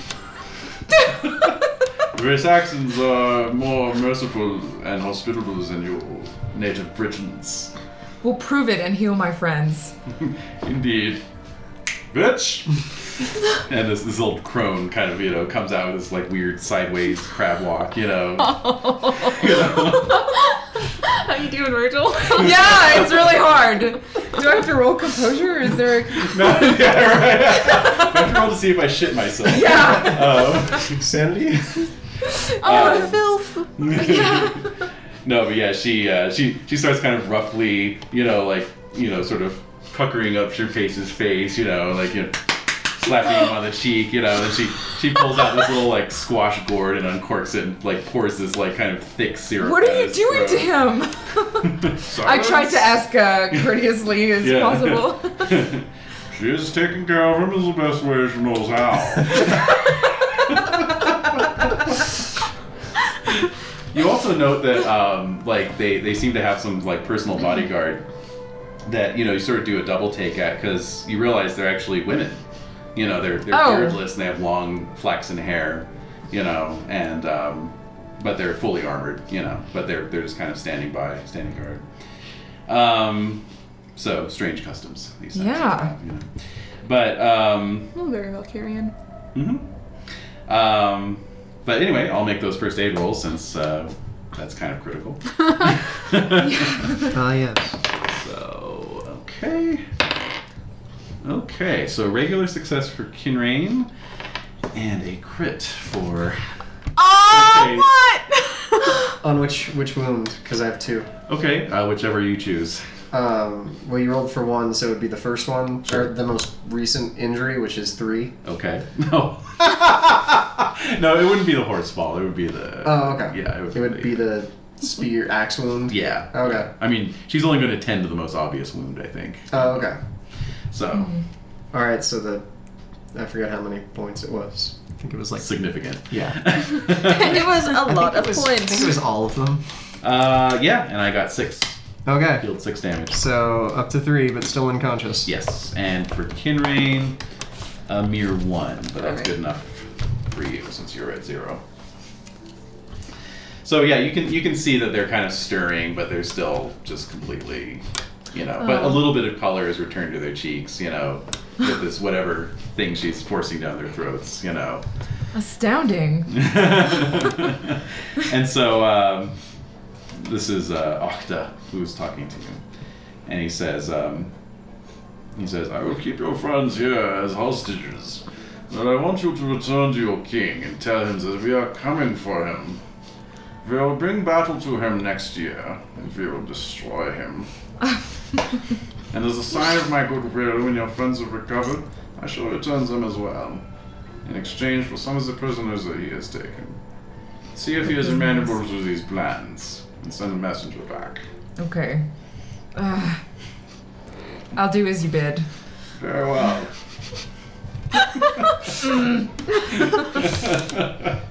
[SPEAKER 3] We Saxons are more merciful and hospitable than you native Britons.
[SPEAKER 6] We'll prove it and heal my friends.
[SPEAKER 3] Indeed. Bitch! and this, this old crone kind of, you know, comes out with this, like, weird sideways crab walk, you know. You know?
[SPEAKER 2] How you doing, Virgil?
[SPEAKER 6] yeah, it's really hard. Do I have to roll composure? Or is there? A...
[SPEAKER 3] No, yeah, right. I have to roll to see if I shit myself.
[SPEAKER 6] Yeah.
[SPEAKER 3] Um,
[SPEAKER 4] Sanity?
[SPEAKER 2] Oh, filth.
[SPEAKER 3] no, but yeah, she, uh, she, she starts kind of roughly, you know, like, you know, sort of puckering up Sureface's face, you know, like, you know. Slapping him on the cheek, you know, and she she pulls out this little like squash gourd and uncorks it and like pours this like kind of thick syrup.
[SPEAKER 6] What
[SPEAKER 3] down
[SPEAKER 6] are you
[SPEAKER 3] his
[SPEAKER 6] doing to
[SPEAKER 3] throat.
[SPEAKER 6] him? I tried to ask uh, courteously as
[SPEAKER 3] Yeah.
[SPEAKER 6] possible.
[SPEAKER 3] she is taking care of him is the best way she knows how. you also note that um, like they, they seem to have some like personal bodyguard that you know you sort of do a double take at because you realize they're actually women. You know they're they're
[SPEAKER 6] Oh.
[SPEAKER 3] beardless and they have long flaxen hair. You know and um, but they're fully armored. You know but they're they're just kind of standing by standing guard. Um, so strange customs. These times,
[SPEAKER 6] Yeah.
[SPEAKER 3] you know. But um,
[SPEAKER 2] Oh, very Valkyrian.
[SPEAKER 3] mhm. um, but anyway, I'll make those first aid rolls since uh, that's kind of critical.
[SPEAKER 4] Ah, yes.
[SPEAKER 3] so okay, okay. So regular success for Kinrain, and a crit for. Okay.
[SPEAKER 2] Oh,
[SPEAKER 4] On which which wound? Because I have two.
[SPEAKER 3] Okay, uh, whichever you choose.
[SPEAKER 4] Um, well, you rolled for one, so it would be the first one,
[SPEAKER 3] Sure.
[SPEAKER 4] or the most recent injury, which is three.
[SPEAKER 3] Okay. No. no, it wouldn't be the horse fall. It would be the.
[SPEAKER 4] Oh, okay.
[SPEAKER 3] Yeah, it would,
[SPEAKER 4] It would be the spear axe wound.
[SPEAKER 3] Yeah.
[SPEAKER 4] Okay.
[SPEAKER 3] I mean, she's only going to tend to the most obvious wound, I think.
[SPEAKER 4] Oh, okay.
[SPEAKER 3] So
[SPEAKER 4] All right. So the I forget how many points it was. I think it was like
[SPEAKER 3] significant.
[SPEAKER 4] yeah.
[SPEAKER 2] what? it was a lot of
[SPEAKER 4] I
[SPEAKER 2] points.
[SPEAKER 4] think it was all of them.
[SPEAKER 3] uh, yeah, and I got six.
[SPEAKER 4] Okay.
[SPEAKER 3] Dealt six damage.
[SPEAKER 4] So up to three, but still unconscious.
[SPEAKER 3] Yes, and for Kinrain, a mere one, but that's
[SPEAKER 2] Alright.
[SPEAKER 3] good enough for you since you're at zero. So yeah, you can you can see that they're kind of stirring, but they're still just completely, you know. But a little bit of color is returned to their cheeks, you know, with this whatever thing she's forcing down their throats, you know.
[SPEAKER 6] Astounding.
[SPEAKER 3] and so um, this is uh, Akhta who's talking to you, and he says, um, he says, I will keep your friends here as hostages, but I want you to return to your king and tell him that we are coming for him. We will bring battle to him next year, and we will destroy him. and as a sign of my goodwill, when your friends have recovered, I shall return them as well in exchange for some of the prisoners that he has taken. See if he is amenable to these plans, and send a messenger back.
[SPEAKER 6] Okay. Ah. I'll do as you bid.
[SPEAKER 3] Very well.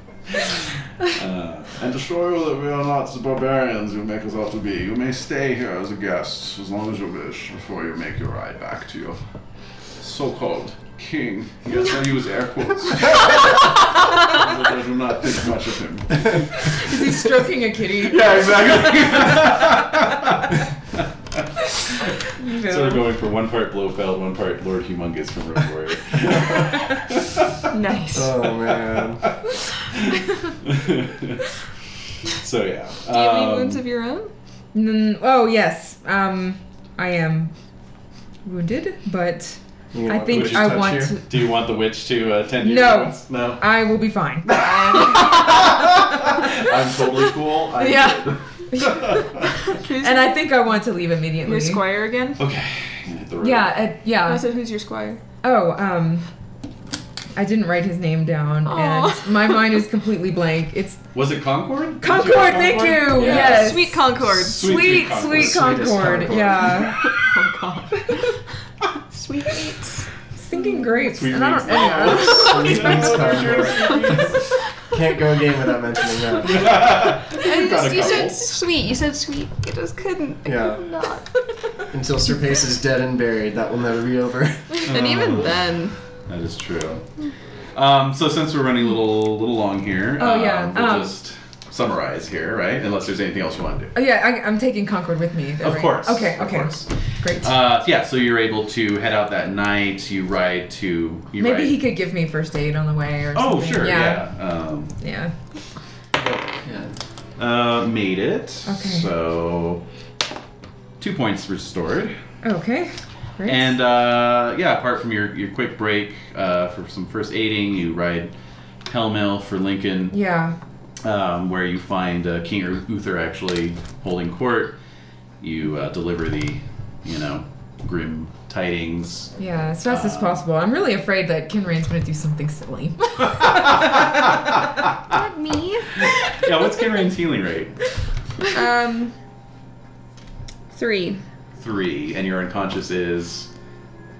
[SPEAKER 3] Uh, and to show you that we are not the barbarians you make us out to be, you may stay here as a guest as long as you wish before you make your ride back to your so-called king. Yes, I use air quotes. I do not think much of him.
[SPEAKER 6] Is he stroking a kitty?
[SPEAKER 3] yeah, exactly.
[SPEAKER 6] No.
[SPEAKER 3] So we're going for one part Blofeld, one part Lord Humongous from Road Warrior.
[SPEAKER 2] Nice.
[SPEAKER 4] Oh man.
[SPEAKER 3] so yeah.
[SPEAKER 2] Do you have any
[SPEAKER 3] um,
[SPEAKER 2] wounds of your own?
[SPEAKER 6] Mm, oh yes. Um, I am wounded, but
[SPEAKER 4] You
[SPEAKER 6] I
[SPEAKER 4] want the
[SPEAKER 6] think
[SPEAKER 4] witches
[SPEAKER 6] I
[SPEAKER 4] touch
[SPEAKER 6] want
[SPEAKER 4] you?
[SPEAKER 6] to-
[SPEAKER 3] Do you want the witch to uh, tend to
[SPEAKER 6] No.
[SPEAKER 3] your wounds? No.
[SPEAKER 6] I will be fine.
[SPEAKER 3] I'm totally cool. I'm
[SPEAKER 6] Yeah.
[SPEAKER 3] good.
[SPEAKER 2] Who's
[SPEAKER 6] and I think I want to leave immediately.
[SPEAKER 2] your squire again?
[SPEAKER 3] okay. I'm gonna hit the road.
[SPEAKER 6] Yeah, uh,
[SPEAKER 2] I
[SPEAKER 6] yeah.
[SPEAKER 2] said, who's your squire?
[SPEAKER 6] Oh, um, I didn't write his name down,
[SPEAKER 2] Aw.
[SPEAKER 6] and my mind is completely blank. It's
[SPEAKER 3] Was it Concord? Did you have
[SPEAKER 6] Concord. Thank you.
[SPEAKER 3] Yeah.
[SPEAKER 6] Yes.
[SPEAKER 2] Sweet Concord.
[SPEAKER 3] Sweet,
[SPEAKER 6] Sweet, sweet Concord.
[SPEAKER 4] Sweetest Concord.
[SPEAKER 6] Yeah.
[SPEAKER 2] Oh god. Sweet meats.
[SPEAKER 6] Stinking grapes.
[SPEAKER 3] Sweet
[SPEAKER 6] and I
[SPEAKER 3] meats.
[SPEAKER 6] don't know.
[SPEAKER 4] Sweet meats Concord. Can't go a game without mentioning that.
[SPEAKER 2] I
[SPEAKER 3] You've got
[SPEAKER 2] just,
[SPEAKER 3] a
[SPEAKER 2] you
[SPEAKER 3] couple.
[SPEAKER 2] said sweet. You said sweet. I just couldn't. I
[SPEAKER 4] Yeah. Um,
[SPEAKER 2] could not.
[SPEAKER 4] Until Sir Pace is dead and buried, that will never be over.
[SPEAKER 2] and even then,
[SPEAKER 3] That is true. Um, so since we're running a little little long here,
[SPEAKER 6] Oh,
[SPEAKER 3] um,
[SPEAKER 6] yeah,
[SPEAKER 3] we'll
[SPEAKER 6] um,
[SPEAKER 3] just summarize here, right? Unless there's anything else you want to do.
[SPEAKER 6] Oh, yeah, I, I'm taking Concord with me. though,
[SPEAKER 3] Of
[SPEAKER 6] right?
[SPEAKER 3] course.
[SPEAKER 6] Okay,
[SPEAKER 3] of
[SPEAKER 6] okay.
[SPEAKER 3] course.
[SPEAKER 6] Great.
[SPEAKER 3] Uh, yeah, so you're able to head out that night. You ride to. You
[SPEAKER 6] Maybe
[SPEAKER 3] ride,
[SPEAKER 6] he could give me first aid on the way or
[SPEAKER 3] Oh,
[SPEAKER 6] something.
[SPEAKER 3] sure,
[SPEAKER 6] Yeah.
[SPEAKER 3] yeah. Um,
[SPEAKER 6] Yeah.
[SPEAKER 3] uh, made it.
[SPEAKER 6] Okay.
[SPEAKER 3] So two points restored.
[SPEAKER 6] Okay. Great.
[SPEAKER 3] And uh, yeah, apart from your, your quick break uh, for some first aiding, you ride pell mell for Lincoln.
[SPEAKER 6] yeah.
[SPEAKER 3] um, where you find uh, King Uther actually holding court. You uh, deliver the, you know, grim tidings.
[SPEAKER 6] Yeah, as fast
[SPEAKER 3] Uh,
[SPEAKER 6] as possible. I'm really afraid that Kinrain's gonna do something silly.
[SPEAKER 2] not me.
[SPEAKER 3] Yeah, what's Kinrain's healing rate?
[SPEAKER 2] Um, three.
[SPEAKER 3] Three, and your unconscious is.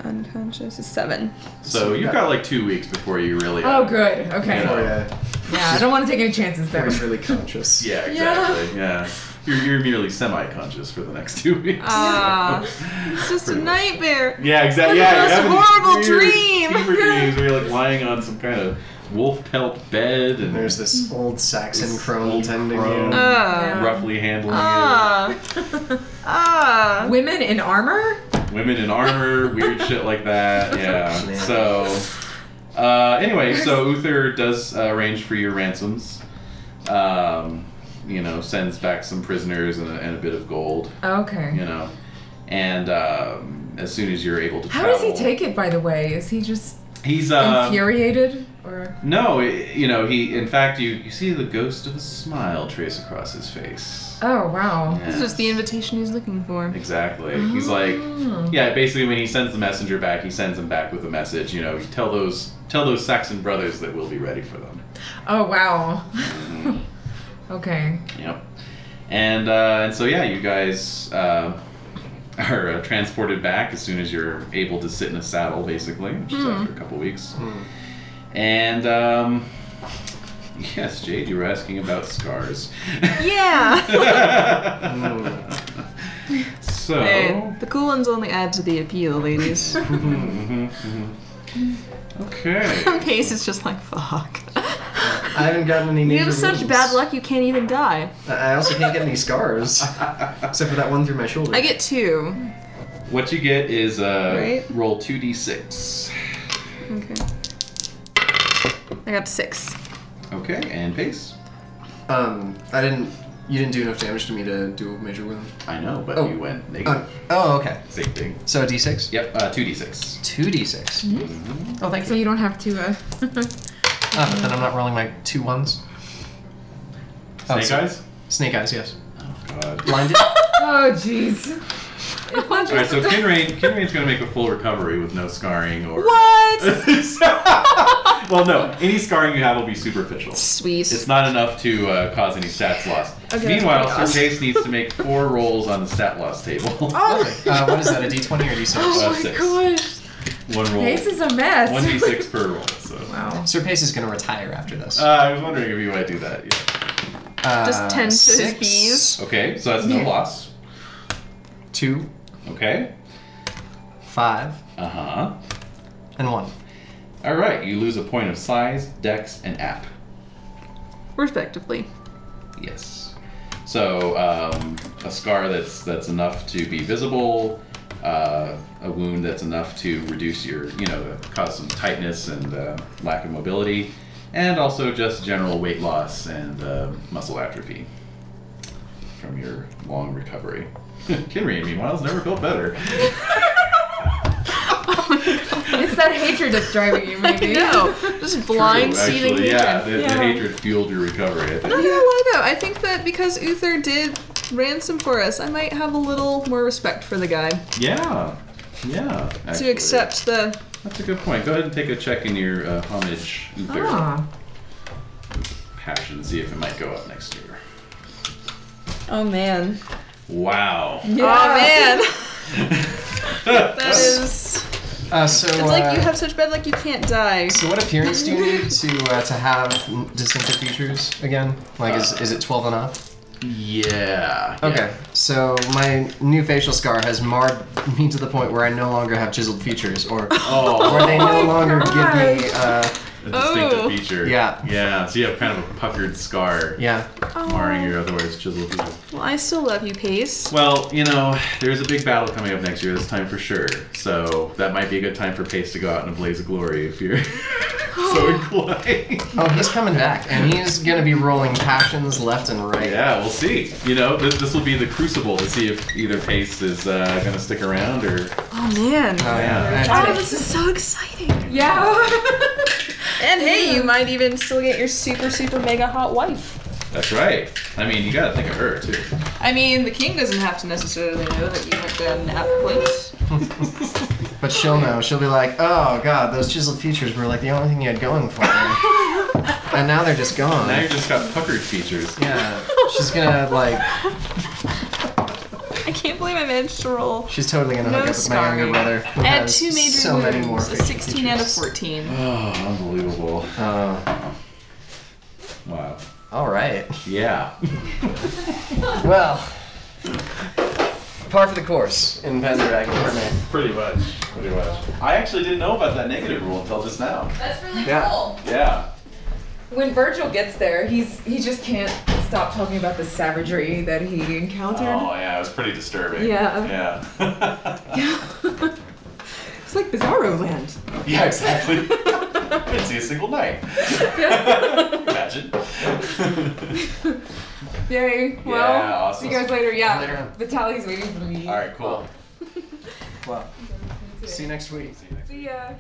[SPEAKER 2] Unconscious is seven.
[SPEAKER 3] So you've got like two weeks before you really.
[SPEAKER 6] oh, good. Okay.
[SPEAKER 3] Yeah.
[SPEAKER 4] Before, uh,
[SPEAKER 6] Yeah, I don't want to take any chances
[SPEAKER 4] before
[SPEAKER 6] there.
[SPEAKER 4] he's really conscious.
[SPEAKER 3] Yeah, exactly. Yeah. You're, you're merely semi conscious for the next two weeks.
[SPEAKER 2] Ah, it's just a
[SPEAKER 3] Pretty much.
[SPEAKER 2] nightmare.
[SPEAKER 3] Yeah, exactly.
[SPEAKER 2] That's the
[SPEAKER 3] Yeah,
[SPEAKER 2] most
[SPEAKER 3] you're having these
[SPEAKER 2] horrible
[SPEAKER 3] weird
[SPEAKER 2] dream.
[SPEAKER 3] fever dreams where you're like lying on some kind of wolf pelt bed and
[SPEAKER 4] And there's this old Saxon
[SPEAKER 3] This
[SPEAKER 4] crone
[SPEAKER 3] old
[SPEAKER 4] tending
[SPEAKER 3] crone.
[SPEAKER 4] you.
[SPEAKER 2] Ah,
[SPEAKER 6] Yeah.
[SPEAKER 3] roughly handling it.
[SPEAKER 2] ah, ah.
[SPEAKER 6] Women in armor?
[SPEAKER 3] women in armor, weird shit like that. Yeah.
[SPEAKER 4] Man.
[SPEAKER 3] So, uh, anyway, so Uther does uh, arrange for your ransoms. Um, you know, sends back some prisoners and a, and a bit of gold.
[SPEAKER 6] Okay.
[SPEAKER 3] You know, and um, as soon as you're able to
[SPEAKER 6] How
[SPEAKER 3] travel,
[SPEAKER 6] does he take it, by the way? Is he just
[SPEAKER 3] He's uh,
[SPEAKER 6] infuriated? Or
[SPEAKER 3] no, i- you know, he. In fact, you you see the ghost of a smile trace across his face.
[SPEAKER 6] Oh, wow.
[SPEAKER 3] Yeah.
[SPEAKER 2] This is the invitation he's looking for.
[SPEAKER 3] Exactly. He's like,
[SPEAKER 6] Mm.
[SPEAKER 3] yeah. Basically, when he sends the messenger back, he sends him back with a message. You know, tell those tell those Saxon brothers that we'll be ready for them.
[SPEAKER 6] Oh, wow. okay.
[SPEAKER 3] Yep. And uh, and so yeah, you guys uh, are uh, transported back as soon as you're able to sit in a saddle, basically, which is after a couple weeks.
[SPEAKER 4] Hmm.
[SPEAKER 3] And um, yes, Jade, you were asking about scars.
[SPEAKER 2] Yeah.
[SPEAKER 3] so.
[SPEAKER 2] Hey, the cool ones only add to the appeal, ladies.
[SPEAKER 4] Mm-hmm.
[SPEAKER 3] Mhm, mhm. mm-hmm. Okay.
[SPEAKER 2] Pace is just like fuck.
[SPEAKER 4] I haven't gotten any.
[SPEAKER 2] You
[SPEAKER 4] major
[SPEAKER 2] have such
[SPEAKER 4] wounds.
[SPEAKER 2] bad luck, you can't even die.
[SPEAKER 4] I I also can't get any scars, except for that one through my shoulder.
[SPEAKER 2] I get two.
[SPEAKER 3] What you get is uh,
[SPEAKER 2] Right.
[SPEAKER 3] roll 2d6.
[SPEAKER 2] Okay. I got six.
[SPEAKER 3] Okay, and pace.
[SPEAKER 4] Um, I didn't. You didn't do enough damage to me to do a major wound.
[SPEAKER 3] I know, but
[SPEAKER 4] Oh.
[SPEAKER 3] you went negative.
[SPEAKER 4] Oh, oh okay.
[SPEAKER 3] Same thing.
[SPEAKER 4] So a d6.
[SPEAKER 3] Yep, uh, 2d6.
[SPEAKER 4] Two d6.
[SPEAKER 6] Oh, thanks. So you don't have to. Uh...
[SPEAKER 4] Ah, but then I'm not rolling my two ones. Oh,
[SPEAKER 3] Snake
[SPEAKER 4] so-
[SPEAKER 3] eyes?
[SPEAKER 4] Snake eyes, yes.
[SPEAKER 3] Oh, God.
[SPEAKER 4] Blinded.
[SPEAKER 6] oh, jeez.
[SPEAKER 3] Alright, so Kinrain, Kinrain's gonna make a full recovery with no scarring or.
[SPEAKER 2] What?
[SPEAKER 3] well, no. Any scarring you have will be superficial.
[SPEAKER 2] Sweet.
[SPEAKER 3] It's not enough to uh, cause any stats loss.
[SPEAKER 6] Okay.
[SPEAKER 3] Meanwhile, Sir
[SPEAKER 6] Gosh.
[SPEAKER 3] Pace needs to make four rolls on the stat loss table.
[SPEAKER 6] Oh,
[SPEAKER 4] uh, what is that? A d20 or d6?
[SPEAKER 3] Uh,
[SPEAKER 2] Oh my
[SPEAKER 3] six.
[SPEAKER 2] gosh.
[SPEAKER 3] One roll.
[SPEAKER 6] Pace is a mess.
[SPEAKER 3] 1d6 per roll, so.
[SPEAKER 6] Wow.
[SPEAKER 4] Sir Pace is gonna retire after this.
[SPEAKER 3] Uh, I was wondering if you might do that. Yeah.
[SPEAKER 4] Uh,
[SPEAKER 2] just tend to his
[SPEAKER 4] six,
[SPEAKER 2] bees.
[SPEAKER 3] Okay, so that's no
[SPEAKER 6] Yeah.
[SPEAKER 3] loss.
[SPEAKER 4] Two,
[SPEAKER 3] Okay.
[SPEAKER 4] five,
[SPEAKER 3] Uh huh.
[SPEAKER 4] and one.
[SPEAKER 3] All right, you lose a point of size, dex, and app.
[SPEAKER 2] respectively.
[SPEAKER 3] Yes. So um, a scar that's that's enough to be visible, uh, a wound that's enough to reduce your you know cause some tightness and uh, lack of mobility, and also just general weight loss and uh, muscle atrophy from your long recovery. Kinry, meanwhile, has never felt better.
[SPEAKER 6] It's that hatred that's driving you, maybe.
[SPEAKER 2] No, just blind
[SPEAKER 3] True, actually,
[SPEAKER 2] seething hatred.
[SPEAKER 3] yeah, the, the
[SPEAKER 2] Yeah.
[SPEAKER 3] hatred fueled your recovery. I
[SPEAKER 2] I
[SPEAKER 3] think.
[SPEAKER 2] don't know why though. I think that because Uther did ransom for us, I might have a little more respect for the guy
[SPEAKER 3] Yeah, yeah.
[SPEAKER 2] to
[SPEAKER 3] actually.
[SPEAKER 2] accept the.
[SPEAKER 3] That's a good point. Go ahead and take a check in your uh, homage ether
[SPEAKER 6] Ah,
[SPEAKER 3] passion, see if it might go up next year.
[SPEAKER 2] Oh man.
[SPEAKER 3] Wow.
[SPEAKER 2] Oh man. That
[SPEAKER 3] that
[SPEAKER 2] is.
[SPEAKER 4] Uh, so,
[SPEAKER 2] It's like you
[SPEAKER 4] uh,
[SPEAKER 2] have such bad luck you can't die.
[SPEAKER 4] so what appearance do you need to uh, to have n- distinctive features again? Like, is, is it 12 and up?
[SPEAKER 3] Yeah.
[SPEAKER 4] Okay, so my new facial scar has marred me to the point where I no longer have chiseled features, or
[SPEAKER 3] Oh,
[SPEAKER 4] where they no longer give me.
[SPEAKER 6] gosh.
[SPEAKER 4] Uh,
[SPEAKER 3] a distinctive
[SPEAKER 2] Oh.
[SPEAKER 3] feature.
[SPEAKER 4] Yeah.
[SPEAKER 3] Yeah. So you have kind of a puckered scar.
[SPEAKER 4] yeah,
[SPEAKER 3] Marring your otherwise chiseled features.
[SPEAKER 2] Oh, Well, I still love you, Pace.
[SPEAKER 3] Well, you know, there's a big battle coming up next year this time for sure. So that might be a good time for Pace to go out in a blaze of glory if you're so inclined.
[SPEAKER 4] Oh, he's coming back, and he's gonna be rolling passions left and right.
[SPEAKER 3] Yeah, we'll see. You know, this, this will be the crucible to see if either Pace is uh, going to stick around or.
[SPEAKER 2] Oh man.
[SPEAKER 4] Oh yeah.
[SPEAKER 2] Oh, this is so exciting.
[SPEAKER 6] yeah.
[SPEAKER 2] And hey, you might even still get your super, super mega hot wife.
[SPEAKER 3] That's right. I mean, you got to think of her, too.
[SPEAKER 2] I mean, the king doesn't have to necessarily know that you have done at point.
[SPEAKER 4] But she'll know. She'll be like, "Oh God, those chiseled features were like the only thing you had going for me, and now they're just gone."
[SPEAKER 3] Now you just got puckered features.
[SPEAKER 4] Yeah, she's gonna like,
[SPEAKER 2] I can't believe I managed to roll.
[SPEAKER 4] she's totally gonna
[SPEAKER 2] No
[SPEAKER 4] hook up with my younger
[SPEAKER 2] scarring.
[SPEAKER 4] brother. who
[SPEAKER 2] Add
[SPEAKER 4] has
[SPEAKER 2] two major
[SPEAKER 4] so
[SPEAKER 2] wounds,
[SPEAKER 4] many more
[SPEAKER 2] a
[SPEAKER 4] facial
[SPEAKER 2] 16 out of
[SPEAKER 4] features.
[SPEAKER 2] 14.
[SPEAKER 3] Oh, unbelievable.
[SPEAKER 4] Oh,
[SPEAKER 3] Wow.
[SPEAKER 4] all right.
[SPEAKER 3] Yeah.
[SPEAKER 4] Well, par for the course in Pendragon for me.
[SPEAKER 3] Pretty much. Pretty much. I actually didn't know about that negative rule until just now.
[SPEAKER 6] That's really
[SPEAKER 4] Yeah.
[SPEAKER 6] cool.
[SPEAKER 3] Yeah.
[SPEAKER 6] When Virgil gets there, he's he just can't stop talking about the savagery that he encountered.
[SPEAKER 3] Oh, yeah, it was pretty disturbing.
[SPEAKER 6] Yeah.
[SPEAKER 3] Yeah.
[SPEAKER 6] it's like Bizarro Land.
[SPEAKER 3] yeah, exactly. Didn't see a single knife. Imagine.
[SPEAKER 6] Yay. Well,
[SPEAKER 3] Yeah, awesome.
[SPEAKER 6] see you guys later. Yeah.
[SPEAKER 4] Later on.
[SPEAKER 6] Vitali's waiting for me.
[SPEAKER 3] All right, cool.
[SPEAKER 4] Well, see you next week.
[SPEAKER 6] See ya.